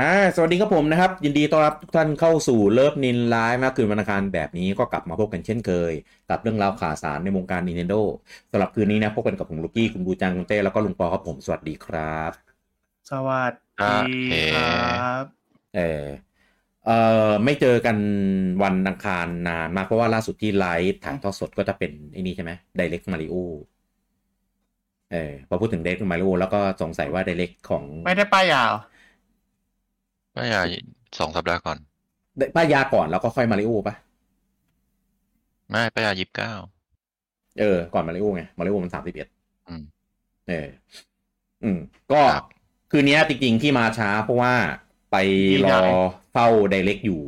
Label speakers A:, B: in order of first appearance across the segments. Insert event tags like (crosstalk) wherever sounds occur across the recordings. A: อ่าสวัสดีครับผมนะครับ ยินดีต้อนรับทุกท่านเข้าสู่เลิฟนินไลฟ์มากคืนวันอังคารแบบนี้ก็กลับมาพบกันเช่นเคย กับเรื่องราวข่าวสารในวงการ Nintendo สำหรับคืนนี้นะพบกันกับผมลูกี้คุณบูจังคุณเต้แล้วก็ลุงปอครับผมสวัสดีครับ
B: สวัสดีครับ
A: เออเออไม่เจอกันวันอังคารนานมากเพราะว่าล่าสุดที่ไลฟ์ถ่ายทอดสดก็จะเป็นไอ้นี่ใช่ไหมไดเ c กมาริโอเออพอพูดถึงเด็กมาริโอแล้วก็สงสัยว่าไดเ c กของ
B: ไม่ได้ป้ายยาว
C: ก็อย่าสองสัปดาห์ก่อน
A: ได้ป้ายาก่อนแล้วก็ค่อยมาริโอปะ
C: ไม่ไปยายิบเก้า
A: เออ ก่อนมาริโอไง มาริโอมันสามสิบเอ็ด
C: อืม
A: เออ อืม ก็
C: ครับ
A: คืนเนี้ยจริงๆที่มาช้าเพราะว่าไปร
B: พี่
A: อ
B: ย้าย
A: เฝ้าไดเ c กอยู่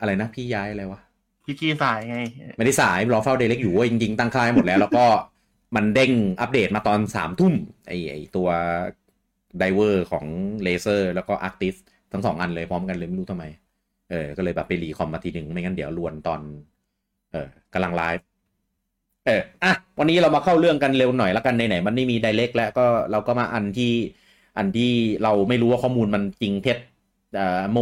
A: อะไรนะพี่ย้ายอะไรวะ
B: พี่กี้สายไง
A: ไม่ได้สายรอเฝ้าเดลิกอยู่เว้ยจริงๆตั้งค่ายหมดแล้ว (laughs) แล้วก็มันเด้งอัปเดตมาตอนสามทุ่มไอไอตัวไดเวอร์ของเลเซอร์ แล้วก็อาร์ติสทั้งสองอันเลยพร้อมกันเลยไม่รู้ทำไม เออ ก็เลยแบบไปรีคอมมาทีหนึ่งไม่งั้นเดี๋ยวลวนตอน เออกำลังไลฟ์เอออ่ะวันนี้เรามาเข้าเรื่องกันเร็วหน่อยละกันไหนๆมันไม่มีไดเ c กแล้วก็เราก็มาอันที่อันที่เราไม่รู้ว่าข้อมูลมันจริงเท็จ เอ่อโม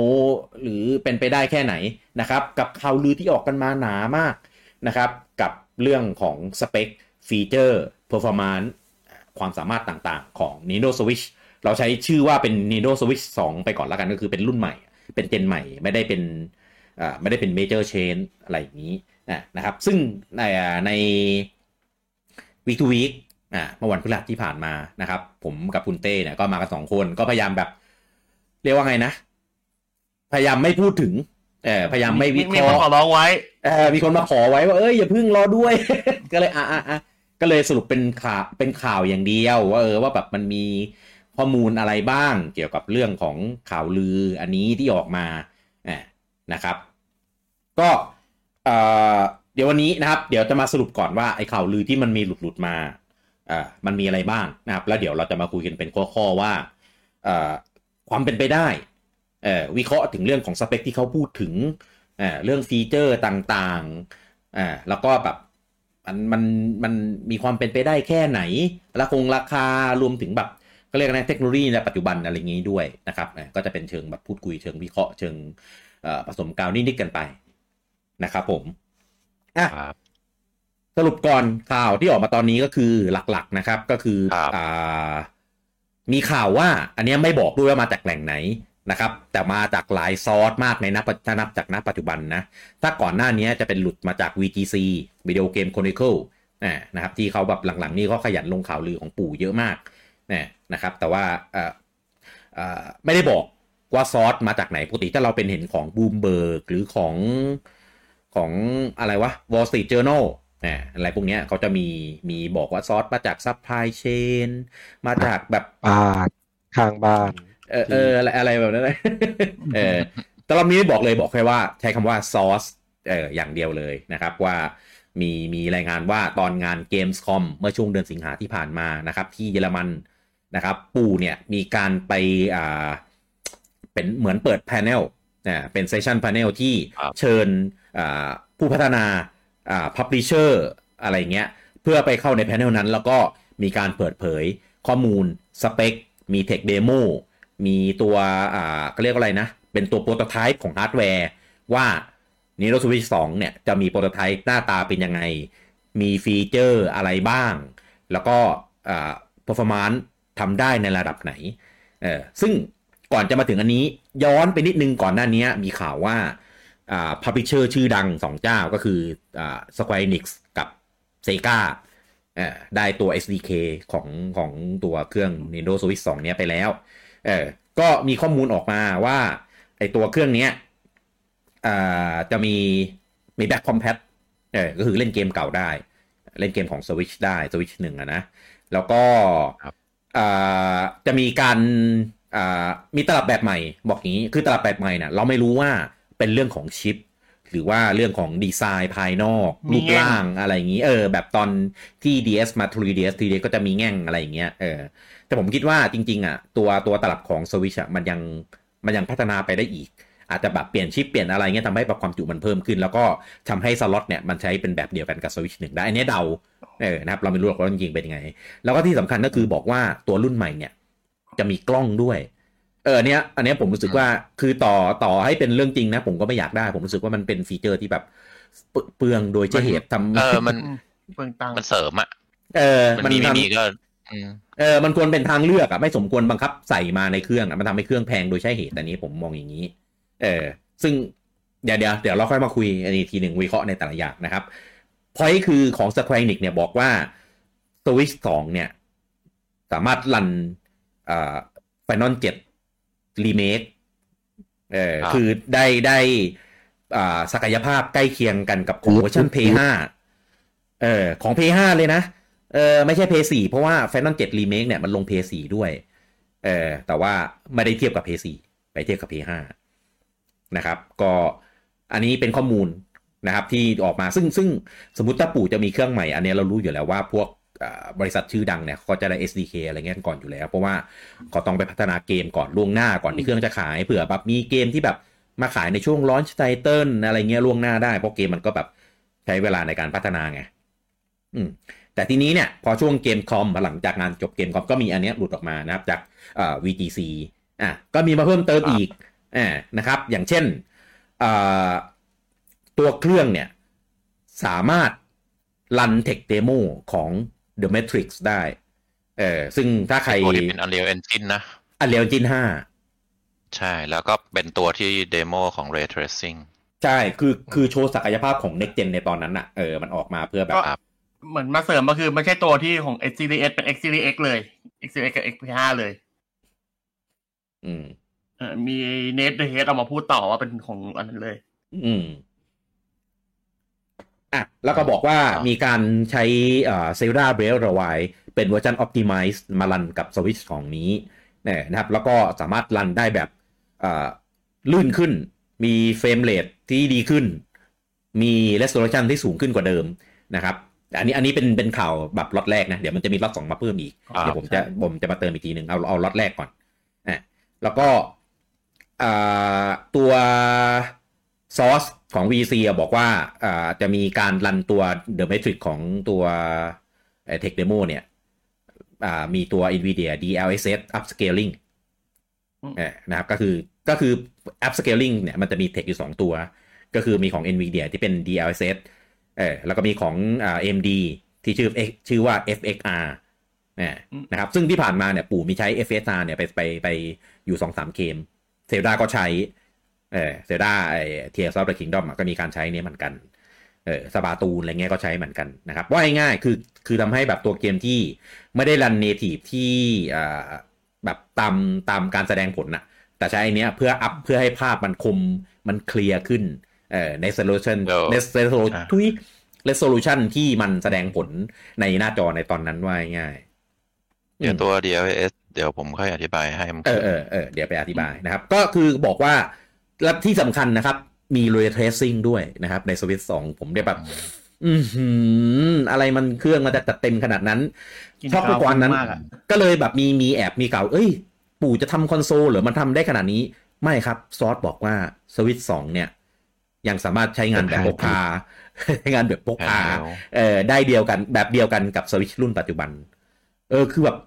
A: หรือเป็นไปได้แค่ไหนนะครับ กับข่าวลือที่ออกกันมาหนามากนะครับ กับเรื่องของสเปคฟีเจอร์เพอร์ฟอร์มานซ์ความสามารถต่างๆของ Nintendo Switch เราใช้ชื่อว่าเป็น Nintendo Switch 2 ไปก่อนแล้วกันก็คือเป็นรุ่นใหม่ เป็นเจนใหม่ไม่ได้เป็นเอ่อไม่ได้เป็นเมเจอร์เชนอะไรอย่างนี้นะนะครับ ซึ่งในอ่าใน week to week อ่าเมื่อวันพฤหัสที่ผ่านมานะครับ ผมกับคุณเต้เนี่ยก็มากันสองคนก็พยายามแบบ เรียกว่าไงนะ พยายามไม่พูดถึงเออพยายามไม่วิเค
B: มี
A: ราะ
B: คน
A: ห์
B: ขอร้องไว้
A: เออมีคนมาขอไว้ว่าเอ้ยอย่าพึ่งรอด้วย (laughs) ก็เลยอ่ะอ่ะอ่ะก็เลยสรุปเป็นข่าวเป็นข่าวอย่างเดียวว่าเออว่าแบบมันมีข้อมูลอะไรบ้างเกี่ยวกับเรื่องของข่าวลืออันนี้ที่ออกมาอ่ะนะครับ ก็เอ่อเดี๋ยววันนี้นะครับ เดี๋ยวจะมาสรุปก่อนว่าไอ้ข่าวลือที่มันมีหลุดหลุดๆมาอ่ามันมีอะไรบ้างนะครับ แล้วเดี๋ยวเราจะมาคุยกันเป็นข้อๆว่าเอ่อความเป็นไปได้เอ่อวิเคราะห์ถึงเรื่องของสเปคที่เขาพูดถึง อ่าเรื่องฟีเจอร์ต่างๆอ่าแล้วก็แบบมันมันมันมีความเป็นไปได้แค่ไหน ราคงราคารวมถึงแบบก็เรียกนะเทคโนโลยีในปัจจุบันอะไรอย่างนี้ด้วยนะครับอ่าก็จะเป็นเชิงแบบพูดคุยเชิงวิเคราะห์เชิงเอ่อผสมกาวนิดๆกันไปนะครับผมอ่ะ
C: ครับ
A: สรุปก่อนข่าวที่ออกมาตอนนี้ก็คือหลักๆนะครับก็คือ
C: ครับ
A: อ่ามีข่าวว่าอันเนี้ยไม่บอกด้วยว่ามาจากแหล่งไหนนะครับ แต่มาจากหลายซอร์สมากในนับถ้านับจากนับปัจจุบันนะ ถ้าก่อนหน้านี้จะเป็นหลุดมาจาก VGC Video Game Chronicle นะนะครับที่เขาแบบหลังๆ นี่เขาขยันลงข่าวลือของปู่เยอะมากนะนะครับ แต่ว่าเอ่อเอ่อไม่ได้บอกว่าซอร์สมาจากไหนปกติถ้าเราเป็นเห็นของบูมเบิร์กหรือของของอะไรวะ Wall Street Journal นะอะไรพวกเนี้ยเขาจะมีมีบอกว่าซอร์สมาจากซัพพลายเชนมาจากแบบ
D: บ้านข้างบ้าน
A: เออเอออะไรอะไรแบบนั้นนะ (laughs) เออแต่เรามีไม่บอกเลยบอกแค่ว่าใช้คำว่าซอสเอออย่างเดียวเลยนะครับว่ามีมีรายงานว่าตอนงาน Gamescom เมื่อช่วงเดือนสิงหาที่ผ่านมานะครับ ที่เยอรมันนะครับ ปู่เนี่ยมีการไปอ่าเป็นเหมือนเปิดแพนเนลอ่าเป็นเซสชันแพนเนลที่
C: ครับ
A: เชิญอ่าผู้พัฒนาอ่าพับลิเชอร์อะไรเงี้ย เพื่อไปเข้าในแพนเนลนั้น แล้วก็มีการเปิดเผยข้อมูลสเปค มีเทคเดโมมีตัวอ่าก็เรียกว่าอะไรนะ เป็นตัวโปรโตไทป์ของฮาร์ดแวร์ ว่า Nintendo Switch 2 เนี่ย จะมีโปรโตไทป์หน้าตาเป็นยังไง มีฟีเจอร์อะไรบ้าง แล้วก็อ่า performance ทำได้ในระดับไหน เออซึ่งก่อนจะมาถึงอันนี้ย้อนไปนิดนึงก่อนหน้านี้มีข่าวว่าอ่าพับลิเชอร์ชื่อดังสองเจ้าก็คืออ่า Square Enix กับ Sega เอ่อได้ตัว SDK ของของตัวเครื่อง Nintendo Switch 2 เนี้ยไปแล้วเออก็มีข้อมูลออกมาว่าไอตัวเครื่องเนี้ยอ่าจะมีมี Back Compat เออก็คือเล่นเกมเก่าได้ เล่นเกมของ Switch ได้ Switch 1อะนะ แล้วก็ อ่าจะมีการอ่ามีตลับแบบใหม่บอกงี้คือตลับแบบใหม่เนี่ยเราไม่รู้ว่าเป็นเรื่องของชิป หรือว่าเรื่องของดีไซน์ภายนอก
B: มี
A: รูป
B: แง่ง
A: ร่างอะไรอย่างนี้ เออ แบบตอนที่ DS มา 3DS 3DS ก็จะมีแง่งอะไรอย่างเงี้ยเออแต่ผมคิดว่าจริงๆอ่ะตัวตัวตลับของ Switch อ่ะมันยังมันยังพัฒนาไปได้อีก อาจจะแบบเปลี่ยนชิปเปลี่ยนอะไรเงี้ยทำให้แบบความจุมันเพิ่มขึ้น แล้วก็ทำให้สล็อตเนี่ยมันใช้เป็นแบบเดียวกันกับ Switch 1ได้อันเนี้ยเดาเออนะครับเราไม่รู้หรอกว่าจริงๆเป็นยังไง แล้วก็ที่สำคัญก็คือบอกว่าตัวรุ่นใหม่เนี่ย จะมีกล้องด้วย เออเนี้ยอันเนี้ยผมรู้สึกว่าคือต่อต่อให้เป็นเรื่องจริงนะ ผมก็ไม่อยากได้ ผมรู้สึกว่ามันเป็นฟีเจอร์ที่แบบเปเปลืองโดยเจเหตุทำ
C: เออมัน
B: เปลืองตังค์
C: (laughs) มันเสริมอ่ะ
A: (laughs) เออมั
C: มัน
A: น
C: มีไม่
A: ทำ
C: มีก็อืม
A: เออมันควรเป็นทางเลือกอะไม่สมควรบังคับใส่มาในเครื่องอะมันทำให้เครื่องแพงโดยใช่เหตุอันนี้ผมมองอย่างนี้ เออซึ่งเดี๋ยวเดี๋ยวเดี๋ยวเราค่อยมาคุยอันนี้ทีหนึ่งวิเคราะห์ในแต่ละอย่างนะครับพอยคือของ Square Enix เนี่ยบอกว่า Switch 2 เนี่ย สามารถรันอ่า Final 7 Remake เออคือได้ได้อ่าศักยภาพใกล้เคียงกันกับของเวอร์ชัน p 5เออของ p 5เลยนะ เออไม่ใช่ p 4เพราะว่า Final 7 Remake เนี่ยมันลง p 4ด้วย เออแต่ว่าไม่ได้เทียบกับ p 4ไปเทียบกับ p 5นะครับ ก็อันนี้เป็นข้อมูลนะครับที่ออกมาซึ่งซึ่งสมมติถ้าปู่จะมีเครื่องใหม่ อันเนี้ยเรารู้อยู่แล้วว่าพวกอ่าบริษัทชื่อดังเนี่ยเขาก็จะได้ SDK อะไรเงี้ยก่อนอยู่แล้ว เพราะว่าเขาต้องไปพัฒนาเกมก่อนล่วงหน้าก่อนที่เครื่องจะขายเผื่อแบบมีเกมที่แบบมาขายในช่วงร้อนไตเติลอะไรเงี้ยล่วงหน้าได้ เพราะเกมมันก็แบบใช้เวลาในการพัฒนาไงอืม แต่ทีนี้เนี่ยพอช่วงเกมคอมหลังจากงานจบเกมคอมก็มีอันเนี้ยหลุดออกมานะครับจากเอ่อ VGC อ่ะก็มีมาเพิ่มเติมอีกอ่านะครับ อย่างเช่นเอ่อตัวเครื่องเนี่ย สามารถรันเทคเดโมของ The Matrix ได้เออซึ่งถ้าใคร
C: ตัวที่เป็น Unreal Engine นะ
A: อันเลียนจินห้า
C: ใช่แล้วก็เป็นตัวที่เดโมของ Ray Tracing
A: ใช่ คือ คือโชว์ศักยภาพของ Next Gen ในตอนนั้นอะเออ มันออกมาเพื่อแบบ
B: ก็
C: ครับ
B: เหมือนมาเสริมก็คือไม่ใช่ตัวที่ของ X Series S เป็น X Series X เลย X Series X กับ X 5เลย
A: อืม
B: เออมีเนทเดอะเฮดออกมาพูดต่อว่าเป็นของอันนั้นเลย
A: อืม อ่ะ แล้วก็บอกว่า
C: อ่ามี
A: มีการใช้เอ่อ Zelda Breath of the Wild เป็นเวอร์ชัน Optimize มารันกับ Switch ของนี้เนี่ยนะครับ แล้วก็สามารถรันได้แบบเอ่อลื่นขึ้น มีเฟรมเรทที่ดีขึ้น มี Resolution ที่สูงขึ้นกว่าเดิมนะครับ อันนี้อันนี้เป็นเป็นข่าวแบบล็อตแรกนะ เดี๋ยวมันจะมีล็อตสองมาเพิ่มอีก
C: ครับ
A: เดี๋ยวผมจะผมจะมาเติมอีกทีหนึ่งเอาเอาล็อตแรกก่อนอ่ะแล้วก็อ่าตัวซอสของ VC อะบอกว่าอ่าจะมีการรันตัว The Matrix ของตัวเอ่อ Tech Demo เนี่ยอ่ามีตัว NVIDIA DLSS Upscaling
B: อืม
A: เอ่อนะครับก็คือก็คือ Upscaling เนี่ยมันจะมี Tech อยู่ 2 ตัว ก็คือมีของ NVIDIA ที่เป็น DLSS เออแล้วก็มีของอ่า AMD ที่ชื่อ X ชื่อว่า FXR เนี่ย
B: อืม
A: นะครับ ซึ่งที่ผ่านมาเนี่ยปู่มีใช้ FXR เนี่ยไปไปไปอยู่สองสามเกมเซลดาก็ใช้เออเซลดาไอเทียร์ซอฟต์คิงดอมก็มีการใช้เนี่ยเหมือนกันเออสปาตูนอะไรเงี้ยก็ใช้เหมือนกันนะครับ ว่าง่ายๆคือคือทำให้แบบตัวเกมที่ไม่ได้รันเนทีฟที่อ่าแบบตามตามการแสดงผลนะแต่ใช้ไอเนี้ยเพื่ออัพเพื่อให้ภาพมันคมมันเคลียร์ขึ้นเออใน resolution
C: เดี๋ยว
A: ใน
C: อ่ะ
A: resolution ทุย resolution ที่มันแสดงผลในหน้าจอในตอนนั้นว่าง่ายๆ
C: เดี๋ยวตัว DLSS เดี๋ยวผมค่อยอธิบายให้มัน
A: เอ
C: คือ
A: เออเออเดี๋ยวไปอธิบายนะครับ ก็คือบอกว่าและที่สำคัญนะครับ มี ray tracing ด้วยนะครับ ในสวิตสองผมได้แบบ อือหือ อะไรมันเครื่องมันจะจัดเต็มขนาดนั้น
B: กิน
A: ชอบไปกว่านั้น
B: ข้าวมากอะ
A: ก็เลยแบบมีมีแอบมีเก่า เอ้ย ปู่จะทำคอนโซลเหรือมันทำได้ขนาดนี้ ไม่ครับ ซอสบอกว่าสวิตสองเนี่ย ยังสามารถใช้งานแบบพกพา ใช้ (laughs) งานแบบพกพา
C: แผ่นเดียว
A: เออได้เดียวกันแบบเดียวกันกับสวิชรุ่นปัจจุบัน เออคือแบบ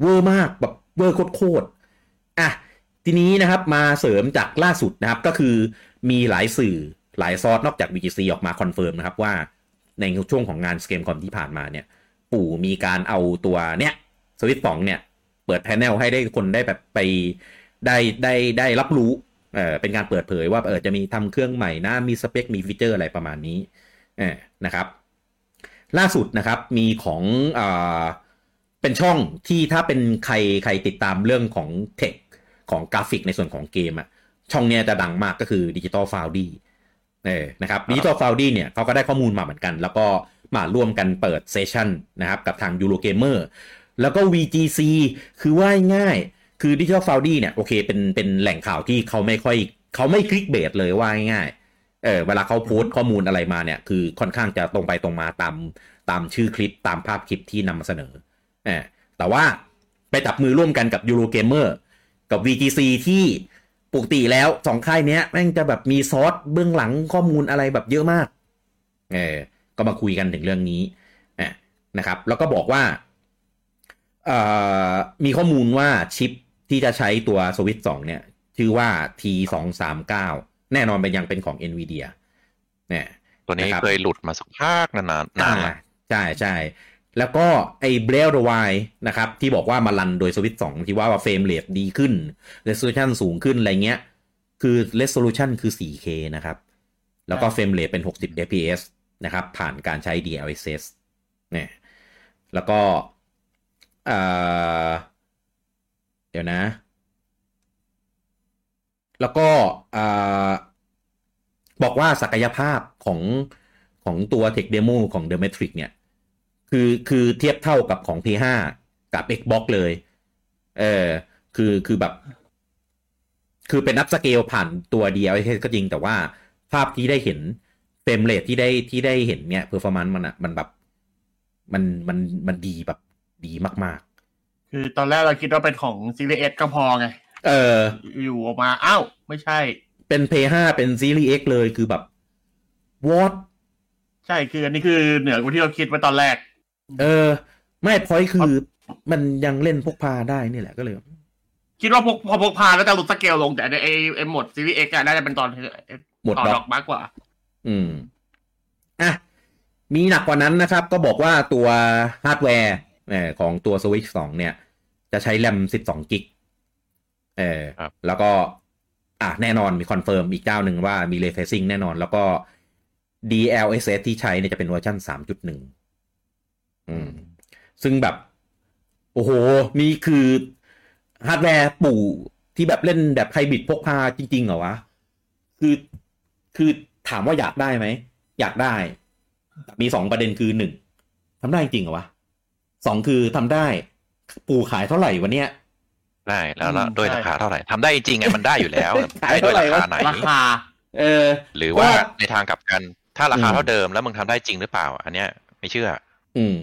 A: เวอร์มากแบบเวอร์โคตรๆอ่ะทีนี้นะครับมาเสริมจากล่าสุดนะครับก็คือมีหลายสื่อหลายซอสนอกจาก VGC ออกมาคอนเฟิร์มนะครับว่าในช่วงของงานสเกมคอมที่ผ่านมาเนี่ย ปู่มีการเอาตัวเนี่ยสวิตสองเนี่ย เปิดแพนเนลให้ได้คนได้แบบไปได้ได้ได้รับรู้เออเป็นการเปิดเผยว่าเออจะมีทำเครื่องใหม่นะมีสเปค มีฟีเจอร์อะไรประมาณนี้เออนะครับ ล่าสุดนะครับมีของอ่าเป็นช่องที่ถ้าเป็นใครใครติดตามเรื่องของเทคของกราฟิกในส่วนของเกมอะช่องเนี้ยจะดังมากก็คือดิจิตอลฟาวดี้เออนะครับดิจิตอลฟาวดี้เนี่ยเขาก็ได้ข้อมูลมาเหมือนกัน แล้วก็มาร่วมกันเปิดเซสชันนะครับกับทางยูโรเกมเมอร์แล้วก็ VGC คือว่าง่ายๆคือดิจิตอลฟาวดี้เนี่ยโอเคเป็นเป็นแหล่งข่าวที่เขาไม่ค่อยเขาไม่คลิกเบสเลยว่าง่ายๆ เออเวลาเขาโพสต์ข้อมูลอะไรมาเนี่ย คือค่อนข้างจะตรงไปตรงมาตามตามชื่อคลิปตามภาพคลิปที่นำมาเสนอเออแต่ว่าไปจับมือร่วมกันกับ Eurogamer กับ VGC ที่ปกติแล้วสองค่ายเนี้ยแม่งจะแบบมีซอสเบื้องหลังข้อมูลอะไรแบบเยอะมากเออก็มาคุยกันถึงเรื่องนี้อ่ะนะครับ แล้วก็บอกว่าเอ่อมีข้อมูลว่าชิป ที่จะใช้ตัว Switch 2 เนี่ย ชื่อว่า T239 แน่นอนเป็นยังเป็นของ NVIDIA เนี่ย
C: ตัวนี้
A: นะครับ
C: เคยหลุดมาสักพักนานๆนาน
A: อ่
C: ละ
A: ใช่ใช่แล้วก็ไอ้ Blade w i นะครับ ที่บอกว่ามารันโดยสวิตสองที่ว่าว่าเฟรมเรทดีขึ้น resolution สูงขึ้น อะไรเงี้ย คือ resolution คือ 4K นะครับ แล้วก็เฟรมเรทเป็น 60 fps นะครับ ผ่านการใช้ DLSS เนี่ยแล้วก็เอ่อเดี๋ยวนะ แล้วก็เอ่อบอกว่าศักยภาพของของตัว Tech Demo ของ The Matrix เนี่ย คือคือเทียบเท่ากับของ P5 กับ Xbox เลย เออคือคือแบบ คือเป็นอัพสเกลผ่านตัว DLSS ก็จริงแต่ว่าภาพที่ได้เห็นเฟรมเรทที่ได้ที่ได้เห็นเนี่ยเพอร์ฟอร์มนซ์มันอะมันแบบ มันมันมันดีแบบดีมาก
B: คือตอนแรกเราคิดว่าเป็นของซีรีส์เอก็พอไง
A: ๆ เออ
B: อยู่ออกมาอ้าวไม่ใช่
A: เป็น P5 เป็น Series X เลยคือแบบ what
B: ใช่คืออันนี้คือเหนือกว่าที่เราคิดไว้ตอนแรก
A: เออ ไม่พอยคือมันยังเล่นพกพาได้นี่แหละก็เลย
B: คิดว่าพกพอพกพาแล้วจะลดสเกลลงแต่ในไอไอหมดซีรีส์เอ็กน่าจะเป็นตอน
A: หมด
B: ต่อ
A: ด
B: ด
A: อ
B: อก กมากกว่า
A: อืม อ่ะ มีหนักกว่านั้นนะครับ ก็บอกว่าตัวฮาร์ดแวร์เอ่อของตัว Switch 2 เนี่ย จะใช้แรม12กิกเออแล้วก็ อ่ะ แน่นอนมีคอนเฟิร์มอีกเจ้าหนึ่งว่ามี Ray Tracing แน่นอน แล้วก็ DLSS ที่ใช้เนี่ยจะเป็นเวอร์ชัน3.1 อืม ซึ่งแบบ โอ้โห นี่คือฮาร์ดแวร์ปู่ที่แบบเล่นแบบไฮบริดพกพาจริง ๆ เหรอวะ คือคือถามว่าอยากได้ไหม อยากได้ มีสองประเด็นคือหนึ่งทำได้จริงเหรอวะสองคือทำได้ ปู่ขายเท่าไหร่วันเนี้ย
C: ได้แล้วแล้ว
B: อืม
C: ด้วย
B: ใช่
C: ราคาเท่าไหร่ทำได้จ
A: (laughs)
C: ริงไงมันได้อยู่แล้ว
A: ขาย
C: ได้ด้
A: เท่า
C: วย
A: ไห
C: ราว
A: ร่ะ
C: คาไหน
B: ราคา
A: เออ
C: หรือว่า
A: ว่า
C: ในทางกลับกัน ถ้าราคา
A: อืม
C: เท่าเดิมแล้วมึงทำได้จริงหรือเปล่า อันเนี้ยไม่เชื่อ
A: อืม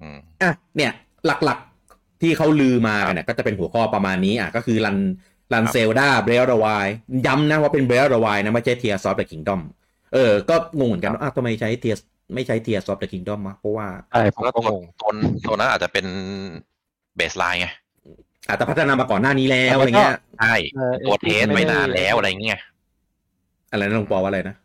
C: อืม
A: อ่ะเนี่ยหลักๆที่เขาลือมากันเนี่ยก็จะเป็นหัวข้อประมาณนี้อ่ะก็คือรันรัน
C: ครับ
A: เซลดาเบรลดวายย้ำนะว่าเป็นเบรลดวายนะไม่ใช่เทียซอฟต์เดอะคิงดอมเออ ก็งงเหมือนกันว่าอ้าวทำไมใช้เทียไม่ใช้เทียซอฟต์เดอะคิงดอมะเพราะว่า
D: ใช่ผม
C: ก็
D: ก็
C: ตัว
D: งง
C: ตัวตัวนั้นอาจจะเป็นเบสไลน์ไง
A: อาจจะพัฒนามาก่อนหน้านี้แล้วอะไรเงี้ย
C: ใช่
D: เอ่อ
C: ตัวเทส
D: Xbox
C: ไป
D: ด้
C: นานแล้วอะไรเงี้ย
A: อะไรนะลงปอว่าอะไรนะ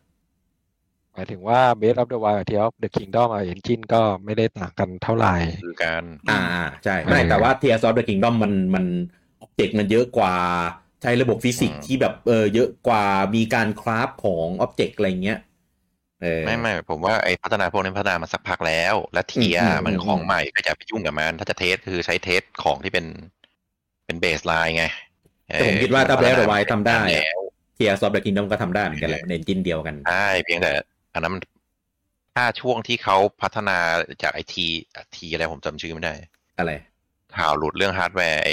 D: หมายถึงว่า b a s e of the Wild กับ Tears of the Kingdom อ่ะ Engine ก็ไม่ได้ต่างกันเท่าไหร่
C: คือการ
A: อ่าอ่าใช่ไม่
D: อืม
A: แต่ว่า Tears of the Kingdom มันมันเด็กมันเยอะกว่าใช้ระบบฟิสิกส์
C: อืม
A: ที่แบบเออเยอะกว่ามีการคราฟของอ็อบเจกต์อะไรเงี้ยเออ
C: ไม่ไม่ผมว่าไอ้พัฒนาพวกนี้พัฒนามาสักพักแล้ว และเทีย
A: อืมอืม
C: มันของ
A: อืม
C: ใหม่ก็จะไปยุ่งกับมันถ้าจะเทสคือใช้เทสของที่เป็นเป็นเบสไลน์ไง
A: แต่ผมคิดว่าถ้า Breath of the Wild ทำได้
C: แล้ว
A: Tears of the Kingdom ก็ทำได้เหมือนกันแหละมันเอนจินเดียวกัน
C: ใช่เพียงแต่อันนั้นมันถ้าช่วงที่เขาพัฒนาจากไอทีทีอะไรผมจำชื่อไม่ได้
A: อะไร
C: ข่าวหลุดเรื่องฮาร์ดแวร์ไอ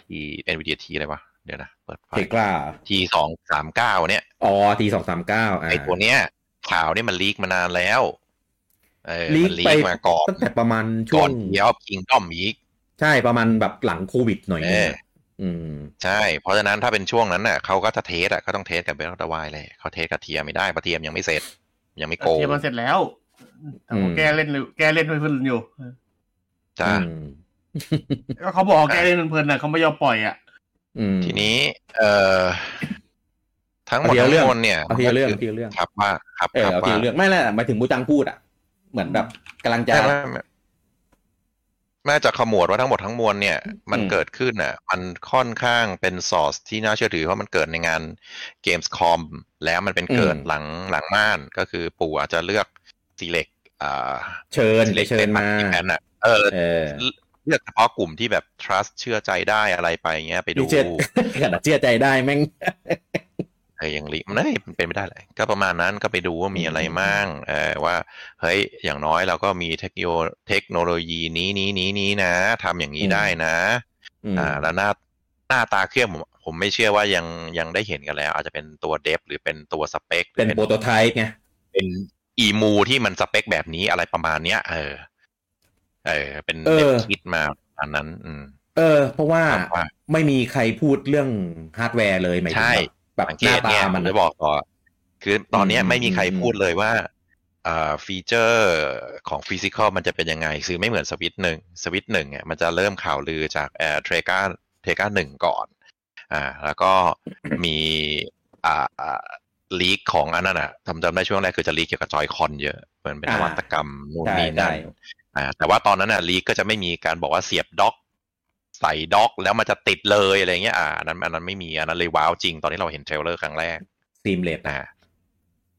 C: ทีเอ็นวีดีทีอะไรวะ เดี๋ยวนะ เปิดไฟ
A: เทกล้า
C: ทีสองสามเก้าเนี่ย
A: อ๋อทีสองสามเก้าอ่า
C: ไอตัวเนี้ยข่าวนี่มันลีกมานานแล้ว เออ
A: ลีก
C: มันลี
A: ไป
C: กมาก่อน
A: ตั้งแต่ประมาณช่
C: ก่
A: ว
C: อง นเดียวคิงด้อมอีก
A: ใช่ประมาณแบบหลังโควิดหน่อยนึง
C: เออ
A: อะอืม
C: ใช่ เพราะฉะนั้นถ้าเป็นช่วงนั้นน่ะเขาก็จะเทสอ่ะก็ต้องเทสกับเบลล์ตวายเลยเขาเทสกับเทียไม่ได้เพราะเทียมยังไม่เสร็จ ยังไม่โกง
B: เทียบมาเสร็จแล้วแต่ว่าแกเล่นอยู่แกเล่นเพลินๆอยู่
C: จ้า
A: อืม
B: ก็เขาบอกว่าแกเล่นเพลินๆนะเขาไม่ยอมปล่อยอ่ะ
A: อืม
C: ทีนี้ เอ่อทั้งหมด
A: เอาทีละ
C: ทั้
A: เรื่อง
C: งมวลเนี่ย
A: เอาทีละเรื่อง
C: ก็
A: เอาทีละเรื่อง
C: คือครับว่าครับ
A: เออ
C: ครับ
A: เอาที
C: ว่า
A: ละเรื่องไม่แหละหมายถึงบูจังพูดอ่ะ เหมือนแบบกำลังจะ
C: ไม่ไม่ไม่แม่จะขมวดว่าทั้งหมดทั้งมวลเนี่ย มัน
A: อืม
C: เกิดขึ้นอ่ะ มันค่อนข้างเป็นซอร์สที่น่าเชื่อถือเพราะมันเกิดในงานเกมส์คอมแล้วมันเป็นเกิดหลังหลังม่านก็คือปู่อาจจะเลือกซีเล็กอ่า
A: เชิญไปเชิญมา
C: แอนอ่ะเออ
A: เออ
C: เลือกเฉพาะกลุ่มที่แบบ trust เชื่อใจได้อะไรไปเงี้ยไปดู
A: เชื่อ (laughs) ขนาดเชื่อใจได้แม่ง
C: เออยังลิมันเอ้ยมันเป็นไม่ได้เลยก็ประมาณนั้นก็ไปดูว่ามีอะไรมั่งเออว่าเฮ้ยอย่างน้อยเราก็มีเทคโนเทคโนโลยีนี้นี้นี้นี้นะทำอย่างนี้
A: อืม
C: ได้นะ
A: ม
C: อ่า แล้วหน้าหน้าตาเครื่องผมผมไม่เชื่อว่ายังยังได้เห็นกันแล้ว อาจจะเป็นตัวเดฟหรือเป็นตัวสเปคหรื
A: เป็
C: อน
A: โปรโตไทป์ไง
C: เป็นอีมูที่มันสเปคแบบนี้อะไรประมาณเนี้ย เออ เออ เป็น
A: เออ
C: เดฟคิดมาประมาณนั้น อืม
A: เออ เพราะว่า
C: ครับว่า
A: ไม่มีใครพูดเรื่องฮาร์ดแวร์เลยหมายถึง
C: ใช่
A: แบบ
C: สัง
A: ห
C: เก
A: น้า
C: ต
A: ตา
C: เนี่ย
A: มั
C: ผ
A: นอะ
C: มจะบอกต่อคือตอนเนี้ย
A: อืม
C: ไม่มีใคร
A: อืม
C: พูดเลยว่าอ่าฟีเจอร์ของฟิสิกอลมันจะเป็นยังไง คือไม่เหมือนสวิตหนึ่งสวิตหนึ่งเนี่ยมันจะเริ่มข่าวลือจากเอ่อเทรกาเท เทก้าหนึ่งก่อน อ่า แล้วก็มีอ่าอ่าลีกของอันนั้นอ่ะจำจำได้ช่วงแรกคือจะลีกเกี่ยวกับจอยคอนเยอะเหมือนเป็น
A: อ่าน น
C: วัตกรรมนู่น
A: ใช่
C: นี่นั่
A: ได้
C: น อ่าแต่ว่าตอนนั้นน่ะลีกก็จะไม่มีการบอกว่าเสียบด็อก ใส่ด็อกแล้วมันจะติดเลยอะไรเงี้ยอ่าอันนั้นอันนั้นไม่มีอันนั้นเลยว้าวจริงตอนที่เราเห็นเทรลเลอร์ครั้งแรก
A: ซีมเลสนะ
C: นะ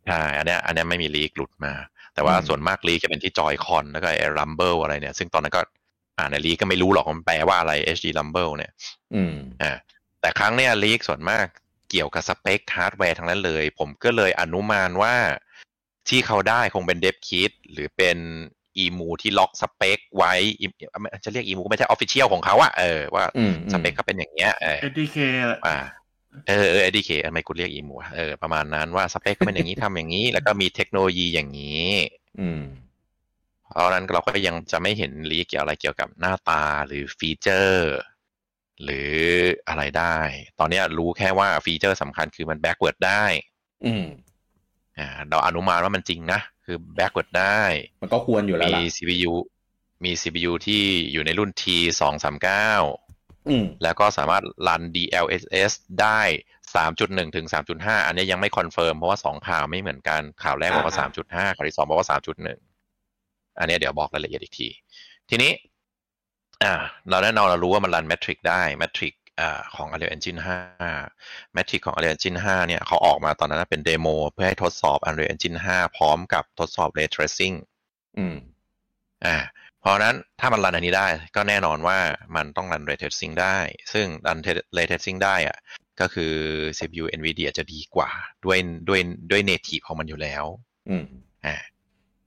C: ใช่อันเนี้ยอันเนี้ยไม่มีลีกหลุดมา แต่ว่า
A: อืม
C: ส่วนมากลีกจะเป็นที่จอยคอนแล้วก็ไอ้รัมเบิลอะไรเนี่ย ซึ่งตอนนั้นก็อ่าในลีกก็ไม่รู้หรอกว่ามันแปลว่าอะไร HD Rumble เนี่ย
A: อืม
C: อ่าแต่ครั้งเนี้ยลีกส่วนมากเกี่ยวกับสเปคฮาร์ดแวร์ทั้งนั้นเลย ผมก็เลยอนุมานว่าที่เขาได้คงเป็นเดฟคิดหรือเป็นอีมูที่ล็อกสเปคไว้ E- ไม่จะเรียกอีมูก็ไม่ใช่ออฟฟิเชียลของเขาอะเออว่า
A: อืม
C: สเปคเขาเป็นอย่างเงี้ยเออ
B: เอ็ดดี้เค
C: อ่าเออเออดีเคทำไมกูเรียกอีมูวะเออประมาณนั้นว่าสเปคเขาเป็นอย่างนี้ ทำอย่างนี้ แล้วก็มีเทคโนโลยีอย่างนี้
A: อืม
C: เพราะฉะนั้นเราก็ยังจะไม่เห็นลีกเกี่ยวอะไรเกี่ยวกับหน้าตาหรือฟีเจอร์ หรืออะไรได้ ตอนเนี้ยรู้แค่ว่าฟีเจอร์สำคัญคือมันแบ็กเวิร์ดได้
A: อืม
C: อ่าเราอนุมานว่ามันจริงนะ คือแบ็กเวิร์ดได้
A: มันก็ควรอยู่แล้ว
C: มี
A: ล่ะ
C: CPU มี CPU ที่อยู่ในรุ่น T239
A: อืม
C: แล้วก็สามารถรัน DLSS ได้ 3.1 ถึง 3.5 อันเนี้ยยังไม่คอนเฟิร์มเพราะว่า 2 ข่าวไม่เหมือนกันข่าวแรกบอกว่า
A: อ่า
C: 3.5 ข่าวที่ 2 บอกว่า 3.1 อันเนี้ยเดี๋ยวบอกรายละเอียดอีกที ทีนี้ อ่า เราแน่นอนเรารู้ว่ามันรันแมทริกได้แมทริกอ่าของ Unreal Engine 5 แมทริกของ Unreal Engine 5 เนี่ยเขาออกมาตอนนั้นนะเป็นเดโมเพื่อให้ทดสอบ Unreal Engine 5 พร้อมกับทดสอบ Ray Tracing
A: อืม
C: อ่าเพราะฉะนั้นถ้ามันรันอันนี้ได้ก็แน่นอนว่ามันต้องรัน Ray Tracing ได้ ซึ่งรัน Ray Tracing ได้อะก็คือ CPU NVIDIA จะดีกว่าด้วยด้วยด้วย native ของมันอยู่แล้ว
A: อืม
C: อ่า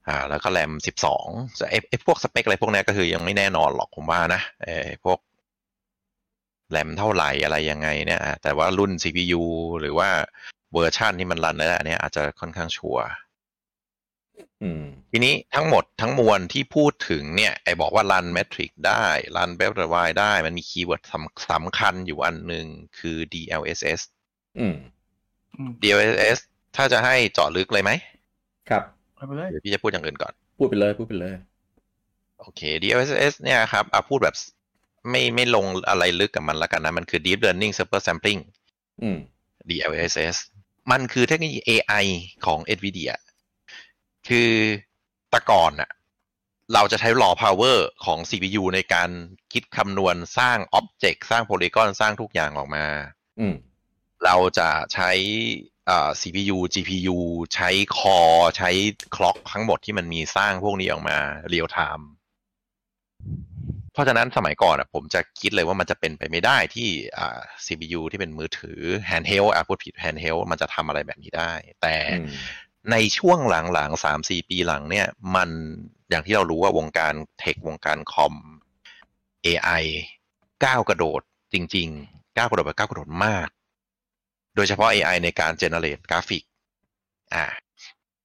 C: อ่าแล้วก็แรม12แต่ไอ้ไอ้พวกสเปคอะไรพวกเนี้ยก็คือยังไม่แน่นอนหรอกผมว่านะเออพวกแรมเท่าไหร่อะไรยังไงเนี่ยอ่ะแต่ว่ารุ่น CPU หรือว่าเวอร์ชันที่มันรันแล้วอันเนี้ยอาจจะค่อนข้างชัวร์
A: อืม
C: ทีนี้ทั้งหมดทั้งมวลที่พูดถึงเนี่ยไอบอกว่ารันแมทริกได้รันเบลวายได้ มันมีคีย์เวิร์ดสำสำคัญอยู่อันหนึ่งคือ DLSS
A: อืม
B: อืม
C: DLSS ถ้าจะให้เจาะลึกเลยไหม
A: ครับ
B: เอาไปเลย
C: หรือพี่จะพูดอย่างอื่นก่อน
A: พูดไปเลย พูดไปเลย
C: โอเค DLSS เนี่ยครับอ่ะพูดแบบไม่ไม่ลงอะไรลึกกับมันละกันนะ มันคือ Deep Learning Super Sampling
A: อืม
C: DLSS มันคือเทคโนโลยี AI ของ NVIDIA คือแต่ก่อนน่ะเราจะใช้ raw power ของ CPU ในการคิดคำนวณสร้าง object สร้าง polygon สร้างทุกอย่างออกมา
A: อืม
C: เราจะใช้อ่า CPU GPU ใช้ core ใช้ clock ทั้งหมดที่มันมีสร้างพวกนี้ออกมา real time เพราะฉะนั้นสมัยก่อนอะผมจะคิดเลยว่ามันจะเป็นไปไม่ได้ที่อ่า CPU ที่เป็นมือถือ handheld อ่ะพูดผิด handheld มันจะทำอะไรแบบนี้ได้ แต่
A: อืม
C: ในช่วงหลังๆสามสี่ปีหลังเนี่ย มันอย่างที่เรารู้ว่าวงการเทควงการคอม AI ก้าวกระโดดจริงๆ ก้าวกระโดดแบบก้าวกระโดดมาก โดยเฉพาะ AI ในการ generate กราฟิก อ่า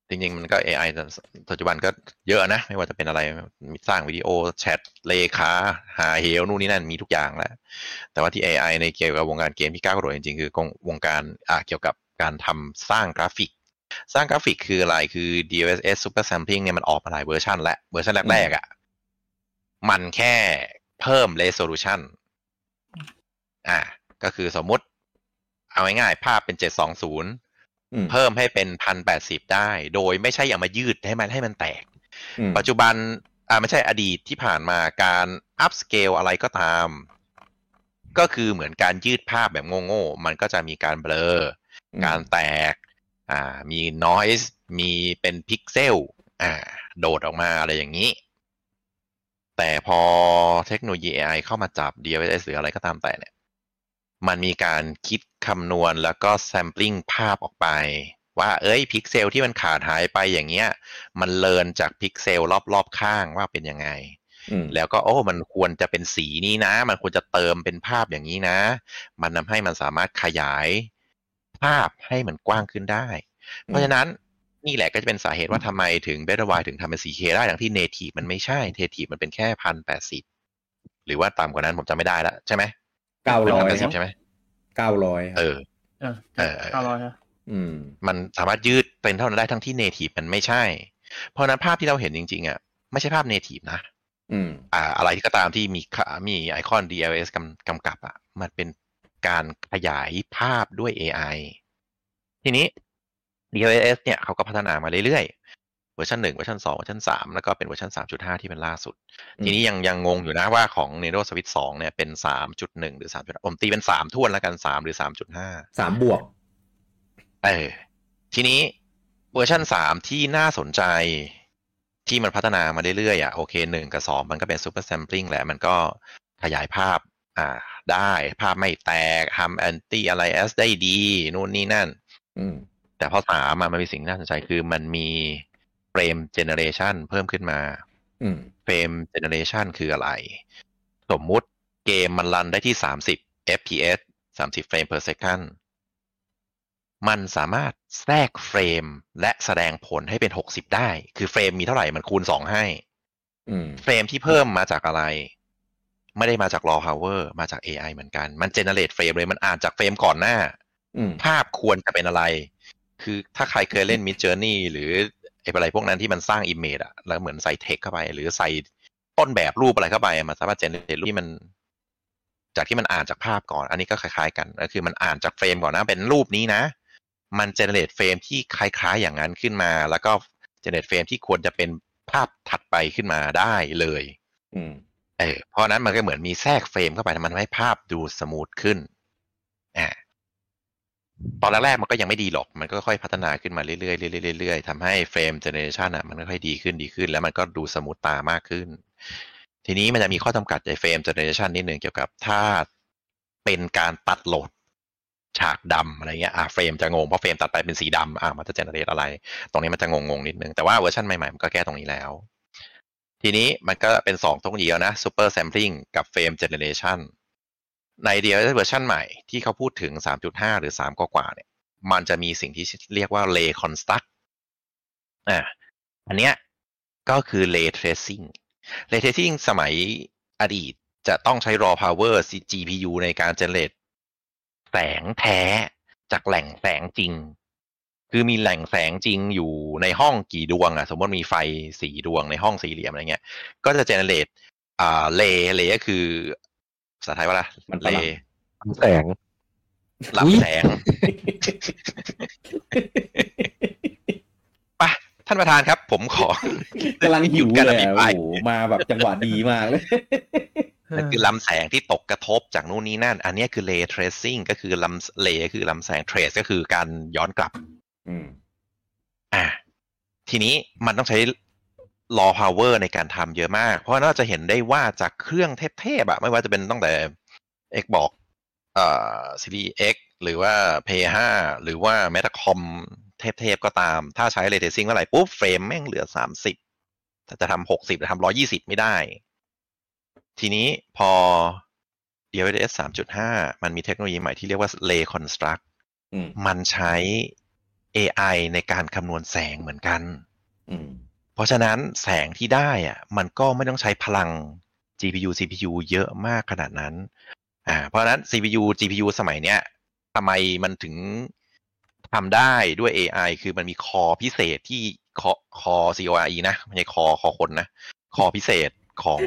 C: จริงๆ มันก็ AI ปัจจุบันก็เยอะนะ ไม่ว่าจะเป็นอะไรมีสร้างวิดีโอแชทเลขาหาเหวนู่นนี่นั่นมีทุกอย่างแล้ว แต่ว่าที่ AI ในเกี่ยวกับวงการเกมที่ก้าวกระโดดจริงๆ คือวงการอ่าเกี่ยวกับการทำสร้างกราฟิก สร้างกราฟิกคืออะไรคือ DLSS Super Sampling เนี่ยมันออกมาหลายเวอร์ชันแล้วเวอร์ชันแรกๆอะ่ะมันแค่เพิ่ม resolution อ่า ก็คือสมมุติ เอาง่ายๆภาพเป็น 720
A: อืม
C: เพิ่มให้เป็นพันแปดสิบได้ โดยไม่ใช่อย่างมายืดให้มันให้มันแตก
A: อืม
C: ปัจจุบันอ่าไม่ใช่อดีตที่ผ่านมาการอัพสเกลอะไรก็ตาม ก็คือเหมือนการยืดภาพแบบโง่ๆ มันก็จะมีการเบลอ การแตก อ่า มี noise มีเป็นพิกเซล อ่า โดดออกมาอะไรอย่างนี้ แต่พอเทคโนโลยี AI เข้ามาจับ DLSS หรืออะไรก็ตามแต่เนี่ย มันมีการคิดคำนวณแล้วก็ sampling ภาพออกไป ว่า เอ้ย พิกเซลที่มันขาดหายไปอย่างเงี้ย มันเลินจากพิกเซลรอบๆข้างว่าเป็นยังไง
A: อืม
C: แล้วก็โอ้มันควรจะเป็นสีนี้นะ มันควรจะเติมเป็นภาพอย่างนี้นะ มันทำให้มันสามารถขยายภาพให้มันกว้างขึ้นได้ เพราะฉะนั้นนี่แหละก็จะเป็นสาเหตุว่าทำไมถึงเบต้าวถึงทำเป็น 4K ได้ทั้งที่เนทีฟมันไม่ใช่เนทีฟมันเป็นแค่พันแปดสิบหรือว่าต่ำกว่านั้นผมจำไม่ได้ละใช่ไหม
A: เก้าร้อย
C: แปดสิบใช่ไหม
A: เก้าร้อย
C: เออ
B: เออ
C: เออเออ
B: เก้าร้อยนะ
A: อืม
C: มันสามารถยืดเป็นเท่านั้นได้ทั้งที่เนทีฟมันไม่ใช่ เพราะฉะนั้นภาพที่เราเห็นจริงๆอ่ะไม่ใช่ภาพเนทีฟนะ
A: อืม
C: อ่าอะไรที่ก็ตามที่มีค่ามีไอคอน DLS กำกำกับอ่ะมันเป็นการขยายภาพด้วย AI ทีนี้ DLS เนี่ยเขาก็พัฒนามาเรื่อยๆ เวอร์ชันหนึ่งเวอร์ชันสองเวอร์ชันสามแล้วก็เป็นเวอร์ชันสามจุดห้าที่เป็นล่าสุด
A: อืม
C: ทีนี้ยังยังงงอยู่นะว่าของ Nintendo Switch สองเนี่ยเป็นสามจุดหนึ่งหรือสามจุดผมตีเป็นสามท่วนแล้วกันสามหรือสามจุดห้า
A: สามบวก
C: เออทีนี้เวอร์ชันสามที่น่าสนใจที่มันพัฒนามาเรื่อยๆอ่ะโอเคหนึ่งกับสองมันก็เป็นซูเปอร์แซมปลิงแหละ มันก็ขยายภาพอ่าได้ภาพไม่แตกทำแอนตี้อะไรเอสได้ดี นู่นนี่นั่น
A: อืม
C: แต่พอสามอะมันมีสิ่งที่น่าสนใจคือมันมีเฟรมเจเนเรชันเพิ่มขึ้นมา
A: อืม
C: เฟรมเจเนเรชันคืออะไร สมมุติเกมมันรันได้ที่ 30 fps 30 เฟรม per second มันสามารถแทรกเฟรมและแสดงผลให้เป็น 60 ได้ คือเฟรมมีเท่าไหร่มันคูณ 2 ให้
A: อืม
C: เฟรมที่เพิ่มมาจากอะไร ไม่ได้มาจาก raw power มาจาก AI เหมือนกัน มันเจเนเรตเฟรมเลย มันอ่านจากเฟรมก่อนหน้า
A: อืม
C: ภาพควรจะเป็นอะไร คือถ้าใครเคยเล่น Mid Journey หรือไอ้อะไรพวกนั้นที่มันสร้าง Image อะแล้วเหมือนใส่เทคเข้าไป หรือใส่ต้นแบบรูปอะไรเข้าไป มันสามารถเจนเนเรตรูปที่มัน จากที่มันอ่านจากภาพก่อน อันนี้ก็คล้ายๆกันก็คือมันอ่านจากเฟรมก่อนนะ เป็นรูปนี้นะ มันเจเนเรตเฟรมที่คล้ายๆอย่างนั้นขึ้นมา แล้วก็เจเนเรตเฟรมที่ควรจะเป็นภาพถัดไปขึ้นมาได้เลย
A: อืม
C: เออเพราะฉะนั้นมันก็เหมือนมีแทรกเฟรมเข้าไปมันทำให้ภาพดูสมูทขึ้นอ่าตอนแรกๆมันก็ยังไม่ดีหรอก มันก็ค่อยพัฒนาขึ้นมาเรื่อยๆเรื่อยๆเรื่อยๆทำให้เฟรมเจเนเรชันอ่ะมันค่อยๆดีขึ้นดีขึ้น แล้วมันก็ดูสมูทตามากขึ้น ทีนี้มันจะมีข้อจำกัดในเฟรมเจเนเรชันนิดหนึ่งเกี่ยวกับถ้าเป็นการตัดโหลด ฉากดำอะไรเงี้ยอ่ะเฟรมจะงงเพราะเฟรมตัดไปเป็นสีดำอ่ะมันจะเจเนเรตอะไร ตรงนี้มันจะงงๆนิดนึงแต่ว่าเวอร์ชันใหม่ๆมันก็แก้ตรงนี้แล้ว ทีนี้มันก็เป็นสองตรงเดียวนะ Super Sampling กับ Frame Generation ในเดียวเวอร์ชันใหม่ที่เขาพูดถึง 3.5 หรือ 3 กว่าๆเนี่ย มันจะมีสิ่งที่เรียกว่า Ray Construct อ่าอันเนี้ยก็คือ Ray Tracing Ray Tracing สมัยอดีตจะต้องใช้ raw power GPU ในการ generate แสงแท้จากแหล่งแสงจริง คือมีแหล่งแสงจริงอยู่ในห้องกี่ดวงอะสมมติมีไฟสี่ดวงในห้องสี่เหลี่ยมอะไรเงี้ย ก็จะเจเนเรตอ่าเลเลก็คือภาษาไทยว่าอะไร
A: มันฝ
C: เล
A: รั่ง
D: แสง
C: หลับ
D: อุ๊ย
C: แสงไปะท่านประธานครับ ผมขอ
A: กำลังหิวเลย
C: หยุด
A: อะ
C: การอภิป
A: โอ้
C: ราย
A: โหมาแบบจังหวะดีมากเลย
C: นั่นคือลำแสงที่ตกกระทบจากนู่นนี่นั่น อันเนี้ยคือเลเทรซิ่งก็คือลำเลคือลำแสงเทรสก็คือการย้อนกลับ
A: อืม
C: อ่ะทีนี้มันต้องใช้ raw power ในการทำเยอะมาก เพราะว่าเราจะเห็นได้ว่าจากเครื่องเทพๆอะไม่ว่าจะเป็นตั้งแต่ Xbox เอ่อ Series X หรือว่า PS5 หรือว่าแม้แต่คอมเทพๆก็ตาม ถ้าใช้ ray tracing เมื่อไหร่ปุ๊บเฟรมแม่งเหลือ 30 ถ้าจะทำ60จะทำ120 ไม่ได้ ทีนี้พอ DLSS 3.5 มันมีเทคโนโลยีใหม่ที่เรียกว่า ray construct
A: อืม
C: มันใช้ AI ในการคำนวณแสงเหมือนกัน
A: อืม
C: เพราะฉะนั้นแสงที่ได้อะมันก็ไม่ต้องใช้พลัง GPU CPU เยอะมากขนาดนั้น อ่า เพราะฉะนั้น CPU GPU สมัยเนี้ยทำไมมันถึงทำได้ด้วย AI คือมันมีคอพิเศษที่คอคอ CORE นะ ไม่ใช่คอคอคนนะ คอพิเศษของ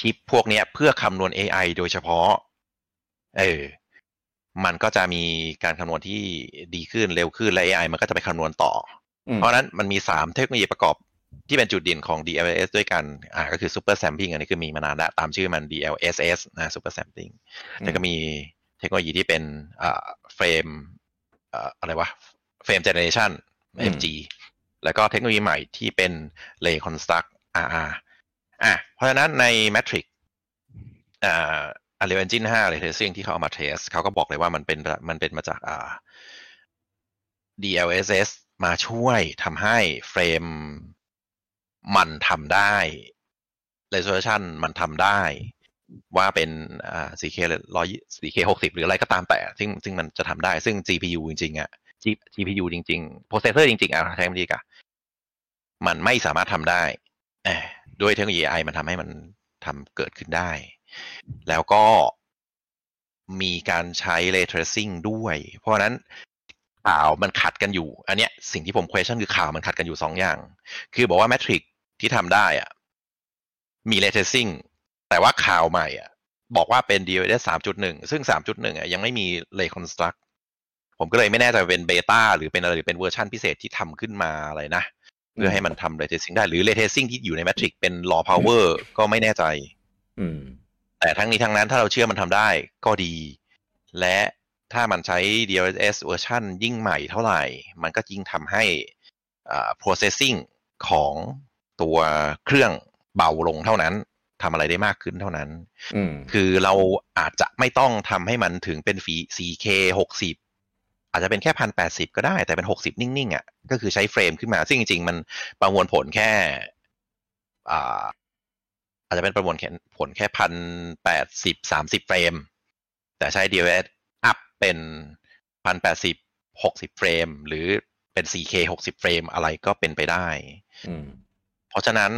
C: ชิปพวกเนี้ยเพื่อคำนวณ AI โดยเฉพาะ เออ มันก็จะมีการคำนวณที่ดีขึ้นเร็วขึ้นและ AI มันก็จะไปคำนวณต่อ
A: อืม
C: เพราะฉะนั้นมันมี 3 เทคโนโลยีประกอบที่เป็นจุดเด่นของ DLSS ด้วยกัน อ่า ก็คือ Super Sampling อันนี้คือมีมานานแล้ว ตามชื่อมัน DLSS นะ Super Sampling
A: อืม
C: แล้วก็มีเทคโนโลยีที่เป็นอ่าเฟรมอ่าอะไรวะเฟรมเจเนเรชัน FG แล้วก็เทคโนโลยีใหม่ที่เป็น Ray Construct RR อ่ะเพราะฉะนั้นใน Matrix อ่า Unreal Engine 5 Ray Tracing ที่เขาเอามาเทสเขาก็บอกเลยว่ามันเป็นมันเป็นมาจากอ่า DLSS มาช่วยทำให้เฟรมมันทำได้ resolution มันทำได้ ว่าเป็นอ่า 4K ร้อย 4K 60 หรืออะไรก็ตามแต่ ซึ่งซึ่งมันจะทำได้ซึ่ง GPU จริงๆอะ G- GPU จริงๆ processor จริงๆอ่ะใช้คำนี้ดีกว่ามันไม่สามารถทำได้เอ่อด้วยเทคโนโลยี AI มันทำให้มันทำเกิดขึ้นได้ แล้วก็มีการใช้ ray tracing ด้วย เพราะฉะนั้นข่าวมันขัดกันอยู่ อันเนี้ยสิ่งที่ผม question คือข่าวมันขัดกันอยู่สองอย่าง คือบอกว่าแมทริกที่ทำได้อะ มี ray tracing แต่ว่าข่าวใหม่อ่ะ บอกว่าเป็น DLSS 3.1 ซึ่ง 3.1อ่ะยังไม่มี ray construct ผมก็เลยไม่แน่ใจว่าเป็นเบต้าหรือเป็นอะไรหรือเป็นเวอร์ชันพิเศษที่ทำขึ้นมาอะไรนะ เพื่อให้มันทำ ray tracing ได้หรือ ray tracing ที่อยู่ใน matrix เป็น raw power ก็ไม่แน่ใจ
A: อืม
C: แต่ทั้งนี้ทั้งนั้นถ้าเราเชื่อมันทำได้ก็ดี และถ้ามันใช้ DLSS เวอร์ชันยิ่งใหม่เท่าไหร่ มันก็ยิ่งทำให้อ่า processing ของตัวเครื่องเบาลงเท่านั้นทำอะไรได้มากขึ้นเท่านั้น
A: อืม
C: คือเราอาจจะไม่ต้องทำให้มันถึงเป็นฟี 4K 60 อาจจะเป็นแค่ 1080 ก็ได้แต่เป็น 60 นิ่งๆอะ่ะก็คือใช้เฟรมขึ้นมา ซึ่งจริงๆ มันประมวลผลแค่อ่าอาจจะเป็นประมวลแค่ผลแค่ 1080 30 เฟรม แต่ใช้ DLSS อัพเป็น 1080 60 เฟรม หรือเป็น 4K 60 เฟรม อะไรก็เป็นไปได้
A: อืม
C: เพราะฉะนั้น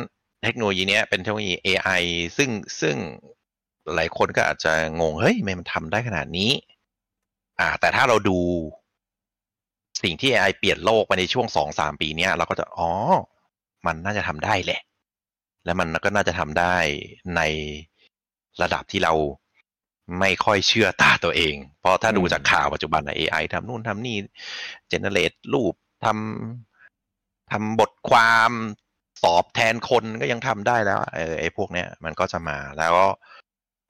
C: เทคโนโลยีเนี้ยเป็นเทคโนโลยี AI ซึ่งซึ่งหลายคนก็อาจจะงง เฮ้ยทำไมมันทำได้ขนาดนี้ อ่า แต่ถ้าเราดูสิ่งที่ AI เปลี่ยนโลกไปในช่วงสองสามปีเนี้ยเราก็จะ อ๋อ มันน่าจะทำได้แหละ และมันก็น่าจะทำได้ในระดับที่เราไม่ค่อยเชื่อตาตัวเอง เพราะถ้าดู
A: อืม
C: จากข่าวปัจจุบันนะ AI ทำนู่นทำนี่ เจเนเรตรูปทำทำบทความสอบแทนคนก็ยังทำได้แล้ว เออไอ้พวกเนี้ยมันก็จะมาแล้วก็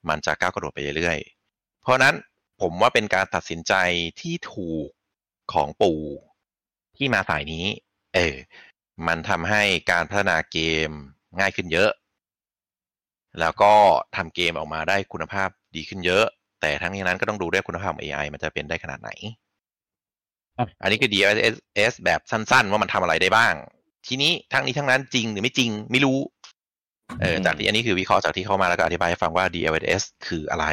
C: มันจะก้าวกระโดดไปเรื่อยๆ เพราะฉะนั้นผมว่าเป็นการตัดสินใจที่ถูกของปู่ที่มาสายนี้ เออ มันทำให้การพัฒนาเกมง่ายขึ้นเยอะ แล้วก็ทำเกมออกมาได้คุณภาพดีขึ้นเยอะ แต่ทั้งนี้นั้นก็ต้องดูด้วยคุณภาพของ AI มันจะเป็นได้ขนาดไหน อันนี้คือ DLSS แบบสั้นๆ ว่ามันทำอะไรได้บ้าง ทีนี้ทั้งนี้ทั้งนั้นจริงหรือไม่จริงไม่รู้ เออ
A: อืม
C: จากที่อันนี้คือวิเคราะห์จากที่เข้ามาแล้วก็อธิบายให้ฟังว่า DLSS คืออะไร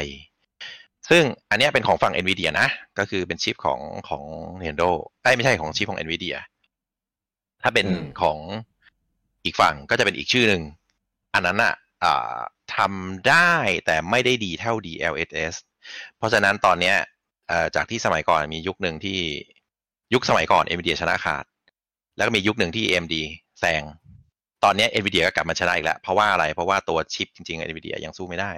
C: ซึ่งอันเนี้ยเป็นของฝั่ง NVIDIA นะ ก็คือเป็นชิปของของ Nintendo ไอ้ยไม่ใช่ของชิปของ NVIDIA ถ้าเป็น
A: อืม
C: ของอีกฝั่งก็จะเป็นอีกชื่อหนึ่ง อันนั้นอ่ะอ่าทำได้แต่ไม่ได้ดีเท่า DLSS เพราะฉะนั้นตอนเนี้ย เอ่อจากที่สมัยก่อนมียุคหนึ่งที่ยุคสมัยก่อน NVIDIA ชนะขาด แล้วก็มียุคหนึ่งที่ AMD แซงตอนเนี้ย NVIDIA ก็กลับมาชนะอีกแล้ว เพราะว่าอะไร เพราะว่าตัวชิปจริงๆ NVIDIA ยังสู้ไม่ได้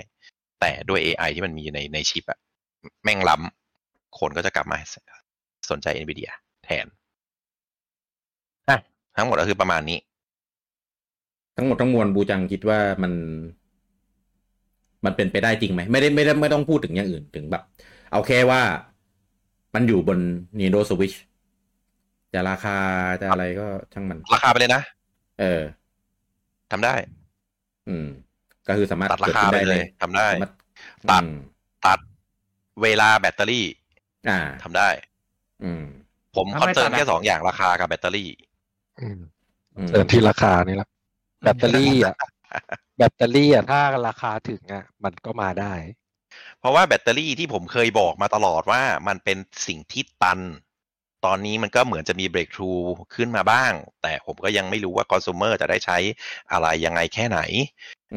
C: แต่ด้วย AI ที่มันมีอยู่ในในชิปอะแม่งล้ำคนก็จะกลับมาสนใจ NVIDIA แทนอ่ะทั้งหมดก็คือประมาณนี้
A: ทั้งหมดทั้งมวลบูจังคิดว่ามัน มันเป็นไปได้จริงไหมไม่ได้ไม่ได้ไม่ต้องพูดถึงอย่างอื่นถึงแบบ เอาแค่ว่ามันอยู่บน Nintendo Switch จะราคาจะอะไรก็ช่างมัน
C: ราคาไปเลยนะ
A: เออ
C: ทำได้
A: อืม ก็คือสามารถ
C: ตัดราคาไปเลยทำได้
A: สามารถ
C: ตัด
A: อืม
C: ตัดเวลาแบตเตอรี่
A: อ่า
C: ทำได้
A: อืม
C: ผมค
B: ทำ
C: อน
B: ไม
C: เซิร์
B: ตัด
C: น
B: อะ
C: แค่สองอย่างราคากับแบตเตอรี่
D: อืม
A: อืม
D: เสริมที่ราคานี่แหละแบตเตอรี่ (laughs) อ่ะ แบตเตอรี่อ่ะถ้าราคาถึงอ่ะ มันก็มาได้
C: เพราะว่าแบตเตอรี่ที่ผมเคยบอกมาตลอดว่ามันเป็นสิ่งที่ตัน ตอนนี้มันก็เหมือนจะมีเบรกทรูขึ้นมาบ้าง แต่ผมก็ยังไม่รู้ว่าคอน sumer จะได้ใช้อะไรยังไงแค่ไหน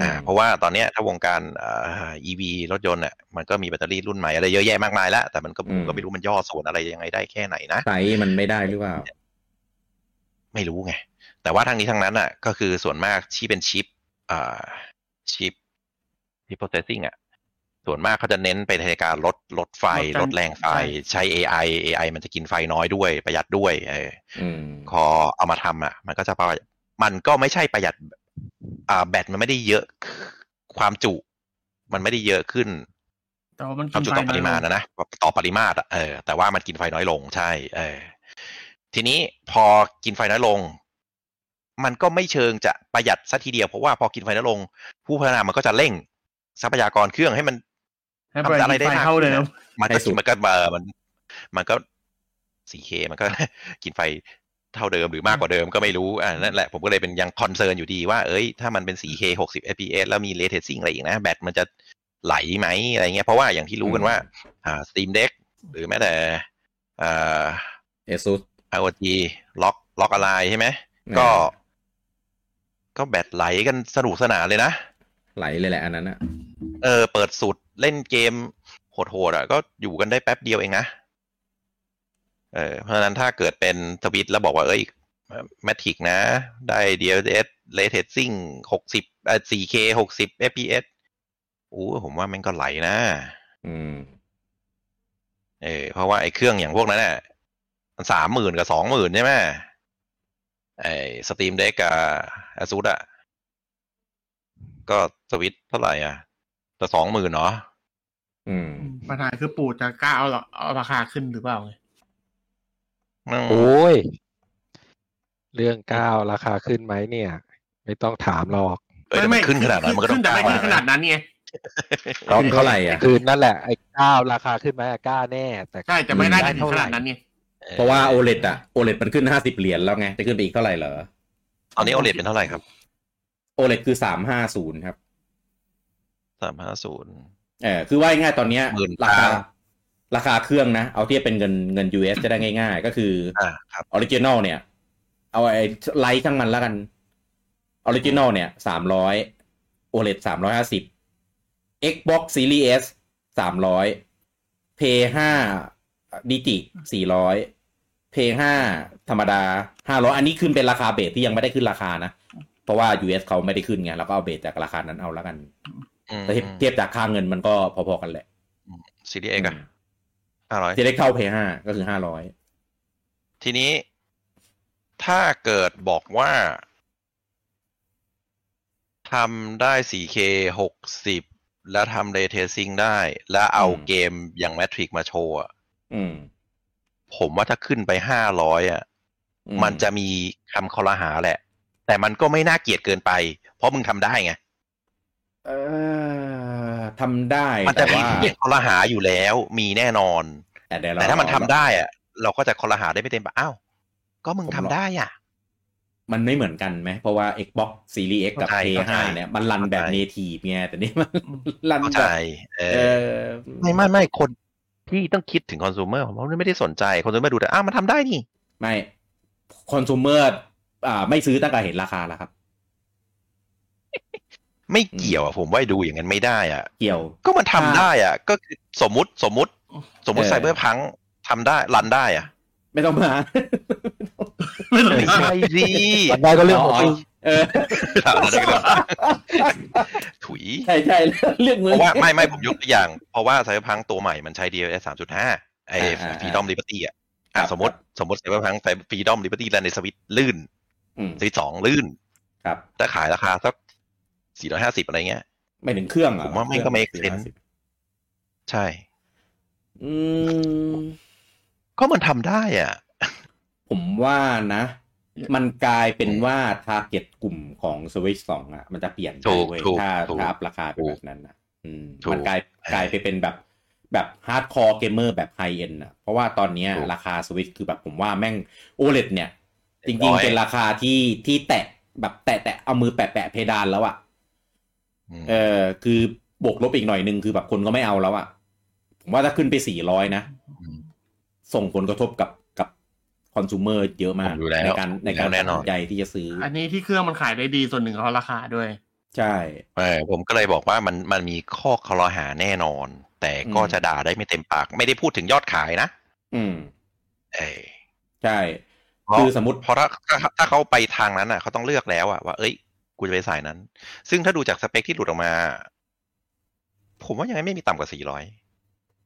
C: อ่า เพราะว่าตอนเนี้ยถ้าวงการเอ่อ EV รถยนต์อ่ะมันก็มีแบตเตอรี่รุ่นใหม่อะไรเยอะแยะมากมายแล้ว แต่มันก็
A: อื
C: ผม มก็ไม่รู้มันย่อส่วนอะไรยังไงได้แค่ไหนนะ
A: ไซส์มันไม่ได้หรือเปล่า
C: ไม่รู้ไง แต่ว่าทางนี้ทางนั้นอ่ะ ก็คือส่วนมากที่เป็นชิปอ่าชิปชิปโปรเซสซิ่งอ่ะ ส่วนมากเขาจะเน้นไปในการลดลดไฟ
B: ลดการ
C: ลดแรงไฟ
B: ใช่
C: ใช้ AI AI มันจะกินไฟน้อยด้วย ประหยัดด้วยเออ
A: อืม
C: พอเอามาทำอ่ะ มันก็จะประหยัดมันก็ไม่ใช่ประหยัด อ่าแบตมันไม่ได้เยอะความจุ มันไม่ได้เยอะขึ้น
B: แต่ว่ามัน
C: ความจุ
B: ไฟ
C: ต่อปริมาณ
B: น้อยลง
C: นะนะต่อปริมาตรอะเออแต่ว่ามันกินไฟน้อยลงใช่ เออ ทีนี้พอกินไฟน้อยลง มันก็ไม่เชิงจะประหยัดซะทีเดียวเพราะว่าพอกินไฟน้อยลง ผู้พัฒนามันก็จะเร่งทรัพยากรเครื่องให้มัน
B: ให้ประหยัด
C: ทำอะไรได้
B: ไฟ
C: มาก
B: เท่าเดิ
C: ขึ้น
B: ม
C: นะ มัน
A: ให้
C: ก็
A: สุด
C: มันก็เออมัน มันก็ 4K มันก็ กินไฟเท่าเดิมหรือมากกว่าเดิมก็ไม่รู้อ่านั่นแหละผมก็เลยเป็นยังคอนเซิร์นอยู่ดีว่าเอ้ยถ้ามันเป็น 4K 60 fps แล้วมี ray tracing อะไรอีกนะ แบตมันจะไหลไหมอะไรเงี้ยเพราะว่าอย่างที่รู้กันว่า อ่า Steam Deck หรือแม้แต่อ่า
A: เอซู
C: IoT ล็อกล็อกอะไรใช่ไหม ก็ ก็แบตไหลกันสนุกสนานเลยนะ
A: ไหลเลยแหละอันนั้นอ่ะ
C: เออเปิดสุดเล่นเกมโหดๆอ่ะก็อยู่กันได้แป๊บเดียวเองนะเออเพราะฉะนั้นถ้าเกิดเป็นสวิตช์แล้วบอกว่าเอ้ยแมทริกนะ ได้ DLSS Ray Tracing 60 เอ่อ 4K 60 FPS อู้ผมว่าแม่งก็ไหลนะ
A: อืม
C: เออเพราะว่าไอ้เครื่องอย่างพวกนั้นน่ะมันสามหมื่นกับสองหมื่นใช่ไหมไอ้สตรีมเด็กกับอาซูดอะก็สวิตช์เท่าไหร่อ่ะแต่สองหมื่นเนาะ
A: อืม
B: ปัญหาคือปู่จะกล้าเอาหรอเอาราคาขึ้นหรือเปล่าไง
C: อืม
D: โอ้ย เรื่องก้าวราคาขึ้นไหมเนี่ย ไม่ต้องถามหรอก
C: เอ้ยแต่มันขึ้นขนาดนั้นมันก็ต้
B: ขึ้
C: อ
B: น
C: ง
B: แต่ไม่
C: กล้
B: ขึ้นขนาดนั้นไง
A: เขาเท่าไหร่อ่ะ
D: คือนั่นแหละไอ้ก้าวราคาขึ้นไหมอะกล้าแน่ แต่
B: ใช่แต่ไม่น่าจะ
D: ด้
B: ถึง
D: เท่า
B: ข
D: ไห
B: นา
D: ร่
B: ดนั้นไง
C: ออ
A: เพราะว่า OLED อ่ะ OLED มันขึ้น 50 เหรียญแล้วไง จะขึ้นไปอีกเท่าไหร่เหรอ
C: ตอนนี้โอเลดเป็นเท่าไหร่ครับ
A: OLED คือ 350 ครับ
C: สามห้าศูนย์
A: เออคือว่าง่ายๆตอนเนี้ย
C: หมื่น
A: ราคา
C: เก้า
A: ราคาเครื่องนะ เอาเทียบเป็นเงินเงิน US จะได้ง่ายๆ ก็คืออ
C: อ่าครับ
A: ออริจินอลเนี่ย เอาไอ้ไลท์ทั้งมันแล้วกันออริจินอลเนี่ยสามร้อยโอเลดสามร้อยห้าสิบ Xbox Series S สามร้อย p ห้าดิจิสี่ร้อย p ห้าธรรมดาห้าร้อยอันนี้ขึ้นเป็นราคาเบสที่ยังไม่ได้ขึ้นราคานะ เพราะว่า US เขาไม่ได้ขึ้นไงเราก็เอาเบสจากราคานั้นเอาแล้วกัน
C: อืม
A: แต่เทียบเทียบจากค่าเงินมันก็พอๆกันแหละ
C: ซีดีเอ็กอะห้าร้อย
A: จะได้เข้า p ห้าก็คือห้าร้อย
C: ทีนี้ถ้าเกิดบอกว่าทำได้ 4K 60 แล้วทำ Ray Tracing ได้ แล้วเอาเกมอย่าง Matrix มาโชว์อะ
A: อืม
C: ผมว่าถ้าขึ้นไป 500อ่ะ
A: อื
C: มันจะมีคำคอรหาแหละ แต่มันก็ไม่น่าเกลียดเกินไป เพราะมึงทำได้ไง
A: เอ่อทำได้
C: มันจะ
A: แต่
C: มี
A: ว่า
C: คอรหาอยู่แล้วมีแน่นอน
A: แต่เดี๋ยวเร
C: แต่ถ้ามันทำได้อ่ะ เราก็จะคอรหาได้ไม่เต็มปากอ้าว ก็มึงทำได้อ่ะ
A: มันไม่เหมือนกันไหม เพราะว่า Xbox Series X กับ
C: เข้าใจ
A: P5
C: เข้าใจ
A: เนี่ยมันรันแบบ
C: เข้าใจ
A: native ไงแต่นี่มัน รัน
C: เข้า
A: แบ
C: ใจ
A: บ
C: เอ
A: เอ
C: อ
A: อ
C: ไม่ไม่ไม่คนที่ต้องคิดถึงคอน sumer ผมว่าไม่ได้สนใจคอน sumer ดูแต่อ้าวมันทำได้นี่
A: ไม่คอน sumer อ่าไม่ซื้อตั้งแต่เห็นราคาแล้วครับ
C: ไม่เกี่ยวอะผมว่าดูอย่างนั้นไม่ได้อ่ะ
A: เกี่ยว
C: ก็มันทำได้อ่ะ ก็คือสมมุติสมมุติ สมมุติ
A: เออ
C: ไซเบอร์พังทำได้รันได้อ่ะ
A: ไม่ต้องมา
B: ไม่เหลือ
C: ไม่ใช่สิ
D: มันได้ก็เรื่องของมึง
A: เออ
C: (laughs) ถุย
A: ใช่ใช่เลือกมือ
C: เพราะว่าไม่ไม่ผมยกตัวอย่าง เพราะว่าไซเบอร์พังตัวใหม่มันใช้ DLS สามจุดห้าไอ้
A: อ่าอ่า
C: ฟรีดอมลิเบอรี้อ่ะอ่ะ
A: ครับ
C: สมมติสมมติไซเบอร์พังไซฟรีดอมลิเบอรี้รันในสวิตลื่น
A: อืม
C: สวิตสองลื่น
A: ครับ
C: ถ้าขายราคาสักสี่ร้อยห้าสิบอะไรเงี้ย
A: ไม่ถึงเครื่องอ่ะ
C: ผมว่ามันก็ make sense ใช่
A: อืม
C: ก็มันทำได้อ่ะ
A: ผมว่านะ มันกลายเป็นว่าทาร์เก็ตกลุ่มของ Switch 2 อ่ะ มันจะเปลี่ยนไป
C: ถูก
A: เว้ย
C: ถูก
A: ถ้า
C: ถูก
A: ถ้าอัพราคาเป็นแบบนั้นอ่ะอืม
C: ถูก
A: มันกลายกลายไปเป็นแบบแบบฮาร์ดคอร์เกมเมอร์แบบไฮเอ็นอ่ะ เพราะว่าตอนเนี้ย
C: ถูก
A: ราคา Switch คือแบบผมว่าแม่ง OLED เนี่ย จ
C: เรี
A: ริ
C: ย
A: ง
C: บร้อย
A: ๆ เป็นราคาที่ที่แตะแบบแตะแตะเอามือแปะแปะเพดานแล้วอ่ะ
C: ม
A: เออคือบวกลบอีกหน่อยหนึงคือแบบคนก็ไม่เอาแล้วอ่ะ ผมว่าถ้าขึ้นไปสี่ร้อยนะ
C: ม
A: ส่งผลกระทบกับกับคอน sumer เยอะมาก
C: ผมอยู่แล้ว
A: ในการในการ
C: แน่นอน
A: ตัดสิใจที่จะซื้ออ
B: อันนี้ที่เครื่องมันขายได้ดีส่วนหนึ่งเพราะราคาด้วย
A: ใช่
C: เออผมก็เลยบอกว่ามันมันมีข้อคลอหาแน่นอน แต่ก็
A: อืม
C: จะด่าได้ไม่เต็มปาก ไม่ได้พูดถึงยอดขายนะ
A: อืม
C: เออ
A: ใช่
C: เพราะ
A: คือสมมติ
C: เพราะถ้าถ้าถ้าเขาไปทางนั้นอ่ะเขาต้องเลือกแล้วอ่ะว่าเอ้ยกูจะไปสายนั้น ซึ่งถ้าดูจากสเปคที่หลุดออกมา ผมว่ายังไงไม่มีต่ำกว่า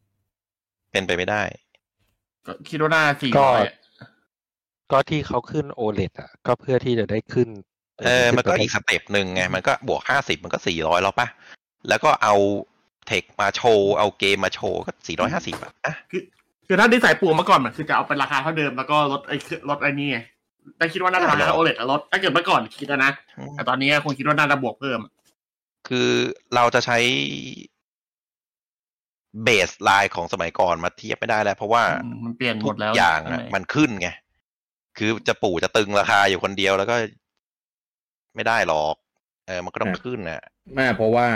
C: 400 เป็นไปไม่ได้
B: ก็คิดว่าน่าสี่
D: ก็
B: ร้อย
D: ก็ที่เขาขึ้น OLED อ่ะ ก็เพื่อที่จะได้ขึ้น
C: เออ มันก็อีกสเต็ปหนึ่งไง มันก็บวกห้าสิบมันก็สี่ร้อยแล้วป่ะ แล้วก็เอาเทคมาโชว์ เอาเกมมาโชว์ก็สี่ร้อยห้าสิบอ่ะอ่ะ
B: คือถ้าได้สายปูมาก่อนมันคือจะเอาเป็นราคาเท่าเดิมแล้วก็ลดไอ้เครื่องลดไอ้นี่ไงแต่คิดว่าน่าจะ
C: ได้หรอ
B: โอเลดลดถ้าเกิดเมื่อก่อนคิดนะ แต่ตอนนี้คงคิดว่าน่าจะบวกเพิ่ม
C: คือเราจะใช้เบสไลน์ของสมัยก่อนมาเทียบไม่ได้แล้ว เพราะว่า
B: อืมมันเปลี่ยนห
C: ทุ
B: มด
C: ก
B: แล้ว
C: อย่างอ่ะ
B: ใช่ไห
C: มันขึ้นไง คือจะปู่จะตึงราคาอยู่คนเดียวแล้วก็ไม่ได้หรอก เออ มันก็ต้องขึ้นน่ะ
A: ไม่เพราะว่า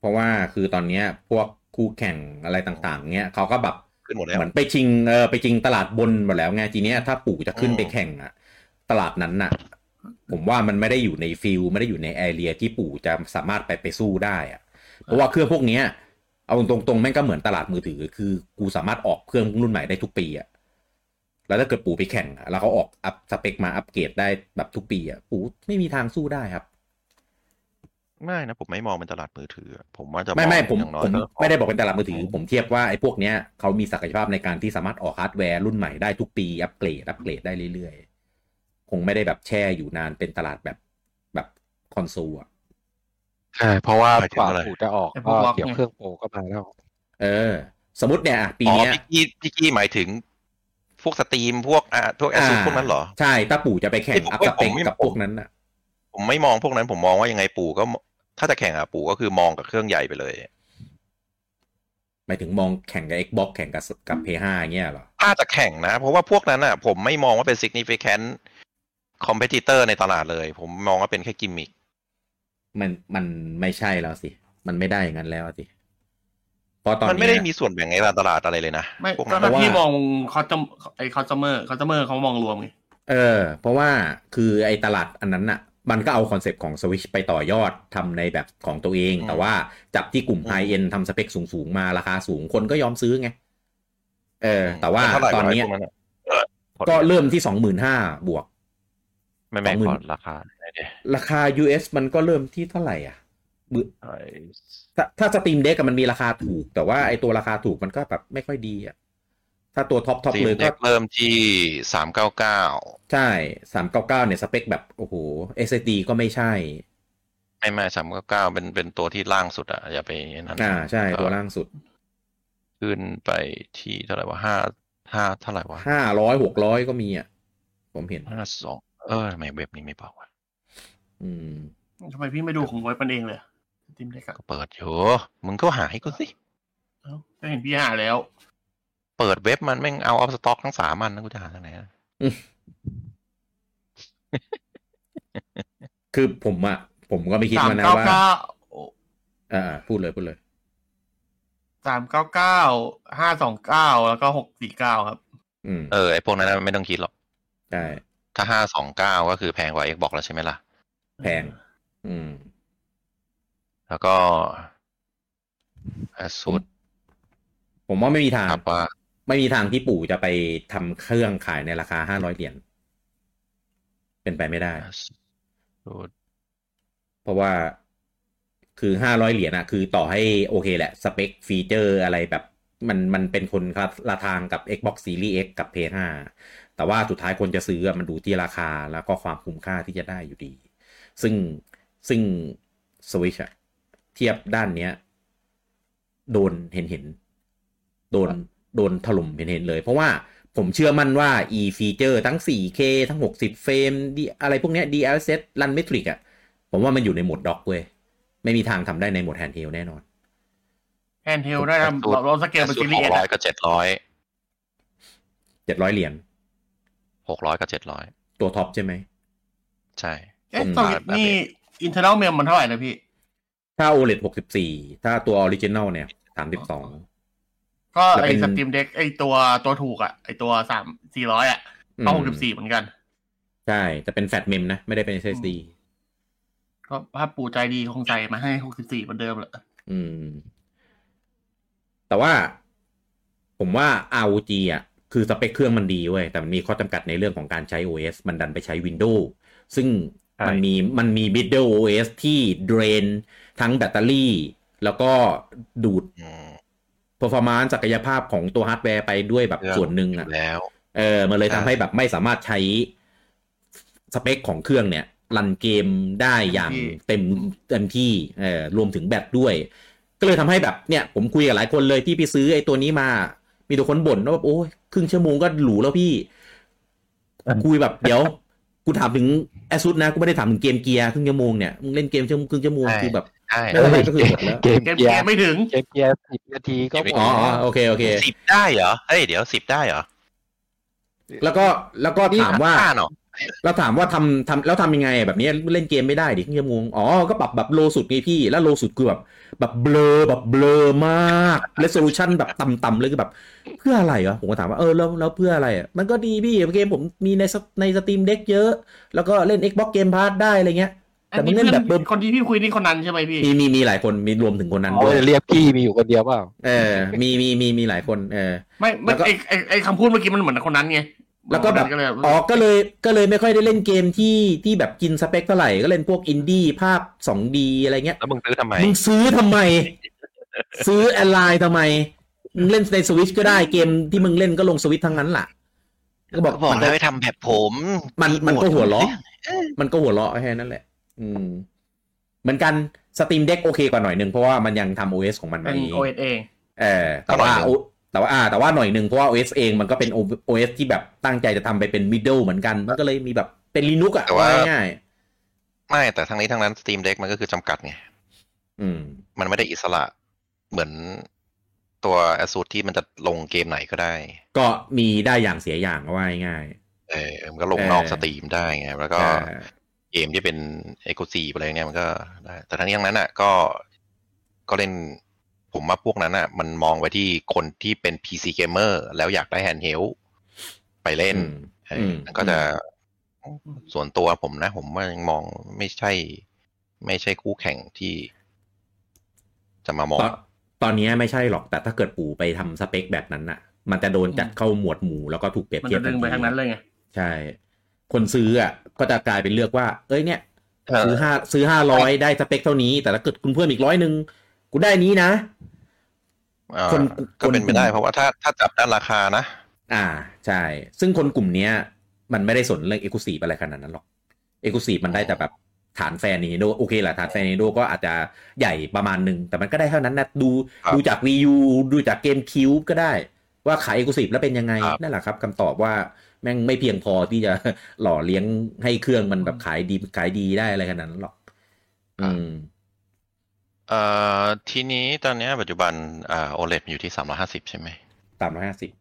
A: เพราะว่าคือตอนเนี้ย พวกคู่แข่งอะไรต่างๆ เนี้ยเขาก็แบบ
C: ขึ้นหมดแล้ว
A: เหมือนไปชิงเออไปชิงตลาดบนหมดแล้วไงทีเนี้ยถ้าปู่จะขึ้น
C: อืม
A: ไปแข่งอะตลาดนั้นน่ะ ผมว่ามันไม่ได้อยู่ในฟิลไม่ได้อยู่ในแอเรียที่ปู่จะสามารถไปไปสู้ได้อะเพราะว่าเครื่องพวกเนี้ย เอาตรงๆแม่งก็เหมือนตลาดมือถือ คือกูสามารถออกเครื่องรุ่นใหม่ได้ทุกปีอะแล้วถ้าเกิดปู่ไปแข่งอะแล้วเขาออกอัพสเปคมาอัปเกรดได้แบบทุกปีอะปู่ไม่มีทางสู้ได้ครับ
C: ไม่นะผมไม่มองเป็นตลาดมือถือ ผมว่าจะ
A: ไม่ไม่
C: อง
A: ผม
C: อย่างน้อย
A: ผม
C: ก็
A: ไม่ได้บอกเป็นตลาดมือถือ ผมเทียบว่าไอ้พวกเนี้ยเขามีศักยภาพในการที่สามารถออกฮาร์ดแวร์รุ่นใหม่ได้ทุกปีอัปเกรดอัปเกรดได้เรื่อยๆ คงไม่ได้แบบแช่อยู่นานเป็นตลาดแบบแบบคอนโซลอะ
D: ใช่เพราะว่า
C: หมายถึ
D: ก
C: ง
D: ว่า
C: อะไร
D: ปู่จะออก
B: ไอ้พว
D: ก็
B: กล็อก
D: เดี๋ยว
B: ไง
D: เครื่องโปรก็มาแล้ว
A: เออ สมมติเนี่ยอะปี
C: อ๋อ
A: เนี้ย
C: พี่กี้พี่กี้หมายถึงพวกสตรีมพวกอ่ะพวกแอซู
A: อ่า
C: พวกนั้นเหรอ
A: ใช่ถ้าปู่จะไปแข่ง
C: ไอ้ผม
A: อัพสเปค
C: ผมไม่
A: กับพวกนั้นอะ
C: ผมไม่มองพวกนั้นผมมองว่ายังไงปู่ก็ถ้าจะแข่งอะปู่ก็คือมองกับเครื่องใหญ่ไปเลย
A: หมายถึงมองแข่งกับ Xbox แข่งกับกับ P5 เงี้ยเหรอ
C: ถ้าจะแข่งนะ เพราะว่าพวกนั้นอะผมไม่มองว่าเป็น significant competitor ในตลาดเลย ผมมองว่าเป็นแค่กิมมิค
A: มันมันไม่ใช่แล้วสิ มันไม่ได้อย่างนั้นแล้วสิเพราะตอน
C: มัน
A: เนี้ย
C: ไม่ได้มีส่วนแบ่งในตลาดอะไรเลยนะ
B: ไม่
C: พวก
B: ก็
C: นั้น
A: เพ
B: ถ้า
A: ราะว่า
B: พี่มองคอสมไอคอสเมอร์คอสเมอร์เขามองรวมไง
A: เออ เพราะว่าคือไอ้ตลาดอันนั้นน่ะ มันก็เอาคอนเซปต์ของ Switch ไปต่อยอดทำในแบบของตัวเอง แต่ว่าจับที่กลุ่มไฮเอ็นทำสเปคสูง ๆ มาราคาสูงคนก็ยอมซื้อไง เออ แต่ว่า
C: เท่ไหร่
A: ตอนเนี้ย
C: พวกะ
A: ก็เริ่มที่สองหมื่นห้าบวก
C: ไม่ไม่
A: สองหมื่น
C: พอร์ตราคาไหนดิ
A: ราคา US มันก็เริ่มที่เท่าไหร่อ่ะบึ
C: เอ่อ
A: ถ้าถ้าสตรีมเด็กมันมีราคาถูก แต่ว่าไอ้ตัวราคาถูกมันก็แบบไม่ค่อยดีอ่ะถ้าตัวท็อปท็อป
C: ซี
A: เลย
C: เด็
A: ก็
C: กเริ่มที่สามเก้าเก้า
A: ใช่ 399 เนี่ย สเปคแบบ โอ้โห SSD ก็ไม่ใช่
C: ไม่ไม่สามเก้าเก้าเป็นเป็นตัวที่ล่างสุดอะอย่าไปนั่น
A: อ่า ใช่
C: ก็
A: ตัวล่างสุด
C: ขึ้นไปที่เท่าไหร่วะห้าห้าเท่าไหร่วะ
A: 500 600 ก็มีอ่ะ ผมเห็น
C: ห้าสองเออทำไมเว็บนี้ไม่บอกวะ
A: อืม
B: ทำไมพี่ไม่ดูของไว้ปันเองเลยทีมเด็กอะ
C: ก็เปิดอยู่มึงก็หาให้กูสิ
B: เอ้าก็เห็นพี่หาแล้ว
C: เปิดเว็บมันแม่งเอาออฟสต็อกทั้งสามอันนะกูจะหาทางไหนอะ
A: คือผมอ่ะ ผมก็ไม่คิด
B: สาม
A: มานะ
B: เก้า
A: ว่า
B: เก้า
A: อ่าพูดเลย พูดเลย
B: สามเก้าเก้าห้าสองเก้าแล้วก็หกสี่เก้าครับ
A: อืม
C: เออไอพวกนั้นนะไม่ต้องคิดหรอก
A: ใช่
C: ถ้าห้าสองเก้าก็คือแพงกว่า Xbox แล้วใช่ไหมล่ะ
A: แพง อืม
C: แล้วก็ ASUS
A: ผมว่าไม่มีทาง
C: ครับว่า
A: ไม่มีทางที่ปู่จะไปทำเครื่องขายในราคา 500 เหรียญ เป็นไปไม่ได้
C: ASUS
A: เพราะว่าคือห้าร้อยเหรียญอะคือต่อให้โอเคแหละ สเปคฟีเจอร์อะไรแบบ มันมันเป็นคนครับละทางกับ Xbox Series X กับ PS5 แต่ว่าสุดท้ายคนจะซื้ออะมันดูที่ราคาแล้วก็ความคุ้มค่าที่จะได้อยู่ดี ซึ่งซึ่ง Switch อะเทียบด้านเนี้ย โดนเห็นเห็นๆโดนโดนถล่มเห็นเห็นๆเลย เพราะว่าผมเชื่อมั่นว่า e ฟีเจอร์ทั้ง 4K ทั้ง 60 เฟรม D- อะไรพวกเนี้ย DLSS Run Metric อะ ผมว่ามันอยู่ในโหมดด็อกเว้ย ไม่มีทางทำได้ในโหมดแฮนด์เฮลแน่นอน
B: แอนเทลได้ครับ
C: สูตร
B: เราสเกลเป็นซี
C: ASUS
B: รี
C: ห
B: ส์เอ็
C: ก
B: ด
C: ร้อยกับเจ็ดร้อย
A: เจ็ดร้อยเหรียญ
C: หกร้อยกับเจ็ดร้อย
A: ตัวท็อปใช่ไหม
C: ใช่
B: เอ๊ะ
A: อืม
B: ตอนนี้นี่อินเทอร์เน็ตเมมมันเท่าไหร่นะพี่
A: ถ้า OLED 64 ถ้าตัวออริจิน l ลเนี่ย32
B: ก็
A: แล้ว
B: ไอ
A: เป็น
B: สตรีมเด็กไอตัวตัวถูกอะไอตัวสามสี่ร้อยอะก็หกสิบสี่เหมือนกัน
A: ใช่ แต่เป็นแฟตเมมนะ ไม่ได้เป็น SSD
B: ก็ภาพปูใจดีคงใจมาให้หกสิบสี่เหมือนเดิมแหละ
A: อืม แต่ว่าผมว่า ROG อ่ะ คือสเปคเครื่องมันดีเว้ย แต่มันมีข้อจำกัดในเรื่องของการใช้ OS มันดันไปใช้ Windows ซึ่ง
C: ใช่
A: มันมีมันมี Middle OS ที่ drain ทั้งแบตเตอรี่ แล้วก็ดูด
C: อืม
A: performance ศักยภาพของตัวฮาร์ดแวร์ไปด้วยแบบ
C: ครับ
A: ส่วนหนึ่ง
C: อ
A: อ่ะ
C: ยู่แล้ว
A: เออ มันเลย
C: ครั
A: ทำ
C: บ
A: ให้แบบไม่สามารถใช้สเปคของเครื่องเนี่ยรันเกมได้อย่างเต็มเต็มที่ เออ รวมถึงแบตด้วย ก็เลยทำให้แบบเนี่ย ผมคุยกับหลายคนเลยที่ไปซื้อไอ้ตัวนี้มา มีแต่คนบ่นว่าแบบโอ้ยครึ่งชั่วโมงก็หรูแล้วพี่ คุ
C: (laughs)
A: ยแบบเดี๋ยว กูถามถึงแอสุนะ กูไม่ได้ถามถึงเกมเกียร์ครึ่งชั่วโมงเนี่ย มึงเล่นเกมชั่วโมงครึ่งชั่วโมง
C: ใช่
A: คือแบบ
C: ใช่
A: แล้วทำไมก็คือหมดแล้ว
D: เกม
B: เกม
D: เกี
B: เก
D: ยร์
B: มไม่ถึง
D: เกมเกียร์สิบนาทีก็หมด
A: อ๋ออ๋อ
D: แล้ว
A: โอเคโอเค
C: สิบได้เหรอเฮ้ยเดี๋ยวสิบได้เหรอ
A: แล้วก็แล้วก็ถามว่า
C: ห้เนาะ
A: เราถามว่าทำทำแล้วทำยังไงอ่ะแบบนี้เล่นเกมไม่ได้ดิเกมงงอ๋อ ก็ปรับแบบโลสุดไงพี่ แล้วโลสุดคือแบบแบบเบลอแบบเบลอมากเรสโซลูชันแบบต่ำๆเลยคือแบบ เพื่ออะไรวะผมก็ถามว่าเออแล้วแล้วเพื่ออะไรอ่ะมันก็ดีพี่เกมผมมีในสในสตรีมเด็กเยอะ แล้วก็เล่น Xbox Game Pass ได้อะไรเงี้ย
B: อันนี้
A: แต่มึงเล่
B: เพื่
A: นแบ
B: อน
A: บเบิร์น
B: คนที่พี่คุยนี่คนนั้นใช่ไหมพี่
A: มีมีมีหลายคนมีรวมถึงคนนั้น
D: เขา
A: ด้วย
D: จะเรียกพี่มีอยู่คนเดียวเปล่า
A: เออมีมีมีมีหลายคนเออ
B: ไม่ไม่
A: แล้วก็
B: ไอไอไอคำพูดเมื่อกี้มันเหมือนคนนั้นไง
A: แล้วก็แบบ
B: ก็เลย
A: อ๋อก็เลยก็เลยไม่ค่อยได้เล่นเกมที่ที่แบบกินสเปคเท่าไหร่ก็เล่นพวกอินดี้ภาพ 2D อะไรเงี้ย
C: แล้วมึงซื้อทำไม
A: มึงซื้อทำไม ซื้อออนไลน์ทำไมมึงเล่นในสวิชก็ได้เกมที่มึงเล่นก็ลงสวิชทั้งนั้นล่ะ ก็บอก
C: ก็บอก
A: มัน
C: เลยไปทำแบบผม
A: มันมันก็หัวเราะ
C: เออ
A: มันก็หัวเราะแค่นั้นแหละ อืม เหมือนกันสตรีมเด็กโอเคกว่าหน่อยหนึ่งเพราะว่ามันยังทำ OS ของมัน
B: เป็
A: มาน อย่าง
B: โอ
A: นี้
B: เอสเอง
A: เออแต่ว่าแต่ว่าอ่า แต่ว่าหน่อยหนึ่งเพราะว่า OS เองมันก็เป็น OS ที่แบบตั้งใจจะทำไปเป็น middle เหมือนกัน มันก็เลยมีแบบเป็น Linux อ่ะว่าง่าย
C: ไม่แต่ทั้งนี้ทั้งนั้น Steam Deck มันก็คือจำกัดไง
A: ๆอืม
C: มันไม่ได้อิสระเหมือนตัว ASUS ที่มันจะลงเกมไหนก็ได้
A: ก็มีได้อย่างเสียอย่างว่าง่าย
C: เออมันก็ลงนอกสตรีมได้ไง แล้วก็
A: อ่า
C: เกมที่เป็นเอกซีอะไรเงี้ยมันก็ได้ แต่ทั้งนี้ทั้งนั้นอ่ะก็ก็เล่นผมว่าพวกนั้นอ่ะ มันมองไว้ที่คนที่เป็น PC gamer แล้วอยากได้แฮนด์เฮลไปเล่น
A: อืม
C: เอออ
A: ม
C: มันก็จะส่วนตัวผมนะ ผมว่ายังมองไม่ใช่ ไม่ใช่คู่แข่งที่ จะมามอง
A: ตอนตอนนี้ไม่ใช่หรอกแต่ถ้าเกิดปู่ไปทำสเปคแบบนั้นอ่ะ มันจะโดนจัดเข้าหมวดหมู่แล้วก็ถูกเปรียบ
B: มัน
A: เทีย
B: จะ
A: บ
B: ดึงไปทางนั้นเลยไง
A: ใช่ คนซื้ออ่ะก็จะกลายเป็นเลือกว่า เอ้ยเนี่ย
C: เออ
A: ซื้อห้าซื้อห้าร้อยได้สเปคเท่านี้ แต่ถ้าเกิดคุณเพิ่มอีกร้อยหนึ่งกูได้นี้นะ
C: เอ่อ
A: คน
C: ก็เป็น
A: คนก
C: ไป
A: ลุ่ม
C: ได้เพราะว่าถ้าถ้าจับด้านราคานะ
A: อ่าใช่ ซึ่งคนกลุ่มเนี้ย มันไม่ได้สนเรื่องเอก u s i v e อะไรขนาดนั้นหรอกเอก u s i v e มันได้แต่แบบฐานแฟนนีโดโอเคแหละฐานแฟนนีโดก็อาจจะใหญ่ประมาณหนึ่งแต่มันก็ได้เท่านั้นนะดู
C: ครับ
A: ดูจาก Wii U ดูจากเกมคิวก็ได้ ว่าขายเอก u s i v e แล้วเป็นยังไง
C: ครับ
A: นั่นแหละครับคำตอบว่าแม่งไม่เพียงพอที่จะ หล่อเลี้ยงให้เครื่องมันแบบขายดีขายดีได้อะไรขนาดนั้นหรอก อืม
C: เอ่อทีนี้ตอนเนี้ยปัจจุบันอ่าโอเลอยู่ที่สามร้อยห้าสิบใช่ไหม
A: ตามร้อยห้าสิบ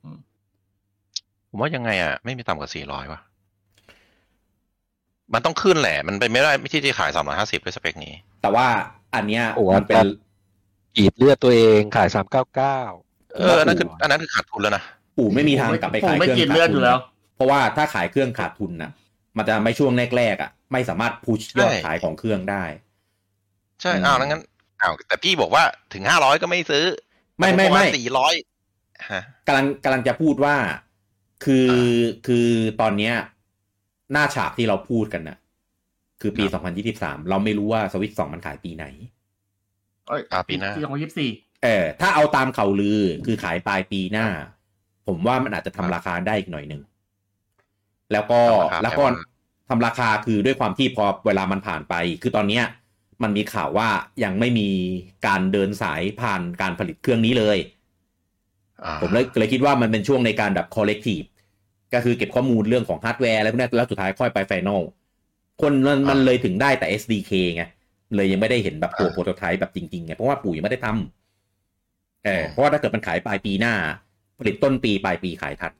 C: ผมว่ายังไงอ่ะ ไม่มีต่ำกว่าสี่ร้อยว่ะ มันต้องขึ้นแหละ มันเป็นไม่ได้ไม่ที่จะขายสามร้อยห้าสิบด้วยสเปคนี้
A: แต่ว่าอันเนี้ย
D: โอ้โห
A: มันเป็น
D: กรีดเลือดตัวเองขายสามเก้าเก้า
C: เอออันนั้นคืออันนั้นคือขาดทุนแล้วนะ
A: ปู่ไม่มีทางกลับไปขาย
B: ปู่ไม่
A: เครื่อง
B: กินเลือดอยู่แล้ว
A: เพราะว่าถ้าขายเครื่องขาดทุนน่ะ มันจะไม่ช่วงแรกๆอ่ะ ไม่สามารถพุชยอด
C: ใช่
A: ขายของเครื่องได้
C: ใช่
A: อืม
C: อ้าวแล้วงั้นอ้าวแต่พี่บอกว่าถึงห้าร้อยก็ไม่ซื้อ
A: ไม่ไม่ไม่
C: สี่ร้อยฮะ
A: กำลังกำลังจะพูดว่าคือ
C: อ่
A: คือตอนเนี้ยหน้าฉากที่เราพูดกันน่ะ คือปี
C: ครับ
A: 2023 เราไม่รู้ว่าสวิตสองมันขายปีไหน
B: เอ้ย
C: อ่าปีหน้า
B: ปีสองพันยี่สิบสี่
A: เออ ถ้าเอาตามเขาวลือคือขายปลายปีหน้า ผมว่ามันอาจจะทำราคาได้อีกหน่อยหนึ่ง แล้วก็
C: ทำราคา
A: แล้วก็
C: แปลว่า
A: ทำราคาคือด้วยความที่พอเวลามันผ่านไป คือตอนเนี้ย มันมีข่าวว่ายังไม่มีการเดินสายผ่านการผลิตเครื่องนี้เลย
C: อ่า
A: ผมเลยเลยคิดว่ามันเป็นช่วงในการแบบ collective ก็คือเก็บข้อมูลเรื่องของฮาร์ดแวร์อะไรพวกนี้แล้วสุดท้ายค่อยไป final คนมันมันเลยถึงได้แต่ SDK ไง เลยยังไม่ได้เห็นแบบตัวโปรโตไทป์แบบจริงๆไง เพราะว่าปู่ยังไม่ได้ทำเออเพราะว่าถ้าเกิดมันขายปลายปีหน้า ผลิตต้นปีปลายปีขายทัน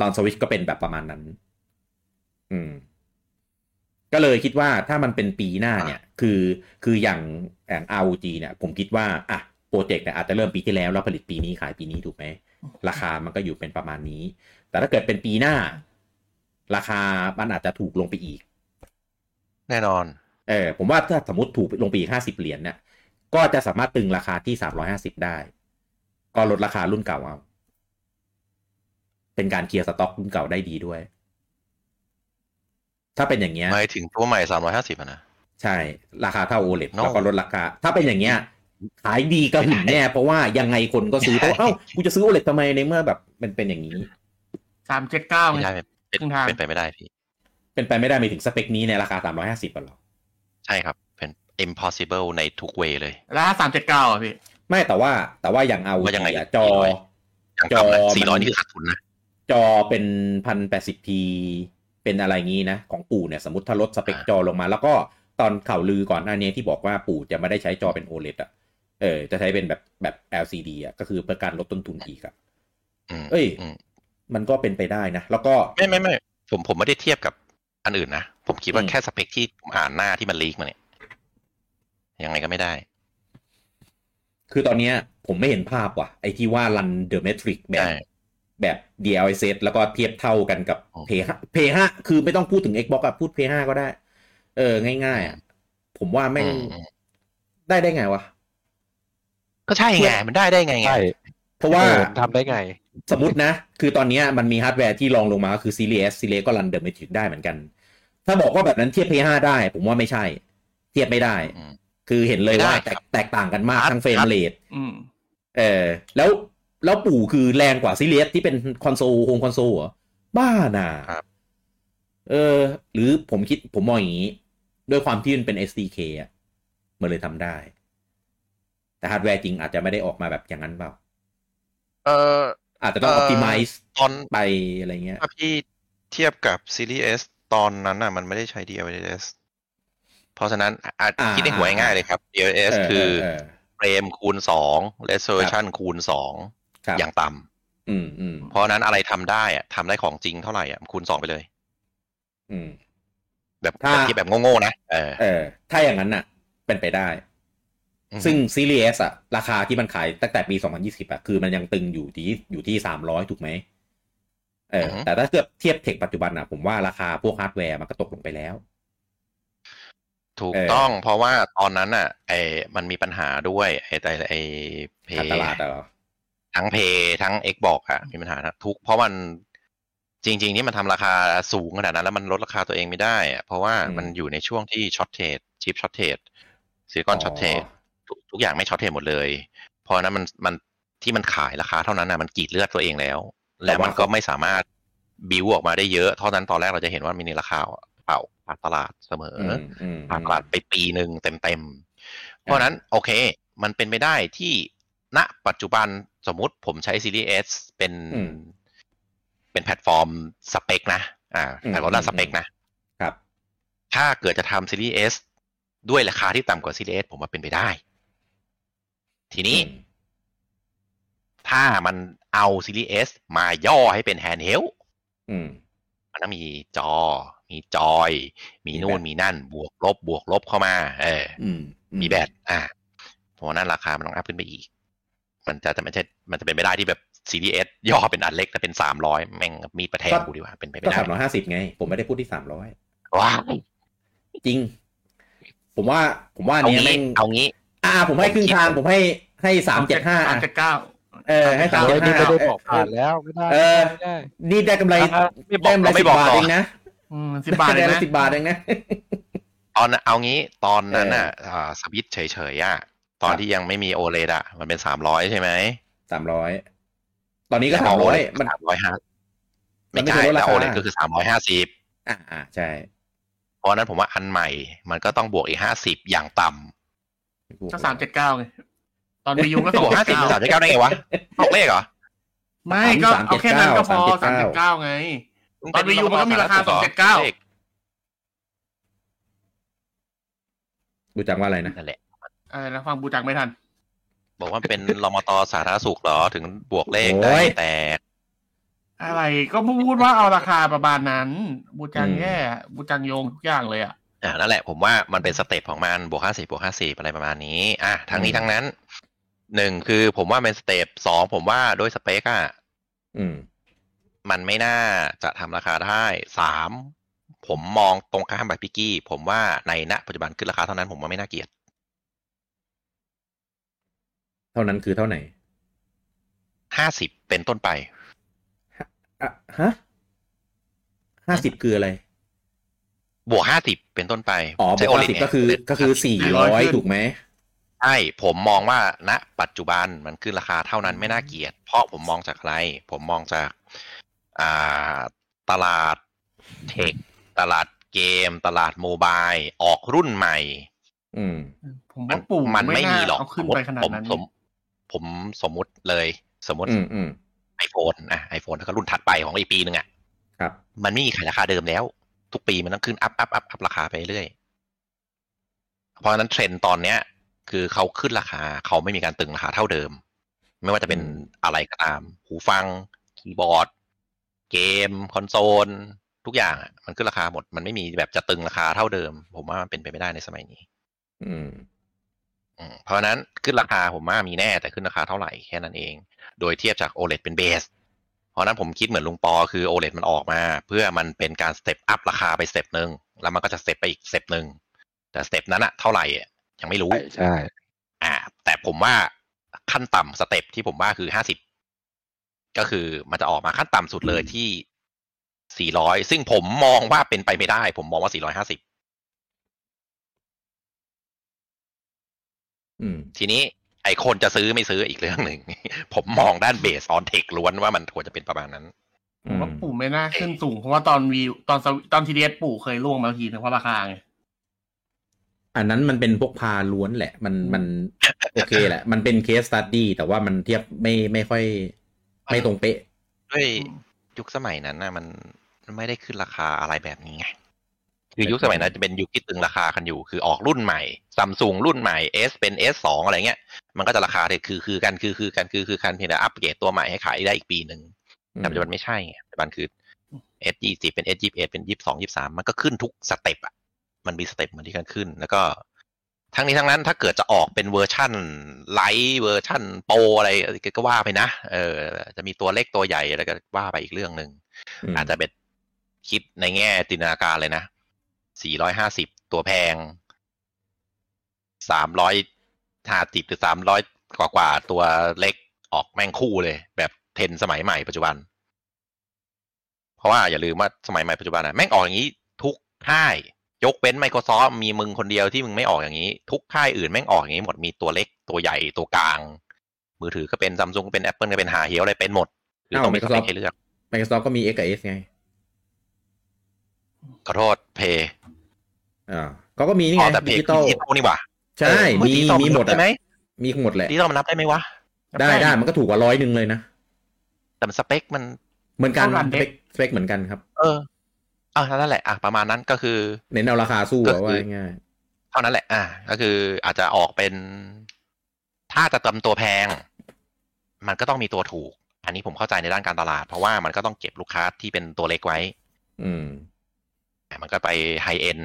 A: ตอนสวิชก็เป็นแบบประมาณนั้น อืม ก็เลยคิดว่าถ้ามันเป็นปีหน้าเนี่ย คือคืออย่างอย่าง ROG เนี่ย ผมคิดว่าอ่ะโปรเจกต์เนี่ยอาจจะเริ่มปีที่แล้วแล้วผลิตปีนี้ขายปีนี้ถูกไหม ราคามันก็อยู่เป็นประมาณนี้ แต่ถ้าเกิดเป็นปีหน้า ราคามันอาจจะถูกลงไปอีก
C: แน่นอน
A: เออผมว่าถ้าสมมติถูกลงไปอีกห้าสิบเหรียญเนี่ย ก็จะสามารถตึงราคาที่สามร้อยห้าสิบได้ ก็ลดราคารุ่นเก่าเอา เป็นการเคลียร์สต็อกรุ่นเก่าได้ดีด้วย ถ้าเป็นอย่างเงี้ย
C: หมายถึงตัวใหม่สามร้อยห้าสิบนะ
A: ใช่ ราคาเท่า OLED
C: No
A: แล้วก็ลดราคา ถ้าเป็นอย่างเงี้ย ขายดีก็หึ่น
C: (laughs)
A: แน่ เพราะว่ายังไงคนก็ซื้อเพ
C: ไม่
A: ราะ
C: ได้
A: เอ้ากูจะซื้อ OLED ทำไมในเมื่อแบบมันเป็นอย่างนี้
B: สามเจ็ดเก้าไง
C: ไม่ได้เป็น
B: ครึ่งทาง
C: เป็นไปไม่ได้พี่
A: เป็นไปไม่ได้ไปถึงสเปคนี้ในราคา 350หรอ
C: ใช่ครับ เป็น impossible ในทุกเวเลย
B: แล้วถ้าสามเจ็ดเก้าอ่ะพี่
A: ไม่แต่ว่าแต่ว่าอย่างเอา
C: ว่ายังไง
A: จอ
C: อย่างต่ำนะ
A: จอ
C: สี่
A: มั
C: ร้อย
A: น
C: นี่คือขาดทุนนะ
A: จอเป็นพันแปดสิบทีเป็นอะไรงี้นะ ของปู่เนี่ย สมมติถ้าลดสเปค
C: อ่า
A: จอลงมา แล้วก็ตอนข่าวลือก่อนหน้านี้ที่บอกว่าปู่จะไม่ได้ใช้จอเป็น OLED อ่ะเออ จะใช้เป็นแบบแบบ LCD อ่ะก็คือเพื่อการลดต้นทุนอีกอ่ะ
C: อืม
A: เอ้ย
C: อืม
A: มันก็เป็นไปได้นะ แล้วก็
C: ไม่ไม่ไม่ผมผมไม่ได้เทียบกับอันอื่นนะ ผมคิดว่า
A: อืม
C: แค่สเปคที่ผมอ่านหน้าที่มันลีกมาเนี่ย ยังไงก็ไม่ได้
A: คือตอนเนี้ยผมไม่เห็นภาพว่ะ ไอ้ที่ว่ารันเดอะเมทริกแบบ
C: ใช่
A: แบบ DLSS แล้วก็เทียบเท่ากันกับ
C: อ๋อ
A: P5 P5 คือไม่ต้องพูดถึง Xbox อะพูด P5 ก็ได้ เออ ง่ายๆอะผมว่าแม่ง
C: อืมอืม
A: ได้ได้ไงวะ
C: ก็ใช่ไง มันได้ได้ไงไง
D: ใช่
A: เพราะว่า
D: เออทำได้ไง
A: สมมตินะ คือตอนเนี้ยมันมีฮาร์ดแวร์ที่รองลงมาก็คือ Series S Series ก็รันเดอะเมทริกได้เหมือนกัน ถ้าบอกว่าแบบนั้นเทียบ Play 5ได้ ผมว่าไม่ใช่ เทียบไม่ได้
C: อืม
A: คือเห็นเลยว่า
C: ไม่ได้
A: แต
C: ค
A: ก
C: รับ
A: แตกต่างกันมากทั้งเฟรมเรท
B: อืม
A: เออแล้วแล้วปู่คือแรงกว่า Series S ที่เป็นคอนโซลโฮมคอนโซลเหรอ บ้าน่ะ
C: ครับ
A: เออ หรือผมคิดผมมองอย่างนี้ ด้วยความที่มันเป็น SDK อ่ะมันเลยทำได้ แต่ฮาร์ดแวร์จริงอาจจะไม่ได้ออกมาแบบอย่างนั้นเปล่า
C: เออ
A: อาจจะต้อง
C: เอ่อ
A: optimize
C: ตอน
A: ไปอะไรเงี้ย
C: ถ้าพี่เทียบกับซีรีส์ S ตอนนั้นน่ะมันไม่ได้ใช้ DLSS เพราะฉะนั้นอ่ะ
A: อ่า
C: คิดในหัวง่ายๆเลยครับ DLSS
A: เ
C: คือ
A: เอ
C: เฟรมคูณสอง resolution คูณสอง
A: ครับ
C: อย่างต่
A: อืมอืม
C: ำเพราะฉะนั้นอะไรทำได้อะทำได้ของจริงเท่าไหร่อะคูณสองไปเลย
A: อืม
C: แบบ
A: ถ้า
C: แบบคิดแบบโง่ๆนะเออ
A: เออ ถ้าอย่างนั้นน่ะ เป็นไปได้
C: อืม
A: ซึ่งซีรีส์อะราคาที่มันขายตั้งแต่ปี 2020อะคือมันยังตึงอยู่ที่อยู่ที่ 300 ถูกไหมเออ
C: อือฮึ
A: แต่ถ้าเทียบเทียบเทคปัจจุบันอะผมว่าราคาพวกฮาร์ดแวร์มันก็ตกลงไปแล้ว
C: ถูก
A: เออ
C: ต้องเพราะว่าตอนนั้นอ่ะไอ้มันมีปัญหาด้วยไอ้แต่ไอ้เพ
A: ขาดตลาดอะเหรอ
C: ทั้งเพทั้ง Xbox อ่ะมีปัญหาทุก เพราะมันจริง ๆ นี่มันทำราคาสูงขนาดนั้น แล้วมันลดราคาตัวเองไม่ได้อะเพราะว่า
A: อืม
C: มันอยู่ในช่วงที่ช็อตเทรดชิปช็อตเทรดซิลิคอนช็อตเทรดทุกทุกอย่างไม่ช็อตเทรดหมดเลย เพราะฉะนั้นมันมันที่มันขายราคาเท่านั้นนะมันกรีดเลือดตัวเองแล้ว แล้วมันก็ไม่สามารถบิวออกมาได้เยอะเท่านั้นตอนแรกเราจะเห็นว่ามินิราคาเปล่าขาดตลาดเสมออ
A: มอืม
C: ผ่านตลาดไปปีหนึ่งเต็มๆ เพราะฉะนั้นโอเค มันเป็นไปได้ที่ณปัจจุบันสมมุติผมใช้ซีรีส์ S เป็น
A: อืม
C: เป็นแพลตฟอร์มสเปคนะ อ่า
A: อืม
C: แต่ว่าด้านสเปคนะ
A: ครับ
C: ถ้าเกิดจะทำซีรีส์ S ด้วยราคาที่ต่ำกว่าซีรีส์ S ผมว่าเป็นไปได้ ทีนี้
A: อืม
C: ถ้ามันเอาซีรีส์ S มาย่อให้เป็นแฮนด์เฮล
A: อืม
C: มันต้องมีจอ มีจอย มีนู่น
A: มีแบต
C: มีนั่น บวกลบ บวกลบเข้ามา เออ
A: อืมอื
C: มีแบตอ่าเพราะฉะนั้นราคามันต้องอัพขึ้นไปอีก มันจะจะไม่ใช่ มันจะเป็นไปได้ที่แบบ CDS ย่อเป็นอันเล็กแต่เป็นสามร้อยแม่งมีดประแทงกูดีกว่า เป็นไปไม่
A: ก็
C: ได้
A: สามร้อยห้าสิบไง ผมไม่ได้พูดที่สามร้อย
C: ว้า
A: จริง ผมว่า ผมว่าอัน
C: เอา
A: เนี้ย
C: งี้
A: แม่ง
C: เอางี้
A: อ่าผมให้ครึ่งทางผมให้ให้สามเจ็ดห้า
B: สามเจ็ดเก้า
A: เออให้
D: สาม
A: 375
D: ร้อยนี่ไม่ได้
A: เออ
D: บอกผ่านแล้วไม่ได้
A: เออ
D: ไม่ได้
A: นี่ได้กำไร
D: อ่ะไม่บอก
A: ได้กำไร
C: เราไม่
A: สิบ
C: บอก
A: บาท
C: ต่อ
A: เองนะ
B: อืมสิบบาทเล
A: ได้กำไร
B: ยนะ
A: สิบบาทเองนะ
C: ตอนเอางี้ตอนนั้นน่ะอ่าสวิตช์เฉยๆอ่ะตอนที่ยังไม่มีโอเลดอ่ะ มันเป็นสามร้อยใช่ไหม
A: สามร้อยตอนนี้ก็
C: แต่
A: สามร้อย
C: พ
A: มัน
C: สามร้อยห้า
A: มั
C: ไม่
A: นไม่
C: ใช่
A: เคยลดรา
C: แต่
A: คา
C: โอเลดก็คือสามร้อยห้าสิบ
A: อ่าอ่าใช่
C: เพราะฉะนั้นผมว่าอันใหม่ มันก็ต้องบวกอีกห้าสิบอย่างต่
B: ก็สามเจ็ดเก้าไง ตอนวียูก็
C: ำ
B: ส
C: บ
B: อ
C: ว
B: ง
C: กห้าสิบสามเก้าได้ไงวะตกเลขเหรอ
B: ไม่ก็เอาแค่นั้นก็พอสามเจ็ด
A: 379
B: เก้าไง ตอน Wii U มันก็มีราคา279
C: ลข
A: ดูจังว่าอะไรนะ
C: นั่นแหละ
B: อะไรนะฟังบูจักไม่ทัน
C: บอกว่าเป็น (laughs) รมตสาธารณสุขเหรอถึงบวกเลขได้แต่
B: อะไรก็พูดว่าเอาราคาประมาณนั้น บูจังแย่บูจังโยงทุกอย่างเลยอ่ะ
C: อ่านั่นแหละผมว่ามันเป็นสเต็ปของมันบวกห้าสิบบวกห้าสิบอะไรประมาณนี้ อ่ะทั้งนี้ทั้งนั้นหนึ่งคือผมว่าเป็นสเต็ปสองผมว่าโดยสเปคอะ
A: อืม
C: มันไม่น่าจะทำราคาได้สามผมมองตรงข้ามแบบพิกกี้ ผมว่าในณปัจจุบันขึ้นราคาเท่านั้นผมว่าไม่น่าเกลียด
A: เท่านั้นคือเท่าไหร่
C: ห้าสิบเป็นต้นไป
A: อ่ะฮะห้าสิบคืออะไร
C: บวกห้าสิบเป็นต้นไป
A: อ๋อบ
C: ใช้
A: วก
C: OLED
A: ห้าสิบ
C: ไง
A: ก็คือก็คือสี่ร้อย
B: ขึ้น
A: ถูกไหม
C: ใช่ผมมองว่าณปัจจุบันมันขึ้นราคาเท่านั้นไม่น่าเกลียด เพราะผมมองจากอะไร ผมมองจากอ่าตลาดเทค ตลาดเกม ตลาดโมบาย ออกรุ่นใหม่
A: อืม
B: ผม
C: มั
B: ว่าปู่
C: มันไม่มี
B: า
C: หรอก
B: เอาขึ้นไปขนาด
C: ผม
B: นั้น
C: ผมผมสมมุติเลย สมมติ
A: อืมอืม
C: ไอโฟนอ่ะไอโฟนแล้วก็รุ่นถัดไปของอีกปีหนึ่งอ่ะ
A: ครับ
C: มันไม่มีขายราคาเดิมแล้ว ทุกปีมันต้องขึ้นอัพอัพอัพอัพราคาไปเรื่อยเพราะฉะนั้นเทรนด์ตอนเนี้ย คือเขาขึ้นราคา เขาไม่มีการตึงราคาเท่าเดิม ไม่ว่าจะเป็น
A: อืม
C: อะไรก็ตาม หูฟัง คีย์บอร์ด เกม คอนโซล ทุกอย่างอะมันขึ้นราคาหมด มันไม่มีแบบจะตึงราคาเท่าเดิม ผมว่ามันเป็นไปไม่ได้ในสมัยนี้
A: อืม
C: อืมเพราะฉะนั้นขึ้นราคาผมว่ามีแน่แต่ขึ้นราคาเท่าไหร่แค่นั้นเอง โดยเทียบจาก OLED เป็นเบส เพราะฉะนั้นผมคิดเหมือนลุงปอคือ OLED มันออกมา เพื่อมันเป็นการสเต็ปอัพราคาไปสเต็ปหนึ่งแล้วมันก็จะสเต็ปไปอีกสเต็ปหนึ่งแต่สเต็ปนั้นอะเท่าไหร่อะยังไม่รู้
D: ใช่ใช่
C: อ่าแต่ผมว่าขั้นต่ำสเต็ปที่ผมว่าคือห้าสิบ ก็คือมันจะออกมาขั้นต่ำสุดเลยที่ 400 ซึ่งผมมองว่าเป็นไปไม่ได้ ผมมองว่า 450
A: อืม
C: ทีนี้ไอคนจะซื้อไม่ซื้ออีกเรื่องหนึ่ง (laughs) ผมมองด้านเบสออนเทคล้วนว่ามันควรจะเป็นประมาณนั้น
B: ผมว่าปู่ไม่น่าขึ้นสูง เพราะว่าตอนวีตอนสวิตอนทีเดสปู่เคยล่วงมาทีนึงเพราะราคาไง
A: อันนั้นมันเป็นพวกพาล้วนแหละ มันมันโอเคแหละ มันเป็นเคสตัดดี้แต่ว่ามันเทียบไม่ไม่ค่อย ไม่ตรงเป๊ะ
C: ด้วย
B: อืม
C: ยุคสมัยนั้นนะมันไม่ได้ขึ้นราคาอะไรแบบนี้ไงคือยุคสมัยนั้นจะเป็นยุคที่ตึงราคากันอยู่ คือออกรุ่นใหม่ซัมซุงรุ่นใหม่ S เป็น S สองอะไรเงี้ย มันก็จะราคาเด็ดคือคือกันคือคือกันคือคือกันเพียงแต่อัปเกรดตัวใหม่ให้ขายได้อีกปีหนึ่งแต่ปัจจุบันไม่ใช่ไงปัจจุบันคือ S ยี่สิบเป็น S ยี่สิบเอ็ดเป็นยี่สิบสองยี่สามมันก็ขึ้นทุกสเต็ปอ่ะมันมีสเต็ปเหมันที่กันขึ้น แล้วก็ ทั้งนี้ทั้งนั้นถ้าเกิดจะออกเป็นเวอร์ชั่นไลท์เวอร์ชั่นโปรอะไรก็ว่าไปนะเออ จะมีตัวเล็กตัวใหญ่อะไรก็ว่าไปอีกเรื่องหนึ่ง อาจจะเป็นคิดในแง่จินตนาการเลยนะ 450 ตัวแพง 300หาติบหรือ 300 กว่ากว่าๆตัวเล็กออกแม่งคู่เลย แบบเทรนด์สมัยใหม่ปัจจุบัน เพราะว่าอย่าลืมว่าสมัยใหม่ปัจจุบันนะแม่งออกอย่างนี้ทุกค่าย ยกเว้น Microsoft มีมึงคนเดียวที่มึงไม่ออกอย่างนี้ ทุกค่ายอื่นแม่งออกอย่างนี้หมดมีตัวเล็กตัวใหญ่ตัวกลาง มือถือก็เป็นซัมซุงก็เป็น Apple ก็เป็นหาเฮียวอะไรเป็นหมดคือต้องมีสเปคให้เลือก
A: ไมโครซอฟก็มี X กับ S ไง
C: ขอโทษเพย์
A: อ่าเขาก็มีนี่
C: อ๋
A: ไง
C: อแต่เพ
A: ดิ
C: ย์
A: จิตอล
C: ดิจิตอลนี่หว่า
A: ใช่
C: เออ
A: มี
C: ดิจิตอล
A: มีหมด
C: นนับได้ไหม
A: มีหมดแหละ
C: ดิจิตอลมันนับได้ไหมวะ
A: ได้ได้มันก็ถูกกว่าร้อยหนึ่งเลยนะ
C: แต่มันสเปคมัน
A: เหมือนกัน
B: เท่ากัน
A: สเป
B: เด็ก
A: คสเปคเหมือนกันครับ
C: เอออ่ะนั่นแหละอ่ะประมาณนั้นก็คือ
A: เน้นเอาราคาสู้
C: ก็
A: อะ
C: คือ
A: ว่าง่าย
C: เท่านั้นแหละ อ่ะก็คืออาจจะออกเป็น ถ้าจะทำตัวแพง มันก็ต้องมีตัวถูก อันนี้ผมเข้าใจในด้านการตลาด เพราะว่ามันก็ต้องเก็บลูกค้าที่เป็นตัวเล็กไว้
A: ๆอืม
C: อ่ะมันก็ไปไฮเอ็น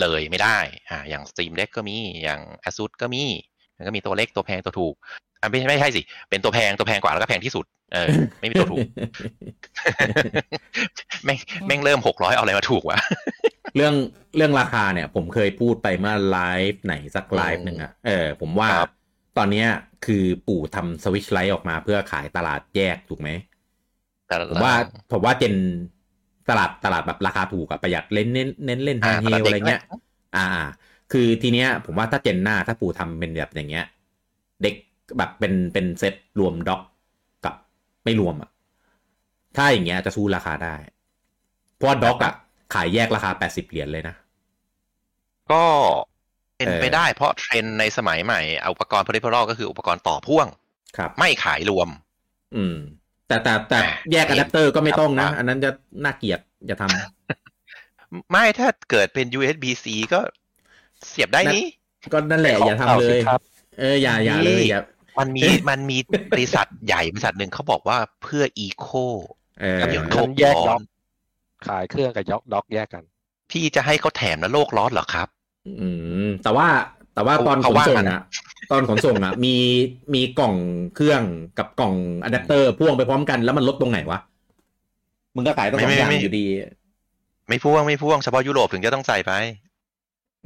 C: เลยไม่ได้อ่าอย่าง Steam Deck ก็มี อย่าง ASUS ก็มี มันก็มีตัวเล็กตัวแพงตัวถูกอ่ะไม่ใช่ไม่ใช่สิ เป็นตัวแพงตัวแพงกว่าแล้วก็แพงที่สุด เออ ไม่มีตัวถูก (laughs) แม่งแม่งเริ่มหกร้อยเอาอะไรมาถูกวะ
A: เรื่องเรื่องราคาเนี่ยผมเคยพูดไปเมื่อไลฟ์ไหนสักไลฟ์หนึ่งอะเออผมว่า
C: ครับ
A: ตอนเนี้ยคือปู่ทำสวิชไลท์ออกมาเพื่อขายตลาดแยกถูกไหม
C: แต่
A: ผมว่าผมว่าเจนตลาดตลาดแบบราคาถูกอะประหยัดเล่นเน้นเน้นเล่นทางเฮลอะไรเงี้ย อ่า คือทีเนี้ย ผมว่าถ้าเจนหน้าถ้าปู่ทำเป็นแบบอย่างเงี้ย เด็กแบบเป็นเป็นเซตรวมด็อกกับไม่รวมอะถ้าอย่างเงี้ยจะสู้ราคาได้ เพราะว่าด็อกอะขายแยกราคา 80 เหรียญเลยนะ
C: ก็เป็น
A: เออ
C: ไปได้เพราะเทรนด์ในสมัยใหม่เอาอุปกรณ์ peripheral ก็คืออุปกรณ์ต่อพ่วง
A: ครับ
C: ไม่ขายรวม
A: อืม แต่แต่แต่แยกอะแดปเตอร์ก็ไม่ต้องนะ อันนั้นจะน่าเกลียดอย่าทำ
C: ไม่ถ้าเกิดเป็น USB C ก็เสียบได้นี่
A: ก็นั่นแหละอย่าทำเลย
D: ครับ
A: เอออย่าอย่าเลยอย่า
C: มันมี
A: เอ๊ะ
C: มันมีบริษัทใหญ่บริษัทหนึ่งเขาบอกว่าเพื่ออีโค
A: เออ
C: เดี๋ยวโลก
D: แยก
C: ร้
D: ล็
C: อ
D: อน ก ขายเครื่องกับยอกด็อกแยกกัน
C: พี่จะให้เขาแถมแล้วโลกร้อนเหรอครับ
A: อืมแต่ว่าแต่ว่าตอนข
C: เขา
A: น
C: ว่า
A: ส่ง
C: กัน
A: อะตอนขนส่งอะมีมีกล่องเครื่องกับกล่องอะแดปเตอร์พ่วงไปพร้อมกันแล้วมันลดตรงไหนวะ มึงก็ขายต้องสองอย่างอยู่ดี
C: ไม่พ่วงไม่พ่วงเฉพาะยุโรปถึงจะต้องใส่ไป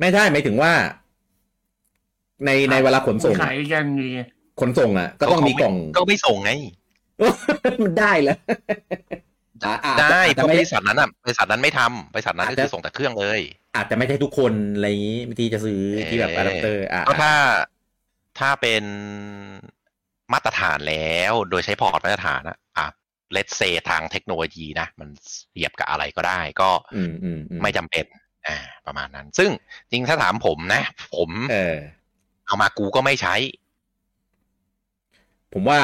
A: ไม่ได้หมายถึงว่า ในในเวลาขนส่ง
B: ขายยังดี
A: ขนส่งอะก็ต้องมีกล่อง
C: ก็ไม่ส่งไง
A: มันได้เหรออ่ะอ่ะอาจจะ
C: ได้
A: อาจจะ
C: เพราะ
A: ไม่
C: บริษัทนั้นอ่ะบริษัทนั้นไม่ทำบริษัทนั้นก็
A: อาจ
C: คือ
A: จะ
C: ส่งแต่เครื่องเลย
A: อาจจะไม่ใช่ทุกคนอะไรอย่างนี้ที่จะซื้อที่แบบ
C: เอ่
A: อะ
C: อ
A: แดปเตอร์อ่ะ
C: ก็ถ้าถ้าเป็นมาตรฐานแล้วโดยใช้พอร์ตมาตรฐานนะอ่ะเลตเซทางเทคโนโลยีนะ มันเสียบกับอะไรก็ได้ก็
A: อืมอืมอืม
C: ไม่จำเป็นอ่าประมาณนั้น ซึ่งจริงถ้าถามผมนะ ผม
A: เออ
C: เอามากูก็ไม่ใช้
A: ผมว่า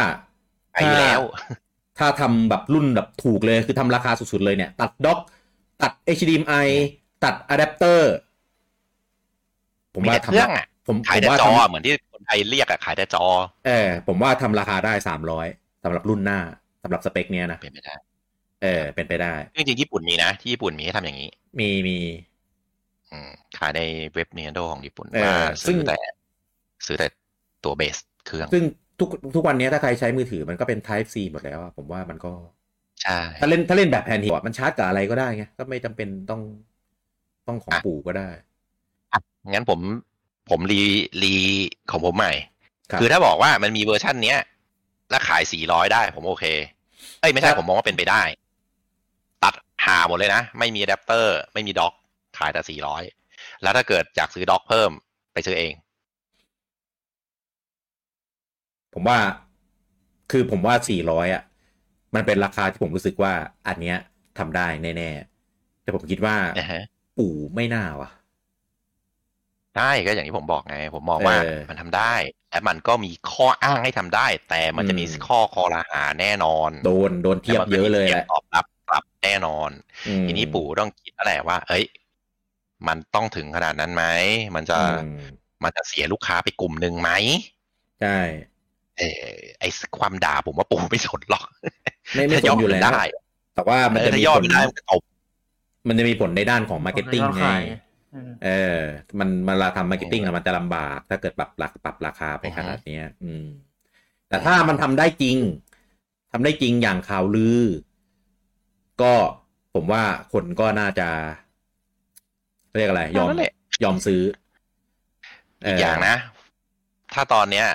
C: ไปอยู่แล้ว
A: ถ้าทำแบบรุ่นแบบถูกเลยคือทำราคาสุดๆเลยเนี่ย ตัดด็อก ตัด HDMI ตัดอะแดปเตอร์ ผม
C: มี
A: ว่า
C: แต่
A: ทำ
C: เครื่องอ่ะ
A: ผม
C: ขา
A: ผ
C: ย
A: ม
C: แต่
A: ว่า
C: จอ
A: ท
C: เหมือนที่คนไทยเรียกอะขายแต่จอ
A: ำเออผมว่าทำราคาได้สามร้อยสำหรับรุ่นหน้าสำหรับสเปคเนี้ยนะ
C: เป็นไปได้
A: เออเป็นไปได้
C: จริงๆญี่ปุ่นมีนะ ที่ญี่ปุ่นมีให้ทำอย่างนี้
A: มีมี
C: อืมขายในเว็บเนโดของญี่ปุ่น
A: เออ
C: ว่า
A: ซึ่
C: ซื้
A: ง
C: อแต่ ซื้อแต่ตัวเบสเครื่อง
A: ซึ่งทุกทุกวันเนี้ยถ้าใครใช้มือถือมันก็เป็น Type C หมดแล้วอะผมว่ามันก็
C: ใช่
A: ถ้าเล่นถ้าเล่นแบบแผนหิวมันชาร์จกับอะไรก็ได้ไงก็ไม่จำเป็นต้องต้องของปู่ก็ได้
C: งั้นผมผมรีรีของผมใหม่
A: ครับ
C: คือถ้าบอกว่ามันมีเวอร์ชันเนี้ย แล้วขาย 400 ได้ผมโอเค เอ้ยไม่
A: ค
C: ใช่
A: รับ
C: ผมมองว่าเป็นไปได้ ตัดหาหมดเลยนะ ไม่มีอะแดปเตอร์ ไม่มีด็อกขายแต่สี่ร้อยแล้วถ้าเกิดอยากซื้อด็อกเพิ่มไปซื้อเอง
A: ผมว่าคือผมว่า 400 อ่ะ มันเป็นราคาที่ผมรู้สึกว่า อันเนี้ยทำได้แน่ๆ แต่ผมคิดว่า
C: อ่าฮะ
A: ปู่ไม่น่าว่ะ
C: ได้ก็อย่างที่ผมบอกไง ผมมองว่า
A: เออ
C: มันทำได้ และมันก็มีข้ออ้างให้ทำได้ แต่มันจะมี
A: อืม
C: ข้อคอรหาแน่นอน
A: โดนโดนเทียบเยอะเลยแห
C: แว
A: ละ
C: มันมีสีงตอบรับกลับแน่นอน
A: อืม
C: ทีนี้ปู่ต้องคิดแล้วแหละว่า เอ้ย มันต้องถึงขนาดนั้นไหม มันจะ
A: อืม
C: มันจะเสียลูกค้าไปกลุ่มหนึ่งไหม
A: ใช่
C: เออไอความด่าผมว่าปู่ไม่สนหรอก
A: ไม่ไม่สนอยู่แล้ว
C: ถ้าดได้
A: แต่ว่ามัน
C: เออ
A: จะ
C: ถ้า
A: มี
C: ยอด
A: ผล
C: ไม่ได้มันก็ตบ
A: มันจะมีผลในด้านของมาร์เก็ตติ้ง
B: ยอด
A: ไง
B: ขายเออ
A: เออ มันมันเราทำมาร์เก็ตติ้งอะมันจะลำบาก ถ้าเกิดปรับหลักปรับราคาไปขนาดเนี้ย อืม แต่ถ้ามันทำได้จริงทำได้จริงอย่างข่าวลือ ก็ผมว่าคนก็น่าจะ เรียกอะไร ยอม
C: นั่นแหละ
A: ยอมซื้อเ
C: กอย่างนะ ถ้าตอนเนี้ย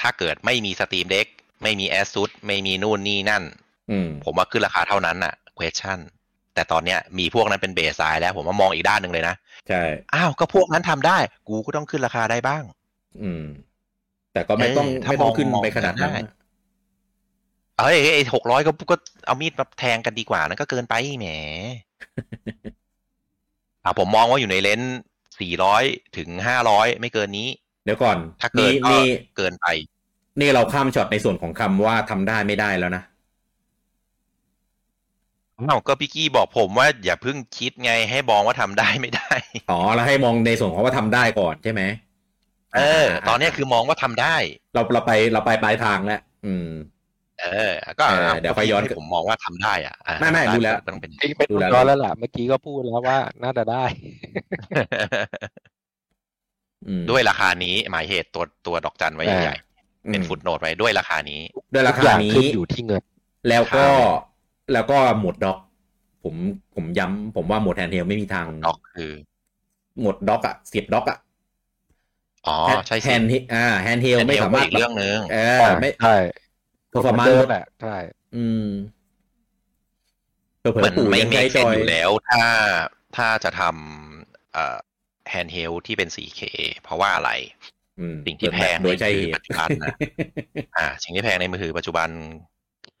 C: ถ้าเกิดไม่มีสตรีมเด็กไม่มีแอสซูดไม่มีนู่นนี่นั่น
A: อืม
C: ผมว่าขึ้นราคาเท่านั้นน่ะ question แต่ตอนเนี้ยมีพวกนั้นเป็นเบสไซน์แล้ว ผมว่ามองอีกด้านหนึ่งเลยนะ
A: ใช่
C: อ้าวก็พวกนั้นทำได้ กูก็ต้องขึ้นราคาได้บ้าง
A: อืม แต่ก็ไม่ต้อง
C: เออถ้า
A: ไม่ต้อง
C: มอง
A: ขึ้น
C: มอง
A: ไปขนาดนั้น
C: ได้
A: นะ
C: เอ้ยไอ้หกร้อยก็ก็เอามีดมาแทงกันดีกว่านั้นก็เกินไปแหม
A: (laughs)
C: อ่ะผมมองว่าอยู่ในเลนสี่ร้อยถึงห้าร้อยไม่เกินนี้
A: เดี๋ยวก่อน
C: ถ้าเกินก็
A: นี่
C: เกินไป
A: นี่เราข้ามช็อตในส่วนของคำว่าทำได้ไม่ได้แล้วนะ
C: เอ้าก็พี่กี้บอกผมว่าอย่าเพิ่งคิดไงให้มองว่าทำได้ไม่ได้
A: อ๋อเราให้มองในส่วนของว่าทำได้ก่อนใช่ไหม
C: เออ ตอนเนี้ยคือมองว่าทำได้
A: เราเราไปเราไปปลายทางแล้วอืม
C: เออ ก็
A: เออเดี๋ยวค่อยย้อน
C: ผมมองว่าทำได้อ่ะอ่ะ
A: ไม่ไม่รู้แล้ว
C: ต้องเป็น
D: ทิ้งเป็น
A: ดูแล้ว
D: ร้อยแล้วล่ะเมื่อกี้ก็พูดแล้วว่าน่าจะได้
A: อืม
C: ด้วยราคานี้หมายเหตุตัวตัวดอกจันไว้ใหญ่ๆเป็นฟุตโนดไว้ด้วยราคานี้
A: ด้วยรา
D: ทุกอ
A: คา
D: ย่าง
A: นี้
D: ขึ้นอยู่ที่เงิน
A: แล้วก็
C: ครั
A: แล้วก็หมวดด็อก ผมผมย้ำผมว่าหมวดแฮนด์เฮลไม่มีทาง
C: ดอกคือ
A: หมวดด็อกอะเสียบด็อกอะ
C: อ๋อ ใช่
A: แฮ
C: สิ
A: นด์อ่าแฮนด์เฮลไม่สามารถ
C: อีกเรื่องหนึง
A: เออไม่
D: ใช่
A: เพอร์ฟอร์มาน
D: เดิ
A: ซ์
D: แหละใช่
A: อืมเผื่อ
C: มัน
A: ๆปู่
C: ไม่
A: ยัง
C: ไม่
A: ใช้
C: เซ
A: จ
C: น
A: อย
C: อยู่แล้ว ถ้าถ้าจะทำเอ่อแฮนด์เฮลที่เป็น 4K เพราะว่าอะไร
A: อืม
C: สิ่งที่แพง
A: โดยใช่
C: ใน
A: เห
C: มือถือปั
A: ตุ
C: จจุบันนะ อ่า สิ่งที่แพงในมือถือปัจจุบัน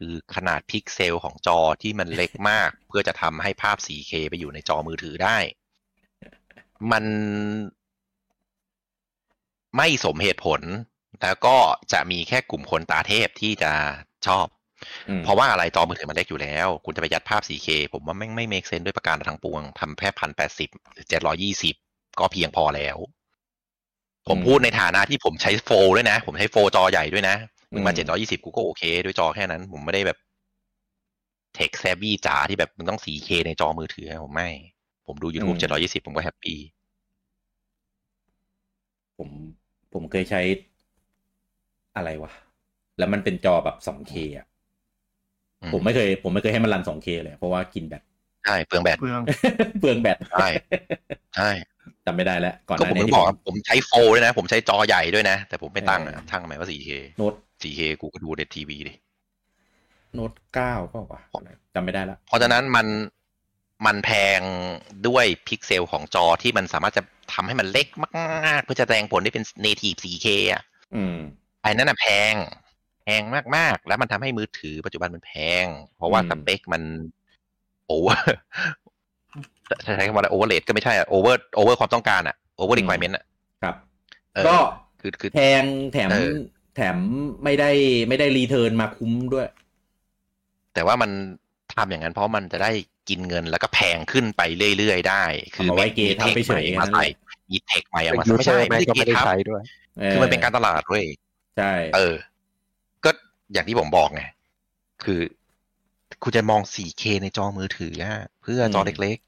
C: คือขนาดพิกเซลของจอที่มันเล็กมาก เพื่อจะทำให้ภาพ 4K ไปอยู่ในจอมือถือได้ มันไม่สมเหตุผล แล้วก็จะมีแค่กลุ่มคนตาเทพที่จะชอบ
A: อืม
C: เพราะว่าอะไรจอมือถือมันเล็กอยู่แล้ว คุณจะไปยัดภาพ 4K ผมว่าไม่งไม่เมคเซนด้วยประการทั้งปวงทำแค่พันแปดสิบหรือเจ็ดร้อยี่สิบก็เพียงพอแล้ว ผมพูดในฐานะที่ผมใช้โฟลด้วยนะ ผมใช้โฟลจอใหญ่ด้วยนะมึงมาเจ็ดร้อยี่สิบกูก็โอเค ด้วยจอแค่นั้น ผมไม่ได้แบบเทคแซบี้จ๋าที่แบบมึงต้อง 4K ในจอมือถือผมไม่ ผมดู YouTube 720 ผมก็แฮปปี้
A: ผมผมเคยใช้อะไรวะ แล้วมันเป็นจอแบบ 2K อะ ผมไม่เคยผมไม่เคยให้มันรัน 2K เลย เพราะว่ากินแบต (laughs)
C: ใช่เปลืองแบต
B: เปลือง
A: เปลืองแบต
C: ใช่ ใช่
A: จำไม่ได้แล้ว ก่อนห
C: ก็
A: น้า
C: ผม
A: นี้
C: ถึง
A: ที่
C: บอกว่าผมใช้โฟลด้วยนะ ผมใช้จอใหญ่ด้วยนะ แต่ผมไม่ตั้งอะทั้งทำไมว่า 4K
A: โน้ต
C: 4K กูก็ดูเด็ดทีวีดิ
A: โน้ตเก้าก็ว่ะจำไม่ได้ละ
C: เพราะฉะนั้นมันมันแพงด้วยพิกเซลของจอที่มันสามารถจะทำให้มันเล็กมากๆ เพื่อจะแสดงผลได้เป็น native 4K อ่ะ
A: อืม
C: ไอ้นั่นน่ะแพง แพงมากๆ แล้วมันทำให้มือถือปัจจุบันมันแพง เพราะว่า
A: อืม
C: สเปคมันโอเวอร์ (laughs) ใช้คำว่าโอเวอร์เลก็ไม่ใช่อ่ะโอเวอร์โอเวอร์ความต้องการอ่ะโอเวอร์รีควอรเมนต์อ่ะ
A: ครับ
C: เออ
A: ก็
C: คือคือ
A: แพงแถม
C: เออ
A: แถมไม่ได้ไม่ได้รีเทิร์นมาคุ้มด้วย
C: แต่ว่ามันทำอย่างนั้นเพราะมันจะได้กินเงินแล้วก็แพงขึ้นไปเรื่อยๆ ได้ คื
A: เอามาไว้เกทับ
C: มีทค
A: เฉยๆ
C: ใหม่มา
A: นั่นแหละ
C: ใส่มีเทคใหม่เอามา
D: ยู
C: ใส่ไม่ใช่
D: เซอร์แม่งก็
C: เก
D: ไม่ได้
C: ทับ
D: ใช้ด้วย
C: คือมันเป็นการตลาดเว้ย
A: ใช่
C: เออ ก็อย่างที่ผมบอกไง คือคุณจะมอง 4K ในจอมือถืออะเพื่อจอเล็ก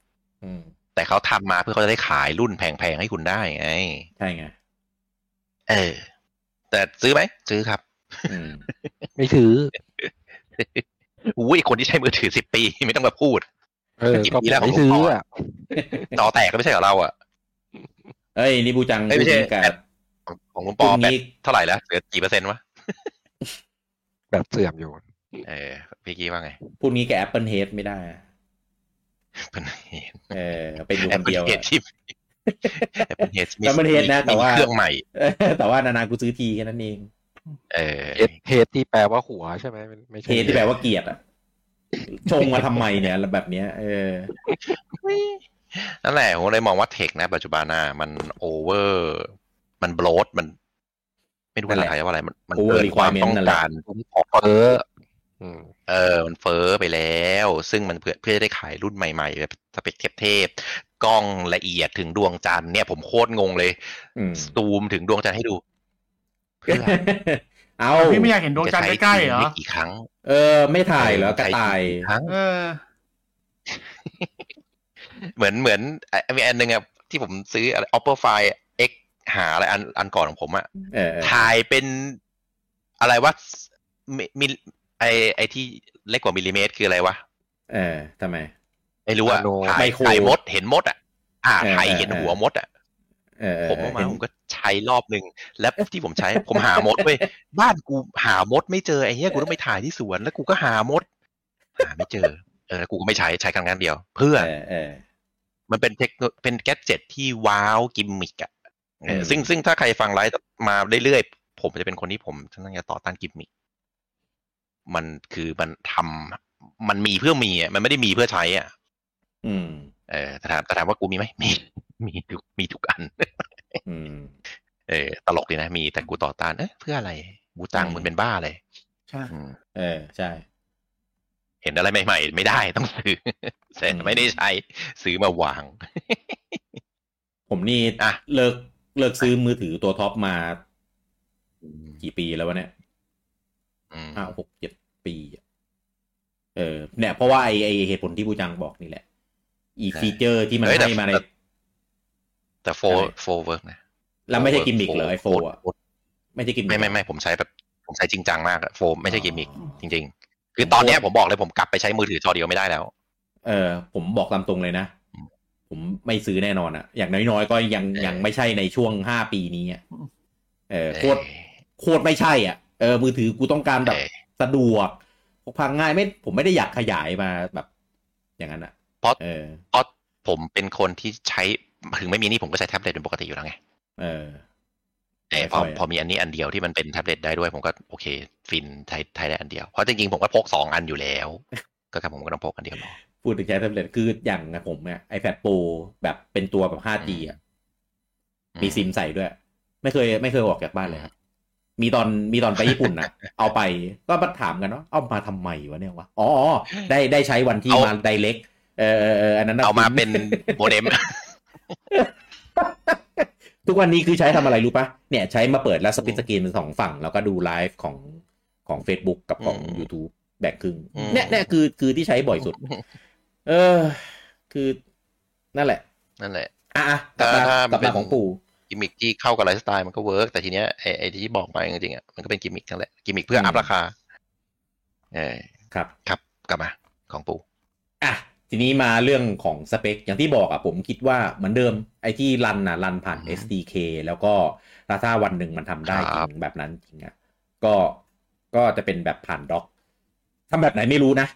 A: ม
C: ๆ แต่เขาทำมาเพื่อเขาจะได้ขายรุ่นแพงๆ ให้คุณได้ไง
A: ใช่ไง
C: เออ แต่ซื้อไหม ซื้อครับ (laughs)
A: อืม
D: ไม่ถือ
C: อุ้ยคนที่ใช้มือถือ 10 ปี ไม่ต้องมาพูด
D: เออ
C: หยิบ
D: ก็
C: นี้แล้ว
D: ไม่ซื้ออ่ะ
C: จอแตกก็ไม่ใช่ของเราอะ
A: เอ้ยนี่บูจัง
C: เอ้ยไม่
A: พู
C: ใช่
A: ดถึงกั
C: แบต
A: บ
C: ของของคุณป
A: พ
C: อ
A: รุ่ง
C: แบต
A: นี้
C: เท่าไหร่แล้วเหลือกี่เปอร์เซ็นต์วะ
D: แบบเสื่อมอยู่
C: เออพี่กี้ว่าไง
A: พูดงี้กับ Apple Head ไม่ได้อะ
C: เป็นเหตุ
A: เออเป็นอยู่คนเดียว
C: แอป
A: อะ
C: เป็นเหตุที่ (laughs) แอปเป็น
A: Apple
C: เหตุมี
A: Head นะแต่ว่า
C: เครื่องใหม่
A: เออ (laughs) แต่ว่านานๆกูซื้อทีแค่นั้นเอง
C: เออ
D: เฮดเฮดที่แปลว่าหัวใช่ไหมไม่ไม่ใช่
A: เฮดที่แปลว่าเกลียดอะชงมาทำไมเนี่ย (laughs) แบบเนี้ยเออ
C: นั่นแหละผมเลยมองว่าเทคนะ ปัจจุบันน่ะมันโอเวอร์ มันโบลดมัน ไม่รู้
A: นั่
C: ภาน
A: แห
C: ษา
A: ละ
C: ไทยว่าอะไรมันมัน
A: Over
C: เกินความ
A: requirement
C: ต้อง
A: นั่นแหละ
C: การของ
D: เอออืม
C: เออมันเฟ้อไปแล้ว ซึ่งมันเพื่อเพื่อจะได้ขายรุ่นใหม่ๆแบบสเปคเทพๆกล้องละเอียดถึงดวงจันทร์เนี่ยผมโคตรงงเลย
A: อืม
C: ซูมถึงดวงจันทร์ให้ดูเพื่ออะไร
A: เอา
B: พี่ไม่อยากเห็นดวงจันทร์ใกล้ๆเหรอ
C: จะใช้ทีมไม่กี่ครั้ง
A: เออ ไม่ถ่ายเหรอกระ
C: ใช้ทีม
A: ต่าย
C: กี่ครั้ง
B: เออ
C: เหมือนเหมือนอ่ะมีอันหนึ่งอะที่ผมซื้ออะไร Oppo Find X หาอะไรอันอันก่อนของผมอะ
A: เออเออ
C: ถ่ายเป็นอะไรวะมิมิไอไอที่เล็กกว่ามิลลิเมตรคืออะไรวะ
A: เออทำไม
C: ไม่รู้อะ
D: นาโน
C: ถ่า
A: ไม
C: ย
A: โคร
C: ถ่ายมดเห็นมดอะอ่า
A: เออ
C: ถ่าย
A: เออ
C: เห็น
A: เออ
C: หัวมดอะ
A: เออเออ
C: ผมเอามา
A: เห็น
C: ผมก็ใช้รอบหนึ่งแล้วที่ผมใช้ ผมหามดเว้ยบ้านกูหามดไม่เจอไอ้เหี้ยกูต้องไปถ่ายที่สวนแล้วกูก็หามด หาไม่เจอ เออแล้วกูก็ไม่ใช้ใช้ครั้งนั้นเดียว เพื่อ
A: เออเออ
C: มันเป็นเทคโนเป็นแกดเจ็ตที่ว้าวกิมมิกอะเออ
A: อืม
C: ซึ่งซึ่งถ้าใครฟังไลฟ์มาเรื่อยๆผมจะเป็นคนที่ผมท่านจะต่อต้านกิมมิกมันคือมันทำมันมีเพื่อมีอะมันไม่ได้มีเพื่อใช้อ่ะ
A: อืม
C: เออแต่ถามแต่ถามว่ากูมีไหมมี (laughs) มีทุกมีทุกอัน
A: อืม
C: เออตลกดีนะมีแต่กูต่อต้านเอ๊ะเพื่ออะไรกูตัง
A: อืม
C: มึงเป็นบ้าเลย
B: ใช่
C: อืม
A: เออ ใช่
C: เห็นอะไรใหม่ ๆ ไม่ได้ต้องซื้อ (laughs) แต่
A: อืม
C: ไม่ได้ใช้ซื้อมาวาง
A: ผมนี่
C: อ่ะ
A: เลิกเลิกซื้อมือถือตัวท็อปมากี่ปีแล้ววะเนี่ย
C: อืม
A: ห้าหกเจ็ดปีอะเออ เนี่ยเพราะว่าไอไอเหตุผลที่ผู้จังบอกนี่แหละ อี
C: ใช่
A: ฟีเจอร์ที่มัน
C: เฮ้ยแต่
A: ให้มาใน
C: แต่ แต่โฟ
A: อะไร
C: โฟเวิร์กนะ
A: แล้วไม่ใช่กิมมิก
C: โฟร์
A: เหรอไอโฟ
C: โฟร์
A: อ่ะ ไม่ใช่กิมมิก
C: ไม่ไม่ไม่ผมใช้แบบผมใช้จริงจังมากอะโฟมไม่ใช่กิมมิก
A: อ๋อ
C: จริง ๆ คือตอนเนี้ยผมบอกเลยผมกลับไปใช้มือถือจอเดียวไม่ได้แล้ว
A: เออ ผมบอกตามตรงเลยนะ ผมไม่ซื้อแน่นอนอะอย่างน้อยๆ ก็ยัง
C: เออ
A: ยังไม่ใช่ในช่วงห้าปีนี้อะเออโคตร
C: เออ
A: โคตรไม่ใช่อ่ะ เออ มือถือกูต้องการแบบ
C: เออ
A: สะดวกพกพาง่ายไม่ ผมไม่ได้อยากขยายมาแบบ อย่างนั้นอะเออ
C: เพราะผมเป็นคนที่ใช้ถึงไม่มีนี่ผมก็ใช้แท็บเล็ตเป็นปกติอยู่แล้วไง
A: เออ
C: เออ
A: ไม่
C: พอ
A: ค่อยอะ
C: พอมีอันนี้อันเดียวที่มันเป็นแท็บเล็ตได้ด้วยผมก็โอเค ฟินใช้ใช้ได้อันเดียวเพราะจริงๆผมก็พกสองอันอยู่แล้ว ก็ครับผมก็ต้องพกอันเดียวพอ
A: พูดถึงใช้แท็บเล็ตคืออย่างนะผมเนี่ย iPad Pro แบบเป็นตัวแบบ 5G อ่ะ
C: อืม
A: มีซิมใส่ด้วย ไม่เคย ไม่เคยออกจากบ้านเลยครับ มีตอนมีตอนไปญี่ปุ่นนะ (laughs) เอาไปก็มาถามกันว่าเอามาทำไมวะเนี่ยวะอ๋ออ๋อได้ได้ใช้วันที่
C: เอา
A: มาไดเล็กเออเออเอออันนั้นน่ะ
C: เอามา
A: คุ้
C: เป็น
A: (laughs)
C: โมเด็ม
A: ทุกวันนี้คือใช้ทำอะไรรู้ปะเนี่ยใช้มาเปิดแล้วสปิตสกรีนเป็นสองฝั่ง แล้วก็ดูไลฟ์ของของ Facebook กับของ
C: อืม
A: YouTube แบ่งครึ่ง
C: อืม
A: เนี่ยเนี่ยคือคือที่ใช้บ่อยสุด เออ คือนั่นแหละ
C: นั่นแหละ
A: อ่ะอ่ะกลับมา
C: ถ้าถ้า
A: ก
C: มั
A: ลับ
C: นเป็น
A: มาของปู่
C: กิมมิกที่เข้ากับไลฟ์สไตล์มันก็เวิร์กแต่ทีเนี้ยไอ้ไอ้ที่บอกมาจริงๆอ่ะมันก็เป็นกิมมิกทั้งแหละกิมมิกเพื่ออัพราคาเออ
A: ครับ
C: ครับกลับมาของปู
A: อ่ะ ทีนี้มาเรื่องของสเปค อย่างที่บอกอ่ะผมคิดว่าเหมือนเดิมไอ้ที่รันน่ะรันผ่าน SDK แล้วก็ถ้าวันหนึ่งมันทำได้จริงแบบนั้นจริงอ่ะก็ก็จะเป็นแบบผ่านด็อกทำแบบไหนไม่รู้นะ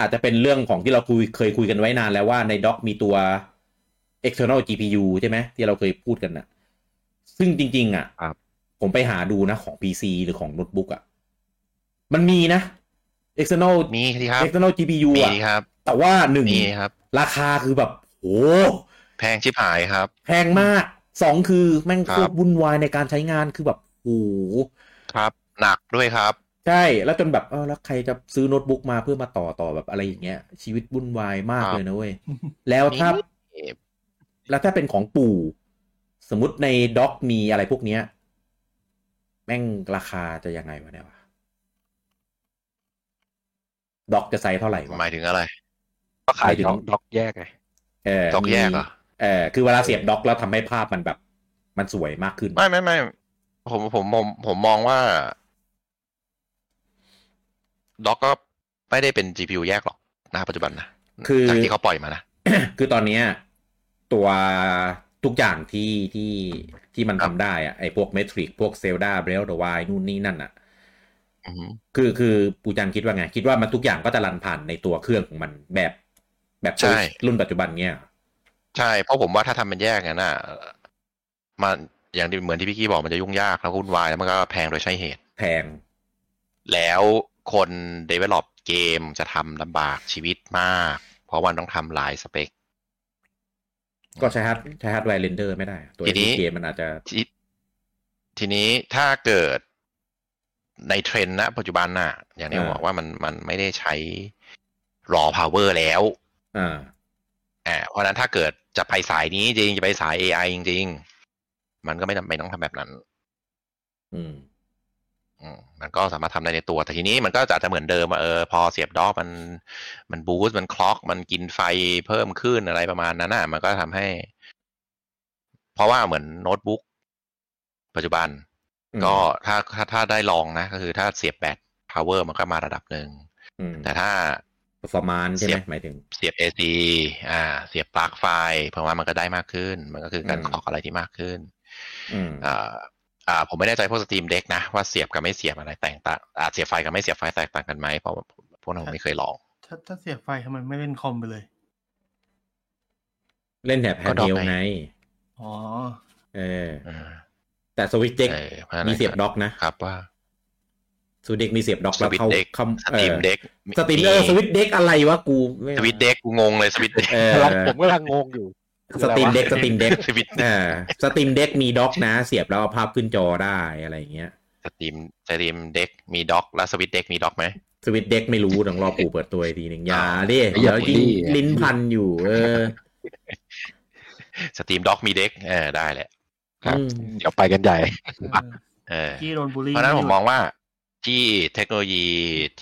A: อาจจะเป็นเรื่องของที่เราคุยเคยคุยกันไว้นานแล้วว่าในด็อกมีตัว external GPU ใช่ไหมที่เราเคยพูดกันน่ะ ซึ่งจริง ๆ อ่ะ
D: ครับ
A: ผมไปหาดูนะของ PC หรือของโน้ตบุ๊กอ่ะมันมีนะ external
C: มีครับ
A: external GPU
C: มี
A: อ่ะ
C: ครับ
A: แต่ว่าหนึ่ง
C: มีครับ
A: ราคาคือแบบโห
C: แพงชิบหายครับ
A: แพงมากสองคือแม่ง
C: ครับ
A: โคตรวุ่นวายในการใช้งานคือแบบโห
C: ครับ หนักด้วยครับ
A: ใช่ แล้วจนแบบเออแล้วใครจะซื้อโน้ตบุ๊กมาเพื่อมาต่อต่อแบบอะไรอย่างเงี้ย ชีวิตวุ่นวายมาก
C: ครับ
A: เลยนะเว้ย แล้วถ้า
C: เอ่อ
A: แล้วถ้าเป็นของปู่ สมมติในด็อกมีอะไรพวกเนี้ย แม่งราคาจะยังไงวะเนี่ยวะด็อกจะไซส์เท่าไหร่วะ
C: หมายถึงอะไร
D: ก็ขาย
A: หมายถึง
D: ด็อกด็อกแยกไง
A: เออ
C: ด็อกแยกเหรอ
A: มีเออคือเวลาเสียบด็อกแล้วทำให้ภาพมันแบบ มันสวยมากขึ้น
C: ไม่ไม่ไม่ผมผมผมผมมองว่าด็อกก็ไม่ได้เป็น GPU แยกหรอกนะปัจจุบันนะ
A: คือ
C: จากที่เขาปล่อยมานะ
A: คือตอนเนี้ยตัวทุกอย่างที่ที่ที่มัน
C: ครั
A: ทำ
C: บ
A: ได้อะไอพวกเมทริกพวกเซลดาเบลดวายนู่นนี่นั่นอะ
C: อือฮึ
A: คือคือปูจันคิดว่าไง คิดว่ามันทุกอย่างก็จะรันผ่านในตัวเครื่องของมันแบบแบบ
C: ใช่
A: รุ่นปัจจุบันเนี่ย
C: ใช่ เพราะผมว่าถ้าทำมันแยกงั้นน่ะเอ่อมันอย่างที่เหมือนที่พี่กี้บอกมันจะยุ่งยากแล้วก็วุ่นวายแล้วมันก็แพงโดยใช่เหตุ
A: แพง
C: แล้วคน develop เกมจะทำลำบากชีวิตมาก เพราะมันต้องทำหลายสเปค
A: ก็ใช้ฮาร์ดใช้ฮาร์ดแวร์เรนเดอร์ไม่ได้ ตัว
C: ทีนี้
A: FPGA มันอาจจะ
C: ทีทีนี้ถ้าเกิดในเทรนด์ณปัจจุบันน่ะ อย่างที่ผม
A: อ่า
C: บอกว่ามันมันไม่ได้ใช้ raw power แล้ว
A: อ่า
C: อ่าเพราะฉะนั้นถ้าเกิดจะไปสายนี้จริงจะไปสาย AI จริง ๆ มันก็ไม่จำเป็นต้องทำแบบนั้น
A: อืม
C: อืมมันก็สามารถทำได้ในตัว แต่ทีนี้มันก็จะอาจจะเหมือนเดิมว่าเออพอเสียบดอกมันมันบูสต์มันคล็อก มันกินไฟเพิ่มขึ้นอะไรประมาณนั้นน่ะ มันก็ทำให้ เพราะว่าเหมือนโน้ตบุ๊กปัจจุบัน
A: อืม
C: ก็ถ้าถ้าถ้าได้ลองนะ ก็คือถ้าเสียบแบต power มันก็มาระดับหนึ่ง
A: อืม
C: แต่ถ้า
A: ประมาณใช่ไหม
C: เสียบ
A: หมายถึง
C: เสียบ AC อ่า เสียบปลั๊กไฟเพราะว่ามันก็ได้มากขึ้น มันก็คือการ
A: อืม
C: คล็อกอะไรที่มากขึ้น
A: อืม
C: อ่าอ่าผมไม่แน่ใจพวกสตรีมเด็กนะว่าเสียบกับไม่เสียบอะไรแตกต่างอ่าเสียบไฟกับไม่เสียบไฟแตกต่างกันไหมเพราะว่าพวกนั้นผมไม่เคยลอง
B: ถ้าถ้าเสียบไฟทำไมไม่เล่นคอมไปเลย
A: เล่นแถบแฮนด์เดียว
C: ก็ดอกไง
A: ไง
B: อ๋อ
A: เออ
C: อ่า
A: แต่สวิตเด็ก
C: เออพราะฉะ
A: มี
C: นั้น
A: เสียบด็อกนะ
C: ครับว่า
A: สวิตเด็กมีเสียบด็อกแล้วเข้า
C: Switch Deck
A: เข้า
C: สตรีมเด็ก
A: สตรีมเออสวิตเด็กอะไรวะกูไม่
C: สวิตเด็กกูงงเลยสวิตเด็ก
A: เออ
D: เราผมกำลังงงอยู่
A: สตรีมเด็กสตรีมเด็ก
C: สวิต
A: เออสตรีมเด็กมีด็อกนะ เสียบแล้วเอาภาพขึ้นจอได้อะไรอย่างเงี้ย
C: (laughs) สตรีมสตรีมเด็กมีด็อกแล้วสวิตเด็กมีด็อกไหม
A: สวิตเด็กไม่รู้ต้องรอปู่เปิดตัวอีกทีหนึ่งอย่าดิ
D: อย่า
A: เดี๋ยว
D: ดิ
A: ลิ้นลิ้นพันอยู่ เออ
C: สตรีมด็อกมีเด็กเออได้แหละ
D: ครับ
A: อืม
D: เดี๋ยวไปกันใหญ่
C: เออ
B: ที่โดนบูลลี่
C: เพราะฉะนั้นผมมองว่าที่เทคโนโลยี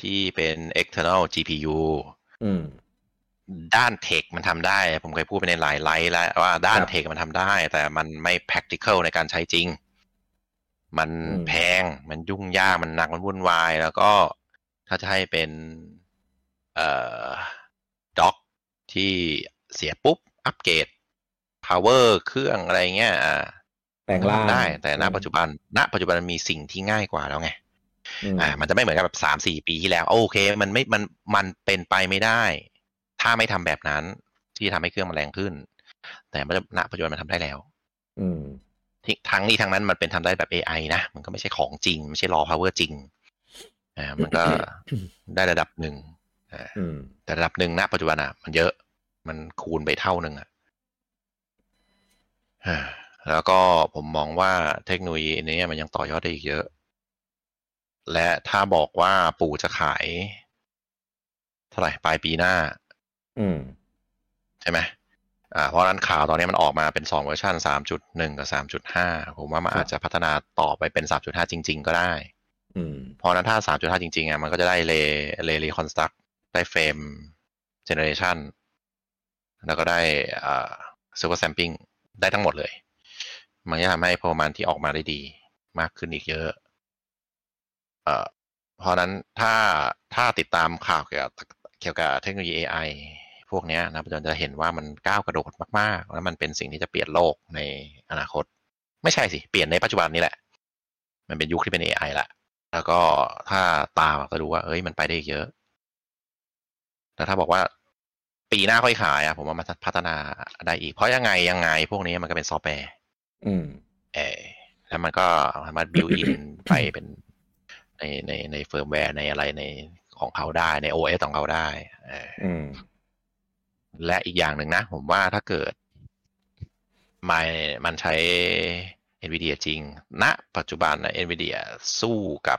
C: ที่เป็น external GPU
A: อืม
C: ด้านเทคมันทำได้ ผมเคยพูดไปในหลายไลฟ์แล้วว่าด้าน
A: ครับ
C: เทคมันทำได้ แต่มันไม่ practical ในการใช้จริง มัน
A: อืม
C: แพง มันยุ่งยาก มันหนัก มันวุ่นวาย แล้วก็ถ้าจะให้เป็น เอ่อด็อกที่เสียปุ๊บ อัปเกรด power เครื่องอะไรเงี้ยอ่า
A: แต่งล่าง
C: ทำได้ แต่ณปัจจุบัน ณ ปัจจุบันมันมีสิ่งที่ง่ายกว่าแล้วไง
A: อืม
C: อ่ามันจะไม่เหมือนกับแบบสามสี่ปีที่แล้ว โอเค มันไม่มันมันเป็นไปไม่ได้ ถ้าไม่ทำแบบนั้น ที่ทำให้เครื่องมันแรงขึ้น แต่มันจะณปัจจุบันมันทำได้แล้ว
A: อืม
C: ที่ทั้งนี้ทั้งนั้นมันเป็นทำได้แบบ AI นะ มันก็ไม่ใช่ของจริง ไม่ใช่รอ power จริงอ่า
A: (coughs)
C: มันก็ ได้ระดับหนึ่งอ่า
A: อืม
C: แต่ระดับหนึ่งณปัจจุบันอ่ะมันเยอะมันคูณไปเท่าหนึ่งอ่ะอ่าแล้วก็ผมมองว่าเทคโนโลยีอันนี้มันยังต่อยอดได้อีกเยอะ และถ้าบอกว่าปู่จะขาย เท่าไหร่ปลายปีหน้า
A: อืม
C: ใช่ไหมอ่าเพราะฉะนั้นข่าวตอนนี้มันออกมาเป็นสองเวอร์ชันสามจุดหนึ่งกับสามจุดห้าผมว่ามันอาจจะพัฒนาต่อไปเป็นสามจุดห้าจริง ๆ ก็ได้
A: อืม
C: เพราะฉะนั้นถ้าสามจุดห้าจริงๆอ่ะมันก็จะได้เลเลรีคอนสตักได้เฟรมเจเนเรชันแล้วก็ได้อ่าซูเปอร์แซมปิ้งได้ทั้งหมดเลย มันจะทำให้ประมาณที่ออกมาได้ดีมากขึ้นอีกเยอะเอ่อเพราะฉะนั้นถ้าถ้าติดตามข่าวเกี่ยวกับเกี่ยวกับเทคโนโลยี AI พวกเนี้ยนะปัจจุบันจะเห็นว่ามันก้าวกระโดดมากๆ แล้วมันเป็นสิ่งที่จะเปลี่ยนโลกในอนาคต ไม่ใช่สิ เปลี่ยนในปัจจุบันนี่แหละ มันเป็นยุคที่เป็น AI ละ แล้วก็ถ้าตามก็รู้ว่า เอ้ยมันไปได้อีกเยอะ แต่ถ้าบอกว่าปีหน้าค่อยขายอะผมว่ามันพัฒนาได้อีก เพราะยังไงยังไง พวกนี้มันก็เป็นซอฟต์แวร์
A: อืม
C: เออแล้วมันก็สามารถบิวอิน (coughs) ไปเป็นในในในเฟิร์มแวร์ในอะไรในของเขาได้ใน OS ของเขาได้เออ
A: อืม
C: และอีกอย่างหนึ่งนะ ผมว่าถ้าเกิดมันมันใช้ NVIDIA จริง ณ ปัจจุบันนะ NVIDIA สู้กับ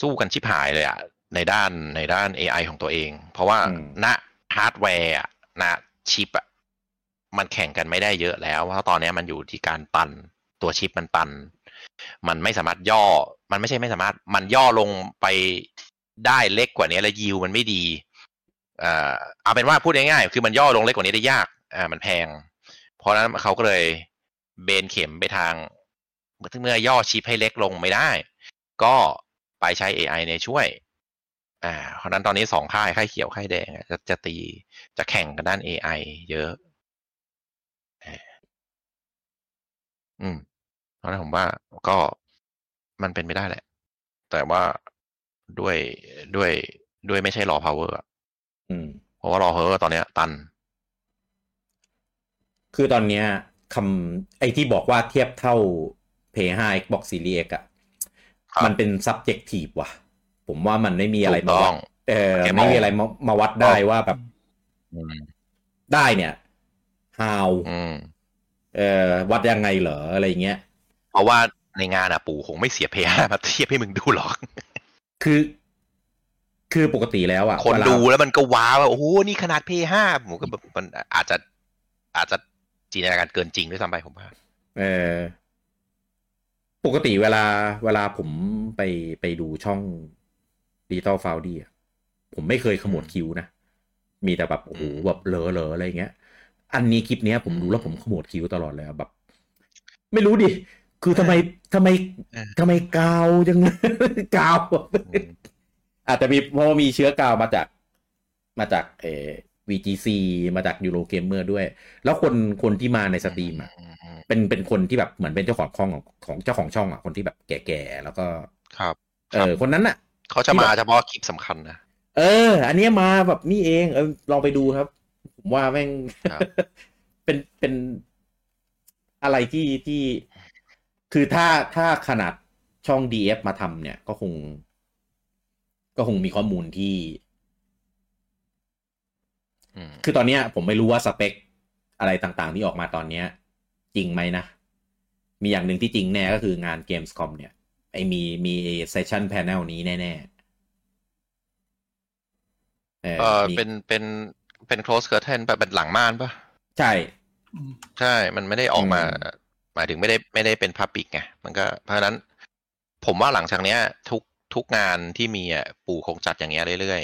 C: สู้กันชิบหายเลยอะในด้านในด้าน AI ของตัวเอง เพราะว่า
A: อืม
C: ณฮาร์ดแวร์อะณชิปอะมันแข่งกันไม่ได้เยอะแล้ว เพราะตอนนี้มันอยู่ที่การปันตัวชิปมันปัน มันไม่สามารถย่อ มันไม่ใช่ไม่สามารถ มันย่อลงไปได้เล็กกว่านี้แล้วยิวมันไม่ดีเอ่อเอาเป็นว่าพูดง่ายๆคือมันย่อลงเล็กกว่านี้ได้ยากอ่ามันแพง เพราะฉะนั้นเขาก็เลยเบนเข็มไปทางเมื่อย่อชิปให้เล็กลงไม่ได้ ก็ไปใช้ AI ในช่วย อ่า เพราะฉะนั้นตอนนี้สองค่ายค่ายเขียวค่ายแดงอ่ะจะจะตีจะแข่งกันด้าน AI เยอะเอออืมเพราะฉะนั้นผมว่าก็ มันเป็นไม่ได้แหละ แต่ว่าด้วยด้วยด้วยไม่ใช่รอพาวเวอร์
A: อืม
C: เพราะว่ารอพาวเวอร์ตอนเนี้ย ตัน
A: คือตอนเนี้ยคำไอ้ที่บอกว่าเทียบเท่า P5 Xbox Series X อะ
C: ครับ
A: มันเป็น subjective ว่ะ ผมว่ามันไม่มีอะไร
C: ถูก
A: มา
C: ต้
A: วั
C: อ
A: ด
C: ง
A: เออ
C: โอเค
A: ไม่มีอะไรมามาวัดได้
C: ถูกต้อง
A: ว่าแบบ
C: อืม
A: ได้เนี่ย how
C: อืม
A: เออวัดยังไงเหรอ อะไรเงี้ย
C: เพราะว่าในงานอ่ะปู่คงไม่เสียเพย์มา (laughs) เทียบให้มึงดูหร
A: (laughs)
C: อก
A: คือ คือปกติแล้วอะ
C: คน
A: เวลา
C: ดูแล้วมันก็ว้าวว่าโอ้โหนี่ขนาดเพย์ห้าผมก็แบบมันอาจจะอาจจะจินตนาการเกินจริงด้วยซ้ำไปผมว่า
A: เออปกติเวลาเวลาผมไปไปดูช่องดิจิตอลฟาวดี้อะผมไม่เคยขมวดคิ้วนะ มีแต่แบบโอ้โหแบบเหลอเหลออะไรเงี้ย อันนี้คลิปเนี้ยผมดูแล้วผมขมวดคิ้วตลอดเลยอะแบบ ไม่รู้ดิ คือทำไมทำไม
C: เออ
A: ทำไมกาวจัง (laughs) กาวอะ
C: อืม
A: อาจจะมีเพราะว่ามีเชื้อกาวมาจากมาจากเออ VGC มาจากยูโรเกมเมอร์ด้วย แล้วคนคนที่มาในสตรีมอะ
C: อืมอืม
A: เป็นเป็นคนที่แบบเหมือนเป็นเจ้าของช่องของของเจ้าของช่องอ่ะคนที่แบบแก่ๆแล้วก็
C: ครับ
A: เออคนนั้นอ่ะ
C: เขาจะมาเฉพาะคลิปสำคัญนะ
A: เออ อันเนี้ยมาแบบนี่เอง เออลองไปดูครับ ผมว่าแม่ง
C: ครับ
A: (laughs) เป็นเป็นอะไรที่ที่ คือถ้าถ้าขนาดช่อง DF มาทำเนี่ย ก็คง ก็คงมีข้อมูลที่
C: อืม
A: คือตอนเนี้ยผมไม่รู้ว่าสเปคอะไรต่างๆที่ออกมาตอนเนี้ย จริงไหมนะ มีอย่างหนึ่งที่จริงแน่ก็คืองาน Gamescom เนี่ยไอมีมีเซสชั่นแพน e l นี้แน่ๆเออ
C: เออ
A: มี
C: เป็นเป็นเป็น close curtain ปะเป็นหลังม่านปะ
A: ใช่
B: อืม
C: ใช่ มันไม่ได้ออกมา
A: อืม
C: หมายถึงไม่ได้ไม่ได้เป็น public ไงมันก็เพราะฉะนั้น ผมว่าหลังจากเนี้ย ทุกทุกงานที่มีอ่ะปู่คงจัดอย่างเงี้ยเรื่อย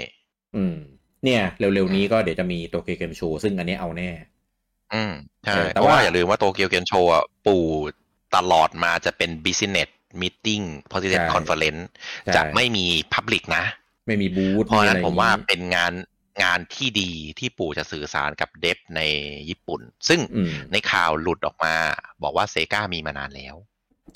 A: อืม เนี่ย เร็วๆนี้ก็เดี๋ยวจะมีโตเกียวเกมโชว์ซึ่งอันเนี้ยเอาแน่
C: ๆอืมใช่
A: เออแต่
C: เพราะว่า
A: ว่า
C: อย่าลืมว่าโตเกียวเกมโชว์ปู่ตลอดมาจะเป็น business meeting positive conference
A: ใช่
C: จะไม่มี public นะ
A: ไม่มีบูธ
C: เพราะฉะนั้น
A: ไอ
C: ผมว่า
A: อย่งงี้
C: เป็นงานงานที่ดีที่ปู่จะสื่อสารกับเดฟในญี่ปุ่น ซึ่ง
A: อืม
C: ในข่าวหลุดออกมา บอกว่าเซกามีมานานแล้ว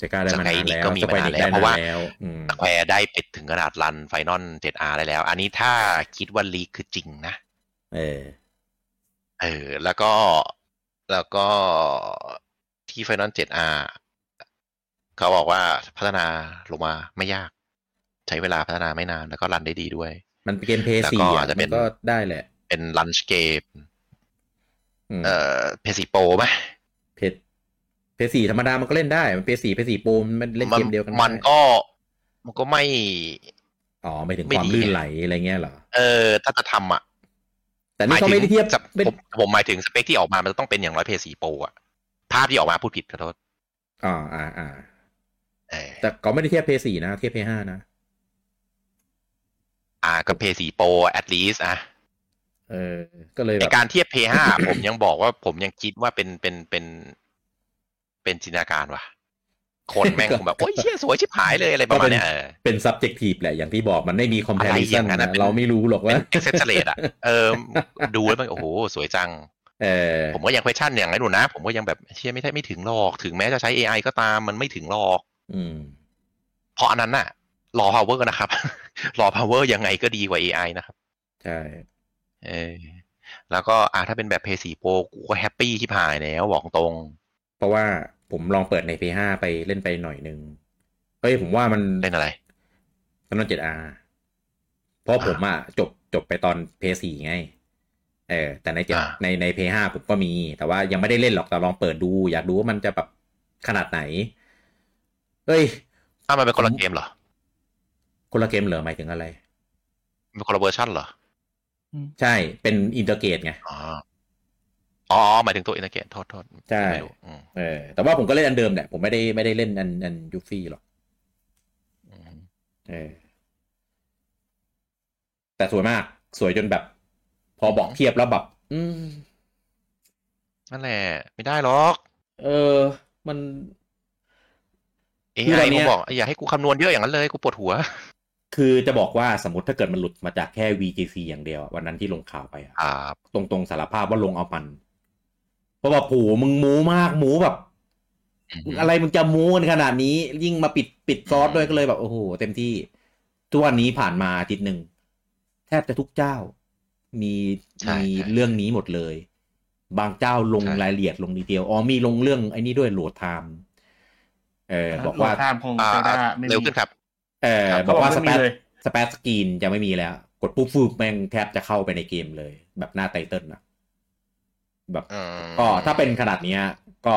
A: จะกล้าได้มานา
C: ส
A: น
C: ไปนิ
A: แล้
C: ก
A: ว
C: ก็มี
A: สไป
C: มานาน
A: นิก
C: แล้
A: ได้
C: วเพ
A: มา
C: ราะว่า
A: นานแล้ว อืม
C: สแควร์ได้ไปถึงขนาดรันไฟนอล 7R ได้แล้ว อันนี้ถ้าคิดว่าลีกคือจริงนะ
A: เออ
C: เออ แล้วก็แล้วก็ที่ไฟนอล 7R เขาบอกว่าพัฒนาลงมาไม่ยาก ใช้เวลาพัฒนาไม่นาน แล้วก็รันได้ดีด้วย
A: มันเป็นเกมเพย์
C: แล้ว
A: สี่
C: ก็
A: อะ
C: อาจจะเป็
A: มัน นก็ได้แหละ
C: เป็นลันช์เกม
A: ม
C: เอ่อเพซิโปไหม
A: เพจเพจสี่ธรรมดามันก็เล่นได้มันเพจสี่เพจสี่โปรมันเล่นเกมเดียวกันได้
C: มันก็มันก็ไม่
A: อ๋อไม่ถึง
C: ไม่
A: ความ
C: ดี
A: ลื่นไหลอะไรเงี้ยเหรอ
C: เออถ้าจะทำอ่ะ
A: แต่นี่ก็
C: ห
A: ไม่
C: ถึง
A: ได้เทียบ
C: จะ
A: ไม่
C: ผมผมหมายถึงสเปคที่ออกมา มันจะต้องเป็นอย่างร้อยเพย์สีโปอ่ะ ภาพที่ออกมาพูดผิดขอโทษ
A: อ่าอ่าอ่า
C: เออ
A: แต่ก็ไม่ได้เทียบเพจสี่นะ เทียบเพจห้านะ
C: อ่ากับเพย์สีโป at least อ่ะ
A: เออ ก็เลย
C: ใน
A: แบบ
C: การเทียบเพย์ห้า (coughs) ผมยังบอกว่าผมยังคิดว่าเป็นเป็นเป็น เป็นจินตนาการว่ะ คนแม่งคง
A: (laughs)
C: แบบ โอ้ยเชี่ยสวยชิบหายเลยอะไรประมาณเนี้ยเออ
A: เป็น subjective แหละ อย่างที่บอกมันไม่มี comparison
C: อะไรอย่างนั้น
A: นะ
C: น่ะเป็น
A: เราไม่รู้หรอกว่า
C: เอ็กเซสเรตอ่ะเออ ดูแล้วมันโอ้โห สวยจัง
A: เออ
C: ผมก็ยัง question อย่างนั้นอยู่นะ ผมก็ยังแบบเชี่ยไม่ใช่ไม่ถึงหรอก ถึงแม้จะใช้ AI ก็ตามมันไม่ถึงหรอก
A: อืม
C: เพราะอันนั้นน่ะรอ power นะครับ (laughs) รอ power ยังไงก็ดีกว่า AI นะครับ
A: ใช่
C: เออ แล้วก็อ่ะถ้าเป็นแบบ p s 4 Pro กูก็แฮปปี้ที่ผ่ายแล้วบอกตรง
A: เพราะว่าผมลองเปิดใน P5 ไปเล่นไปหน่อยนึงเอ้ยผมว่ามัน
C: เล่นอะไร
A: มันต้องเจ็ดอาเพราะผมอ่ะจบจบไปตอนเพย์สี่ไง เออ แต่ในเจ็ด
C: อ่า
A: ในในเพย์ห้าผมก็มี แต่ว่ายังไม่ได้เล่นหรอกแต่ลองเปิดดู อยากดูว่ามันจะแบบขนาดไหน เอ้ย
C: ถ้าวมันเป็นคนละเกมเหรอ
A: คนละเกมเหรอหมายถึงอะไร
C: เป็นคนละเวอร์ชันเหรอ
A: ใช่ เป็นอินเตอร์เกตไง
C: อ๋อ อ๋อ หมายถึงตัวอินเตอร์เกตโทษโทษ
A: ใช่
C: ไม่รู้อืม
A: เออ แต่ว่าผมก็เล่นอันเดิมแหละ ผมไม่ได้ไม่ได้เล่นอันอันยูฟี่หรอก
C: อืม
A: เออ แต่สวยมาก สวยจนแบบ พอบอกเทียบแล้วแบบ อืม
C: นั่นแหละ ไม่ได้หรอก
A: เออ มัน คือตอ
C: AI
A: นเนี้
C: มึง
A: ย
C: บอกอย่าให้กูคำนวณเยอะอย่างนั้นเลยกูปวดหัว
A: คือจะบอกว่าสมมติถ้าเกิดมันหลุดมาจากแค่ VGC อย่างเดียวอะวันนั้นที่ลงข่าวไปอะ
C: อ่า
A: ตรงๆสารภาพว่าลงเอามัน เพราะว่าผูมึงหมูมากหมูแบบ อะไรมึงจะหมูกันขนาดนี้ ยิ่งมาปิดป ปิดซอสด้วยก็เลยแบบโอ้โหเต็มที่ทุกวันนี้ผ่านมาอาทิตย์หนึ่งแทบจะทุกเจ้า มี
C: ใช่
A: มี
C: ใช่
A: เรื่องนี้หมดเลย บางเจ้าลง
C: ใช่
A: รายละเอียดลงดีเทลอ๋อมีลงเรื่องไอ้นี่ด้วยโหลดไทม์เออบอกว่า
B: ตามคง
C: อ่า
B: จะได้
C: อ่า
B: ไม่
C: เร็ว
B: มี
C: ขึ้นครับ
A: เออ
C: ครับ
A: บอกว่า
B: เขา
A: ส
B: บ
A: เป
B: อกว่า
A: ซ
B: ไม่มีเลย
A: สเปซสกรีนจะไม่มีแล้ว กดปุ๊บฟูบแม่งแทบจะเข้าไปในเกมเลย แบบหน้าไตเติลนะแบบ
C: อืม
A: ก็ถ้าเป็นขนาดเนี้ย ก็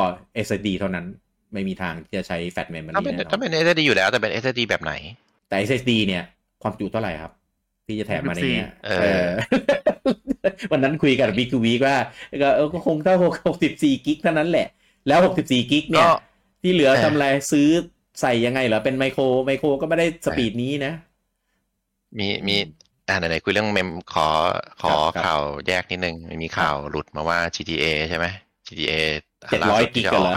A: SSD เท่านั้นไม่มีทางที่จะใช้แฟตเมมโม
C: ถ้า
A: รี่
C: เป็น
A: แน่นอ
C: ถ้าเป็น
A: น
C: SSD อยู่แล้วแต่เป็น SSD แบบไหน
A: แต่ SSD เนี่ย ความจุเท่าไหร่ครับ ที่จะแถมมาในเนี้ย
C: เออ
A: เอ (laughs) อ วันนั้นคุยกับบิ๊กวีว่าก็เออก็คงเท่า64กิกเท่านั้นแหละ แล้ว 64กิกเนี่ย
C: ก็
A: ที่เหลือ
C: เออ
A: ทำอะไรซื้อใส่ยังไงเหรอเป็นไมโครไมโครก็ไม่ได้สปีดนี้นะ
C: มีมีอ่าไหนๆคุยเรื่องเมมขอขอ
A: ครับครับ
C: ข่าวแยกนิดนึง มีข่าวหลุดมาว่า GTA ใช่ไหม GTA
A: 700กิกกันเหรอ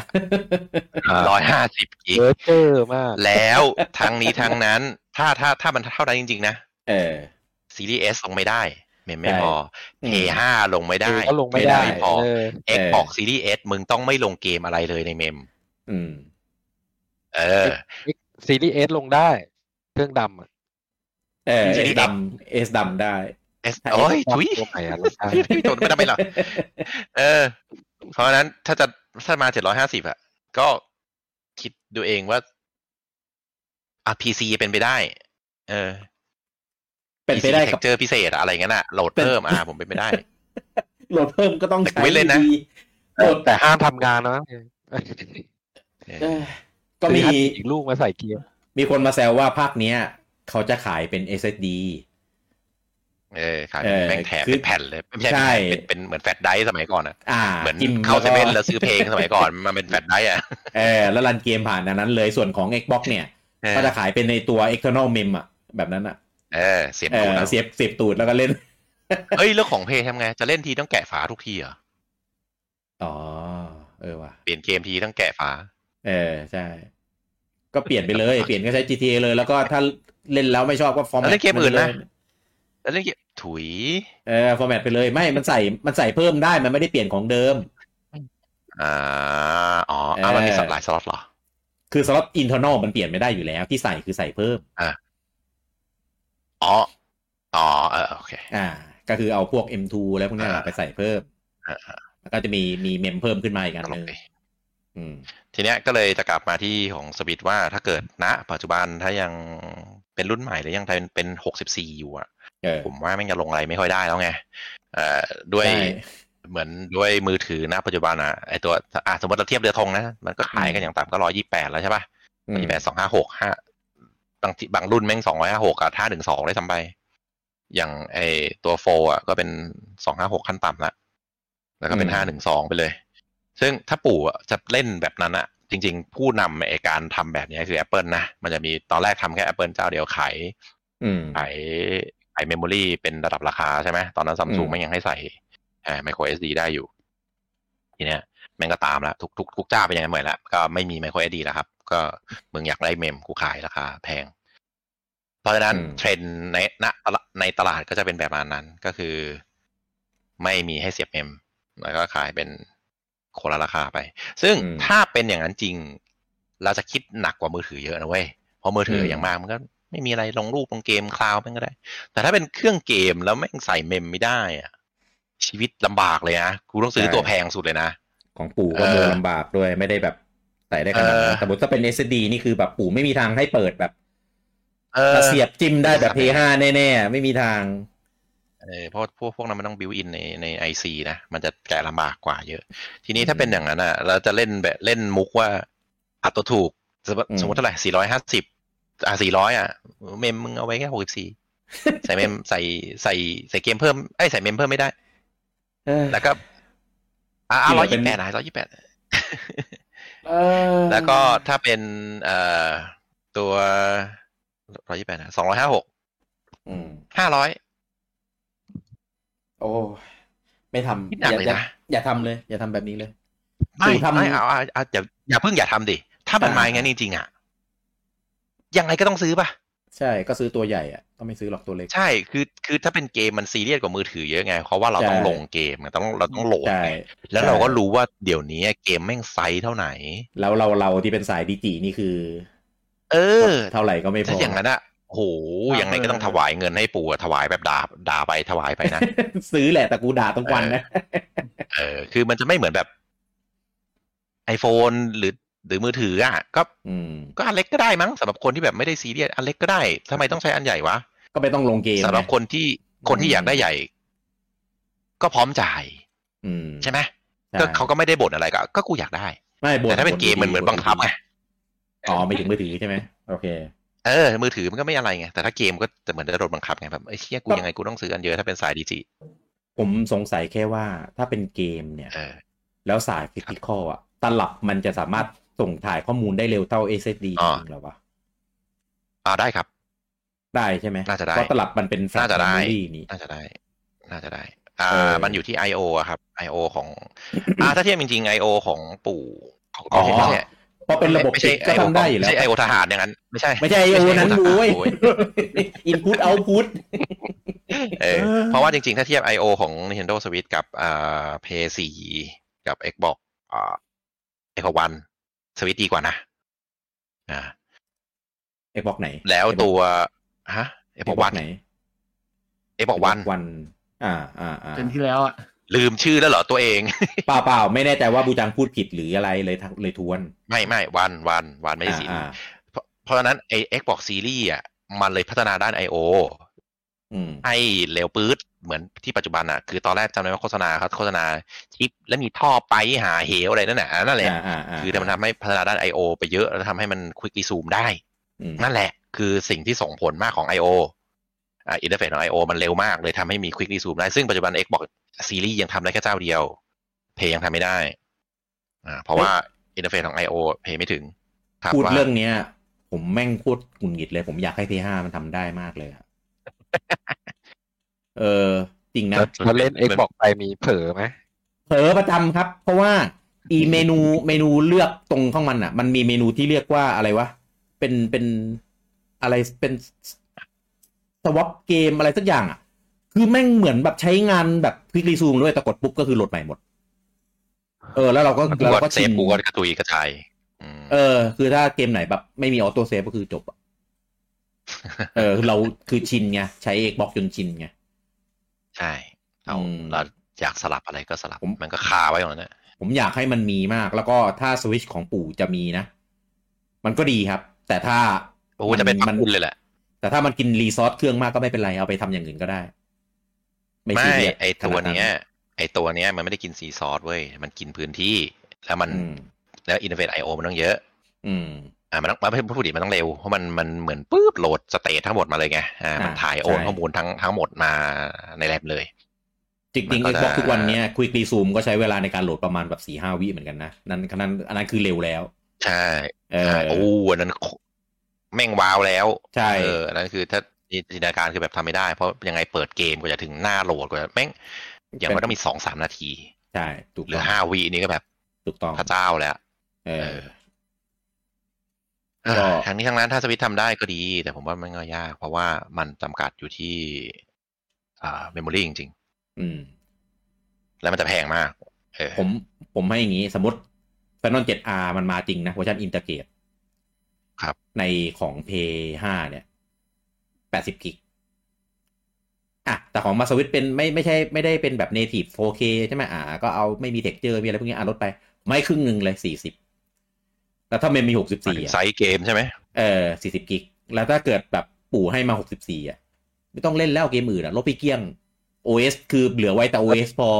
C: ร้อยห้าสิบกิก
D: เวอร์เจอร์มาก
C: แล้วทั้งนี้ทั้งนั้น ถ้าถ้าถ้ามันเท่านั้นจริง ๆ นะ
A: เออ
C: ซีรีส์ S ลงไม่ได้ เมมไม่
A: ใช่
C: พอ
A: อืม
C: P5 ลงไม่ได้
D: ก็ลงไม่ได้
C: ไม่ได้พอ
D: เออ
C: Xbox Series S มึงต้องไม่ลงเกมอะไรเลยในเมม
A: อืม
C: เออ
D: ซีรีส์เอสลงได้ เครื่องดำอะ
A: เออ
C: จริ
A: เองส
C: ๆ
A: ดำเอสดำได้
C: S โอ้ยทุย
D: ตัวใหม่อะลงได้
C: พี่โจทย์ไม่ทำไมหรอ เออ เพราะฉะนั้นถ้าจะถ้ามาเจ็ดร้อยห้าสิบอะก็คิดดูเองว่าอ่ะ PC เป็นไปได้ เออ
A: (laughs) เป็นไปได้กับ
C: เจอพิเศษอะอะไรเงี้ยน่ะโหลด
A: เป็น
C: เพิ่มอ่ะ (laughs) ผมเป็นไปได้
A: โหลดเพิ่มก็ต้องใช้
C: แต่กูไม่เล่นนะ
A: ดีโหลด
D: แต่ห้ามทำงานนะ
C: เออ
A: เออก็มี
D: ซื้อฮัตอีกลูกมาใส่เกียร์
A: มีคนมาแซวว่าภาคเนี้ย เขาจะขายเป็น SSD
C: เออขาย
A: เออ
C: แม่งแถม
A: คือ
C: เป็นแผ่นเลยไม่ใช่
A: ใช่
C: เป็นเป็นเป็นเหมือนแฟลชไดรฟ์สมัยก่อนอะ
A: อ่า
C: เหมือน
A: จิ้
C: เข้าเซ
A: ก็
C: เว่นแล้วซื้อเพลงสมัยก่อนมันเป็นแฟลชไดรฟ์อะ
A: เออแล้วรันเกมผ่านอันนั้นเลยส่วนของ Xbox เนี่ย
C: เออ
A: ก็จะขายเป็นในตัว external mem อะแบบนั้นอะ
C: เออเสียบ
A: เอ
C: ตูด
A: อ
C: เอา
A: เสียบเสียบตูดแล้วก็เล่น (laughs)
C: เอ้ยเรื่องของเพลงทำไงจะเล่นทีต้องแกะฝาทุกทีเหรอ
A: อ๋อ เออว่ะ
C: เปลี่ยนเกมทีต้องแกะฝา
A: เออ ใช่ ก็เปลี่ยนไปเลย เปลี่ยนก็ใช้ GTA เลยแล้วก็ถ้าเล่นแล้วไม่ชอบก็ฟอร์แม
C: แล้ว
A: ต
C: เล่นเกมอื่นนะ แล้วเล่นเกมถุย
A: เออฟอร์แมตไปเลยไม่มันใส่มันใส่เพิ่มได้มันไม่ได้เปลี่ยนของเดิม
C: อ่าอ๋ออ่ะ
A: เออ
C: มันมีสับหลายสล็อตเหรอ
A: คือสล็อตอินเทอร์นอลมันเปลี่ยนไม่ได้อยู่แล้ว ที่ใส่คือใส่เพิ่ม
C: อ๋อ อ๋อ เออ โอเค
A: อ่า ก็คือเอาพวก M2 แล้วพวกเนี้ย
C: อ่า
A: ไปใส่เพิ่ม
C: อ่า
A: แล้วก็จะมีมีเมมเพิ่มขึ้นมาอีกอัน
C: ตล
A: หนึ
C: ก
A: ง
C: ดี
A: อืม
C: ทีเนี้ยก็เลยจะกลับมาที่ของสวิตว่าถ้าเกิดณปัจจุบันถ้ายังเป็นรุ่นใหม่หรือยังเป็นหกสิบสี่อยู่อ่ะ
A: เออ
C: ผมว่าแม่งจะลงอะไรไม่ค่อยได้แล้วไงเอ่อด้วย
A: ใช่
C: เหมือนด้วยมือถือณปัจจุบันอ่ะไอตัวอ่ะสมมติเราเทียบเรือธงนะ มันก็ขายกันอย่างต่ำก็ร้อยยี่แปดแล้วใช่ป่ะ
A: อืม
C: ยี่แปดสองห้าหกห้าบางทีบางรุ่นแม่งสองร้อยห้าหกอะถ้าถึงสองได้ทำไป อย่างไอตัวโฟอ่ะก็เป็นสองห้าหกขั้นต่ำละแล้วก็เป็น
A: อืม
C: ห้าหนึ่งสองไปเลย ซึ่งถ้าปู่อะจะเล่นแบบนั้นอะจริง ๆ ผู้นำไอการทำแบบเนี้ยคือ Apple นะ มันจะมีตอนแรกทำแค่ Apple เจ้าเดียวขาย
A: อืม
C: ขายขายเมมโมรีเป็นระดับราคาใช่ไหม ตอนนั้นซัมซุง
A: อืม
C: ไม่ยังให้ใส่ไมโครเอสดีได้อยู่ ทีเนี้ยแม่งก็ตามละทุกทุกทุกเจ้าเป็นอยังไงเหมือนละก็ไม่มีไมโครเอสดีแล้วครับ ก็มึงอยากได้เมมกูขายราคาแพง เพราะฉะนั้น
A: อืม
C: เทรนด์ในณในตลาดก็จะเป็นแบบนั้นก็คือ ไม่มีให้เสียบเมม แล้วก็ขายเป็นคนละราคาไป ซึ่ง
A: อืม
C: ถ้าเป็นอย่างนั้นจริง เราจะคิดหนักกว่ามือถือเยอะนะเว้ย เพราะมือถืออ
A: ม
C: อย่างมากมันก็ไม่มีอะไรลงรูปลงเกมคลาวด์มันก็ได้ แต่ถ้าเป็นเครื่องเกมแล้วแม่งใส่เมมไม่ได้อะชีวิตลำบากเลยนะกูต้องซื้อตัวแพงสุดเลยนะ
A: ของปู่ก็
C: เออ
A: เดินลำบากด้วยไม่ได้แบบใส่ได้ขนาด
C: เอ
A: นั้
C: อ
A: นสมมติถ้าเป็น SSD นี่คือแบบปู่ไม่มีทางให้เปิดแบบ
C: เออ
A: ถ้าเสียบจิ้มได้แบบ
C: เออ
A: P5 แน่ๆ ไม่มีทาง
C: เออเพราะพวกพวกนั้นมันต้องบิวอินในในไอซีนะ มันจะแกะลำบากกว่าเยอะ ทีนี้
A: อืม
C: ถ้าเป็นอย่างนั้นอ่ะ เราจะเล่นแบบเล่นมุกว่าอัดตัวถูก สมมติ
A: อืม
C: สมมติเท่าไหร่สี่ร้อยห้าสิบอ่ะสี่ร้อยอ่ะ เมมมึงเอาไว้แค่หกสิบสี่ใส่เม (laughs) มใส่ใส่ใส่เกมเพิ่มไอ้ยใส่เมมเพิ่มไม่ได้
A: เออ
C: แล้วก็อ่ะร้อย
A: เปลี่ย
C: ยี่
A: น
C: แป
A: เป็
C: ด
A: น
C: นะร้อยยี่แปด
A: เออ
C: แล้วก็ถ้าเป็นเอ่อตัวร้อยยี่แปดนะสองร้อยห้าหก
A: อืม
C: ห้าร้อย
A: โอ้ไม่ท
C: คิด
A: ำ
C: หนัก
A: อย่า
C: เลย
A: อย่า
C: นะ
A: อย่าทำเลย อย่าทำแบบนี้เลย
C: ไม่
A: ปู่ทำ
C: ไม่เอาเอาเอาอย่าอย่าเพิ่งอย่าทำดิ ถ้ามัน
A: อ่าม
C: มาอย่างนั้นจริงๆอ่ะ ยังไงก็ต้องซื้อป่ะ
A: ใช่ ก็ซื้อตัวใหญ่อะก็ไม่ซื้อหรอกตัวเล็ก
C: ใช่ คือ คือถ้าเป็นเกมมันซีเรียสกว่ามือถือเยอะไง เพราะว่าเราต้อง
A: ใช่
C: ลงเกมเราต้องเราต้องโหลด
A: ใช่
C: ไงแล้ว
A: ใช่
C: เราก็รู้ว่าเดี๋ยวนี้เกมแม่งไซส์เท่าไหน
A: แล้วเราเราที่เป็นสายดิจินี่คือ
C: เออ
A: เท่าไหร่ก็ไม่พ
C: ถ้า
A: อ
C: อย่างนั้นอะโอ้โหยังไงก็ต้องถวายเงินให้ปู่อะถวายแบบด่าด่าไปถวายไปนะ
A: (laughs) (laughs) ซื้อแหละแต่กูด่าทุกวันนะ
C: เออ คือมันจะไม่เหมือนแบบ iPhone หรือหรือมือถืออ่ะ ก็
A: อืม
C: ก็อันเล็กก็ได้มั้งสำหรับคนที่แบบไม่ได้ซีเรียสอันเล็กก็ได้ทำไมต้องใช้อันใหญ่วะ
A: ก็ไม่ต้องลงเกม
C: สำหรับ
A: ไง
C: คนที่คนที่อยากได้ใหญ่ ก็พร้อมจ่าย
A: อืม
C: ใช่ไหม
A: ใช่
C: ก็เขาก็ไม่ได้บ่นอะไรก็ก็กูอยากได้
A: ไม่บ่
C: แต่ถ้าเป็นเกมมันเหมือนบังคับไง
A: อ๋อไม่ถึงมือถือใช่ไหมโอเค
C: เออมือถือมันก็ไม่อะไรไงแต่ถ้าเกมก็จะเหมือนจะโดนบังคับไงแบบไอ้เชี่ยกูยังไงกูต้องซื้ออันเยอะถ้าเป็นสายดิจิ
A: ผมสงสัยแค่ว่าถ้าเป็นเกมเนี่ย
C: เออ
A: แล้วสายฟิสิกอลอะตลับมันจะสามารถส่งถ่ายข้อมูลได้เร็วเท่า SSD จ
C: อ่า
A: ริงๆหรอวะ
C: อ่าได้ครับ
A: ได้ใช่ไหม
C: น่าจะได้
A: เพราะตลับมันเป็น flash
C: น่าจะได้
A: memory นี่
C: น่าจะได้ น่าจะได้ อ่า
A: เออ
C: มันอยู่ที่ I.O. อะครับ I.O. ของ (coughs) อ่า ถ้าเทียบจริงๆ I.O. ของปู่ของ
A: อ๋อ
C: ไม่ใช่
A: เพราะเป็นระบบ
C: ไม่
A: ปิด
C: ใช่
A: ก็
C: I.O.
A: ทำได้อยู่
C: ไม่
A: แล้ว
C: ใช่ I.O. ทหารอย่างนั้น ไม่ใช่
A: ไม่ใช่ IO
C: ม่
A: นั้น
C: IO ทหาร
A: บุ้ย
C: โ
A: input output
C: เออ เพราะว่าจริงๆ ถ้าเทียบ I.O. ของ Nintendo Switch กับอ่า PS4 กับ Xbox อ่า Xbox One Switch ดีกว่านะ อ่า
A: ไอ้บอกไหน
C: แล้วตัวฮะ Xbox One
A: ไไหน
C: Xbox One
A: วันอ่าอ่าอ่า
B: เป็นที่แล้วอ่ะ
C: ลืมชื่อแล้วเหรอตัวเอง (laughs)
A: เปล่าเปล่าไม่แน่ใจว่าบูจังพูดผิดหรืออะไรเลยทักเลยทวน
C: ไม่ไม่วันวันวันไม่ใช่สี
A: อ่า
C: เพราะเพราะฉะนั้นไอ้ Xbox Series อ่ะมันเลยพัฒนาด้าน I.O.
A: ๆอืม
C: ให้เร็วปื๊ดเหมือนที่ปัจจุบันอ่ะ คือตอนแรกจำได้ว่าโฆษณาเขาโฆษณาชิปแล้วมีท่อไปหาเหวอะไรนั่นแหละอันนั่นแหละ
A: อ่าาา
C: คือมันทำให้พัฒนาด้าน I.O. ไปเยอะแล้วทำให้มันควิก l ีซูมได้
A: อืม
C: นั่นแหละ คือสิ่งที่ส่งผลมากของ I.O. อ่าอินเทอร์เฟซของ I.O. มันเร็วมากเลยทำให้มีควิก l ีซูมได้ ซึ่งปัจจุบัน Xbox Series ยังทำได้แค่เจ้าเดียว เพย์ยังทำไม่ได้อ่าเพราะว่าอินเทอร์เฟซของ I.O. เพย์ไม่ถึงคบ
A: พูด
C: ว่า
A: เรื่องเนี้ย ผมแม่งพูดหงุดหงิดเลย ผมอยากให้ p 5มันทำได้มากเลยอะ (laughs) เออ จริงนะ
D: แล้วแล้วเล่นเอ็กบอกไปมีเผลอไหม
A: เผลอประจำครับ เพราะว่า อีเมนูเมนูเลือกตรงของมันอ่ะ มันมีเมนูที่เรียกว่าอะไรวะ เป็นเป็นอะไรเป็นสวอปเกมอะไรสักอย่างอ่ะ คือแม่งเหมือนแบบใช้งานแบบคลิกรีซูมด้วยแต่กดปุ๊บก็คือโหลดใหม่หมด เออ แล้วเราก็
C: มัน
A: เรา
C: กด
A: ก็
C: เซ
A: ชิ
C: ฟ
A: น
C: กูก็กระตุยกระจายอืม
A: เออ คือถ้าเกมไหนแบบไม่มีออโต้เซฟก็คือจบอะเออ เราคือชินไงใช้เอกบอกจนชินไง
C: ใช่เอา
A: อืม
C: เราอยากสลับอะไรก็สลับ
A: ผม
C: มันก็คาไว้อย่างนั้นนะ
A: ผมอยากให้มันมีมาก แล้วก็ถ้าสวิชของปู่จะมีนะ มันก็ดีครับ แต่ถ้า
C: โอ้โหจะเป็นพักคุณเลยแหละ
A: แต่ถ้ามันกินรีซอสเครื่องมากก็ไม่เป็นไร เอาไปทำอย่างอื่นก็ได้
C: ไม่
A: ซีเรียส
C: ไอตัวเนี้ย
A: ขาด
C: ไอตัวเนี้ยมันไม่ได้กินซีซอสเว้ย มันกินพื้นที่ แล้วมัน
A: อืม
C: แล้วอินเวสไอโอมันต้องเยอะ
A: อืม
C: อ่ามันต้องมันไม่พูดดิมันต้องเร็ว เพราะมันมันเหมือนปุ๊บโหลดสเตททั้งหมดมาเลยไงอ่ามัน
A: อ่า
C: ถ่ายโอ
A: ใช่
C: นข้อมูลทั้งทั้งหมดมาในแลบเลย
A: จริงๆ
C: มั
A: ไอ้
C: นก็
A: บล็อก
C: จะ
A: ทุกวันเนี้ยควิกรีซูมก็ใช้เวลาในการโหลดประมาณแบบสี่ห้าวิเหมือนกันนะนั่นนั้นอันนั้นคือเร็วแล้ว
C: ใช่
A: เออ
C: ใช่โอ้อันนั้นโคแม่งว้าวแล้ว
A: ใช่
C: เอออันนั้นคือถ้าจินตนาการคือแบบทำไม่ได้ เพราะยังไงเปิดเกมกว่าจะถึงหน้าโหลดกว่าจะแม่งอย่างว่าต้องมีสองสามนาที
A: ใช่ถูก
C: หรื
A: ต้
C: อ
A: อง
C: ห้าวินี่ก็แบบ
A: ถูกต้อง
C: พระเจ้าแล้ว
A: เออ
C: เออ
A: ก็
C: ทั้งนี้ทั้งนั้นถ้าสวิตทำได้ก็ดี แต่ผมว่ามันก็ยาก เพราะว่ามันจำกัดอยู่ที่อ่าเมมโมรีจริง
A: อืม
C: ๆ แล้วมันจะแพงมากเออ
A: ผมผมให้อย่างนี้สมมติ f i n a l 7R มันมาจริงนะเวอร์ชันอินเตอร์เกต
C: ครับ
A: ในของ p 5เนี่ย 80 กิก อ่ะ แต่ของมาสวิตเป็นไม่ไม่ใช่ไม่ได้เป็นแบบ native 4K ใช่ไหมอ่า ก็เอาไม่มีเท็กเจอร์มีอะไรพวกนี้อ่ะลดไป ไม่ครึ่งหนึ่งเลย 40 แล้วถ้าเมนมี 64อ่ะ
C: ไซส์เกม
A: (laughs)
C: ใช่ไหม
A: เออ40 กิก แล้วถ้าเกิดแบบปู่ให้มา 64 อ่ะ ไม่ต้องเล่นแล้วเกมอื่นอ่ะ ลบไปเกลี้ยง OS คือเหลือไว้แต่ OS พอ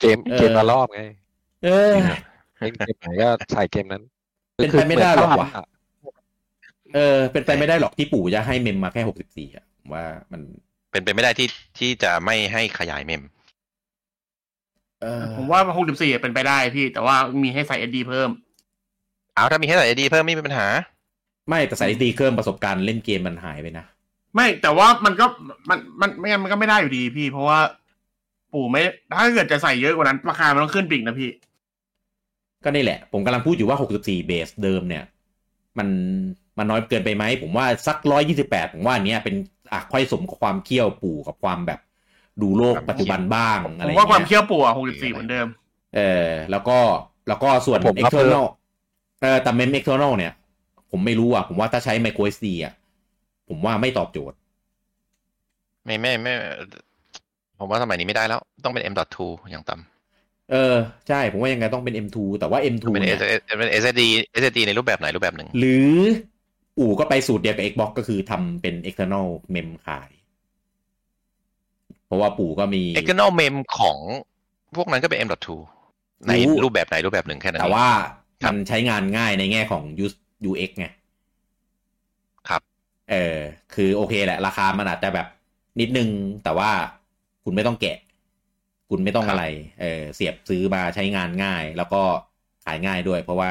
D: เกม
A: เออ
D: เกมละรอบไง
A: เออ
D: เล่นเกมไหนก็ใส่เกมนั้น
A: เป็นไปไม่ได้หรอกว่ะ
D: คืเมืน
A: เออเป็นไปไม่ได้หรอกที่ปู่จะให้เมมมาแค่หกสิบสี่อ่ะผมว่ามัน
C: เป็นไปไม่ได้ที่ที่จะไม่ให้ขยายเมม
A: เออ
B: ผมว่าหกสิบสี่เป็นไปได้พี่ แต่ว่ามีให้ใส่เอดีเพิ่ม
C: เอาถ้ามีให้ใส่ดีเพิ่มไม่มีปัญหา
A: ไม่แต่สายดีเครื่องประสบการณ์เล่นเกมมันหายไปนะ
B: ไม่แต่ว่ามันก็มันมันไม่งั้นมันก็ไม่ได้อยู่ดีพี่ เพราะว่าปู่ไม่ ถ้าเกิดจะใส่เยอะกว่านั้น ราคามันต้องขึ้นปีกนะพี่
A: ก็นี่แหละ ผมกำลังพูดอยู่ว่าหกสิบสี่เบสเดิมเนี่ย มันมันน้อยเกินไปไหม ผมว่าสักร้อยยี่สิบแปดผมว่าอันเนี้ยเป็นอ่ะค่อยสมกับความเคี่ยวปู่กับความแบบดูโลกปัจจุบันบ้าง
B: ผ
A: อะไรอ
B: ม
A: ย่าง
B: ว่าความ
A: เงี้ย
B: เคี่ยวปู่อะหกสิบสี่เหมือนเดิม
A: เออแล้วก็แล้วก็ส่วน
D: ผมว่าเพิ่ม
A: external เออแต่เมม external เนี่ย ผมไม่รู้อ่ะ ผมว่าถ้าใช้ micro SD อ่ะ ผมว่าไม่ตอบโจทย์
C: ไม่ไม่ไม่ผมว่าสมัยนี้ไม่ได้แล้ว ต้องเป็น M.2 อย่างต่ำ
A: เออ ใช่ ผมว่ายังไงต้องเป็น M2 แต่ว่า M2
C: เป็น
A: เนี่ย
C: S เป็น SSD SSD ในรูปแบบไหนรูปแบบหนึ่ง
A: หรืออู่ก็ไปสูตรเดียวกับ Xbox ก็คือทำเป็น external mem ขาย เพราะว่าปู่ก็มี
C: external mem ของพวกนั้นก็เป็น M.2 ใน
A: รู้
C: รูปแบบไหนรูปแบบหนึ่งแค่นั้น
A: แต่
C: เอง
A: ว่า
C: ครั
A: มั
C: บ
A: นใช้งานง่ายในแง่ของ use- UX ไง
C: ครับ
A: เออ คือโอเคแหละ ราคามันอาจจะแบบนิดนึง แต่ว่าคุณไม่ต้องแกะ คุณไม่ต้องอะไร เออเสียบซื้อมาใช้งานง่าย แล้วก็ขายง่ายด้วย เพราะว่า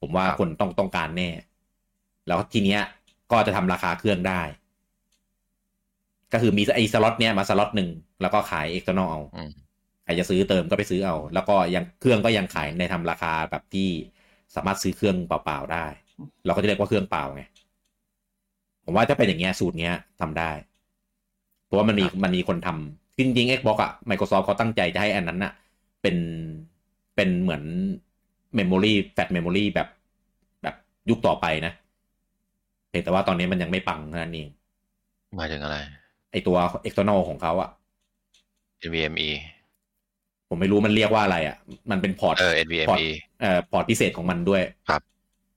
A: ผมว่าคนต้องต้องการแน่ แล้วทีเนี้ยก็จะทำราคาเครื่องได้ ก็คือมีไอ้สล็อตเนี้ยมาสล็อตหนึ่งแล้วก็ขายเอ็กซ์ตอร์นอล
C: อืม
A: ใครจะซื้อเติมก็ไปซื้อเอา แล้วก็ยังเครื่องก็ยังขายในทำราคาแบบที่สามารถซื้อเครื่องเปล่าๆได้ เราก็จะเรียกว่าเครื่องเปล่าไง ผมว่าถ้าเป็นอย่างเงี้ยสูตรเนี้ยทำได้ เพราะว่ามันมีมันมีคนทำจริงๆ Xbox อ่ะ Microsoft เขาตั้งใจจะให้อันนั้นอ่ะ เป็นเป็นเหมือนเมมโมรีแฟตเมมโมรีแบบแบบยุคต่อไปนะเพียงแต่ว่าตอนนี้มันยังไม่ปังเท่านั้นเอง
C: หมายถึงอะไร
A: ไอตัว external ของเขาอะ
C: NVMe
A: ผมไม่รู้มันเรียกว่าอะไรอะมันเป็นพอร์ต
C: เออ
A: พอร์ต
C: NVMe
A: เอ่อพอร์ตพิเศษของมันด้วย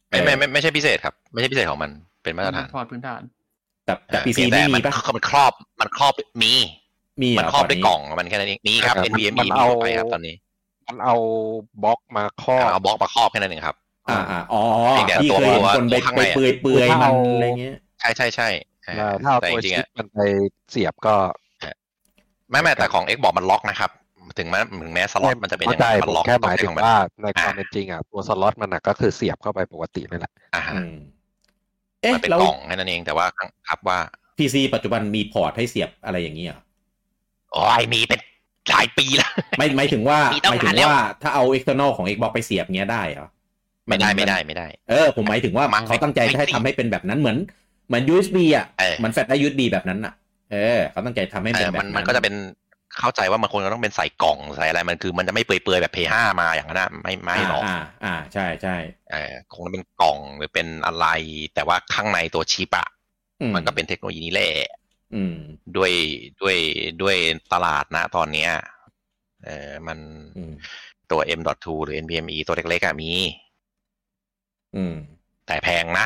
C: ไม่ไม่ไม่ไม่ใช่พิเศษครับ ไม่ใช่พิเศษของมันเป็นมาตรฐาน
B: พอร์ตพื้นฐาน
A: แต่แต่ PC
C: เพียง
A: ไม่มี
C: น
A: ปะ
C: มันครอบมันครอบมี
A: มีเห
C: มั
A: ร
C: น
A: อ
C: ครอบ
A: พ
C: ด้วย
A: นี้
C: กล่องของมันแค่นั้นเองมีครับ
D: ครับ
C: NVMe
D: มั
C: มี
D: นเอา
C: ไปครับตอนนี้
D: มันเอาบล็อกมาครอบ
C: เอาบล็อกมาครอบแค่นั้นเองครับ
A: อ่าอ่าอ๋อ
C: ไอ้เนี่ย
A: ที่
C: ตัว
A: เคยเห็นคนไป
C: ข้างในอะ
A: เปื่อยเปื่อย
D: คือ
A: มั
D: ถ้านเอา
A: อะไรเงี้ย
C: ใช่ใช่ใช่อ่า
D: ถ้าเอา
C: แต่
D: ตั
C: จ
D: ว
C: ริงๆ
D: ชิป
C: อะ
D: มันไปเสียบก็
C: ไม่ไม่แต่ของ Xbox มันล็อกนะครับ ถึงแม้ถึงแม้สล็อตมันจะเป็นอย่าง
D: เข้าใจ
C: นั้นมัน
D: ผม
C: ล็อก
D: แค่หมายถึง
C: ของน
D: ว่าในความ
C: อ่า
D: เป็นจริงอ่ะตัวสล็อตมันน่ะก็คือเสียบเข้าไปปกติเลยแหละ
C: อ่าฮะ
A: อืม เอ๊ะ
C: มันเป็น
A: แล้ว
C: กล่องแค่นั้นเองแต่ว่าครับว่า
A: PC ปัจจุบันมีพอร์ตให้เสียบอะไรอย่างเงี้ยเหรอ
C: โอ้ยมีเป็นหลายปีแล้ว
A: ไม่ไม่ถึงว่า
C: (laughs) มีต้อง
A: ไม่ถึ
C: หาง แล้ว
A: ว่าถ้าเอา external ของ Xbox ไปเสียบเงี้ยได้เหรอ
C: ไม่ได้ไม่ได้ไม่ได้
A: เออผมหมายถึงว่า
C: มั้ง
A: เขาตั้งใจ
C: ไม่
A: จะให้
C: ไม่
A: ทำให้เป็นแบบนั้นเหมือนเหมือน USB อ่ะ
C: เออ
A: เหมือนแฟลชได้ USB แบบนั้นอ่ะ เออเขาตั้งใจทำให้
C: เอ
A: เป็น
C: อ
A: แบบ
C: มัน
A: นั้น
C: มันก็จะเป็นเข้าใจว่ามันควรจะต้องเป็นใส่กล่องใส่อะไรมันคือมันจะไม่เปื่อยๆแบบเพย์ห้ามาอย่างนั้นนะไม่ไม่หรอก
A: อ่าอ่าใช่ใช่
C: เออคงจะเป็นกล่องหรือเป็นอะไร แต่ว่าข้างในตัวชิปอะ
A: อื
C: มันก็เป็นเทคโนโลยีนี้แหละ
A: อืม
C: ด้วยด้วยด้วยตลาดนะตอนเนี้ยเออมัน
A: อืม
C: ตัว M.2 หรือ NVMe ตัวเล็กๆอะมี
A: อืม
C: แต่แพงนะ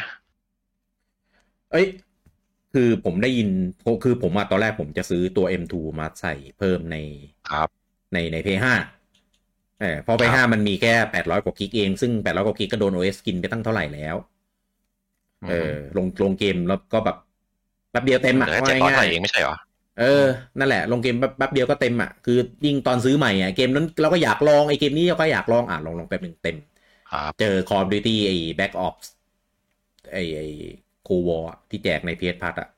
A: เอ้ย คือผมได้ยิน คือผมมาตอนแรกผมจะซื้อตัว M2 มาใส่เพิ่มใน
C: ครับ
A: ในใน P5 เออเพราะ P5 มันมีแค่800กว่ากิกเอง ซึ่ง800กว่ากิกก็โดน OS กินไปตั้งเท่าไหร่แล้ว เออ ลงลงเกมแล้วก็แบบแป๊บเดียวเต็มอ่ะ
C: เหลือ
A: ว่า
C: เจ็ดร้อย
A: ง่าย
C: เองไม่ใช่เหรอ
A: ๆเออ นั่นแหละ ลงเกมแป๊บแป๊บเดียวก็เต็มอ่ะ คือยิ่งตอนซื้อใหม่อ่ะ เกมนั้นเราก็อยากลอง ไอเกมนี้เราก็อยากลองอ่ะลองลองแป๊บหนึ่งเต็ม
C: ครับ
A: เจอ Call of Duty ไอ้ Black Ops ไอ้ไอ้ Cold War อะที่แจกใน PS Plus อะ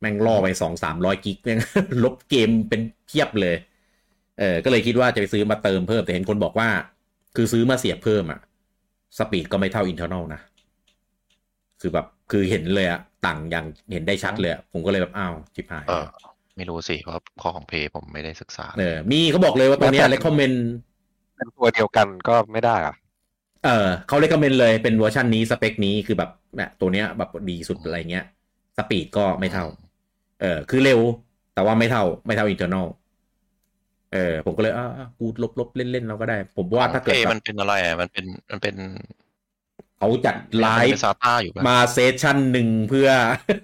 A: แม่งล่อไปสองสามร้อยกิกแม่ง (laughs) ลบเกมเป็นเพียบเลย เออก็เลยคิดว่าจะไปซื้อมาเติมเพิ่ม แต่เห็นคนบอกว่า คือซื้อมาเสียบเพิ่มอะสปีดก็ไม่เท่า Internal นะ คือแบบคือเห็นเลยอะต่างอย่างเห็นได้ชัดเลยอะผมก็เลยแบบอ้าวชิบหาย
C: เออ ไม่รู้สิ เพราะข้อของเพย์ผมไม่ได้ศึกษา
A: เออมีเขาบอกเลยว่าตอนเนี้ย recommend
D: เป็นตัวเดียวกันก็ไม่ได้อ่ะ
A: เออเขาเล c o m เมนเลยเป็นเวอร์ชันนี้สเปคนี้คือแบบเนี่ยตัวเนี้ยแบบดีสุดอะไรเงี้ยสปีดก็ไม่เท่า เออคือเร็ว แต่ว่าไม่เท่าไม่เท่าอินเทอร์นอลเออผมก็เลยอ่าอ่ากูลบลบเล่นเล่นๆเราก็ได้ ผมว่าถ้าเกิด
C: เพย์
A: แบ
C: มัน
A: บ
C: เป็นอะไรอะมันเป็นมันเป็น
A: เขาจัดไล
C: มัน
A: ฟ์
C: เป็นซาต้าอยู่ปะ
A: มาเซสชั่นหนึ่งเพื่อ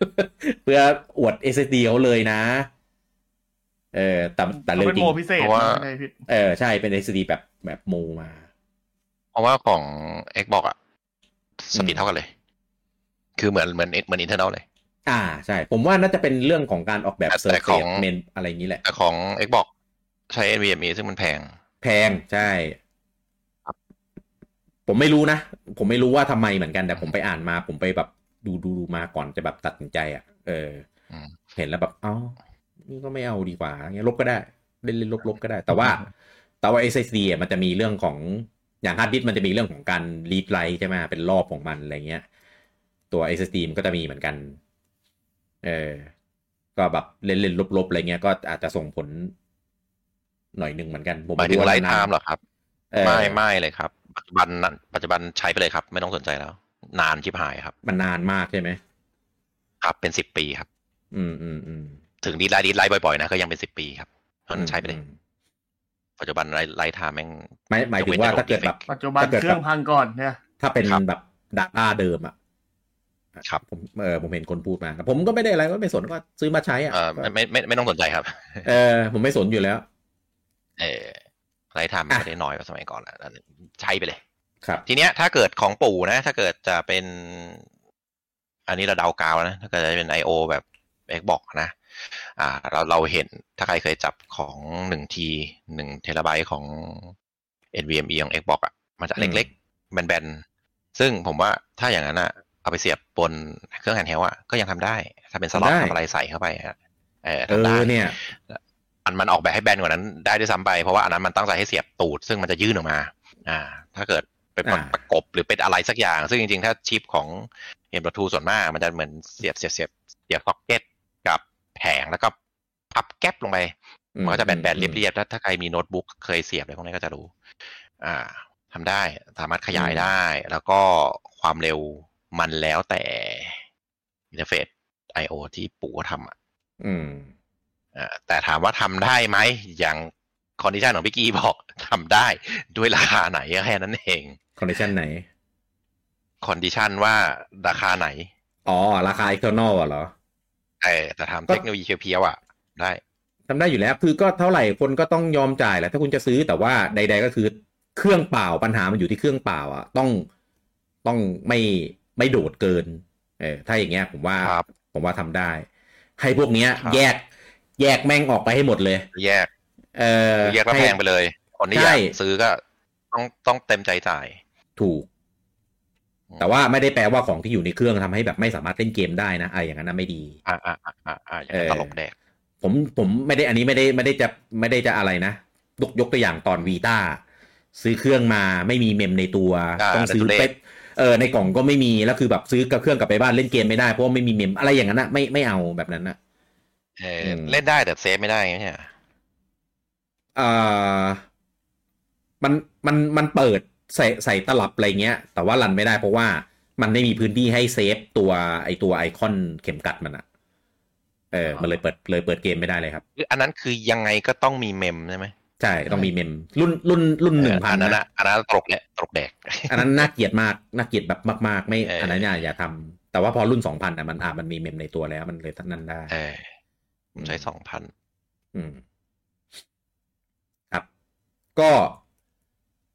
A: (laughs) เพื่ออวด SSD เขาเลยนะ เออแต่แต่เร็ว
B: เป็น
A: จริ
B: โม
A: ง
B: พิเศษไม่ได้พี่
A: เออใช่เป็น SSD แบบแบบโมมา
C: เพราะว่าของ Xbox อะสปีดเท่ากันเลย คือเหมือนเหมือนเหมือนอินเทอร์เน็ตเลย
A: อ่าใช่ ผมว่าน่าจะเป็นเรื่องของการออกแบบ
C: แต่
A: เซอร์
C: แต่
A: เฟ
C: ของ
A: ซเมนอะไรอย่างนี้แหละ
C: แต่ของ Xbox ใช้ NVMe ซึ่งมันแพง
A: แพงใช่ ผมไม่รู้นะ ผมไม่รู้ว่าทำไมเหมือนกันแต่ผมไปอ่านมา ผมไปแบบดูดูดูมาก่อนจะแบบตัดสินใจอะ่ะเอออ
C: ม
A: เห็นแล้วแบบเอ้านี่ก็ไม่เอาดีกว่าเงี้ยลบก็ได้ เล่นเล่นลบลบก็ได้ แต่ว่าแต่ว่า SSD อ่ะมันจะมีเรื่องของอย่างฮาร์ดดิสก์มันจะมีเรื่องของการรีดไลท์ใช่ไหมเป็นรอบของมันอะไรเงี้ย ตัว SSD มันก็จะมีเหมือนกัน เออ ก็แบบเล่นเล่นลบลบอะไรเงี้ยก็อาจจะส่งผลหน่อยหนึ่งเหมือนกัน ผม
C: หมายถึง
A: ว่
C: ไล
A: นน
C: ท์ไทม์เหรอครับ
A: เออ
C: ไม่ไม่เลยครับ ปัจจุบันนั้นปัจจุบันใช้ไปเลยครับ ไม่ต้องสนใจแล้ว นานชิบหายครับ
A: มันนานมากใช่ไหม
C: ครับเป็นสิบปีครับ
A: อืมอืมอืม
C: ถึงดีไลน์ดีไลน์บ่อยๆนะก็ยังเป็นสิบปีครับมันใช้ไปเลย
A: อืม
C: ปัจจุบันไลน์ไลน์ไทม์แม่ง
A: หมายหมายถึงว่าถ้าเกิดแบบ
B: ปัจจุบัน
A: ถ้าเกิด
B: เครื่องพังก่อนเนี่ย
A: ถ้าเป็น
C: ครับ
A: แบบดักด้าเดิมอะ
C: ครับ
A: ผมเออผมเห็นคนพูดมา ผมก็ไม่ได้อะไรก็ไม่สนก็ซื้อมาใช้อะ
C: เออไม่ไมไม่ไม่ต้องสนใจครับ (laughs)
A: เออผมไม่สนอยู่แล้ว
C: เออไลน์ไทม์มันไม่ได้น้อยกว่าสมัยก่อนแล้วใช้ไปเลย
A: ครับ
C: ทีเนี้ยถ้าเกิดของปู่นะ ถ้าเกิดจะเป็น อันนี้เราเดากาวนะ ถ้าเกิดจะเป็น I.O. แบบ Xbox นะ อ่า เราเราเห็นถ้าใครเคยจับของหนึ่งทีหนึ่งเทราไบต์ของ NVMe ของ Xbox อ่ะ มันจะ
A: อืม
C: เล็กๆ แบนๆ ซึ่งผมว่าถ้าอย่างนั้นอ่ะ เอาไปเสียบบนเครื่องแฮนด์เฮลอ่ะ ก็ยังทำได้ ถ้าเป็นสล็อตทำอะไรใส่เข้าไปอะเออ
A: เอ
C: ทำได้
A: อเนี่ย
C: มันมันออกแบบให้แบนกว่านั้นได้ด้วยซ้ำไป เพราะว่าอันนั้นมันตั้งใจให้เสียบตูด ซึ่งมันจะยื่นออกมา อ่า ถ้าเกิดเป็น
A: อ่า
C: ประกบหรือเป็นอะไรสักอย่าง ซึ่งจริงๆ ถ้าชิปของเอ็มประทูส่วนมากมันจะเหมือนเสียบเสียบเสียบเสียบซ็อกเก็ตกับแผงแล้วก็พับแก๊ปลงไป มันก็จะแบนๆเรียบๆถ้าถ้าใครมีโน้ตบุ๊กเคยเสียบอะไรพวกนี้ก็จะรู้ อ่าทำได้สามารถขยายได้ แล้วก็ความเร็วมันแล้วแต่อินเทอร์เฟซ I/O ที่ปู่เขาทำอะ
A: อืม
C: เอ่อแต่ถามว่าทำได้ไหมอย่างคอนดิชันของพี่กีบอกทำได้ด้วยราคาไหนก็แค่นั้นเอง
A: คอนดิชันไหน
C: คอนดิชันว่าราคาไหน
A: อ๋อ ราคา external อะเหรอ
C: เออแต่ทำเทคโนโลยีเพียวๆอ่ะได้
A: ทำได้อยู่แล้วคือก็เท่าไหร่คนก็ต้องยอมจ่ายแหละถ้าคุณจะซื้อแต่ว่าใด ๆ ก็คือเครื่องเปล่าปัญหามันอยู่ที่เครื่องเปล่าอ่ะต้องต้องไม่ไม่โดดเกินเออถ้าอย่างเงี้ยผมว่า
C: ครับ
A: ผมว่าทำได้ ให้พวกเนี้ย
C: ครับ
A: แยกแยกแม่งออกไปให้หมดเลย
C: แยก
A: เออ
C: แยกแล้ว
A: ให้
C: แพงไปเลย คนที่อ
A: ใช่
C: ยากซื้อก็ต้องต้องเต็มใจจ่าย
A: ถูก
C: อืม
A: แต่ว่าไม่ได้แปลว่าของที่อยู่ในเครื่องทำให้แบบไม่สามารถเล่นเกมได้นะไอะอย่างนั้นนะไม่ดี
C: อ่าอ่าอ่าอ่าอ่าอย่างนั้น
A: เออ
C: ตลกแดก
A: ผมผมไม่ได้อันนี้ไม่ได้ไม่ได้จะไม่ได้จะอะไรนะยกยกตัวอย่างตอนวีต้าซื้อเครื่องมาไม่มีเมมในตัว
C: า
A: ต้องซื้อ
C: แต่ตัวเลข
A: เป็ดเออในกล่องก็ไม่มีแล้วคือแบบซื้อกับเครื่องกลับไปบ้านเล่นเกมไม่ได้เพราะว่าไม่มีเมมอะไรอย่างนั้นนะไม่ไม่เอาแบบนั้นนะ
C: เอออ
A: ม
C: เล่นได้แต่เซฟไม่ได้ไงเนี่ย
A: เอ่อมันมันมันเปิดใส่ใส่ตลับอะไรเงี้ย แต่ว่ารันไม่ได้เพราะว่ามันไม่มีพื้นที่ให้เซฟตัวไอตัวไอคอนเข็มกัดมันอะเออมันเลยเปิดเลยเปิดเกมไม่ได้เลยครับ
C: คืออันนั้นคือยังไงก็ต้องมีเมมใช่ไหม
A: ใช่ต้องมีเมมรุ่นรุ่นรุ่นหนึ่งพั
C: อั
A: น
C: นนั้น
A: นะ
C: อะอันนั้นตลกแหละตลกแดก
A: อันนั้นน่าเกลียดมาก น่าเกลียดแบบมาก ๆ ไม่
C: เอออั
A: อันนั้นอย่าอย่าทำแต่ว่าพอรุ่นสองพันอ่ะมันอ่ะมันมีเมมในตัวแล้วมันเลยท่านั้นได้
C: เออผมใช้สองพัน
A: อืม ครับ ก็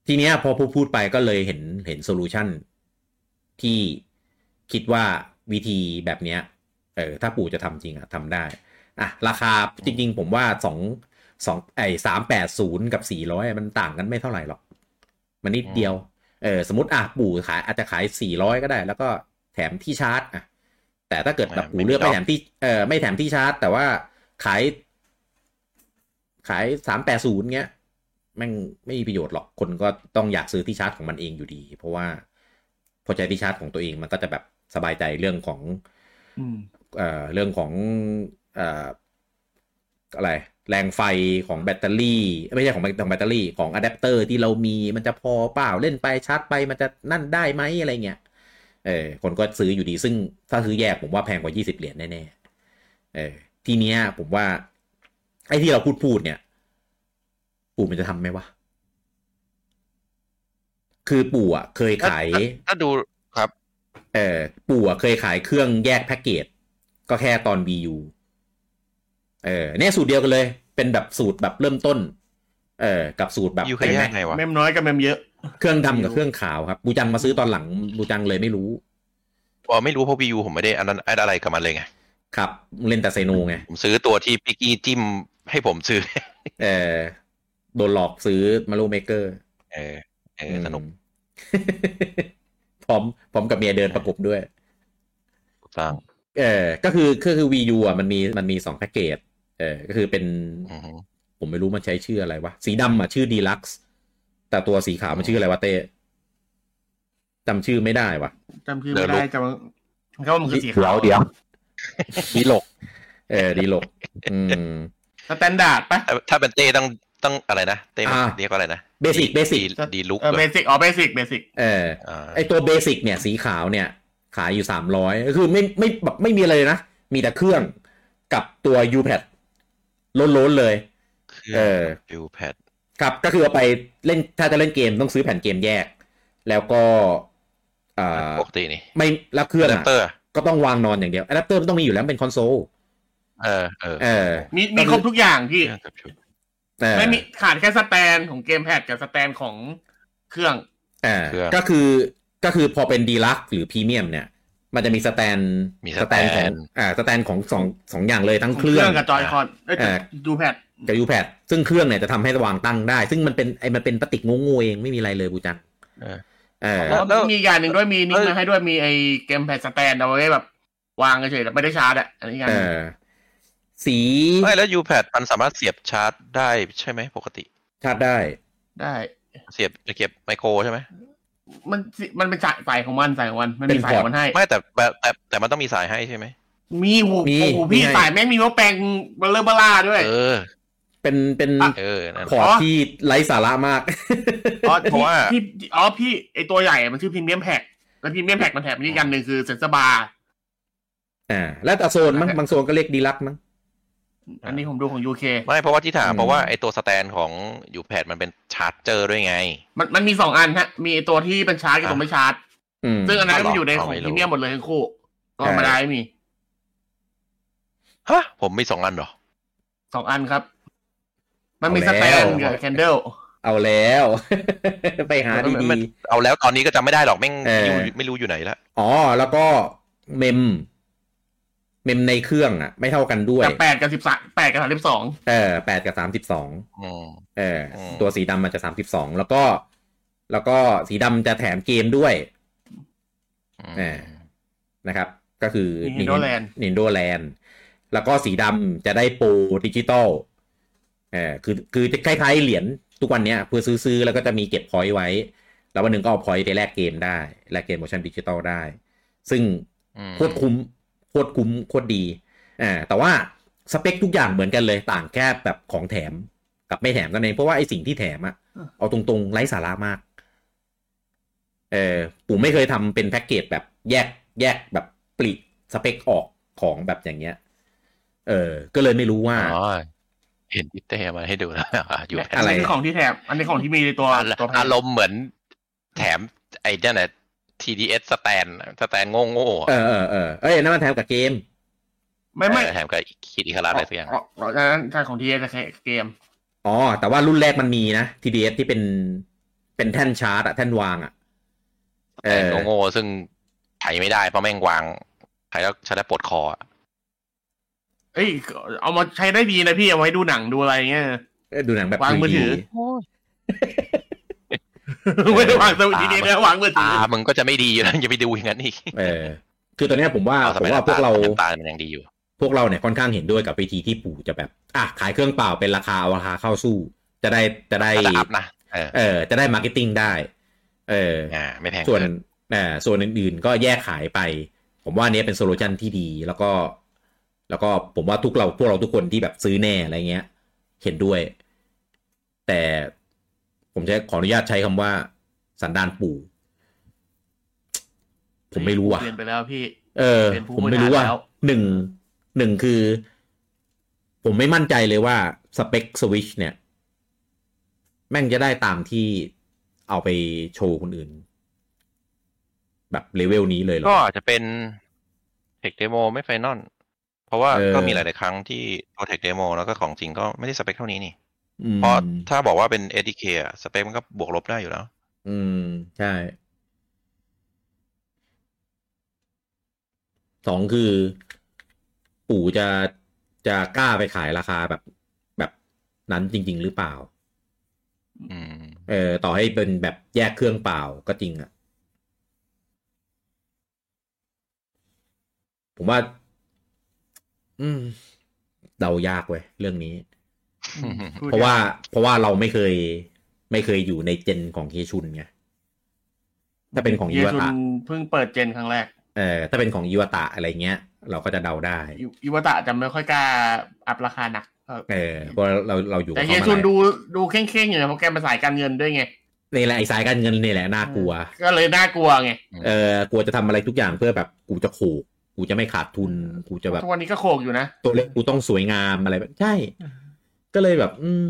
A: ทีเนี้ยพอพูดพูดไปก็เลยเห็นเห็นโซลูชันที่คิดว่าวิธีแบบเนี้ย เออถ้าปู่จะทำจริงอะทำได้ อ่ะ ราคาจริง ๆ ผมว่าสองสองไอ้สามแปดศูนย์กับสี่ร้อยมันต่างกันไม่เท่าไหร่หรอก มันนิดเดียว เออสมมติอ่ะปู่ขายอาจจะขายสี่ร้อยก็ได้ แล้วก็แถมที่ชาร์จอ่ะแต่ถ้าเกิดแบบ
C: อ่า
A: ปู่
C: ไม่
A: เลือก
C: มีด
A: ไม่
C: อก
A: แถมที่เออไม่แถมที่ชาร์จ แต่ว่าขาย ขายสามแปดศูนย์เงี้ยแม่งไม่มีประโยชน์หรอกคนก็ต้องอยากซื้อที่ชาร์จของมันเองอยู่ดี เพราะว่าพอใจที่ชาร์จของตัวเองมันก็จะแบบสบายใจเรื่องของ
B: อืม
A: เอ่อเรื่องของเอ่ออะไรแรงไฟของแบตเตอรี่ ไม่ใช่ของแบตของแบตเตอรี่ของอะแดปเตอร์ที่เรามีมันจะพอเปล่าเล่นไปชาร์จไปมันจะนั่นได้ไหมอะไรเงี้ยเออคนก็ซื้ออยู่ดีซึ่งถ้าซื้อแยกผมว่าแพงกว่า 20 เหรียญแน่ๆเออทีเนี้ยผมว่า ไอ้ที่เราพูดพูดเนี่ยปู่มันจะทำไหมวะ คือปู่อ่ะเคยขาย
C: ถ้ถ้าดูครับ
A: เออปู่อะเคยขายเครื่องแยกแพ็กเกจ ก็แค่ตอน Wii U เออเนี่ยสูตรเดียวกันเลย เป็นแบบสูตรแบบเริ่มต้น เออกับสูตรแบบ
C: ยูเค
A: ไอ้
C: ย
A: แม็
C: ได้
A: ก
C: ไงวะ
B: เมมน้อยกับเมมเยอะ
A: เครื่องดำกับเครื่องขาวครับบูจังมาซื้อตอนหลังบูจังเลยไม่รู้
C: อ๋อไม่รู้เพราะวีูผมไม่ได้อันนั้นอะไรกับมันเลยไง
A: ครับเล่นแต่ไซโนไง
C: ผมซื้อตัวที่พี่กี้จิ้มให้ผมซื้อ (laughs)
A: เออโดนหลอกซื้อมารูเมเกอร์
C: เออเออสนุก
A: (laughs) พร้อมพร้อมกับเมียเดินประกบด้วย
C: สร้าง
A: เออก็คือก็คือ Wii U อ่ะมันมีมันมีสองแพ็กเกจเออก็คือเป็น
C: อือฮึ
A: ผมไม่รู้มันใช้ชื่ออะไรวะ สีดำอ่ะชื่อดีลักซ์แต่ตัวสีขาวมันชื่ออะไรวะเต้จำชื่อไม่ได้วะ
B: จำชื่อไม่ได้จำเขามันคือสี
D: เดี๋ย
B: ขาวว
D: เดี๋ยวมีหลก
A: เออดีลกอืม
B: สแตนดาร์ดปะ
C: ถ้าถ้าเป็นเต้ต้อง ต้องอะไรนะเต้
A: อ่า
C: เรียกว่าอะไรนะ
A: Basic Basic
C: ดีลุก
B: เออเบสิกอ๋อเบสิกเบสิก
A: เออ ไอตัวเบสิกเนี่ยสีขาวเนี่ยขายอยู่สามร้อยคือไม่ไม่แบบไม่มีอะไรเลยนะ มีแต่เครื่องกับตัว u p a d ล้นๆเลย เออ
C: ฟิวแพด
A: ครับก็คือเอาไปเล่นถ้าจะเล่นเกมต้องซื้อแผ่นเกมแยก แล้วก็เอ่อ
C: ปกตินี่
A: ไม่แล้วเครื่อง
C: แรป
A: อะ
C: เตอร์
A: ก็ต้องวางนอนอย่างเดียวอะแดปเตอร์มันต้องมีอยู่แล้วมันเป็นคอนโซล
C: เออเออ
A: เออ
B: มีมีครบทุกอย่างพี่
C: เครื่องกับชุด
A: เออ
B: ไม่มีขาดแค่สแตนของเกมแพดกับสแตนของเครื่อง
A: เออก็คือก็คือพอเป็นดีลักหรือพรีเมียมเนี่ย มันจะมีสแตนของอ่าสแตนของสองสองอย่างเลยทั้งเครื่อง
B: กับจอยคอนเอ้ย
A: เออ
B: ดูแพด
A: กับ u p a d ซึ่งเครื่องเนี่ยจะทำให้วางตั้งได้ ซึ่งมันเป็นไอ้มันเป็นปฏิกงูงูๆเองไม่มีอะไรเลยบูจัง
C: เออ
A: เออ
C: แล้วแล้ว
B: มีอย่างหนึ่งด้วยมีนิ่งมาให้ด้วยมีไอ้เกมแพดสแตนเอาไว้แบบ วางเฉยๆแต่ไม่ได้ชาร์จอะอันนี้อย่าง
A: เอ
B: หนึ่ง
A: อสี
C: ไม่แล้ว u p a d มันสามารถเสียบชาร์จได้ใช่ไหมปกติ
A: ชาร์จได้
B: ได้
C: เสียบเก็บไมโครใช่ไหม
B: มันสิมันเป็นสายสายของมันสายของมันมัน
A: เป็น
B: มีสายของมันให้
C: ไม่แต่แต่แต่แต่มันต้องมีสายให้ใช่ไหม
B: มีโอ้
A: มี
B: โห
A: มี
B: พี่
A: ให้
B: สายแม่งมีว่าแปลงเบลเลอร์เบล่าด้วย
C: เออ
A: เป็นเป็น
C: เออนั่น
A: พอร์ตที่ไร้สาระมาก (laughs)
B: อ๋อ
C: เพราะว่า
B: ที่ที่อ๋อพี่ไอตัวใหญ่อะมันชื่อพรีเมียมแพ็กแล้วพรีเมียมแพ็กมันแถมนี่กันหนึ่งคือเซนเซอร์บาร์
A: อ่าแล้วแต่โซนมั้งบางโซนก็เรียกดีลักมั้ง
B: อันนี้ผมดูของ UK
C: ไม่เพราะว่าที่ถาม
A: อืม
C: เพราะว่าไอตัวสแตนของ u p a d มันเป็นชาร์จเจอร์ด้วยไง
B: มันมันมีสองอันฮะ มีไอ้ตัวที่เป็นชาร์จกับ
C: อ่ะ
B: ตัวไม่ชาร์จ
A: อืม
B: ซึ่งอันนั้น
C: เอาเหรอ
B: มันอยู่ใน
C: เอา
B: ของ
C: ไม่
B: พ
C: รู้
B: รีเมียมหมดเลยทั้งคู่ก็
A: ใช่
B: ธรรมดาไม่มี
C: ฮะ ผมมีสองอันเหรอ
B: สองอันครับ มันมีส
A: เอาแล้ว
B: แตนกับแคนเดิล
A: เอาแล้ว (laughs) ไปหาดี
C: มั
A: ดี
C: น เอาแล้วตอนนี้ก็จำไม่ได้หรอกแม่ง
A: เออ
C: ไม่รู้ไม่รู้อยู่ไหนละ
A: อ๋อ แล้วก็เมม เมมในเครื่องอ่ะ ไม่เท่ากันด้วย
B: กับแปดกับสิบสามแปดกับสามสิบสอง
A: เออแปดกับสามสิบสอง
C: อืม
A: เอออ
C: ม
A: ตัวสีดำมันจะสามสิบสองแล้วก็ แล้วก็สีดำจะแถมเกมด้วย
C: อืม
A: เออ นะครับ ก็คือ
B: นินโดแลนด์
A: Nintendo Land แล้วก็สีดำจะได้โปรดิจิตอลเออคือคือจะคล้ายๆเหรียญทุกวันเนี้ยเพื่อซื้อซื้อแล้วก็จะมีเก็บพอยต์ไว้ แล้ววันหนึ่งก็เอาพอยต์ไปแลกเกมได้ แลกเกมโมชั่นดิจิตอลได้ ซึ่ง
C: อืม
A: โคตรคุ้มโคตรคุ้มโคตรดีอ่าแต่ว่าสเปคทุกอย่างเหมือนกันเลยต่างแค่แบบของแถมกับไม่แถมนั่นเองเพราะว่าไอสิ่งที่แถมอะ
B: อ่ะ
A: เอาตรงๆไร้สาระมากเออปู่ไม่เคยทำเป็นแพ็กเกจแบบแยกแยกแบบปลีกสเปคออกของแบบอย่างเงี้ย เออ ก็เลยไม่รู้ว่า
C: อ๋อเห็นที่เต้มาให้ดูแล้ว (laughs) อยู่
B: อั
A: ะ
B: น
A: ไร
B: นี้คือของที่แถม อันนี้ของที่มีในตัว
C: อาร
B: ตัวแพ็
C: อา
B: ค
C: รมณ์เหมือนแถมไอ้เนี่ยนะ TDS สแตนสแตนโง่โง่ๆอะ
A: เออเออเออเอ้ยนั่นมันแถมกับเกม
B: ไม่ไม่
C: เออแถมกับคิดอีคาราอะไรสักอย่าง
B: อ๋ออ๋ออันนั้นใช่ของที่จะเกม
A: อ๋อ แต่ว่ารุ่นแรกมันมีนะ TDS ที่เป็นเป็นแท่นชาร์จอะแท่นวางอะเอ
C: แต่
A: อ
C: โง่ๆซึ่งใช้ไม่ได้เพราะแม่งวางใช้แล้วใช้แล้วปวดคออะ
B: เอ้ยเอามาใช้ได้ดีนะพี่เอาไว้ดูหนังดูอะไรเงี้ย
A: เอ้ยดูหนังแบบ
B: วาง
A: 3D
B: มือถือ ไม่ได้วางสวิตช์ดีๆนะวางมือถื
C: ตา
B: อ
C: มึงก็จะไม่ดีอยู่แล้วจะไป (laughs) ดูอย่างนั้นอีก
A: เออ คือตอนเนี้ยผมว่า
C: เอา
A: ผมว่าพวกเรา
C: สมัยตามันยังดีอยู่
A: พวกเราเนี่ยค่อนข้างเห็นด้วยกับวิธีที่ปู่จะแบบ อ่ะ ขายเครื่องเปล่าเป็นราคาเอาราคาเข้าสู้ จะได้จะได้
C: ถ้าจะอัพนะเออ
A: เออ จะได้มาร์เก็ตติ้งได้ เออ
C: อ่าไม่แพง
A: ส่วน
C: เกิน
A: เอ่อส่วนอื่นๆก็แยกขายไป ผมว่าอันเนี้ยเป็นโซลูชันที่ดี แล้วก็ แล้วก็ผมว่าทุกเราพวกเราทุกคนที่แบบซื้อแน่อะไรเงี้ย เห็นด้วย แต่ผมจะขออนุญาตใช้คำว่า สันดานปู่ ผมไม่รู้ว่ะ
B: เรียนไปแล้วพี่
A: เออ
B: เป็นผู้
A: ผมไม่รู้ว่า
B: บริหารแล้ว
A: หนึ่งหนึ่งคือ ผมไม่มั่นใจเลยว่าสเปคสวิชเนี่ย แม่งจะได้ตามที่เอาไปโชว์คนอื่น แบบเลเวลนี้เลยเหร
C: ก็
A: อ
C: อาจจะเป็นเทคเดโมไม่ไฟนอลเพราะว่า
A: เออ
C: ก็มีหลาย ๆ ครั้งที่ตัวเทคเดโมแล้วก็ของจริงก็ไม่ได้สเปคเท่านี้นี่
A: อืม
C: เพราะถ้าบอกว่าเป็น ADK อะสเปคมันก็บวกลบได้อยู่แล้ว
A: อืม ใช่ สองคือ ปู่จะจะกล้าไปขายราคาแบบแบบนั้นจริง ๆ หรือเปล่า
C: อืม
A: เออต่อให้เป็นแบบแยกเครื่องเปล่าก็จริงอะผมว่า อืม เดายากเว้ยเรื่องนี้
C: อืม
A: เพราะว่า เพราะว่าเราไม่เคย ไม่เคยอยู่ในเจนของเฮชุนไงถ้าเป็นของ
B: เย
A: อิว
B: ชุน
A: ตะ
B: เพิ่งเปิดเจนครั้งแรก
A: เออถ้าเป็นของอิวตะอะไรเงี้ย เราก็จะเดาได้
B: อิอิวตะจะไม่ค่อยกล้าอัพราคาหนัก ครับ
A: เออเพราะเราเราอยู่กั
B: แต่
A: บ
B: เฮีย
A: เขา
B: ชุ
A: มาน นาน
B: ดูดูเข่งๆอยู่นะเพราะแกเป็นสายการเงินด้วยไง
A: นี่แหละไอ้สายการเงินนี่แหละน่ากลัว
B: ก็เลยน่ากลัวไง
A: เออกลัวจะทำอะไรทุกอย่างเพื่อแบบกูจะโขกกูจะไม่ขาดทุน กูจะแบบ
B: ทุกวันนี้ก็โขกอยู่นะ
A: ตัวเล็กกูต้องสวยงามอะไรแบบใช่ ก็เลยแบบ อืม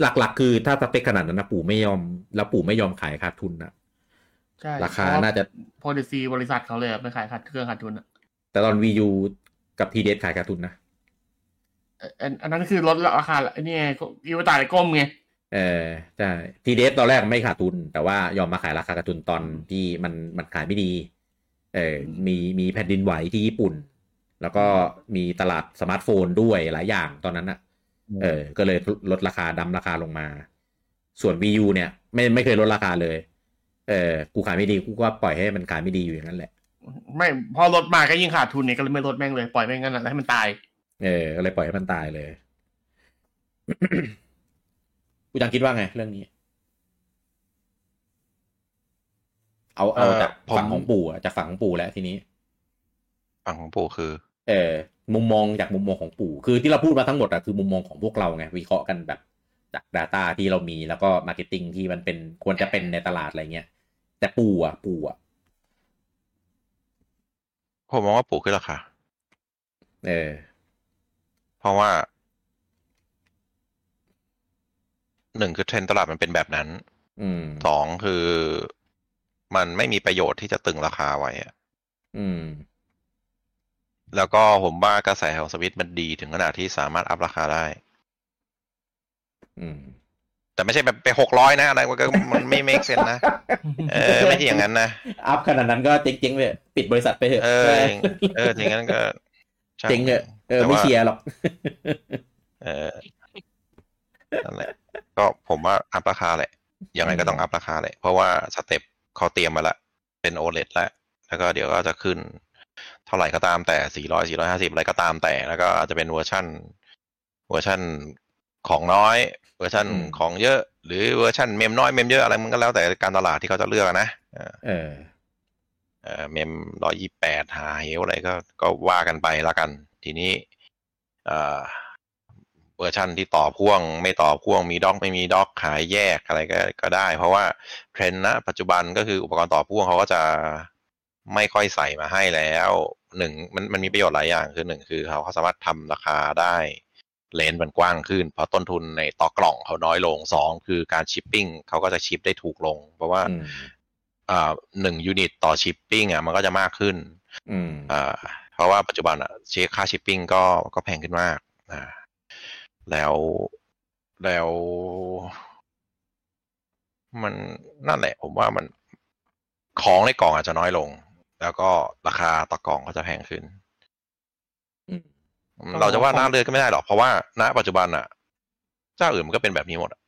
A: หลักๆ คือถ้าสเปคขนาดนั้นนะปู่ไม่ยอม แล้วปู่ไม่ยอมขายขาดทุนนะ
B: ใช่
A: ราคาน่าจะ
B: โพลิซีบริษัทเขาเลยอะไม่ขายขาดเครื่องขาดทุนอะ
A: แต่ตอนวีูกับทีเดขายขาดทุนนะ
B: เอ่ออันอันนั้นคือลดราคาไอ้นี่ไงอิวตาเลยก้มไง
A: เออใช่ทีเดตอนแรกไม่ขาดทุน แต่ว่ายอมมาขายราคาขาดทุนตอนที่มันมันขายไม่ดี เออมีมีแผ่นดินไหวที่ญี่ปุ่น แล้วก็มีตลาดสมาร์ทโฟนด้วยหลายอย่างตอนนั้นอะ เออ ก็เลยลดราคาดัมราคาลงมา ส่วน VU เนี่ย ไม่ไม่เคยลดราคาเลย เออ กูขายไม่ดี กูก็ปล่อยให้มันขายไม่ดีอยู่อย่างนั้นแหละ
B: ไม่พอลดมาก็ยิ่งขาดทุนเนี่ยก็เลยไม่ลดแม่งเลยปล่อยแม่งงั้นอะแล้วให้มัน
C: (laughs)
B: ตาย
A: เออ ก็เลยปล่อยให้มันตายเลย (coughs) กูจังคิดว่าไง เรื่องนี้ เอาเอา
C: เอ่อ
A: จาก
C: ผม
A: ฝั่งของปู่อะจากฝั่งของปู่แล้วทีนี้
C: ฝั่งของปู่คือ
A: เออ มุมมองจากมุมมองของปู่ คือที่เราพูดมาทั้งหมดอะคือมุมมองของพวกเราไง วิเคราะห์กันแบบจาก Data ที่เรามีแล้วก็มาร์เก็ตติ้งที่มันเป็นควรจะเป็นในตลาดอะไรเงี้ย แต่ปู่อะปู่อะ
C: ผมมองว่าปู่ขึ้นราคา
A: เออ
C: เพราะว่าหนึ่งคือเทรนด์ตลาดมันเป็นแบบนั้น
A: อืม
C: สองคือมันไม่มีประโยชน์ที่จะตึงราคาไว้อะ
A: อืม
C: แล้วก็ผมว่ากระแสของสวิตช์มันดีถึงขนาดที่สามารถอัพราคาได้
A: อืม
C: แต่ไม่ใช่แบบไปหกร้อยนะอะไรมันก็มันไม่ make sense นะ เออ ไม่ใช่อย่างนั้นนะ
A: อัพขนาดนั้นก็เจ๊งๆไปปิดบริษัทไปเถอะ
C: เออเอออย่างนั้นก็ช่าง
A: เจ๊งเถอะเออ
C: แต่ว่า
A: ไม่เชียร์หรอก
C: เออนั่นแหละ (laughs) ก็ผมว่าอัพราคาแหละ ยังไงก็ต้องอัพราคาแหละ เพราะว่าสเต็ปเขาเตรียมมาละ เป็นโอเลแล้ว แล้วก็เดี๋ยวก็จะขึ้น เท่าไหร่ก็ตามแต่ 400 450 อะไรก็ตามแต่ แล้วก็อาจจะเป็นเวอร์ชั่น เวอร์ชั่นของน้อย เวอร์ชั่น
A: อืม
C: ของเยอะ หรือเวอร์ชั่นเมมน้อยเมมเยอะอะไรมันก็แล้วแต่การตลาดที่เขาจะเลือกนะเออ
A: เออ
C: เอ่อเมมร้อยี่แปดหาเหวอะไรก็ก็ว่ากันไปละกัน ทีนี้เอ่อเวอร์ชันที่ต่อพ่วง ไม่ต่อพ่วงมีด็อกไม่มีด็อกขายแยกอะไรก็ก็ได้ เพราะว่าเทรนด์นะปัจจุบันก็คืออุปกรณ์ต่อพ่วงเขาก็จะไม่ค่อยใส่มาให้แล้วหนึ่งมันมันมีประโยชน์หลายอย่างคือหนึ่งคือเขาเขาสามารถทำราคาได้เลนส์มันกว้างขึ้น เพราะต้นทุนในต่อกล่องเขาน้อยลงสองคือการชิปปิ้งเขาก็จะชิปได้ถูกลง เพราะว่า
A: อืม
C: อ่าหนึ่งยูนิตต่อชิปปิ้งอ่ะมันก็จะมากขึ้น
A: อืม
C: อ่าเพราะว่าปัจจุบันอ่ะเช็คค่าชิปปิ้งก็ก็แพงขึ้นมากอ่าแล้วแล้วมันนั่นแหละ ผมว่ามันของในกล่องอาจจะน้อยลง แล้วก็ราคาต่อกล่องก็จะแพงขึ้น
A: อืม
C: เราจะว่าหน้าเลือดก็ไม่ได้หรอก เพราะว่าณปัจจุบันอ่ะ เจ้าอื่นมันก็เป็นแบบนี้หมดอะ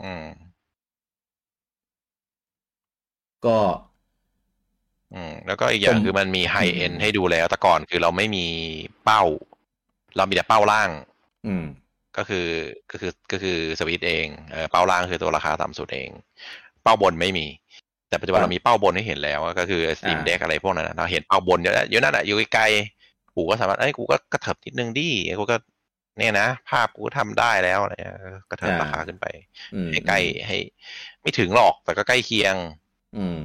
C: อืม
A: ก็
C: อืมแล้วก็อีกอย่าง
A: ผม
C: คือมันมีไฮเอ็น
A: อืม
C: ให้ดูแล้ว แต่ก่อนคือเราไม่มีเป้า เรามีแต่เป้าล่าง
A: อืม
C: ก็คือก็คือก็คือสวิตช์เองเออเป้าล่างคือตัวราคาต่ำสุดเอง เป้าบนไม่มี แต่ปัจจุบัน
A: ครับ
C: เรามีเป้าบนให้เห็นแล้วก็คือ Steam
A: อ่า
C: Deck อะไรพวกนั้นนะเราเห็นเป้าบนเยอะเยอะนั่นแหละอยู่ไกลๆกูก็สามารถเอ้ยกูก็กระเถิบนิดนึงดิกูก็เนี่ยนะ ภาพกูก็ทำได้แล้วอะไรเงี้ยกระเถิบ
A: อ่า
C: ราคาขึ้นไป
A: อืม
C: ให้ใกล้ให้ ไม่ถึงหรอกแต่ก็ใกล้เคียง
A: อืม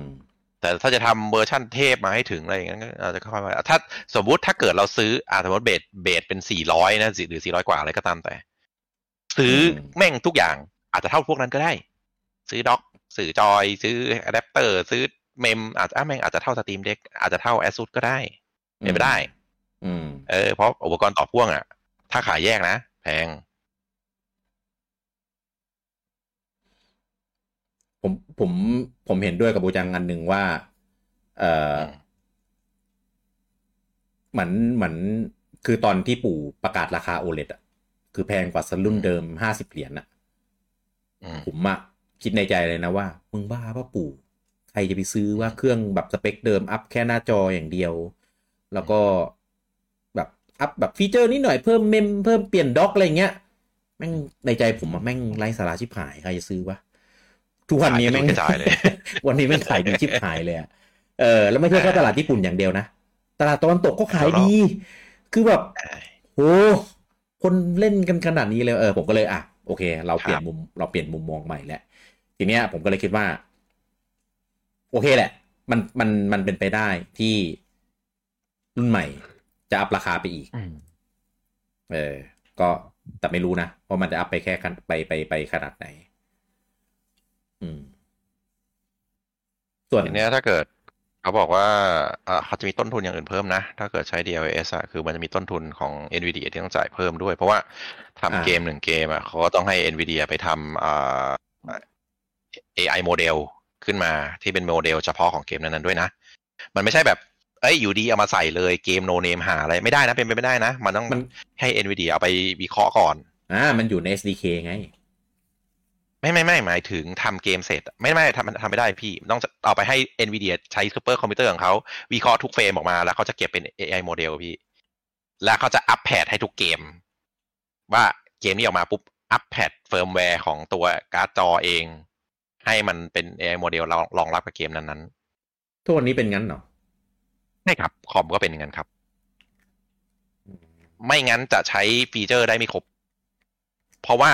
C: แต่ถ้าจะทำเวอร์ชั่นเทพมาให้ถึงอะไรอย่างนั้นก็อาจจะค่อยๆถ้าสมมุติถ้าเกิดเราซื้ออาสมมติเบสเบสเป็นสี่ร้อยนะหรือสี่ร้อยกว่าอะไรก็ตามแต่ ซื้ออ
A: ม
C: แม่งทุกอย่างอาจจะเท่าพวกนั้นก็ได้ ซื้อด็อกซื้อจอย ซื้ออะแดปเตอร์ ซื้อเมมอาจจะอ่ะแม่งอาจจะเท่าสตรีมเด็กอาจจะเท่าแอส u s ก็ได้เป็นไปได้
A: อืม
C: เออเพราะอุปกรณ์ต่อพ่วงอ่ะ ถ้าขายแยกนะ แพง
A: ผมผมผมเห็นด้วยกับบูจังอันหนึ่งว่า เออ
C: ม
A: เหมือนเหมือนคือตอนที่ปู่ประกาศราคาโอเลอะคือแพงกว่าสรุ่นเดิมห้าสิบเหรียญอะ
C: อืม
A: ผมอะคิดในใจเลยนะว่า มึงบ้าป่ะปู่ใครจะไปซื้อว่าเครื่องแบบสเปคเดิม อัพแค่หน้าจออย่างเดียว แล้วก็แบบอัพแบบฟีเจอร์นิดหน่อยเพิ่มเมมเพิ่มเปลี่ยนด็อกอะไรเงี้ยแม่งในใจผมอะแม่งไร้สาระชิบหายใครจะซื้อวะทุกวันนี้แม่ง
C: กระจายเลย
A: (laughs) วันนี้แม่งขายดีชิบหายเลยอะเออแล้วไม่ใช่แค่ตลาดญี่ปุ่นอย่างเดียวนะ ตลาดตะวันตกก็ขายดี คือแบบ
C: ใช่
A: โอ้คนเล่นกันขนาดนี้เลยเออผมก็เลยอ่ะโอเค เราเปลี่ยน
C: ครับ
A: มุมเราเปลี่ยนมุมมองใหม่แล้วทีเนี้ยผมก็เลยคิดว่า โอเคแหละ มันมันมันเป็นไปได้ที่รุ่นใหม่จะอัพราคาไปอีก
C: อืม
A: เออ ก็แต่ไม่รู้นะว่ามันจะอัพไปแค่กันไปไปไปขนาดไหน อืม ส่วน
C: ทีเนี้ยถ้าเกิดเขาบอกว่าเอ่อเขาจะมีต้นทุนอย่างอื่นเพิ่มนะ ถ้าเกิดใช้ DLSS อะคือมันจะมีต้นทุนของ NVIDIA ที่ต้องจ่ายเพิ่มด้วย เพราะว่าทำ
A: อ่า
C: เกมหนึ่งเกมอะเขาก็ต้องให้ NVIDIA ไปทำเอ่อ AI โมเดลขึ้นมาที่เป็นโมเดลเฉพาะของเกมนั้นๆด้วยนะ มันไม่ใช่แบบ เอ้ยอยู่ดีเอามาใส่เลยเกมโนเนมหาอะไรไม่ได้นะเป็นไปไม่ได้นะ มันต้อง
A: มัน
C: ให้ NVIDIA เอาไปวิเคราะห์ก่อน
A: อ่ามันอยู่ใน SDK ไง
C: ไม่ไม่ไม่หมายถึงทำเกมเสร็จอะไม่ไม่ทำทำไม่ได้พี่ต้องเอาไปให้ NVIDIA ใช้ซูเปอร์คอมพิวเตอร์ของเขาวิเคราะห์ทุกเฟรมออกมา แล้วเขาจะเก็บเป็น AI โมเดลพี่ แล้วเขาจะอัปแพดให้ทุกเกม ว่าเกมนี้ออกมาปุ๊บ อัปแพดเฟิร์มแวร์ของตัวการ์ดจอเอง ให้มันเป็น AI โมเดลรองรองรับกับเกมนั้น
A: ทุกวันนี้เป็นงั้นเหรอ
C: ๆใช่ครับ คอมก็เป็นอย่างนั้นครับ ไม่งั้นจะใช้ฟีเจอร์ได้ไม่ครบ เพราะว่า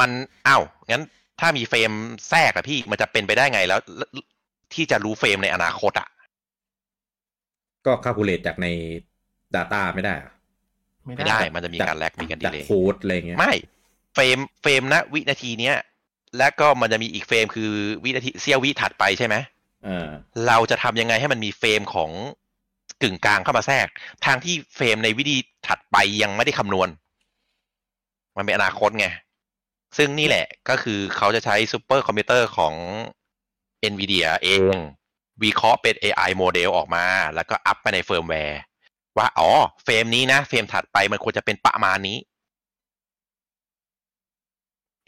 C: มันอ้าวงั้นถ้ามีเฟรมแทรกอะพี่มันจะเป็นไปได้ไงแล้วแล้วที่จะรู้เฟรมในอนาคตอะ
A: ก็คาคูลเลตจากใน Data ไม่ได้เหรอ
C: ไม่ได้ มันจะมีการแลกมีการดี
A: จาก
C: เลย
A: โค้ดอะไรเงี้ย
C: ไม่เฟรมเฟรมณวินาทีเนี้ยและก็มันจะมีอีกเฟรมคือวินาทีเสี้ยววิถัดไปใช่ไหม
A: เออ
C: เราจะทำยังไงให้มันมีเฟรมของกึ่งกลางเข้ามาแทรก ทางที่เฟรมในวิธีถัดไปยังไม่ได้คำนวณ มันเป็นอนาคตไง ซึ่งนี่แหละก็คือเขาจะใช้ซูเปอร์คอมพิวเตอร์ของ NVIDIA เอง วิเคราะห์เป็น AI โมเดลออกมา แล้วก็อัพไปในเฟิร์มแวร์ ว่าอ๋อ เฟรมนี้นะ เฟรมถัดไปมันควรจะเป็นประมาณนี้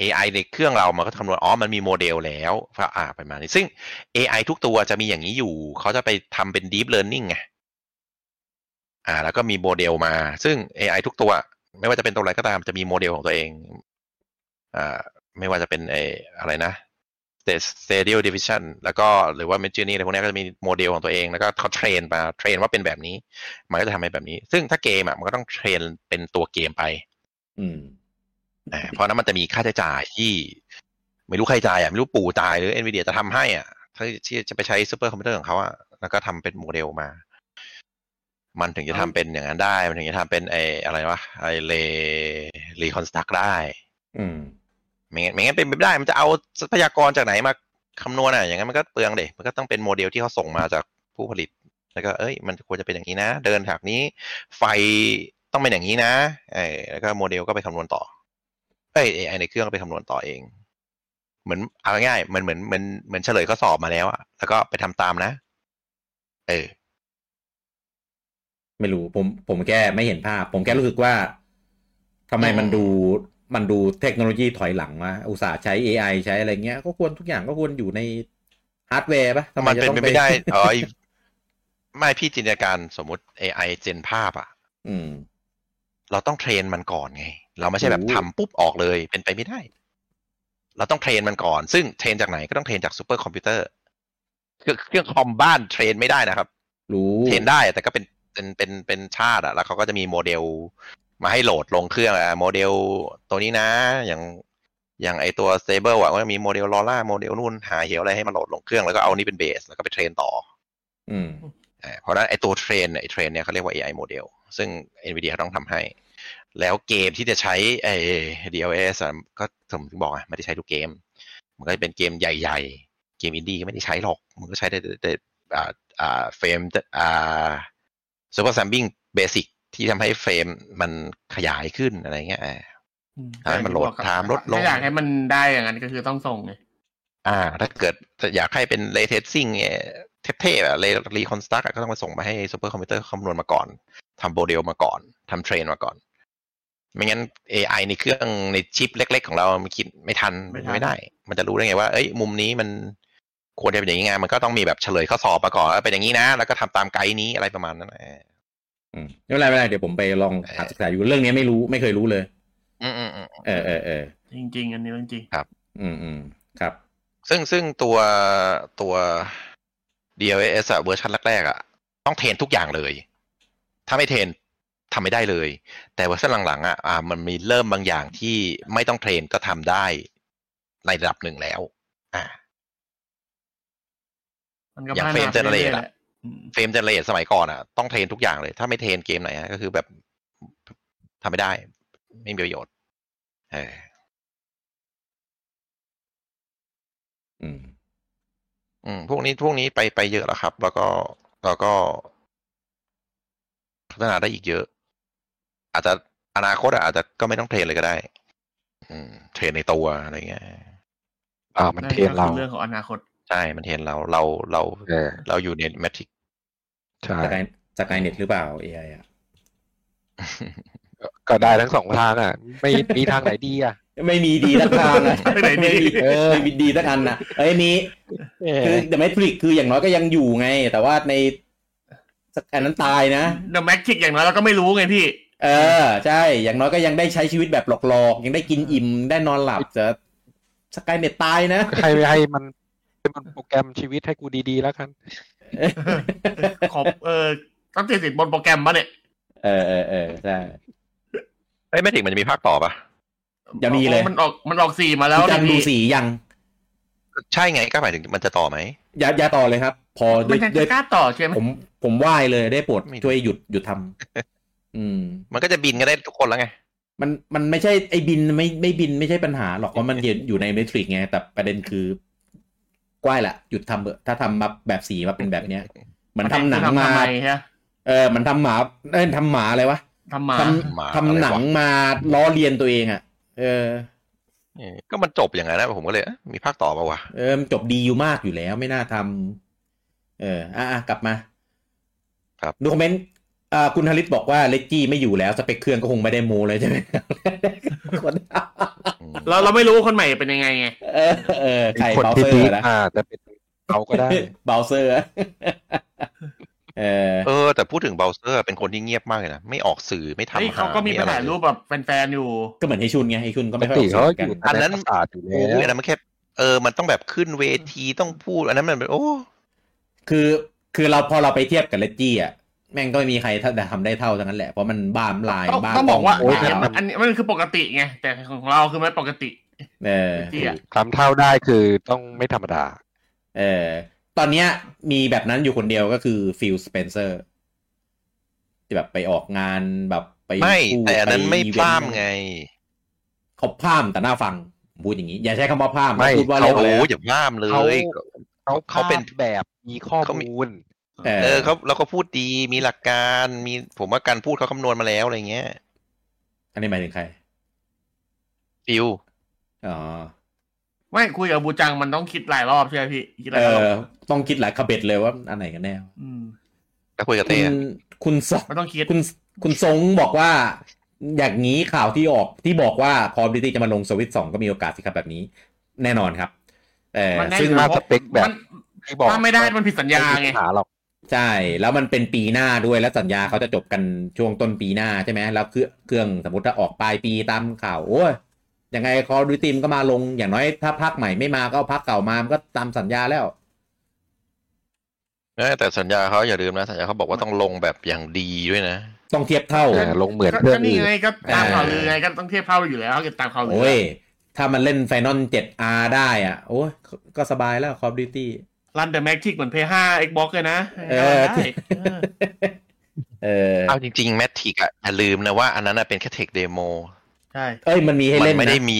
C: AI ในเครื่องเรามันก็คำนวณอ๋อมันมีโมเดลแล้วก็อ่าประมาณนี้ซึ่ง AI ทุกตัวจะมีอย่างนี้อยู่ เขาจะไปทำเป็น Deep Learning ไง อ่า แล้วก็มีโมเดลมา ซึ่ง AI ทุกตัว ไม่ว่าจะเป็นตัวอะไรก็ตามจะมีโมเดลของตัวเอง อ่า ไม่ว่าจะเป็นไออะไรนะ Stereo Division แล้วก็หรือว่า Midjourney อะไรพวกเนี้ยก็จะมีโมเดลของตัวเอง แล้วก็เขาเทรนมาเทรนว่าเป็นแบบนี้ มันก็จะทำให้แบบนี้ ซึ่งถ้าเกมอ่ะมันก็ต้องเทรนเป็นตัวเกมไป
A: อืม
C: อ่าเพราะฉะนั้นมันจะมีค่าใช้จ่ายที่ ไม่รู้ใครจ่ายอ่ะไม่รู้ปู่จ่ายหรือเอ็นวีเดียจะทำให้อ่ะถ้าที่จะไปใช้ซูเปอร์คอมพิวเตอร์ของเขาอ่ะแล้วก็ทำเป็นโมเดลมา มันถึงจะทำเป็นอย่างนั้นได้ มันถึงจะทำเป็นไออะไรวะไอเลรีคอนสตักได้
A: อืม
C: ไม่งั้นไม่งั้นเป็นไปไม่ได้ มันจะเอาทรัพยากรจากไหนมาคำนวณอ่ะอย่างนั้นมันก็เปลืองเดยมันก็ต้องเป็นโมเดลที่เขาส่งมาจากผู้ผลิต แล้วก็เอ้ย มันควรจะเป็นอย่างนี้นะ เดินแบบนี้ ไฟต้องเป็นอย่างนี้นะเออแล้วก็โมเดลก็ไปคำนวณต่อ เอ้ย AI ในเครื่องก็ไปคำนวณต่อเอง เหมือนเอาง่ายๆมันเหมือนเหมือนเหมือนเฉลยข้อสอบมาแล้วอะแล้วก็ไปทำตามนะ เออ
A: ไม่รู้ผมผมแค่ไม่เห็นภาพ ผมแค่รู้สึกว่าทำไมมันดูมันดูเทคโนโลยีถอยหลังวะอุตสาห์ใช้ AI ใช้อะไรเงี้ย ก็ควรทุกอย่างก็ควรอยู่ในฮาร์ดแวร์ปะทำไม
C: มัน
A: จะ
C: เป็
A: ต้อ
C: น
A: ง
C: ไปไม่ได้ อ๋อไอ้ไม่พี่จินตนาการสมมุติ AI เจนภาพอะ
A: อืม
C: เราต้องเทรนมันก่อนไง เราไม่ใช่แบบ
A: โอ้
C: ทำปุ๊บออกเลย เป็นไปไม่ได้ เราต้องเทรนมันก่อน ซึ่งเทรนจากไหนก็ต้องเทรนจากซูเปอร์คอมพิวเตอร์คือเครื่องคอมบ้านเทรนไม่ได้นะครับ
A: รู้
C: เทรนได้อะแต่ก็เป็นเป็นเป็นเป็นชาติอะแล้วเขาก็จะมีโมเดลมาให้โหลดลงเครื่องอะโมเดลตัวนี้นะ อย่างอย่างไอตัว stable อะก็จะมีโมเดลลอร่าโมเดลนู่นหาเหวอะไรให้มาโหลดลงเครื่องแล้วก็เอานี่เป็นเบสแล้วก็ไปเทรนต่อ
A: อืม
C: เออเพราะฉะนั้นไอตัวเทรนเนี่ยไอเทรนเนี่ยเขาเรียกว่า AI โมเดลซึ่ง NVIDIA เขาต้องทำให้ แล้วเกมที่จะใช้ไอ DLSS อะก็ผมถึงบอกอะไม่ได้ใช้ทุกเกม มันก็จะเป็นเกมใหญ่ๆ เกมอินดี้ก็ไม่ได้ใช้หรอก มันก็ใช้ได้แต่แต่อ่าอ่าเฟรมอ่าซูเปอร์ซัมบิงเบสิกที่ทำให้เฟรมมันขยายขึ้นอะไรเงี้ยอ่า ทำให้มันโหลดถามลดลง
B: ถ้าอยากให้มันได้อย่างนั้นก็คือต้องส่งไง
C: อ่า ถ้าเกิดอยากให้เป็นเลเทสซิ่งเท่ๆอะเลรีคอนสตักก็ต้องมาส่งมาให้ซูเปอร์คอมพิวเตอร์คำนวณมาก่อนทำโมเดลมาก่อนทำเทรนมาก่อน ไม่งั้น AI ในเครื่องในชิปเล็ก ๆ ของเรามันคิดไม่ทันมันไม่ได้ มันจะรู้ได้ไงว่า เอ้ย มุมนี้มันควรจะเป็นอย่างนี้ไงมันก็ต้องมีแบบเฉลยข้อสอบมาก่อนเออเป็นอย่างนี้นะ แล้วก็ทำตามไกด์นี้อะไรประมาณนั้นเออ
A: อืมไม่เป็นไรไม่เป็นไรเดี๋ยวผมไปลอง
C: เออ
A: หาศึกษาอยู่เรื่องนี้ไม่รู้ไม่เคยรู้เลย
C: อืมอืมอืม
A: เออเออเออ
B: จริง ๆ อันนี้เรื่องจริง
A: อืมอืมครับ
C: ซึ่งซึ่งตัวตัว DLSS อะเวอร์ชันแรกๆอะต้องเทรนทุกอย่างเลย ถ้าไม่เทรนทำไม่ได้เลย แต่เวอร์ชันหลังๆอ่ะอ่ามันมีเริ่มบางอย่างที่ไม่ต้องเทรนก็ทำได้ในระดับหนึ่งแล้ว อ่า
B: มันก็
C: อย่าง
B: พัฒ
C: เฟรม
B: นา
C: เจเนเรต
B: ไป
C: อะ
B: ยๆอืม
C: เฟรมเจเนเรตสมัยก่อนอ่ะต้องเทรนทุกอย่างเลย ถ้าไม่เทรนเกมไหนอะก็คือแบบทำไม่ได้ ไม่มีประโยชน์เออ
A: อืม
C: อืมพวกนี้พวกนี้ไปไปเยอะแล้วครับ แล้วก็แล้วก็ พัฒนาได้อีกเยอะ อาจจะอนาคตอะอาจจะก็ไม่ต้องเทรนเลยก็ได้ อืม เทรนในตัวอะไรเงี้ย
D: อ่ามันเทรนเรา
B: ก็คือเรื่องของอนาคต
C: ใช่มันเทรนเราเราเรา
D: เออ
C: เราอยู่ในแมทริก
D: ใช่
A: สกายสกายเน็ตหรือเปล่า AI อ่ะ
D: ก็ได้ทั้งสองทางอ่ะ ไม่มีทางไหนดีอ่ะ
A: ไม่มีดีสักทางนะ
B: ไม่ไหนดี
A: เออไม่มีดีสักอันนะเอ้ยมี
D: เอ
A: คือ
D: อ
A: The Matrix คืออย่างน้อยก็ยังอยู่ไง แต่ว่าในสักอันนั้นตายนะ
B: The Magic อย่างน้อยเราก็ไม่รู้ไงพี่ (laughs)
A: เออ ใช่ อย่างน้อยก็ยังได้ใช้ชีวิตแบบหลอกๆ ยังได้กินอิ่ม ได้นอนหลับจะสกายเน็ตตายนะ
D: (laughs) ให้ให้มันให้มันโปรแกรมชีวิตให้กูดีๆแล้วกัน
B: ขอบเออต้องติดสินบนโปรแกรมปะเนี่ย
A: เออเออเออใช่
C: เอ้ยแมทริกมันจะมีภาคต่อปะ
A: อย่ามีเลย
B: มันออกมันออกสี่มาแล้ว
A: คุณจันดู
B: พี่
A: สียัง
C: ใช่ไงก็หมายถึงมันจะต่อไหม
A: อย่าอย่าต่อเลยครับ พอด้ว
B: มั
A: ย
B: นยัง
A: ด้ว
B: จะ
A: ย
B: กล้าต่อใช่ไหม
A: ผมผมไหว้เลยได้โปรด
C: ไม่
A: ช่วยหยุดหยุดทำอืม
C: มันก็จะบินกันได้ทุกคนแล้วไง
A: มันมันไม่ใช่ไอ้บินไม่ไม่บินไม่ใช่ปัญหาหรอกว่าะมันอยู่อยู่ในเมทริกไง แต่ประเด็นคือกว้ายละหยุดทำเถอะถ้าทำมาแบบสีมาเป็นแบบเนี้ยเหมือนทำหนังมา
B: ทำไมฮะ
A: เออเหมือนทำหมาเอ้ยทำหมาอะไรวะ
B: ทำมา
A: ท
C: หมา
A: ำ
C: อะไรวะ
A: ทำหนังมาล้อเลียนตัวเองอ่ะ เออ
C: เออก็มันจบอย่างนั้นนะผมก็เลยเอ๊ะมีภาคต่อปะวะ
A: เออมันจบดีอยู่มากอยู่แล้วไม่น่าทำเอออ่ะอ่ะกลับมาดูคอมเมนต์อ่าคุณฮาริสบอกว่าเลจี้ไม่อยู่แล้วสเปคเครื่องก็คงไม่ได้โมเลยใช่ไหม (laughs) คน
C: อื
B: (laughs)
C: ม
B: เราเราไม่รู้ว่าคนใหม่เป็นยังไงไง
A: เออเออใคร
D: คน
A: เบราว์
D: ที่
A: เซอ
D: ดี
A: ร์นะ
D: อ่าแต่เป็นเขาก็ได้
A: เบราว์เซอร์ เออ
C: เออแต่พูดถึงเบราว์เซอร์เป็นคนที่เงียบมากเลยนะไม่ออกสื่อไม่
B: เฮ้ย
C: ทำ
B: เขาก็มีปัญหา
C: อะไร
B: รูปแบบแฟนๆอยู่
A: ก็เหมือนไอชุนไงไอชุนก็
D: ป
A: ไม่
D: ก
A: ค่อยอ
D: ติ
A: อก
D: เขา
A: เสียง
D: อ
A: กั
D: ยู่
A: น
C: อันนั้น
D: ประสาทอยู่
C: โอ้ยอัน
D: แล้ว
C: นั้นมันแค่เออ มันต้องแบบขึ้นเวทีต้องพูด อันนั้นมันเป็นโอ้
A: คือ คือเราพอเราไปเทียบกับเลดจี้อ่ะ แม่งก็ไม่มีใครทำได้เท่าทั้งนั้นแหละ เพราะมันบ้ามลาย
B: ต้อง
A: บ้า
B: ต้องบอกว่า
A: โย
B: อันนี้มันอันนี้มันคือปกติไง แต่ของเราคือไม่ปกติ
A: เออ
B: เหี้ย
D: สามเท่าได้คือต้องไม่ธรรมดา
A: เออ ตอนเนี้ยมีแบบนั้นอยู่คนเดียวก็คือฟิลสเปนเซอร์ที่แบบไปออกงานแบบไป
C: ไม่
A: พูด
C: แต่อันนั้น
A: ป
C: ไม่
A: อีเว
C: พ
A: ต์
C: ลามไง
A: เขาพลามแต่หน้าฟังพูดอย่างนี้ อย่าใช้คำว่าพลาม
D: ไม่
A: พูดว่า
C: เขา
A: เรียกอะไร
C: โอ้
A: อะ
C: อย่าพลามเล
D: เขา
C: ย
D: เขา
C: เขาเป็น
D: ภพแบบมีข้อ
C: เขามี
D: มูล
A: เอ
C: เออ
A: อ
C: เขาแล้วก็พูดดีมีหลักการมีผมว่าการพูดเขาคำนวณมาแล้วอะไรเงี้ย
A: อันนี้หมายถึงใคร
C: ฟิล
A: อ๋อ
B: ไม่คุยกับบูจังมันต้องคิดหลายรอบใช่ไหมพี่คิดห
A: เอ
B: ลายรอบ
A: อต้องคิดหลายขบเบ็ดเลยว่าอันไหนกันแน่
B: ม
C: ก็คุยกับ
A: คุ
C: เต้
A: ณคุณส
B: มันต้องคิด
A: คุณคุณทรงบอกว่า อย่างนี้ข่าวที่ออกที่บอกว่าคอมดิตี้จะมาลงสวิตสองก็มีโอกาสสิครับแบบนี้ แน่นอนครับ เออ
B: แน่
A: ซึ่ง
B: อยู่
D: มา
B: พระ
D: สเปคแบบ
B: มัน
D: ที่บอก
B: ถ้าไม่ได้มันผิดสัญญาไง
D: ไม่มีปัญหาหรอก
A: ใช่แล้วมันเป็นปีหน้าด้วยแล้วสัญญาเขาจะจบกันช่วงต้นปีหน้าใช่ไหมแล้วเครื่องเครื่องสมมติถ้าออกปลายปีตามข่าวโอ้ยยังไงคอดูตีมก็มาลงอย่างน้อยถ้าพักใหม่ไม่มาก็เอาพักเก่ามามันก็ตามสัญญาแล้ว
C: เออแต่สัญญาเขาอย่าลืมนะสัญญาเขาบอกว่าต้องลงแบบอย่างดีด้วยนะ
A: ต้องเทียบเท่า
D: เออลงเหมือน
B: ก็
D: เรื่อง
B: ก็นี่
D: อื่น
B: ไงก็ตาม
A: เออ
B: ข่าวลือไงก็ต้องเทียบเท่าอยู่แล้วเก็บตามข่าวลื
A: โอ้ย ถ้ามันเล่นไฟนอล 7R ได้อ่ะ โอ้ย ก็สบายแล้ว Call of Duty (laughs)
B: รันเดอะแม็กทิกเหมือนเพย์ห้าเอ็กบ็อกเลยนะ
A: เออ
B: ได้เออ
A: เออ
C: เอาจริงๆแมททิกอะอย่าลืมนะว่าอันนั้นอะเป็นแค่เทคเดโม
B: ใช่
A: เอ้ย มันมีให้
C: มั
A: เล่น
C: ไม่
A: นะ
C: ได้มี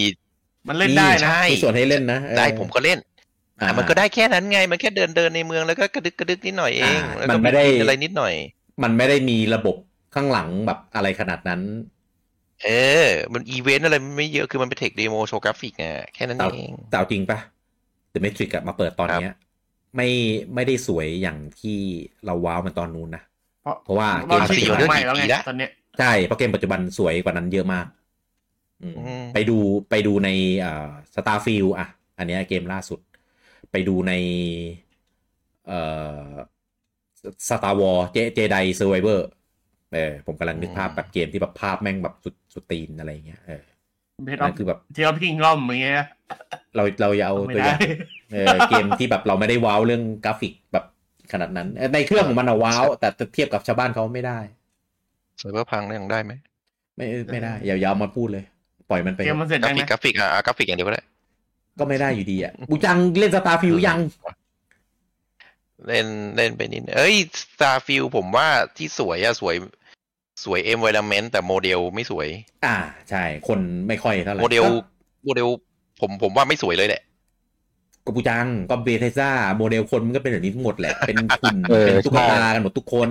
B: มันเล่นได้นะ
A: มีส่วนให้เล่นนะเออ
C: ได้ผมก็เล่น
A: อ่า
C: อ่ะมันก็ได้แค่นั้นไง มันแค่เดินเดินในเมืองแล้วก็กระดึกกระดึกนิดหน่อยเอง
A: อ่า
C: แล้
A: มั
C: วก็
A: นไม่ได้
C: กิอะไรนิดหน่อย
A: มันไม่ได้มีระบบข้างหลังแบบอะไรขนาดนั้น
C: เออ มันอีเวนต์อะไรไม่เยอะคือมันเป็นเทคเดโมโชว์กราฟิกอ่ะแค่นั้น
A: แต่
C: เอง
A: แต่เอาจริงปะ The Matrix อะมาเปิดตอนเนี้ย ไม่ไม่ได้สวยอย่างที่เราว้าวมันตอนนู้นนะ
B: เพราะ
A: เพราะว่าเก
B: เรา
A: มปัจ
B: ชิ
A: จุ
B: ง
C: เรื่
A: บัน
C: อง
B: ใหม่แล้วไง
C: อีกแล้ว
B: ตอนเนี้ย
A: ใช่เพราะเกมปัจจุบันสวยกว่านั้นเยอะมาก อืม
C: อืม
A: ไปดูไปดูในอ่าสตาร์ฟิลอะอันเนี้ยเกมล่าสุด ไปดูในเอ่อสตาร์วอลเจเจไดเซอร์ไวเวอร์เออผมกำลังนึกภาพแบบเกมที่แบบภาพแม่งแบบสุดสุดตีนอะไรอย่างเงี้ยเออ
B: เท
A: นั่นคือแบบ
B: เทียบพิงล่อมอย่างเงี้ย
A: เราเราอย่าเอา
B: ไม่
A: ตัวอ
B: ได้
A: ย่างเออเกมที่แบบเราไม่ได้ว้าวเรื่องกราฟิกแบบขนาดนั้นเออในเครื่องของมันอะว้าว แต่เทียบกับชาวบ้านเขาไม่ได้
C: เซิร์ฟเวอร์พังเนี่ยยังได้ไหม
A: ไม่ไม่ได้อย่ายาวมาพูดเลย ปล่อยมันไป
B: เกมมันเสร็จ
C: กรา
B: ยัง
C: ฟิก
B: นะ
C: กราฟิกอ่ะอ่ะกราฟิกอย่างเดียวก็ได้
A: ก็ไม่ได้อยู่ดีอ่ะบูจังเล่นสตาร์ฟิวยัง
C: เล่นเล่นไปนิดเอ้ย Starfield ผมว่าที่สวยอะสวยสวย environment แต่โมเดลไม่สวย
A: อ่าใช่คนไม่ค่อยเท่าไหร่
C: โมเดล
A: ก็
C: โมเดลผมผมว่าไม่สวยเลยแหละ
A: ก็บูจังก็เบเทซ่าโมเดลคนมันก็เป็นแบบนี้ทั้งหมดแหละ เป็นหุ่น
D: เออ
A: เป็นตุ๊ก
D: ใช่
A: ตากันหมดทุกคน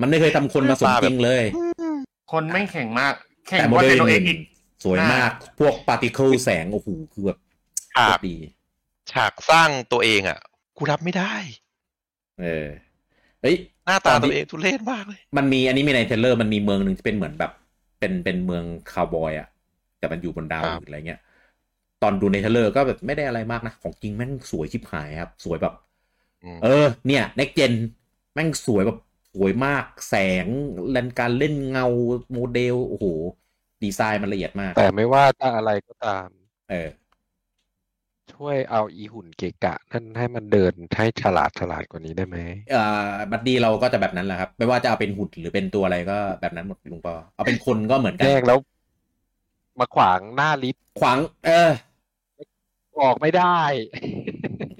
A: มันไม่เคยทำคนมาสมจริงเลย
B: คนไม่งแข่งมาก แข่ง
A: แต่โม
B: กว่า
A: เด
B: เซ
A: ล
B: โนเอ็ก
A: ห
B: อี
A: นึ่
B: ก
A: งสวยมากพวกปาร์ติเคิลแสง โอ้โหคือแบบ
C: ครับ
A: โคตรดี
C: ฉากสร้างตัวเองอ่ะกูรับไม่ได้
A: เออเอ้ย
C: หน้าตา
A: ตอนที่
C: ตัวเองทุเรศมากเลย
A: มันมีอันนี้มีในเทรลเลอร์มันมีเมืองหนึ่งที่เป็นเหมือนแบบ เป็นเป็นเมืองคาวบอยอะแต่มันอยู่บนดาว
C: ครับ
A: อื่นอะไรเงี้ย ตอนดูในเทรลเลอร์ก็แบบไม่ได้อะไรมากนะ ของจริงแม่งสวยชิบหายครับ สวยแบบ
C: อืม
A: เออ เนี่ยเน็กเจนแม่งสวยแบบสวยมากแสงแลนการเล่นเงาโมเดล โอ้โห ดีไซน์มันละเอียดมาก
D: แต่ไม่ว่าจะอะไรก็ตาม
A: เออ
D: ช่วยเอาอีหุ่นเกะกะ นั่นให้มันเดินให้ฉลาดฉลาดกว่านี้ได้ไหม
A: เอ่อบัดดี้เราก็จะแบบนั้นแหละครับ ไม่ว่าจะเอาเป็นหุ่นหรือเป็นตัวอะไรก็แบบนั้นหมดลุงปอเอาเป็นคนก็เหมือนกั
D: แย
A: น
D: กแล้ว มาขวางหน้าลิฟต์
A: ขวางเออ
D: ออกไม่ได้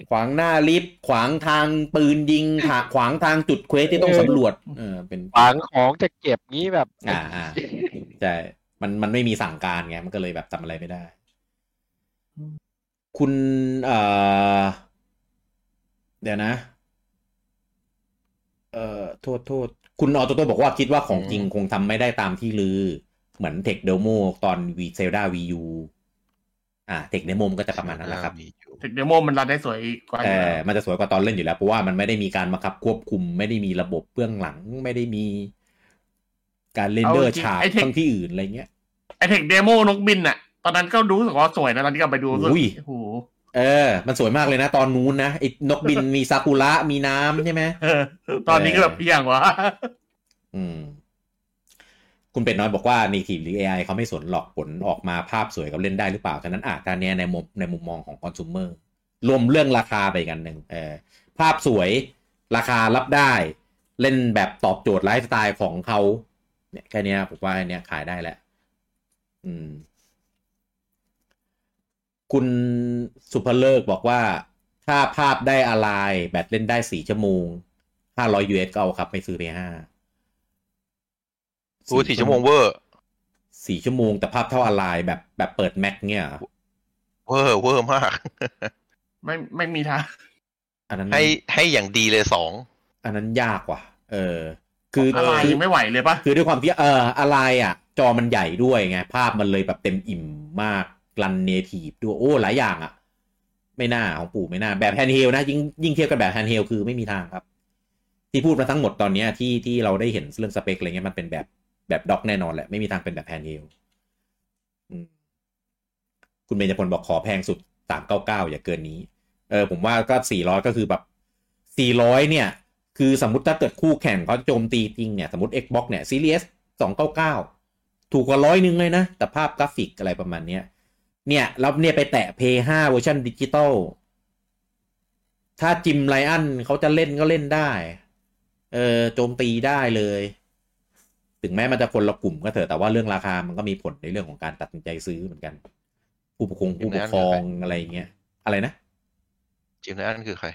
A: ขวางหน้าลิฟต์ขวางทางปืนยิงขวางขวางทางจุดเควสที่ต้องสำรวจ เออเป็น
D: ขวางของจะเก็บนี้แบบ
A: อ่าอ่า ใช่มันมันไม่มีสั่งการไงมันก็เลยแบบทำอะไรไม่ได้ คุณเอ่อเดี๋ยวนะ เอ่อโทษโทษ คุณออโตโต้บอกว่าคิดว่าของจริงคงทำไม่ได้ตามที่ลือ เหมือนเทคเดโมตอนวีเซลดาวียูอ่าเทคเดโมมันก็จะประมาณนั้นแหละครับ
C: มีอยู่
B: ถึงเดโมมันรันได้สวยกว่าอ
A: เอยู่ อ
B: แล้ว
A: มันจะสวยกว่าตอนเล่นอยู่แล้ว เพราะว่ามันไม่ได้มีการบังคับควบคุม ไม่ได้มีระบบเบื้องหลัง ไม่ได้มีการเรนเดอร์ฉากทั้งที่อื่นอะไรเงี้ย
B: ไอเทคเดโมนกบินอะตอนนั้นก็รู้สึกว่าสวยนะตอนที่กลับไปดูรู้สึก
A: อุ้ย
B: โอ้โห
A: เออ มันสวยมากเลยนะ ตอนนู้นนะไอ้นกบินมีซากุระมีน้ำใช่ไหม
B: เออ (laughs) ตอนนี้ก็แบบเอียงวะ (laughs)
A: อืม คุณเป็ดน้อยบอกว่า Native หรือ AI เขาไม่สนหรอกผลออกมาภาพสวยกับเล่นได้หรือเปล่า ฉะนั้นอาจจะเนี่ยในมุมในมุมมองของคอน sumer รวมเรื่องราคาไปอีกกันหนึ่งเออภาพสวยราคารับได้ เล่นแบบตอบโจทย์ไลฟ์สไตล์ของเขาเนี่ยแค่เนี้ยผมว่าอันเนี้ยขายได้แหละ อืม คุณสุภเลิกบอกว่า ถ้าภาพได้อะไรแบตเล่นได้สี่ชั่วโมงห้าร้อยยูเอสก็เอาครับไม่ซื้อ PS5
C: ดูสี่ชั่วโมงเวอร์
A: สี่ชั่วโมงแต่ภาพเท่าออนไลน์แบบแบบเปิดแม็กเนี่ยเหรอ
C: เวอร์เวอร์มาก
B: ไม่ไม่มีทาง
A: อันนั้น
C: ให้ให้อย่างดีเลยสอง
A: อันนั้นยากว่ะ เออ คือ
B: อะไร
A: คือ
B: ยังไม่ไหวเลยปะ
A: คือด้วยความที่เอออะไรอ่ะ จอมันใหญ่ด้วยไง ภาพมันเลยแบบเต็มอิ่มมากรันเนทีฟด้วยโอ้หลายอย่างอ่ะ ไม่น่าของปู่ไม่น่า แบบแฮนด์เฮลนะยิ่งยิ่งเทียบกันแบบแฮนด์เฮลคือไม่มีทางครับ ที่พูดมาทั้งหมดตอนเนี้ยที่ที่เราได้เห็นเรื่องสเปคอะไรเงี้ยมันเป็นแบบแบบด็อกแน่นอนแหละไม่มีทางเป็นแบบแฮนด์เฮลอืม คุณเบญจพลบอกขอแพงสุดสามเก้าเก้าอย่าเกินนี้ เออผมว่าก็สี่ร้อยก็คือแบบสี่ร้อยเนี่ย คือสมมติถ้าเกิดคู่แข่งเขาโจมตีจริงเนี่ย สมมติ Xbox เนี่ย Series สองเก้าเก้าถูกกว่าร้อยหนึ่งเลยนะ แต่ภาพกราฟิกอะไรประมาณเนี้ย เนี่ยแล้วเนี่ยไปแตะ p 5เวอร์ชันดิจิตอลถ้าจิมไลอันเขาจะเล่นก็เล่นได้ เออโจมตีได้เลย ถึงแม้มันจะคนละกลุ่มก็เถอะแต่ว่าเรื่องราคามันก็มีผลในเรื่องของการตัดสินใจซื้อเหมือนกัน ผู้ปกครองผู้ปกครองอะไรอย่างเงี้ยอะไรนะ
C: จิมนันคือใคร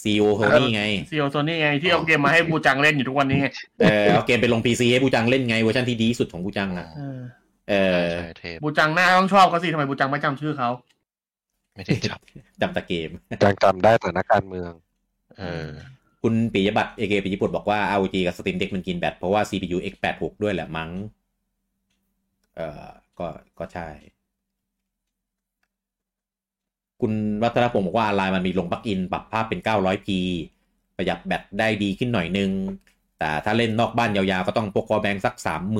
A: ซีโอโท
B: เออ
A: นี่ไง
B: ซีโอโซนี่ไงที่เอาเกมมาให้บูจังเล่นอยู่ทุกวันนี้ไง
A: เออ
C: (laughs)
A: เอาเกมไปลง PC ให้บูจังเล่นไงเวอร์ชันที่ดีที่สุดของบูจังนะ
B: เออ
A: เออ
C: ใช่ใช่เทพ
B: บูจังหน้าต้องชอบเขาสิทำไมบูจังไม่จำชื่อเขา
C: ไม่ได้จับ
A: จำแต่เกม
D: จังจำได้สถานการณ์เมือง
C: เออ
A: คุณปิยบัตรเอเกปิยบุตรบอกว่า ROG กับ Steam Deck มันกินแบตเพราะว่า CPU X86 ด้วยแหละมั้ง เออก็ก็ใช่ คุณวัฒนพงศ์บอกว่าไลน์มันมีลงปลั๊กอิน ปรับภาพเป็น 900p ประหยัดแบตได้ดีขึ้นหน่อยนึง แต่ถ้าเล่นนอกบ้านยาวๆ ก็ต้องพกคอแบงสัก (laughs) 30,000 30,000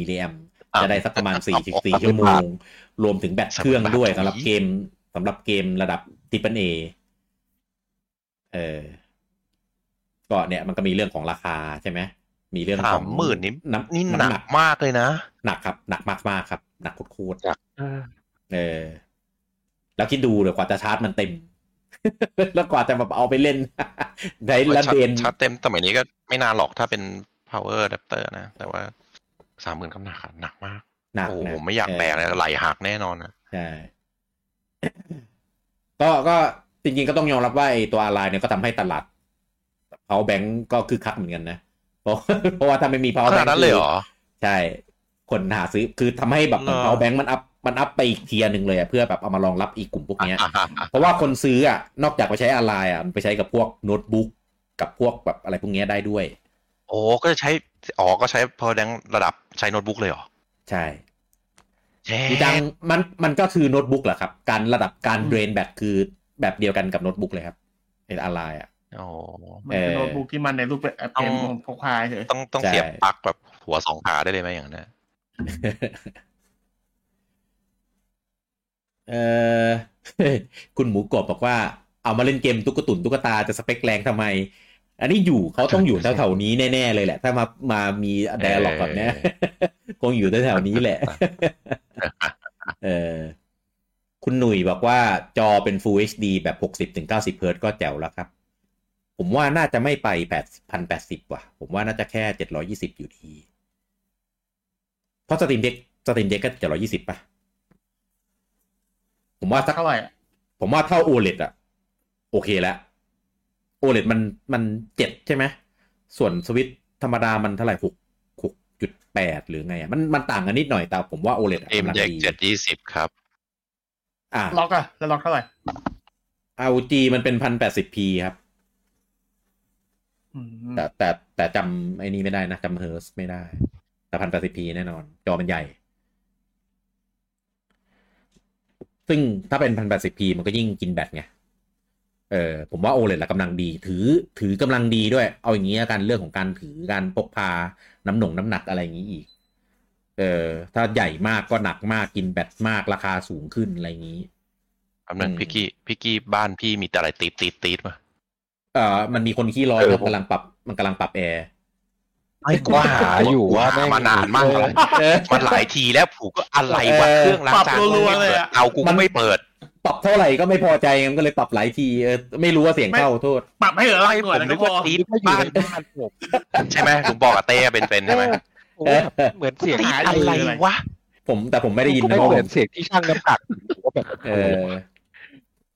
A: มิลลิแอม
C: อ่ะ
A: จะได้สักประมาณ 44
D: 30,000
A: ชั่วโมง รวมถึงแบตเครื่องด้วย
C: 30,000
A: สำหรับเกมสำหรับเกมระดับติปเป A เออ ก็เนี่ยมันก็มีเรื่องของราคาใช่ไหม มีเรื่องของ
C: สามหมื่นนี่
A: น้ำ
C: นี่ห
A: น้ำ
C: นั
A: หนั
C: ก
A: ก
C: มากเลยนะ
A: หนักครับ หนักมากมากๆครับ หนักโคตรๆ
D: เออ
A: เออ แล้วคิดดูเดี๋ยวกว่าจะชาร์จมันเต็ (laughs) ม แล้วกว่าจะแบบเอาไปเล่น (laughs) ได้ละเดน
C: ชัดเต็มสมัยนี้ก็ไม่นานหรอกถ้าเป็น power adapter นะ แต่ว่าสามหมื่นก็หนักอะหนักมาก
A: หนัก
C: โอ้
A: ห
C: โห
A: นั
C: ไม่อยากแบกเลยไหลหักแน่นอนนะ
A: ใช่ (coughs) ก็ก็จริงๆก็ต้องยอมรับว่าไอ้ตัวออนไลน์เนี่ยก็ทำให้ตลาดเขาแบงก์ก็คือคักเหมือนกันนะ เพราะ (laughs) เพราะว่าถ้าไม่มี power
C: ข
A: bank
C: นาดนั้นเลยเหรอ
A: ใช่ คนหาซื้อคือทำให้แบบเหมือน
C: เหรอ
A: power bank มันอัพมันอัพไปอีกเทียร์หนึ่งเลยอะเพื่อแบบเอามารองรับอีกกลุ่มพวกเนี้ย
C: อ่ะอ่ะอ่ะ
A: เพราะว่าคนซื้ออ่ะ นอกจากไปใช้ออนไลน์อ่ะ มันไปใช้กับพวกโน้ตบุ๊กกับพวกแบบอะไรพวกเนี้ยได้ด้วย
C: โอ้ก็จะใช้อ๋อก็ใช้ power bank ระดับใช้โน้ตบุ๊กเลยเหรอ
A: ใช่
C: แช่
A: ดังมันมันก็คือโน้ตบุ๊กแหละครับ การระดับการเดรนแบตคือแบบเดียวกันกับโน้ตบุ๊กเลยครับไอ้ออนไลน์อ่ะ
C: โอ้
B: มันเป็น
A: เอ่อ
B: โน้ตบุ๊กที่มันในรูปแบบแอปเกม
C: ต้อง
B: พกพาเฉย
C: ต้องต้อง
A: ใช่
C: เสียบปลั๊กแบบหัวสองขาได้เลยไหมอย่างนั้นนะ
A: (laughs) เออ คุณหมูกรอบบอกว่าเอามาเล่นเกมตุ๊กตุนตุ๊กตาจะสเปคแรงทำไม อันนี้อยู่เขาต้องอยู่แถวๆนี้แน่ๆเลยแหละ ถ้ามามามีไดอะล็อกแบบเนี้ย (laughs) คงอยู่แถวๆนี้แหละ (laughs) เออคุณหนุ่ยบอกว่าจอเป็น Full HD แบบ 60ถึง90 เฮิร์ตก็แจ๋วแล้วครับ ผมว่าน่าจะไม่ไป8 1080 ว่ะ ผมว่าน่าจะแค่ 720 อยู่ดี เพราะสตรีมเด็กสตรีมเด็กก็ 720 ป่ะ ผมว่าสัก
B: เท่าไหร่อะ
A: ผมว่าเท่า OLED อะโอเคแล้ว OLED มันมันเจ็ดใช่ไหม ส่วนสวิตช์ธรรมดามันเท่าไหร่หกหกจุดแปดหรือไงอะมันมันต่างกันนิดหน่อยแต่ผมว่า OLED อะ
C: เอ็ม
A: กำลัง
C: เด็ก
A: ดี
C: เจ็ดยี่สิบครับ
A: อ่ะ
B: ล็อกอะแล้วล็อกเท่าไหร่
A: ROG มันเป็น 1080p ครับ
B: อืม
A: แต่แต่แต่จำไอ้นี่ไม่ได้นะจำเฮิร์สไม่ได้ แต่ 1080p แน่นอน จอมันใหญ่ ซึ่งถ้าเป็น 1080p มันก็ยิ่งกินแบตไง เออผมว่า OLED ละกำลังดี ถือถือกำลังดีด้วย เอาอย่างนี้ละกันเรื่องของการถือการพกพาน้ำหนงน้ำหนักอะไรอย่างนี้อีก เออถ้าใหญ่มากก็หนักมากกินแบตมากราคาสูงขึ้นอะไรอย่างนี้
C: คำนึง
A: อืม
C: พี่กี้พี่กี้บ้านพี่มีแต่อะไรตีดตีดตีดมา
A: เออมันมีคนขี้ร้อน
C: เออ
A: ครับ
C: ผม
A: กำลังปรับมันกำลังปรับแอร์
D: ไม่กว่าหาอยู่ว่าแม่ง
C: มานานมากแล้วมันหลายทีแล้วผูกก็อะไรวะเครื่องล้างจานกูไม่เปิดเตากูก็ไม่เปิด
A: ปรับเท่าไหร่ก็ไม่พอใจมันก็เลยปรับหลายทีเออไม่รู้ว่าเสียงเข้าโทษ
B: ปรับให้เหลืออะไร
C: ไม่
B: ก่อนแล้ว
C: ผมนึ
B: ก็
C: ก
B: พ
C: ว่า
B: อ
C: ตี
D: นี่ก็อยู่ในบ้านผม
C: ใช่ไหมผมบอกกับเต้เป็นเป็นๆใช่ไหม
D: โอ้ยแบบเหมือนเสียง
C: ตีดอะไรวะ
A: ผมแต่ผมไม่ได้ยิน
D: ไม่
A: นะผ
D: เหมือน
A: ม
D: เสียงที่ช่างน้ำหนักผมว่าแบบ
A: เออ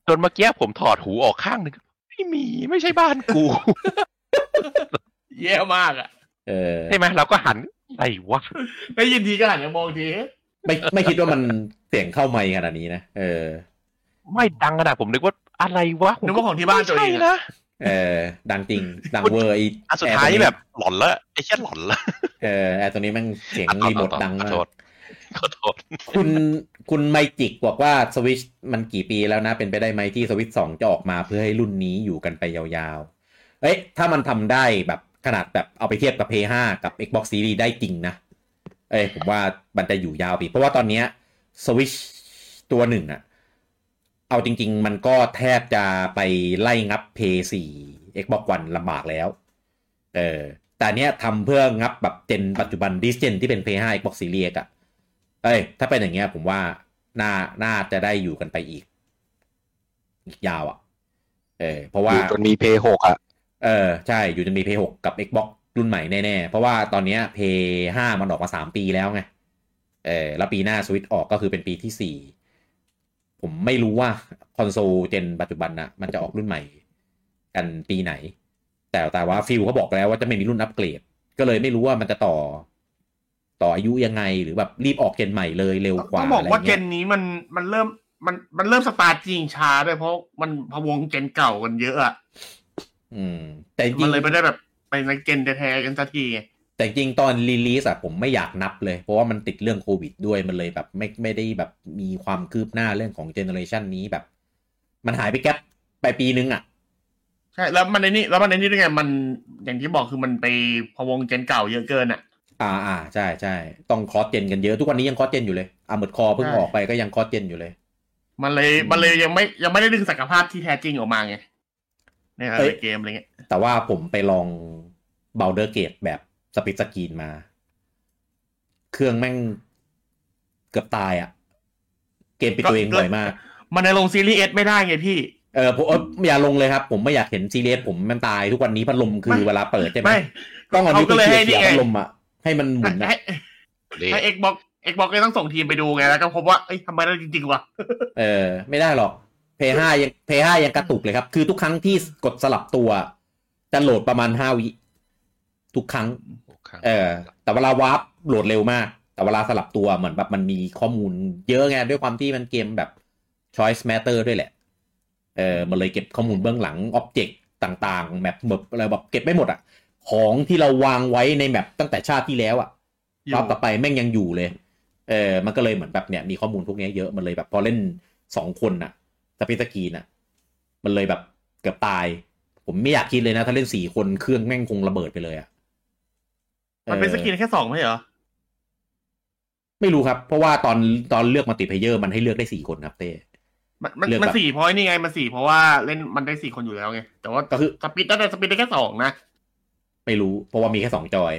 C: จนเมื่อกี้ผมถอดหูออกข้างหนึ่งไม่มีไม่ใช่บ้านกู
B: แย่มากอะ
A: เออ
C: ใช่ไหมเราก็หันอะไรวะ
B: ได้ยินทีก็หันไปมองที
A: ไม่ไม่คิดว่ามันเสียงเข้าไม่ขนาดนี้นะเออ
C: ไม่ดังขนาดผมนึกว่าอะไรวะผม
B: นึกว่าของที่บ้านตัวเอง
C: ไม่ใช่
B: อะ
C: นะ
A: เออดังจริง ดังเวอร์ไอ
C: อันสุดท้ายนี่แบบหลอนละไอ้เชี่ยหลอนละ
A: เออแอร์ตัวนี้แมันเสียง
C: อ่ะต่อ
A: รีโมท
C: ต่อ
A: ดัง
C: ขอ
A: มา
C: โท
A: ก
C: ษขอโทษ
A: คุณคุณไมจิกบอกว่าสวิชมันกี่ปีแล้วนะ เป็นไปได้ไหมที่สวิชสองจะออกมาเพื่อให้รุ่นนี้อยู่กันไปยาวๆ เอ้ยถ้ามันทำได้แบบขนาดแบบเอาไปเทียบกับ p 5กับ Xbox Series ได้จริงนะ เอ้ยผมว่ามันจะอยู่ยาวปีเพราะว่าตอนเนี้ยสวิชตัวหนึ่งอะเอาจริง ๆ มันก็แทบจะไปไล่งับ p 4 Xbox One ลำบากแล้ว เออแต่อันเนี้ยทำเพื่องับแบบเจนปัจจุบันดิสเจนที่เป็น p 5 Xbox Series อะเอ้ย ถ้าเป็นอย่างเงี้ยผมว่าน่าน่าจะได้อยู่กันไปอีก อีกยาวอะเออเพราะ
D: อ
A: ว่า
D: ยู่จนมีเพย์หกอ่ะ
A: เออ ใช่ อยู่จะมี Play 6 กับ Xbox รุ่นใหม่แน่ๆ เพราะว่าตอนเนี้ย Play 5 มันออกมา 3 ปีแล้วไง เออ แล้วปีหน้า Switch ออกก็คือเป็นปีที่ 4 ผมไม่รู้ว่า คอนโซลเจนปัจจุบันนะมันจะออกรุ่นใหม่ กันปีไหน แต่แต่ว่าฟิลเขาบอกแล้วว่าจะไม่มีรุ่นอัปเกรด ก็เลยไม่รู้ว่ามันจะต่อ ต่ออายุยังไงหรือแบบรีบออกเจนใหม่เลยเร็วกว่า
B: ต้อ
A: อะ
B: ง
A: ไร
B: บอกว่าเจ
A: เงี้
B: น
A: ย
B: นี้มันมันเริ่มมันมันเริ่มสตาร์ทจริงช้าด้วยเพราะมันพะวงเจนเก่ากันเยอะอะ
A: อืม แต่จริง
B: มันเลยไม่ได้แบบไปในเจนแท้ๆกันสักทีไง
A: แต่จริงตอนรีลีสอะผมไม่อยากนับเลย เพราะว่ามันติดเรื่องโควิดด้วยมันเลยแบบไม่ไม่ได้แบบมีความคืบหน้าเรื่องของเจเนอเรชันนี้แบบ มันหายไปแก๊ปไปปีนึงอะ
B: ใช่แล้วมันในนี่แล้วมันในนี่ด้วยไงมันอย่างที่บอกคือมันไปพะวงเจนเก่าเยอะเกินอ่ะ
A: อ่าอ่าใช่ใช่ต้องคอสเจนกันเยอะ ทุกวันนี้ยังคอสเจนอยู่เลยอ่ะหมดคอเพิ่ง
B: ใช่
A: ออกไปก็ยังคอสเจนอยู่เลย
B: มันเลย
A: อืม
B: มันเลยยังไม่ยังไม่ได้ดึงศักยภาพที่แท้จริงออกมาไงในหลา
A: เอ้ย
B: ยๆเกมอะไรเงี้ย
A: แต่ว่าผมไปลองเบลเดอร์เกตแบบสปิตสกรีนมา เครื่องแม่งเกือบตายอะเกมปิดตัวเองบ่อยมาก
B: มันในลงซีรีส์เอสไม่ได้ไงพี่
A: เออผมเอออย่าลงเลยครับ ผมไม่อยากเห็นซีเรียสผมมันตายทุกวันนี้พัดลมคือ
B: ไม่
A: เวลาเปิดใช่ไหม
B: ไม่
A: ต้องเอานิ้ว
B: เขาก็เลยให้นี่
A: เขี่ย
B: ไง
A: พัดลมอ่ะให้มันหมุนนะ
B: ให้
C: เละ
B: ให้เอ็กบอกเอ็กบอกก็ต้องส่งทีมไปดูไงแล้วก็พบว่าเอ้ยทำไมได้จริงๆวะ
A: เออ ไม่ได้หรอกเพย์ห้ายังเพย์ห้ายังกระตุกเลยครับ คือทุกครั้งที่กดสลับตัว จะโหลดประมาณห้าวิทุกครั้ง
C: ทุกครั้ง
A: เออแต่เวลาวาร์ปโหลดเร็วมาก แต่เวลาสลับตัวเหมือนแบบมันมีข้อมูลเยอะไงด้วยความที่มันเกมแบบ choice matter ด้วยแหละ เออมันเลยเก็บข้อมูลเบื้องหลังอ็อบเจกต์ต่างๆ แมปแบบอะไรแบบเก็บไม่หมดอ่ะ ของที่เราวางไว้ในแมปตั้งแต่ชาติที่แล้วอ่ะรอบต่อไปแม่งยังอยู่เลย เออมันก็เลยเหมือนแบบเนี่ยมีข้อมูลพวกเนี้ยเยอะมันเลยแบบพอเล่นสองคนน่ะสเปซสกรีนน่ะ มันเลยแบบเกือบตาย ผมไม่อยากคิดเลยนะ ถ้าเล่นสี่คนเครื่องแม่งคงระเบิดไปเลยอ่ะ
B: มันเป็นสกินแค่สองไม่ใช่เหรอ
A: ไม่รู้ครับ เพราะว่าตอนตอนเลือกมัลติเพเยอร์มันให้เลือกได้สี่คนครับเต้
B: มันมัน
A: เลือก
B: มัน
A: แบบ
B: สี่เพราะนี่ไงมันสี่เพราะว่าเล่นมันได้สี่คนอยู่แล้วไงแต่ว่า
A: ก็คือ
B: สปิดได้แต่สปิดได้แค่สองนะ
A: ไม่รู้ เพราะว่ามีแค่สองจอย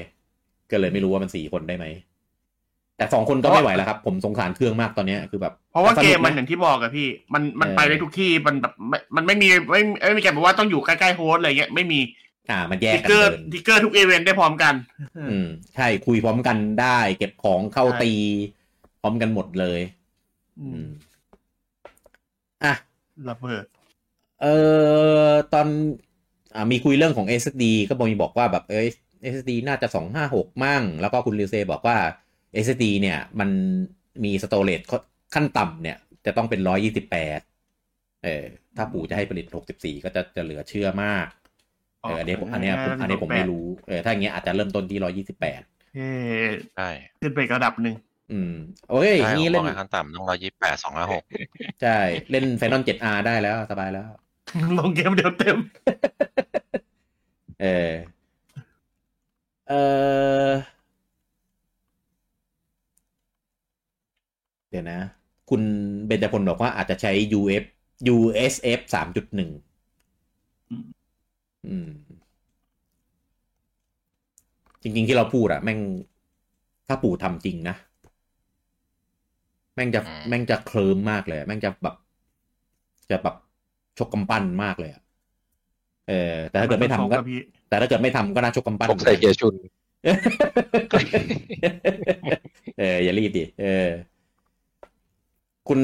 A: ก็เลยไม่รู้ว่ามันสี่คนได้ไหม แต่สองคนก็ไม่ไหวแล้วครับ ผมสงสารเครื่องมากตอนเนี้ยคือแบบ
B: เพราะว่า
A: แต่
B: เก
A: สนุ
B: มมันอะ ย่างที่บอกอะพี่มันมัน
A: เออ
B: ไปได้ทุกที่มันแบบไม่มันไม่มีไม่ไม่มีการบอกว่าต้องอยู่ใกล้ๆโฮสต์อะไรเงี้ยไม่มี
A: อ่า มันแยก
B: ทิก
A: กัน
B: เก
A: เดิ
B: อร์
A: น
B: ทิกเกอร์ทุกอีเวนต์ได้พร้อมกัน
A: อืมใช่ คุยพร้อมกันได้ เก็บของเข้า
B: ใช่
A: ตี พร้อมกันหมดเลย อืมอ่ะ
B: ระเบิด
A: เอ่อตอนอ่ามีคุยเรื่องของ SSD ก็มีบอกว่าแบบเอ้ย SSD น่าจะ 256 มั่ง แล้วก็คุณลิวเซบอกว่า SSD เนี่ยมันมีสโตเรจขั้นต่ำเนี่ย จะต้องเป็น 128 เออถ้าปู่จะให้ผลิต 64 ก็จะจะเหลือเชื่อมาก เอออันนี้ผมอันเนี้ยผมอันนี้ผมไม่รู้ เออถ้าอย่างเงี้ยอาจจะเริ่มต้นที่ 128
B: เอ่อ
C: ใช่
B: ขึ้นไประดับหนึ่ง (laughs)
A: อืม โอ้ยอ
C: ใช่
A: ย่างนี้
C: ผมบ
A: เล่
C: อก
A: น
C: ไงขั้นต่ำต้องร้อยยี่แปดสองร้อยหก
A: ใช่ เล่น Final 7R ได้แล้วสบายแล้ว
B: ลงเกมเดียวเต็ม
A: เออ เออเดี๋ยวนะ คุณเบญจพลบอกว่าอาจจะใช้ UF USF สามจุดหนึ่ง
B: อืม
A: อืม จริง ๆ ที่เราพูดอะแม่ง ถ้าปู่ทำจริงนะ แม่งจะแม่งจะเคลิมมากเลย แม่งจะแบบ จะแบบชกกำปั้นมากเลยอะเออ แต่ถ้าเกิดไม่ทำก็
B: นต้องโฟสพี่
A: แต่ถ้าเกิดไม่ทำก็น่าชกกำปั้น
D: ผมใส่เกี
A: (laughs)
D: ยร์ชุน
A: เอออย่ารีบดิเออ คุณ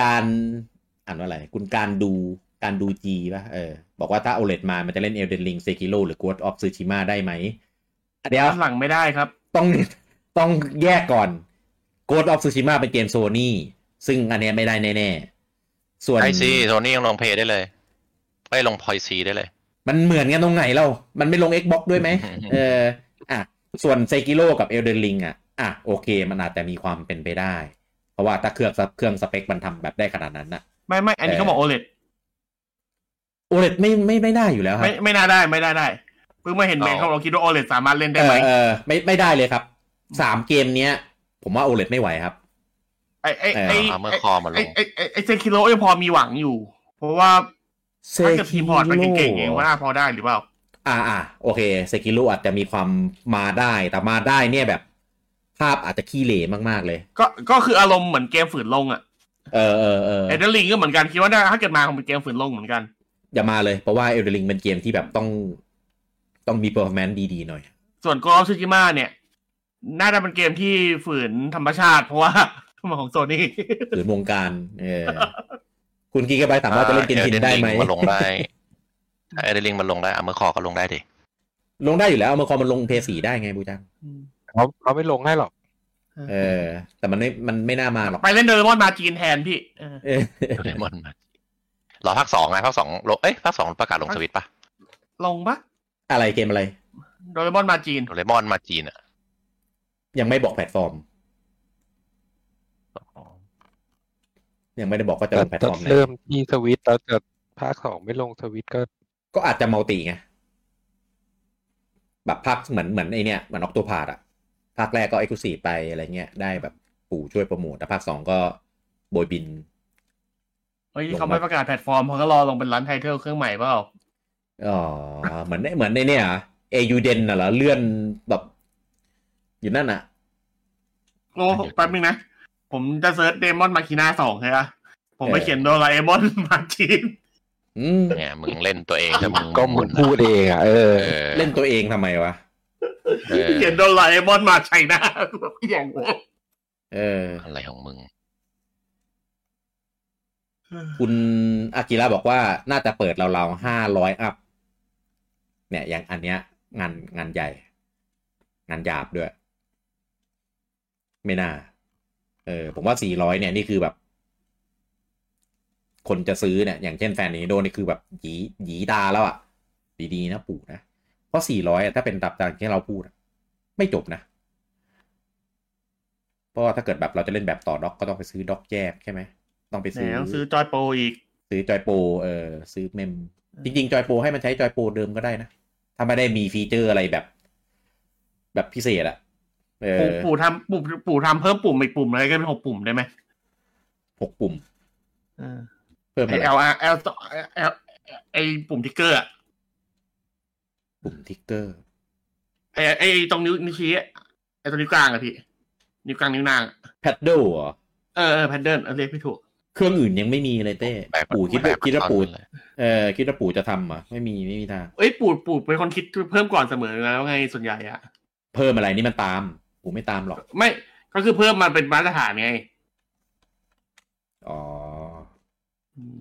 A: การอ่านว่าอะไร คุณการดูการดูจีป่ะเออ บอกว่าถ้า OLED มามันจะเล่น Elden Ring Sekiro หรือ Ghost of Tsushima ได้ไหมเดี๋ยว
B: ด้านหลังไม่ได้ครับ
A: ต้องต้องแยกก่อน Ghost of Tsushima เป็นเกมโซนี่ซึ่งอันเนี้ยไม่ได้แน่ๆ ส่วน
C: ไอซีโซนี่ยังลงเพย์ได้เลยไปลงพอยซีได้เลย
A: มันเหมือนกันตรงไหนเรา มันไม่ลง Xbox ด้วยไหม เออ อ่ะ ส่วนเซกิโ o กับเอลเดนลิงอ่ะ อ่ะ โอเค มันอาจจะมีความเป็นไปได้ เพราะว่าถ้าเครื่องสเครื่องสเปคมันทำแบบได้ขนาดนั้นน่ะ
B: ไม่ไม่อันนี้เขาบอกโอเลด
A: โอเลไม่ไม่ไม่ได้อยู่แล้วครั
B: ไม่
A: บ
B: ไม่น่าได้ไม่ได้ได้เพิ่งมาเห็น
C: อ๋อ
B: เมนเขาเราคิดว่าโอเลดสามารถเล่นได้ไหม
A: เออเออไม่ไม่ได้เลยครับ สามเกมเนี้ย ผมว่าโอเลไม่ไหวครับ
B: ไอไอไอ
C: เอาเมื่อคอมาล
B: ไอง ไอไอ้ไอเซคิโลยังพอมีหวังอยู่ เพราะว่าถ้าเกิดทีมพอร์ตมันเก่งๆเองว่าน่าพอได้หรือเปล่า
A: อ่าอ่าโอเคเซกิโ o อาจจะมีความมาได้ แต่มาได้เนี่ยแบบ ภาพอาจจะขี้เหร่มากๆเลย
B: ก็ก็คืออารมณ์เหมือนเกมฝืนลงอะ
A: เออเออเออ
B: เอเดนลิงก็เหมือนกันคิดว่าน่าถ้าเกิดมาคงเป็นเกมฝืนลงเหมือนกัน
A: อย่ามาเลย เพราะว่าเอลเดลิงเป็นเกมที่แบบต้องต้องมีเปอร์ฟอร์แมนซ์ดีๆหน่อย
B: ส่วนกอล์ฟซูจิมาเนี่ย น่าจะเป็นเกมที่ฝืนธรรมชาติ เพราะว่า (laughs) มันของโซนี่
A: หรือวงการ เออ คุณกีกะไปถามว่าจะเล่นเกมชินได้ไหม
C: เอเดนลิงมันลงได้เอเดนลิงมันลงได้เอาเมื่อคอก็ลงได้ดิ
A: ลงได้อยู่แล้ว เอามาคอมมันลงเพย์สีได้ไงบูจัง
D: เขาเขาไม่ลงให้หรอก
A: เออ แต่มันไม่ มันไม่น่ามาหรอก
B: ไปเล่นเดอร์มอนมาจีนแทนพี่เออ
A: เออ
C: โดเรมอนมารอภาคสองไงภาคสองลงเอ้ยภาคสองประกาศลงสวิตช์ป่ะ
B: ลงปะ
A: อะไรเกมอะไร
B: โดเรมอนมาจีน
C: โดเรมอนมาจีนอ่ะ
A: ยังไม่บอกแพลตฟอร์ม ยังไม่ได้บอกว่าจะ
D: แต่
A: ลงแพลตฟอร์มไหน
D: เริ่มที่สวิตช์แล้วจะภาคสองไม่ลงสวิตช์ก็
A: ก็อาจจะมัลติไง แบบภาคเหมือนเหมือนไอเนี่ยเหมือนออกตัวพาดอะภาคแรกก็เอ็กซ์คลูซีไปอะไรเงี้ย ได้แบบปู่ช่วยโปรโมทแต่ภาคสองก็โบยบิน
B: เฮ้ย
A: ลงมา
B: เขาไม่ประกาศแพลตฟอร์มเขาก็รอลงเป็นร้านไทเทลเครื่องใหม่เปล่า
A: อ๋อ เหมือนเหมือนในเนี่ยเอยูเดนน่ะเหรอเลื่อนแบบอยู่นั่นน่ะ
B: โอ้แป๊บนึงนะ ผมจะเซิร์ชเดมอนมาคิน่าสองใช่ปะ ผมไม่เขียนโดราเอมอนมาจีน
A: อืม
C: เนี่ยมึงเล่น
A: (laughs)
C: ตัวเองแต่มึง
D: ก็มึงพูดเองอ่ะเออ
C: เออ
A: เล่นตัวเองทำไมวะ
C: เออ
B: เขียนโดราเอมอนมา (laughs) ใช่นะแบบอย่างงง
A: เออ
C: อะไรของมึง
A: คุณอากิระบอกว่าน่าจะเปิดเราๆห้าร้อยอัพ เนี่ย อย่างอันเนี้ย งานงานใหญ่ งานหยาบด้วย ไม่น่า เออ ผมว่าสี่ร้อยเนี่ย นี่คือแบบ คนจะซื้อเนี่ย อย่างเช่นแฟนนี้โดนนี่คือแบบหยีหยีตาแล้วอะ่ะ ดีๆนะปู่นะ เพราะสี่ร้อยถ้าเป็นตับตามที่เราพูดอะไม่จบนะ เพราะว่าถ้าเกิดแบบเราจะเล่นแบบต่อด็อกก็ต้องไปซื้อด็อกแยกใช่ไหม ต้องไป
B: ไหน
A: ซื้อ
B: ต้องซื้อจอยโปรอีก
A: ซื้อจอยโปรเออซื้อเมม จริงๆจอยโปรให้มันใช้จอยโปรเดิมก็ได้นะ ถ้าไม่ได้มีฟีเจอร์อะไรแบบ แบบพิเศษอะเอ
B: ปู่
A: อ
B: ปู่ทำปู่ปู่ทำเพิ่มปุ่มอีกปุ่มอะไรก็เป็นหกปุ่มได้ไหม
A: หกปุ่ม
B: เออ
A: เพิ่ม
B: ไอ
A: อะไร
B: เอลเอลเอลไอปุ่มทิกเกอร์อะ
A: ปุ่มทิกเกอร์
B: ไอไอตรงนิ้วนิ้วชี้อะไอตรงนิ้วกลางอะพี่ นิ้วกลางนิ้วนางอะ
A: แพดเดิลเหรอ
B: เออเออแพนเดิลเรียกไม่ถูก
A: เครื่องอื่นยังไม่มีเลยเต้
C: แบบ
A: ปู่คิด
C: แบ
A: ว่า
C: บ
A: คิดว่าปู่
C: เลย
A: เออคิดว่าปู่จะทำเหรอ่ะไม่มีไม่มีทาง
B: เอ้ยปู่ปู่เป็นคนคิดเพิ่มก่อนเสมออยู่แล้วไงส่วนใหญ่อะ
A: เพิ่มอะไรนี่มันตาม ปู่ไม่ตามหรอก
B: ไม่ก็คือเพิ่มมาเป็นมาตรฐานไง
A: อ๋อ
B: อืม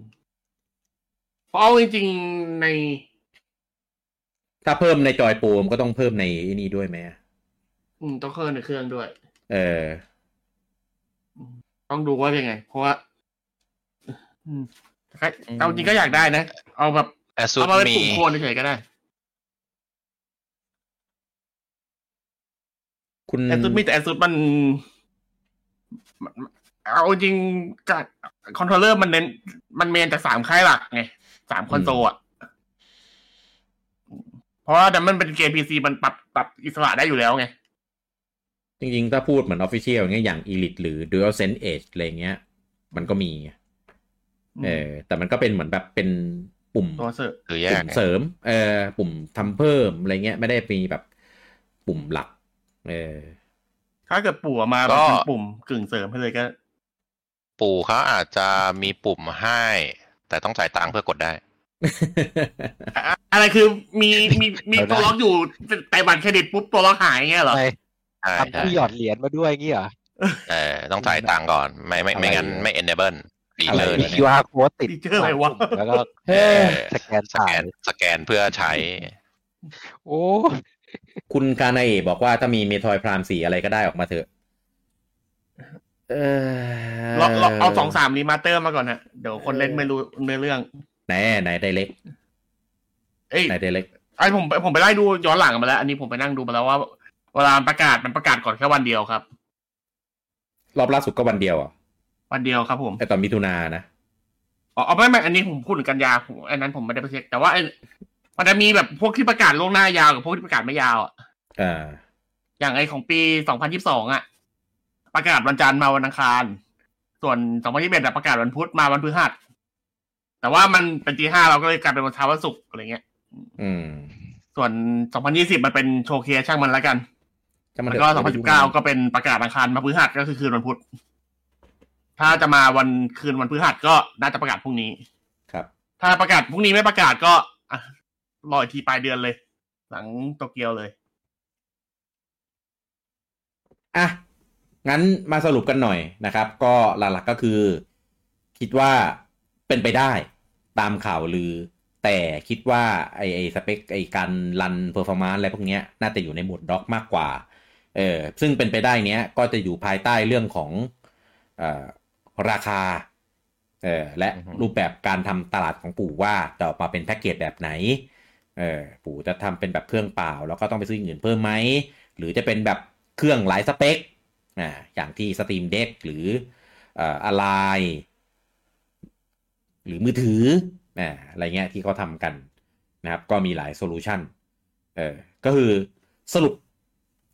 B: เพราะเอาจริงๆใน
A: ถ้าเพิ่มในจอยโปรมันก็ต้องเพิ่มในไอ้นี่ด้วยไหมอะ
B: อืมต้องเครื่องในเครื่องด้วย
A: เออ
B: ต้องดูว่าเป็นไง เพราะว่าอืมแต่ก็เอาจริงก็อยากได้นะ เอาแบบ
C: แอสซู
B: เอามาเป็น
C: มี
B: ปุ่มโคนเฉยๆก็ได้
A: คุณ
B: แอสซูดมีแต่แอสซูดมันมัน เอาจริงการคอนโทรลเลอร์มันเน้น มันเมนจากสามค่ายหลักไงสามคอนโซลอ่ะ เพราะว่าแต่มันเป็นเกมพีซีมันปรับปรับอิสระได้อยู่แล้วไง
A: จริงๆ ถ้าพูดเหมือนออฟฟิเชียลอย่างเงี้ยอย่าง Elite หรือ Dual Sense Edge อะไรเงี้ย มันก็มีไง เออแต่มันก็เป็นเหมือนแบบเป็นปุ่ม
B: ตัวเสร์ฟ
C: คือแย
A: ปุ่
C: ก
A: ม
C: ไง
A: เสริมเออปุ่มทำเพิ่มอะไรเงี้ยไม่ได้มีแบบปุ่มหลักเออ
B: ถ้าเกิดปู่เอามาเป็นปุ่มกึ่งเสริมให้เลยก็
C: ปู่เขาอาจจะมีปุ่มให้ แต่ต้องจ่ายตังค์เพื่อกดได้
B: อะไรคือมีมีมี
D: เอาได้
B: ตัวล็อกอยู่แต่บัตรเครดิตปุ๊บตัวล็อกหายเงี้ยเหรอ
D: ไป
C: ใช่
D: ทำ
C: ใช่
D: ที่หยอดเหรียญมาด้วยงี้เหรอ
C: เออต้องจ่ายตังค์ก่อน ไม่ไม่ไม่งั้นไม่ enable ดี
A: อะไร
C: เลย
D: มี
C: เนี่ย
D: QR code ติด
B: ฟีเจอร์อะไรวะ
D: ปุ่มแล้วก็
C: เออ
D: สแกน
C: ส
D: จ่า
C: แก
D: ย
C: นสแกนเพื่อใช้
D: โอ้
A: (laughs) คุณคานาเอะบอกว่าถ้ามีเมทอยพรามสีอะไรก็ได้ออกมาเถอะเออ
B: ล็อกล็อกเอาสองสามรีมาสเตอร์มาก่อนนะเดี๋ยวคนเล่นไม่รู้เนื้อเรื่อง
A: ไหนไหนไดเล็ก
B: เอ้ย
A: ไหนไดเล็ก
B: ไอผมผมไปไล่ดูย้อนหลังมาแล้ว อันนี้ผมไปนั่งดูมาแล้วว่า เวลาประกาศมันประกาศก่อนแค่วันเดียวครับ
A: รอบล่าสุดก็วันเดียวอ่ะ
B: วันเดียวครับผม
A: ไอตอนมิถุนานะ
B: อ๋อเอาไม่ไม่อันนี้ผมพูดถึงกันยาผมอันนั้นผมไม่ได้ไปเช็คแต่ว่าไอมันจะมีแบบพวกที่ประกาศล่วงหน้ายาวกับพวกที่ประกาศไม่ยาวอะ
A: อ่า
B: อย่างไอของปีสองพันยี่สิบสองอ่ะ ประกาศวันจันทร์มาวันอังคาร ส่วนสองพันยี่สิบเอ็ดประกาศวันพุธมาวันพฤหัสแต่ว่ามันเป็นตีห้าเราก็เลยกลายเป็นวันเช้าวันศุกร์อะไรเงี้ย
A: อืม
B: ส่วนสองพันยี่สิบมันเป็นโชว์เคสช่างมันแล้วกัน
A: จะ
B: แล้
A: เถะ
B: วก็สองพันสิบเก้าก็เป็นประกาศอังคารมาพฤหัสก็คือคืนวันพุธ ถ้าจะมาวันคืนวันพฤหัสก็น่าจะประกาศพรุ่งนี้
A: ครับ
B: ถ้าประกาศพรุ่งนี้ไม่ประกาศก็อ่ะรออีกทีปลายเดือนเลย หลังโตเกียวเลย
A: อ่ะ งั้นมาสรุปกันหน่อยนะครับ ก็หลักๆก็คือ คิดว่าเป็นไปได้ตามข่าวลือ แต่คิดว่าไอไอสเปคไอการรันเพอร์ฟอร์มานซ์อะไรพวกเนี้ยน่าจะอยู่ในหมวดด็อกมากกว่า เออซึ่งเป็นไปได้เนี้ยก็จะอยู่ภายใต้เรื่องของเออราคาเออและ
C: อือฮึ
A: รูปแบบการทำตลาดของปู่ว่าจะออกมาเป็นแพ็กเกจแบบไหน เออปู่จะทำเป็นแบบเครื่องเปล่า แล้วก็ต้องไปซื้ออย่างอื่นเพิ่มไหม หรือจะเป็นแบบเครื่องหลายสเปคอ่าอย่างที่ Steam Deck หรือเอ่ออะไร หรือมือถืออ่าอะไรเงี้ยที่เขาทำกันนะครับ ก็มีหลายโซลูชันเออก็คือสรุป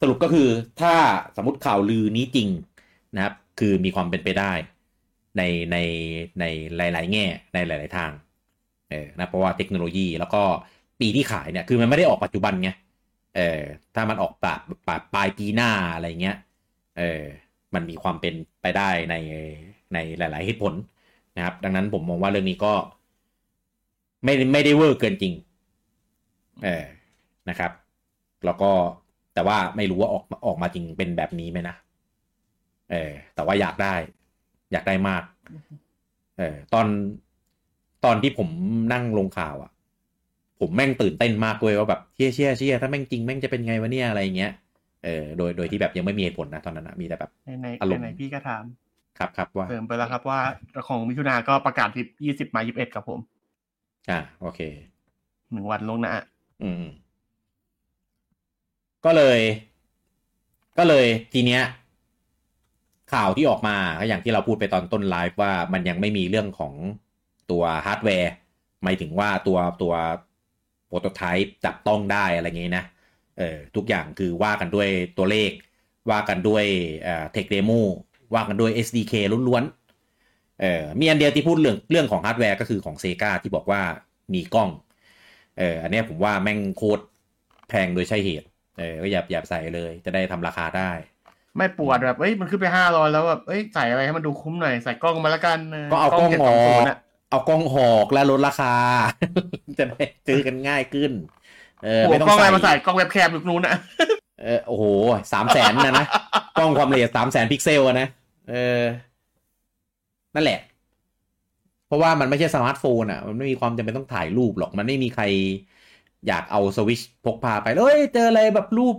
A: สรุปก็คือถ้าสมมติข่าวลือนี้จริงนะครับ คือมีความเป็นไปได้ ในในในหลาย ๆ แง่ในหลาย ๆ ทางเออนะเพราะว่าเทคโนโลยีแล้วก็ปีที่ขายเนี่ย คือมันไม่ได้ออกปัจจุบันไง เออถ้ามันออกปลาปลาปลายปีหน้าอะไรเงี้ย เออมันมีความเป็นไปได้ในในหลาย ๆ เหตุผล นะครับ ดังนั้นผมมองว่าเรื่องนี้ก็ ไม่ไม่ได้เวอร์เกินจริง เออนะครับ แล้วก็แต่ว่าไม่รู้ว่าออกออกมาจริงเป็นแบบนี้ไหมนะ เออแต่ว่าอยากได้ อยากได้มาก เออตอนตอนที่ผมนั่งลงข่าวอะ่ะ ผมแม่งตื่นเต้นมากเว้ยว่าแบบเชี่ยเชี่ยเชี่ยถ้าแม่งจริงแม่งจะเป็นไงวะเนี่ยอะไรอย่างเงี้ยเออโดยโดยที่แบบยังไม่มีเหตุผลนะตอนนั้นนะมีแต่แบบ
B: ในใน
A: อารมณ์
B: ในพี่ก็ถาม
A: ครับครับว่า
B: เติมไปแล้วครับว่าของมิถุนาก็ประกาศที่ยี่สิบมายี่สิบเอ็ดครับผม
A: อ่าโอเค
B: หนึ่งวันลวงหน้า
A: อืม ก็เลย ก็เลยทีเนี้ย ข่าวที่ออกมาก็อย่างที่เราพูดไปตอนต้นไลฟ์ว่ามันยังไม่มีเรื่องของตัวฮาร์ดแวร์ หมายถึงว่าตัวตัวโปรโตไทป์จับต้องได้อะไรอย่างงี้นะ เออทุกอย่างคือว่ากันด้วยตัวเลข ว่ากันด้วยเอ่อเทคเดโมว่ากันด้วย SDK ล้วนๆเออมีอันเดียวที่พูดเรื่องเรื่องของฮาร์ดแวร์ก็คือของ Sega ที่บอกว่ามีกล้องเอออันเนี้ยผมว่าแม่งโคตรแพงโดยใช่เหตุเออก็อย่าอย่าใส่เลย จะได้ทำราคาได้
B: ไม่ปวดแบบเอ้ยมันขึ้นไปห้าร้อยแล้วแบบเอ้ยใส่อะไรให้มันดูคุ้มหน่อยใส่กล้องมาละกัน
A: ก็เอากล้องออก
B: 720ะ
A: เอากล้องออกและลดราคา (laughs) จะได้ซื้อกันง่ายขึ้น เออ
B: โอ้โห
A: ไม่ต้อก
B: ล้อง งอะ
A: ใส่
B: ไรมาใส่กล้องเว็บแคมยุคนู้นอะ
A: เออโอ้โหสามแสนนะนะกล้องความละเอียดสามแสนพิกเซลอะนะเออ นั่นแหละ เพราะว่ามันไม่ใช่สมาร์ทโฟนอะมันไม่มีความจำเป็นต้องถ่ายรูปหรอก มันไม่มีใครอยากเอาสวิตชพกพาไปเอ้ยเจออะไรแบบรูป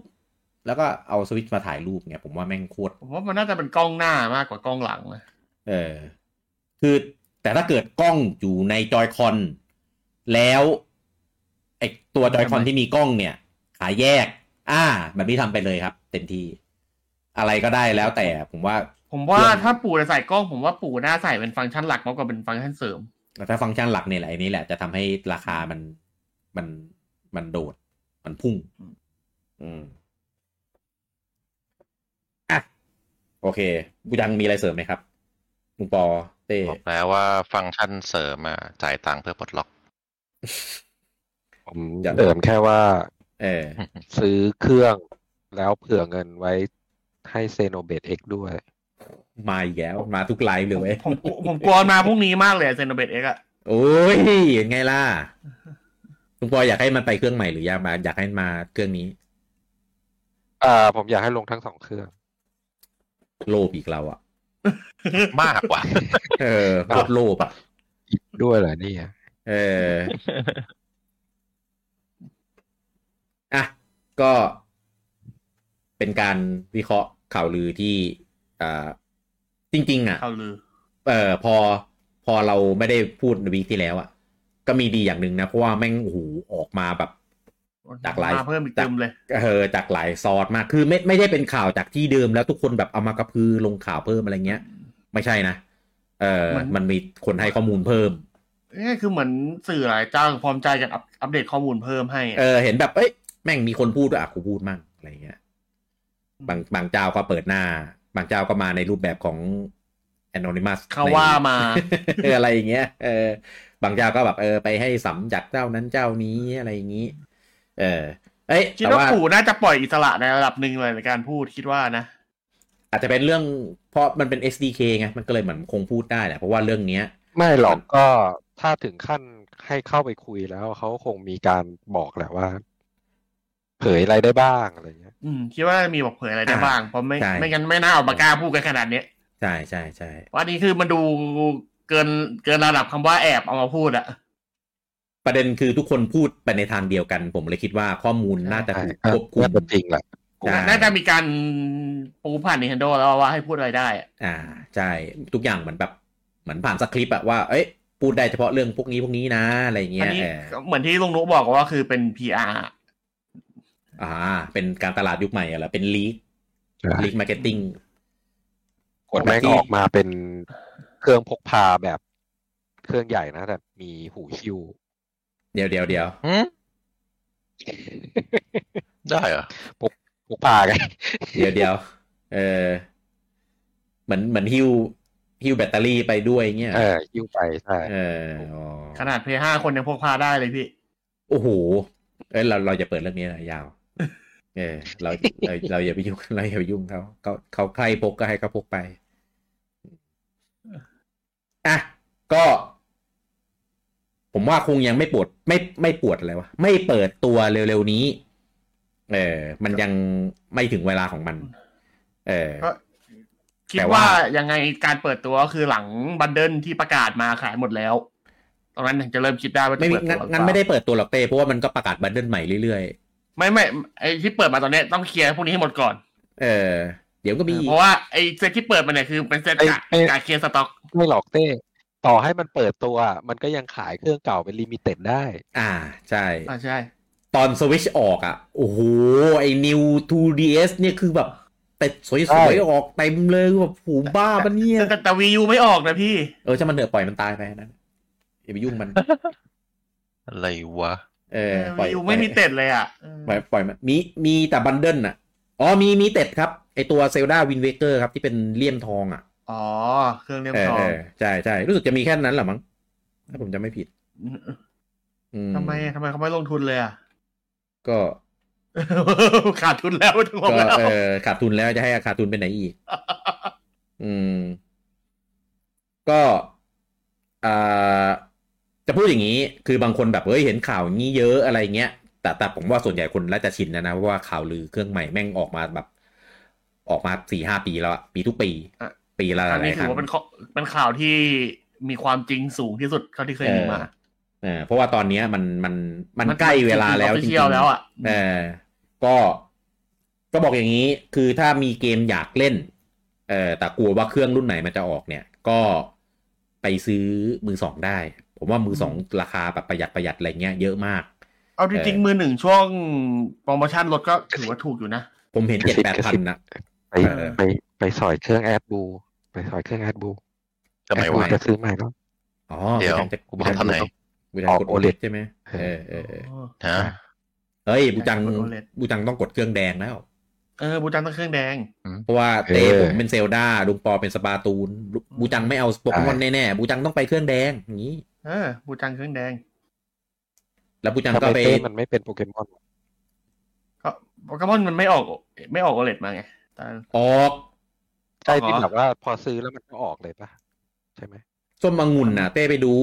A: แล้วก็เอาสวิตชมาถ่ายรูปเนี่ยผมว่าแม่งโคตร
B: ผมว่ามันน่าจะเป็นกล้องหน้ามากกว่ากล้องหลังนะ
A: เออคือแต่ถ้าเกิดกล้องอยู่ในจอยคอน แล้วไอตัวจอยคอนที่มีกล้องเนี่ย ขายแยก อ่า แบบนี้ทำไปเลยครับเต็มที่ อะไรก็ได้แล้วแต่ผมว่า
B: ผมว่า
A: เรื่อง
B: ถ้าปู่จะใส่กล้องผมว่าปู่น่าใส่เป็นฟังก์ชันหลักมากกว่าเป็นฟังก์ชันเสริม
A: ถ้าฟังก์ชันหลักเนี่ยแหละไอ้นี้แหละจะทำให้ราคามันมันมันโดด มันพุ่ง อืมอ่ะโอเคบูดังมีอะไรเสริมไหมครับลุงปอเต้
C: บอกแล้วว่าฟังก์ชันเสริมอะจ่ายตังค์เพื่อปลด
A: (laughs)
C: ล็อก
D: ผม
A: อยาก
D: เติมแค่ว่า
A: เออ
D: ซื้อเครื่องแล้วเผื่อเงินไว้ให้เซโนเบตเอ็กด้วย
A: มาอีกแล้วมาทุกไลฟ์เลยเว้ย
B: ผมผมผมกลัวมาพรุ่งนี้มากเลยเซนเบตเอ็กอะ
A: โอ้ยยังไงล่ะลุงปอยอยากให้มันไปเครื่องใหม่หรืออยากมาอยากให้มาเครื่องนี้
D: อ่า ผมอยากให้ลงทั้งสองเครื่อง
A: โลภอีกเราอ่ะ
C: มากกว่า
A: เออโคตรโลภอ่ะ
D: ด้วยเหรอเนี่ย
A: เออ อ่ะ ก็เป็นการวิเคราะห์ข่าวลือที่อ่าจริง ๆ อ่ะ
B: เขาลือ
A: เออพอพอเราไม่ได้พูดในวีคที่แล้วอะก็มีดีอย่างหนึ่งนะ เพราะว่าแม่งโอ้โหออกมาแบบ จากหลาย
B: มาเพิ่มอีก
A: จา
B: เต็มเลย
A: เออจากหลายซอสมากคือไม่ไม่ได้เป็นข่าวจากที่เดิมแล้วทุกคนแบบเอามากระพือลงข่าวเพิ่มอะไรเงี้ย ไม่ใช่นะเออ
B: เหมือน
A: มันมีคนให้ข้อมูลเพิ่ม
B: เอ้ยคือเหมือนสื่อหลายเจ้าพร้อมใจกันอัปอัปเดตข้อมูลเพิ่มให้อะ
A: เออเห็นแบบเอ้ยแม่งมีคนพูดด้วยอ่ะกูพูดมั่งอะไรเงี้ยบางบางเจ้าก็เปิดหน้า บางเจ้าก็มาในรูปแบบของ anonymous
B: เขาว่ามา
A: เอออะไรอย่างเงี้ย (laughs) เออ บางเจ้าก็แบบเออไปให้สำจากเจ้านั้นเจ้านี้อะไรอย่างงี้ เออ เอ้ย
B: คิด
A: แต่
B: ว่า
A: ว่า
B: ปู่น่าจะปล่อยอิสระในระดับหนึ่งเลยในการพูดคิดว่านะ
A: อาจจะเป็นเรื่องเพราะมันเป็น SDK ไง มันก็เลยเหมือนคงพูดได้แหละ เพราะว่าเรื่องเนี้ย
D: ไม่หรอกก็ถ้าถึงขั้นให้เข้าไปคุยแล้วเขาคงมีการบอกแหละว่า เผยอะไรได้บ้างอะไรเงี้ย
B: อืมคิดว่ามีบอกเผยอะไรได้
A: อ่า
B: บ้าง เพราะไม่
A: ใช่
B: ไม่งั้นไม่น่าออกมากล้าพูดกันขนาดเนี้ย
A: ใช่ใช่ใช่
B: ว่านี่คือมันดูเกินเกินระดับคำว่าแอบเอามาพูดอะ
A: ประเด็นคือทุกคนพูดไปในทางเดียวกัน ผมเลยคิดว่าข้อมูล
B: ใช่
A: น่าจะ
D: ใช่
A: ถูกคว
D: ก็
A: บคุม
D: น่าจะจริงแหละ
B: กู
A: ใช่
B: น่าจะมีการปูผ่าน Nintendo แล้วว่าให้พูดอะไรได้อะ
A: อ่าใช่ทุกอย่างเหมือนแบบเหมือนผ่านสคริปต์อะว่า เอ้ยพูดได้เฉพาะเรื่องพวกนี้พวกนี้นะอะไรอย่างเงี้
B: อัน
A: ย
B: นี้
A: เออ
B: เหมือนที่ลุงนุบอกว่าคือเป็น PR
A: อ่า เป็นการตลาดยุคใหม่อะเหรอเป็นลีก
D: ใช่
A: ลีกมาร์เก็ตติ้ง
D: กดแม่งออกมาเป็นเครื่องพกพาแบบเครื่องใหญ่นะ แต่มีหูหิ้ว
A: เดี๋ยวเดี๋ยวเดี๋ยว
C: หืมได้เหรอ
D: พกพาไง
A: เดี๋ยวเดี๋ยวเออเหมือนเหมือนฮิวฮิวแบตเตอรี่ไปด้วยเงี้ย
D: เออหิ้วไปใช่
A: เอออ๋อ
B: ขนาด p 5คนยังพกพาได้เลยพี่
A: โอ้โหเอ้ยเราเราจะเปิดเรื่องนี้นะยาว (laughs) เออเราเราเราอย่าไปยุ่ง (laughs) เราอย่าไปยุ่งเขาเขาเขาใครพกก็ให้เขาพกไป อ่ะ ก็ ผมว่าคงยังไม่ปวดไม่ไม่ปวดอะไรวะไม่เปิดตัวเร็วๆนี้ เออมันยังไม่ถึงเวลาของมัน เออ
B: ก็คิด
A: แต่ว่า
B: ว่ายังไงการเปิดตัวก็คือหลังบันเดิลที่ประกาศมาขายหมดแล้ว ตอนนั้นถึงจะเริ่มคิดได้ว่าจะ
A: ไม่มี
B: เปิดตัว
A: งั้นงั้
B: หรือเปล่าน
A: ไม่ได้เปิดตัวหรอกเต้เพราะว่ามันก็ประกาศบันเดิลใหม่เรื่อย
B: ไม่ไม่ไอที่เปิดมาตอนเนี้ยต้องเคลียร์พวกนี้ให้หมดก่อน
A: ๆเออ เดี๋ยวก็มี
B: เพราะว่าไอเซตที่เปิดมาเนี่ยคือเป็นเซตกะ
D: ไอ้ไอ้
B: กะเคลียร์สต็อก
D: ไม่หลอกเต้ ต่อให้มันเปิดตัวมันก็ยังขายเครื่องเก่าเป็นลิมิเต็ดได้
A: อ่าใช่
B: อ่าใช่
A: ตอนสวิชออกอ่ะ โอ้โห ไอ้นิว 2DS เนี่ยคือแบบแต่สวย
D: ใช่
A: ๆออกเต็มเลยแบบผูบ้าปะเนี่ย
B: แต่แต่วียูไม่ออกนะพี่
A: เออจะมันเถอะปล่อยมันตายไปนั้นอย่าไปยุ่งมัน
C: อะไรวะ
A: เออปล่อย
B: วียูไม่มีเต็ดเลยอ่ะ
A: ป
B: เออ
A: ล่อยปล่อยมันมีมีแต่บันเดิลอ่ะ อ๋อมีมีเต็ดครับ ไอตัวเซลดาวินเวเกอร์ครับที่เป็นเลี่ยมทองอ่ะ
B: อ๋อ เครื่องเลี่ยม
A: เออ
B: ทอง
A: เออใช่ใช่รู้สึกจะมีแค่นั้นเหรอมั้งถ้าผมจะไม่ผิดอื
B: ทำไมทำไมเขาไม่ลงทุนเลยอ่ะ (laughs)
A: ก็
B: ขาดทุนแล้วไม่ต้องลง
A: ก็
B: แล้ว
A: เออขาดทุนแล้วจะให้ขาดทุนไปไหนอีก อืม ก็อ่าจะพูดอย่างนี้ คือบางคนแบบเฮ้ยเห็นข่าวอย่างนี้เยอะอะไรเงี้ย แต่แต่ผมว่าส่วนใหญ่คนน่าจะชินนะนะเพราะว่าข่าวลือเครื่องใหม่แม่งออกมาแบบ ออกมาสี่ห้าปีแล้วอะปีทุกปี
B: อ่ะ
A: ปีละห
B: อัน
A: ลา
B: นี้
A: ยๆค
B: ถื
A: รั้
B: อง ว่าเป็นข้อเป็นข่าวที่มีความจริงสูงที่สุดเท่าที่เคยมีมา
A: เออเพราะว่าตอนเนี้ยมันมันมัน
B: มัน
A: ใกล้เวลาแล้ว
B: มัน
A: จ
B: ถึ
A: ริ
B: ง
A: ง
B: official แล้วอะ
A: เออก็ก็บอกอย่างนี้ คือถ้ามีเกมอยากเล่น เออแต่กลัวว่าเครื่องรุ่นไหนมันจะออกเนี่ย ก็ไปซื้อมือสองได้ ผมว่ามือสองราคาแบบประหยัดประหยัดอะไรเงี้ยเยอะมาก
B: เอาจริง
A: เออ
B: ๆมือหนึ่งช่วงโปรโมชั่นลดก็ถือว่าถูกอยู่นะ
A: ผมเห็น
D: ก
A: เจ็ด
D: ระซิบ
A: แปด
D: กระ
A: พั
D: ซิ
A: น
D: บ
A: นะ
D: ไป
A: เออ
D: ไปไปสอยเครื่องแอดบูไปสอยเครื่องแอดบู
C: ทำไม
D: แอดบู
C: วะ
D: จะซื้อใหม่แล้ว
A: อ๋อ
C: เดี๋ยว
A: จะ
C: กูบอกทำไหน
A: กูจะกด
D: อ
A: โอ
D: อก
A: เล
D: OLED
A: ใช่ไหมเออเออเออ
C: ฮะ
A: เฮ้ยบูจัง
B: กด OLED
A: บูจังต้องกดเครื่องแดงแล้ว
B: เออบูจังต้องเครื่องแดง
A: เพราะว่าเต้
D: เออ
A: ผมเป็นเซลดาลุงปอเป็นสปาตูนบูจังไม่เอาโปเกมอนแน่ๆบูจังต้องไปเครื่องแดงอย่างนี้
B: เออบูจังเครื่องแดง
A: แล้วบูจัง
D: ทำ
A: ก็
D: ไม
A: ไป
D: เต้มันไม่เป็นโปเกมอน
B: ก็โปเกมอนมันไม่ออกไม่ออกโอเลมาไงตอน
A: ออก
D: ใช่ที่
B: อ๋อ
D: แบบว่าพอซื้อแล้วมันก็ออกเลยปะใช่ไหม
A: ส้มองุ่นน่ะ เต้ไปดู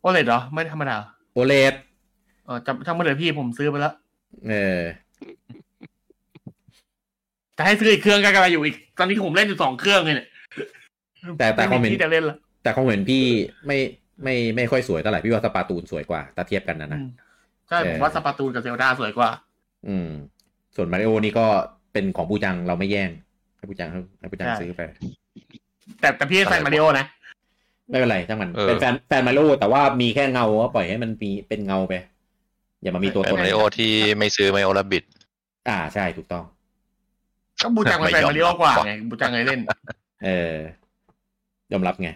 B: โอเลเหรอไม่ธรรมดา
A: โอเลด
B: เออจำช่างมาเลยพี่ผมซื้อไปแล้ว
A: เออ
B: จะให้ซื้ออีกเครื่องก็กำลังอยู่อีก ตอนนี้ผมเล่นอยู่สองเครื่องเลยเนี่ย
A: แต่แต่คอมเมนต์
B: ไที่จะเล่นละ
A: แต่ของเห็นพี่ไม่ไม่ไม่ค่อยสวยเท่าไหร่พี่ว่าสปาตูนสวยกว่าถ้าเทียบกันนะนะ
B: อืมใช่
A: เออ
B: ผมว่าสปาตูนกับเซลดาสวยกว่า
A: อืม ส่วนมาริโอนี่ก็เป็นของบูจังเราไม่แย่งให้บูจังให้บูจัง
B: ใช่
A: ซื้อไป
B: แต่แต่พี่ใส่มาริโอนะ
A: ไม่เป็นไรช่างมัน
C: เออ
A: เป็นแฟนแฟนมาริโอแต่ว่ามีแค่เงาก็ปล่อยให้มันมีเป็นเงาไป อย่ามามีตัว
C: เป็
A: ต
C: น
A: น
C: มาริโอที่ไม่ซื้อไมโอลาบิด
A: อ่าใช่ถูกต้อง
B: ก็บูจังเป็น
C: ไม่
B: ใส่
C: ยอม
B: มาริโอกว่าไงบูจังเลยเล่น
A: เออยอมรับไง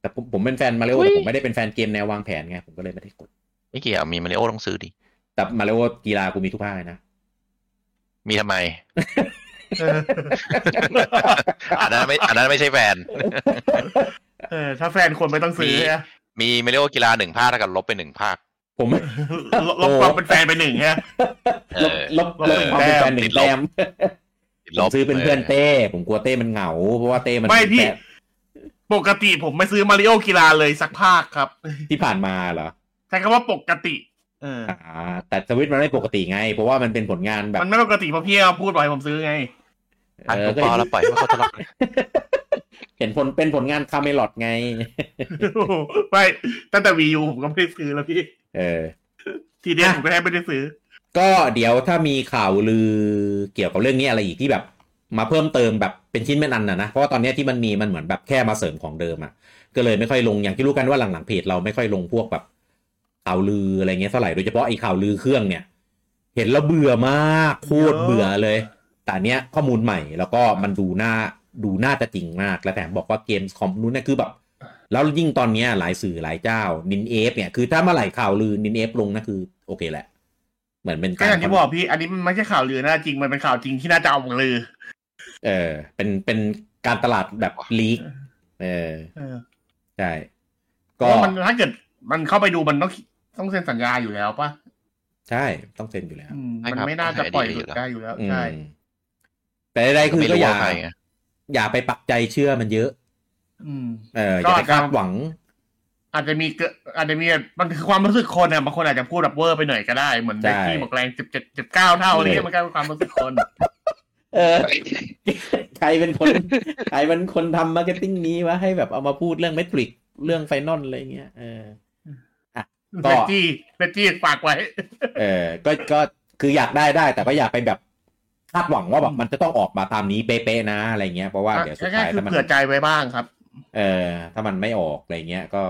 A: แต่ผมผมเป็นแฟนมาริโอแต่ผมไม่ได้เป็นแฟนเกมแนววางแผนไงผมก็เลยไม่ได้กด
C: ไม่เกี่ยวมีมาริโอต้องซื้อดิ
A: แต่มาริโอกีฬากูมีทุกภาคเลยนะ
C: มี
A: (laughs)
C: ทำไม อันนั้นไม่อันนั้นไม่ใช่แฟน
B: เออถ้าแฟนคนไม่ต้องซื้อ
C: มี
B: ฮะ
C: มีมาริโอกีฬาหนึ่งภาคเท่ากับลบไปหนึ่งภาค
A: ผม
B: ลบลบความเป็นแฟนไปหนึ่งฮะ
C: เอ
A: ลบ
C: อ
A: ลบลบความเป็นแฟนหนึ่งแต้ม
C: ติด
A: ผมซื้อเป็นเพื่อน
C: ลบ
A: เต้ ผมกลัวเต้มันเหงา เพราะว่าเต้มัน
B: ไม่พี่
A: เป็นแฟ
B: ปกติผมไม่ซื้อมาริโอกีฬาเลยสักภาคครับ
A: นที่ผ่านมาเหรอ
B: ใช้คำว่าปกติ เออ
A: อ่า แต่สวิตช์มันไม่ปกติไง เพราะว่ามันเป็นผลงานแบบ
B: มันไม่ปกติเพราะพี่พูดบ่อยผมซื้อไง (laughs)
C: เออ
A: เออ
C: อ่ะลูก
A: ก็
C: ปอ
A: เห็น
C: แล้วปล่อยให้เขา (laughs) ทะเลาะกัน
A: เห็นผลเป็นผลงานคาเมลอดไง
B: ไม่ตั้งแต่วียูผมก็ไม่ได้ซื้อแล้วพี่
A: เออ
B: ทีเดียผมก็แทบไม่ได้ซื้อ
A: ก็เดี๋ยวถ้ามีข่าวลือเกี่ยวกับเรื่องนี้อะไรอีกที่แบบ มาเพิ่มเติมแบบเป็นชิ้นเป็นอันนะนะเพราะว่าตอนเนี้ยที่มันมีมันเหมือนแบบแค่มาเสริมของเดิมอะ่ะก็เลยไม่ค่อยลงอย่างที่รู้กันว่าหลังๆเพจเราไม่ค่อยลงพวกแบบข่าวลืออะไรเงี้ยเท่าไหร่โดยเฉพาะไอ้ข่าวลือเครื่องเนี่ย เห็นแล้วเบื่อมากโคตรเบื่อเลย แต่อันเนี้ยข้อมูลใหม่แล้วก็มันดูหน้าดูน่าจะจริงมากและแถมบอกว่าเกมคอมนู้นเนี่ยคือแบบ แล้วยิ่งตอนเนี้ยหลายสื่อหลายเจ้านินเอฟเนี่ยคือถ้าเมื่อไหร่ข่าวลือนินเอฟลงนะคือโอเคแหละ เหมือนเป็น
B: ก็
A: การ
B: อย่างที่บอกพี่ อันนี้มันไม่ใช่ข่าวลือนะจริง มันเป็นข่าวจริงที่น่าจะเอามาลือ
A: เออเป็นเป็นการตลาดแบบลีก เออ
B: เออ
A: ใช่
B: เพ
A: ก็
B: ราะมันถ้าเกิดมันเข้าไปดูมันต้องต้องเซ็นสัญญาอยู่แล้วป่ะ
A: ใช่ต้องเซ็นอยู่แล้ว
B: อืมมันไม่น่าจะปล่อยหลุดได้อยู่แล้ว ใช่
A: อืมแต่ใดๆคือ
C: ไม่
A: ก็
C: รู้
A: อย่า
C: ว่าใครไง
A: อย่าไปปักใจเชื่อมันเยอะ
B: อืม
A: เอออ
B: ก็
A: ย่าไป
B: จะ
A: คาดหวัง
B: อาจจะมีเกิดอาจจะมีแบบมันคือความรู้สึกคนอะบางคนอาจจะพูดแบบเวอร์ไปหน่อยก็ได้เหมือน
A: ใช่
B: เด็กที่หมดแรงสิบเจ็ดสิบเก้าเท่าอะไรเงี้ยมันก็เป็นความรู้สึกคน
A: เออ ใครเป็น (laughs) คน ใครเป็นคนทำมาร์เก็ตติ้งนี้วะให้แบบเอามาพูดเรื่องเมทริกเรื่องไฟนอลอะไรเงี้ยเออ ก็
B: เบจี้เบจี้ฝากไว้
A: เออก็ก็คืออยากได้ได้ แต่ก็อยากไปแบบคาดหวังว่าแบบมันจะต้องออกมาตามนี้เป๊ะๆนะอะไรเงี้ยเพราะว่าเดี๋ยวสุด
B: ใช่
A: ท้าย
B: ๆคือ
A: ถ้ามัน
B: เผื่อใจไว้บ้างครับ
A: เออ ถ้ามันไม่ออกอะไรเงี้ยก็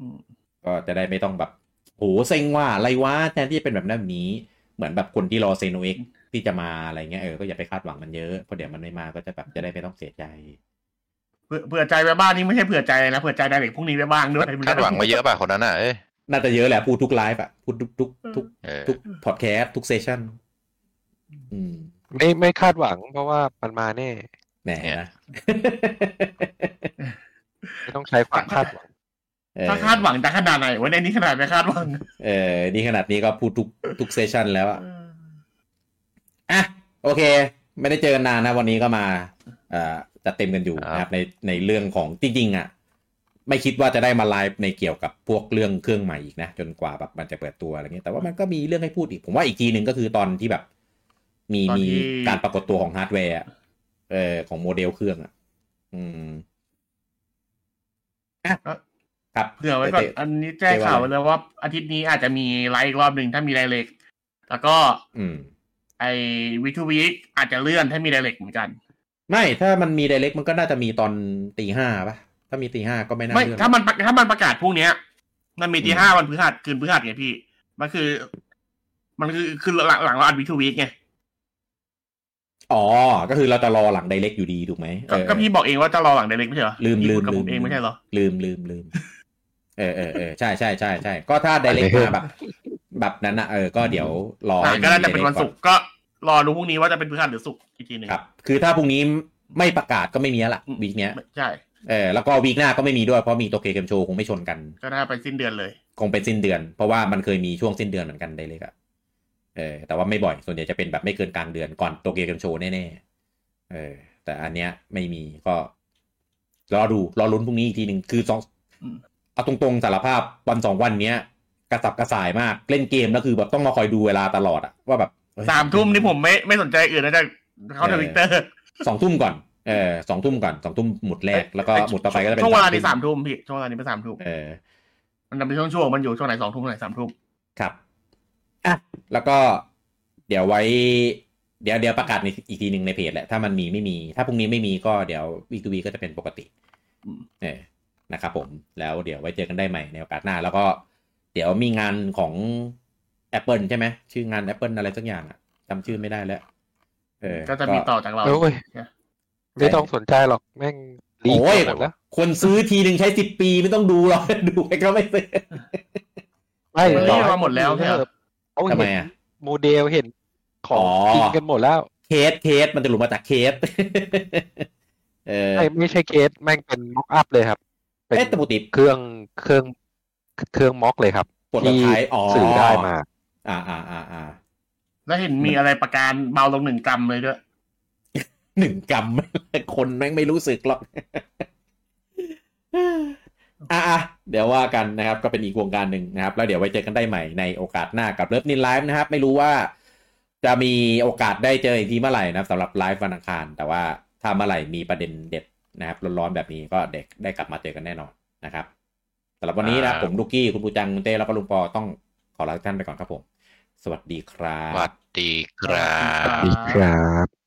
B: อืม
A: ก็จะได้ไม่ต้องแบบโหเซ็งว่าอะไรวะแทนที่จะเป็นแบบนั้นแบบนี้ เหมือนแบบคนที่รอเซโนเอ็กที่จะมาอะไรเงี้ยเออก็อย่าไปคาดหวังมันเยอะเพราะเดี๋ยวมันไม่มาก็จะแบบจะได้ไม่ต้องเสียใจ
B: เผื่อเผื่อใจไว้บ้างนี่ไม่ใช่เผื่อใจนะเผื่อใจได้เด็กพวกนี้ไว้บ้างด้วย
C: คาดหวังไว้เยอะป่ะคนนั้นอ่ะเอ้ย
A: น่าจะเยอะแหละพูดทุกไลฟ์อะพูดทุกทุกทุก
C: เออ
A: ทุกพอดแคสต์ทุกเซสชั่นอืม
D: ไม่ไม่คาดหวัง เพราะว่ามันมาแน่
A: แหมนะ
D: ไม่ต้องใช้ความคาดหวัง
A: เออ
B: ถ้าคาดหวังจะขนาดไหนวันนี้ขนาดไม่คาดหวัง
A: เออนี่ขนาดนี้ก็พูดทุกทุกเซสชั่นแล้วอะ
B: เออ
A: อ่ะโอเค ไม่ได้เจอกันนานนะวันนี้ก็มาเอ่อจะเต็มกันอยู่นะครับในในเรื่องของจริงๆอ่ะไม่คิดว่าจะได้มาไลฟ์ในเกี่ยวกับพวกเรื่องเครื่องใหม่อีกนะ จนกว่าแบบมันจะเปิดตัวอะไรเงี้ยแต่ว่ามันก็มีเรื่องให้พูดอีก ผมว่าอีกทีหนึ่งก็คือตอนที่แบบ มีมีการปรากฏตัวของฮาร์ดแวร์อะเออของโมเดลเครื่องอ่ะ อืมอ่ะครับ
B: เผื่อไว้ก่อน
A: เตะ
B: อันนี้แจ้งข่าวไว้เลยว่าอาทิตย์นี้อาจจะมีไลฟ์อีกรอบหนึ่งถ้ามีไดเรกแล้วก็
A: อืม
B: ไอวิทูวีอาจจะเลื่อนถ้ามีไดเรกเหมือนกัน
A: ไม่ถ้ามันมีไดเ c กมันก็น่าจะมีตอนตีห้าป่ะ ถ้ามีตีห้าก็ไม่น่า
B: ไม่
A: เลื่อน
B: ถ้ามันประถ้ามันประกาศพรุ่งเนี้ย มันมี
A: อืม
B: ที่ห้าวันพฤหัสคืนพฤหัสไงพี่ มันคือ มันคือคือหลังหลังเราอัดวิทูวีไง
A: อ๋อ ก็คือเราจะรอหลังไดเ c กอยู่ดีถูกไหม
B: ก็
A: เออ
B: ก็พี่บอกเองว่าจะรอหลังไดเรกไม่ใช่เหรอ
A: ลืม
B: พี่
A: ลื
B: พู
A: ม
B: ดกับ
A: ลื
B: ผม มเองไม่ใช่เหรอ
A: ลืมลืมลืมเออเออเออใช่ใช่ใช่ใช่ก็ถ้าไดเ c ก
D: อะไร
A: มา
D: เพิ่ม
A: แบบ แบบนั้นนะเออก็เดี๋ยวรอ
B: อ่า
A: ให้มี
B: ก็น่าจะเป็นวัน
A: direct
B: ศุกร์ก็รอดูพรุ่งนี้ว่าจะเป็นพฤหัสหรือศุกร์อีกทีหนึ่ง
A: ครับ คือถ้าพรุ่งนี้ไม่ประกาศก็ไม่มีแล้วล่ะวีคเนี้ย
B: ไม่ใช่
A: เออแล้วก็วีคหน้าก็ไม่มีด้วยเพราะมีโตเกียวเกมโชว์คงไม่ชนกัน
B: ก็น่าไปสิ้นเดือนเลย
A: คงเป็นสิ้นเดือน เพราะว่ามันเคยมีช่วงสิ้นเดือนเหมือนกันไดเ c กอะเออแต่ว่าไม่บ่อยส่วนใหญ่จะเป็นแบบไม่เกินกลางเดือนก่อนโตเกียวเกมโชว์แน่ๆเออ แต่อันเนี้ยไม่มีก็รอดูรอลุ้นพรุ่งนี้อีกทีหนึ่งคือสอง
B: อืม
A: เอาตรงๆสารภาพวันสองวันเนี้ย กระสับกระส่ายมากเล่นเกมแล้วคือแบบต้องมาคอยดูเวลาตลอดอะว่าแบบเอ้ย
B: สามทุ่มนี่ผมไม่ไม่สนใจอื่นนะจะเข้า
A: เออ
B: ทวิตเตอร์
A: สองทุ่มก่อนเออสองทุ่มก่อนสองทุ่มหมุดแรกแล้วก็หมุดต่อไปก็จะเป็น
B: ช่วงเวลานี้สามทุ่มพี่ช่วงเวลานี้เป็นสามทุ่ม
A: เออ
B: มันจะเป็นช่วงช่วงๆมันอยู่ช่วงไหนสองทุ่มช่วงไหนสามทุ่ม
A: ครับ อ่ะ แล้วก็เดี๋ยวไว้ เดี๋ยวเดี๋ยวประกาศในอีกทีหนึ่งในเพจแหละ ถ้ามันมีไม่มี ถ้าพรุ่งนี้ไม่มีก็เดี๋ยววีทูวีก็จะเป็นปกติเออนะครับผม แล้วเดี๋ยวไว้เจอกันได้ใหม่ในโอกาสหน้า แล้วก็เดี๋ยวมีงานของ Apple ใช่ไหม ชื่องาน Apple อะไรสักอย่างอะจำชื่อไม่ได้แล้ว เออ
B: ก็จะมีต่อจากเรา
D: เออเว้ย ไม่ต้องสนใจหรอกแม่งลีก
A: โอ้ย
D: หมดแล้ว
A: คนซื้อทีหนึ่งใช้สิบปีไม่ต้องดูหรอก (laughs) ดูไปก็ไม่เสร็จ
D: ไม่
A: เออ
D: ต่อ
B: เรียก
D: ให้
B: มาหมดแล้วเนี่ย
D: เขา
A: ทำไม
D: เห็น
A: อะ
D: โมเดลเห็นของ
A: อ๋อ
D: จริงกันหมดแล้ว
A: เคสเคสมันจะหลุดมาจากเคส (laughs) เออ
D: ไม่ไม่ใช่เคสแม่งเป็นม็อกอัพเลยครับ เป็น
A: เอ๊ะแต่ปกติ
D: เครื่องเครื่องเครื่องม็อกเลยครับ
A: ปลดแบบ
D: ที่
A: ท้ายอ๋อ
D: สื่อได้มา
A: อ่าอ่าอ่าอ่า
B: แล้วเห็นมีอะไรประการเบาลงหนึ่งกรัมเลยด้วย
A: หนึ่งกรรม (laughs) คนแม่งไม่รู้สึกหร (laughs) อก อ่ะอ่ะเดี๋ยวว่ากันนะครับ ก็เป็นอีกวงการหนึ่งนะครับ แล้วเดี๋ยวไว้เจอกันได้ใหม่ในโอกาสหน้ากับเลิฟนินไลฟ์นะครับ ไม่รู้ว่าจะมีโอกาสได้เจออีกทีเมื่อไหร่นะครับสำหรับไลฟ์วันอังคาร แต่ว่าถ้าเมื่อไหร่มีประเด็นเด็ดนะครับร้อนๆแบบนี้ก็เด็กได้กลับมาเจอกันแน่นอนนะครับสำหรับวันนี้นะครับ
C: ครับ
A: ผมลูกี้คุณปูจังคุณเต้แล้วก็ลุงปอต้องขอลาทุกท่านไปก่อนครับผม สวัสดีครั
C: ส
A: บ
C: วัสดีครั
B: สวัสดี
C: บ
B: ครั
D: ครับ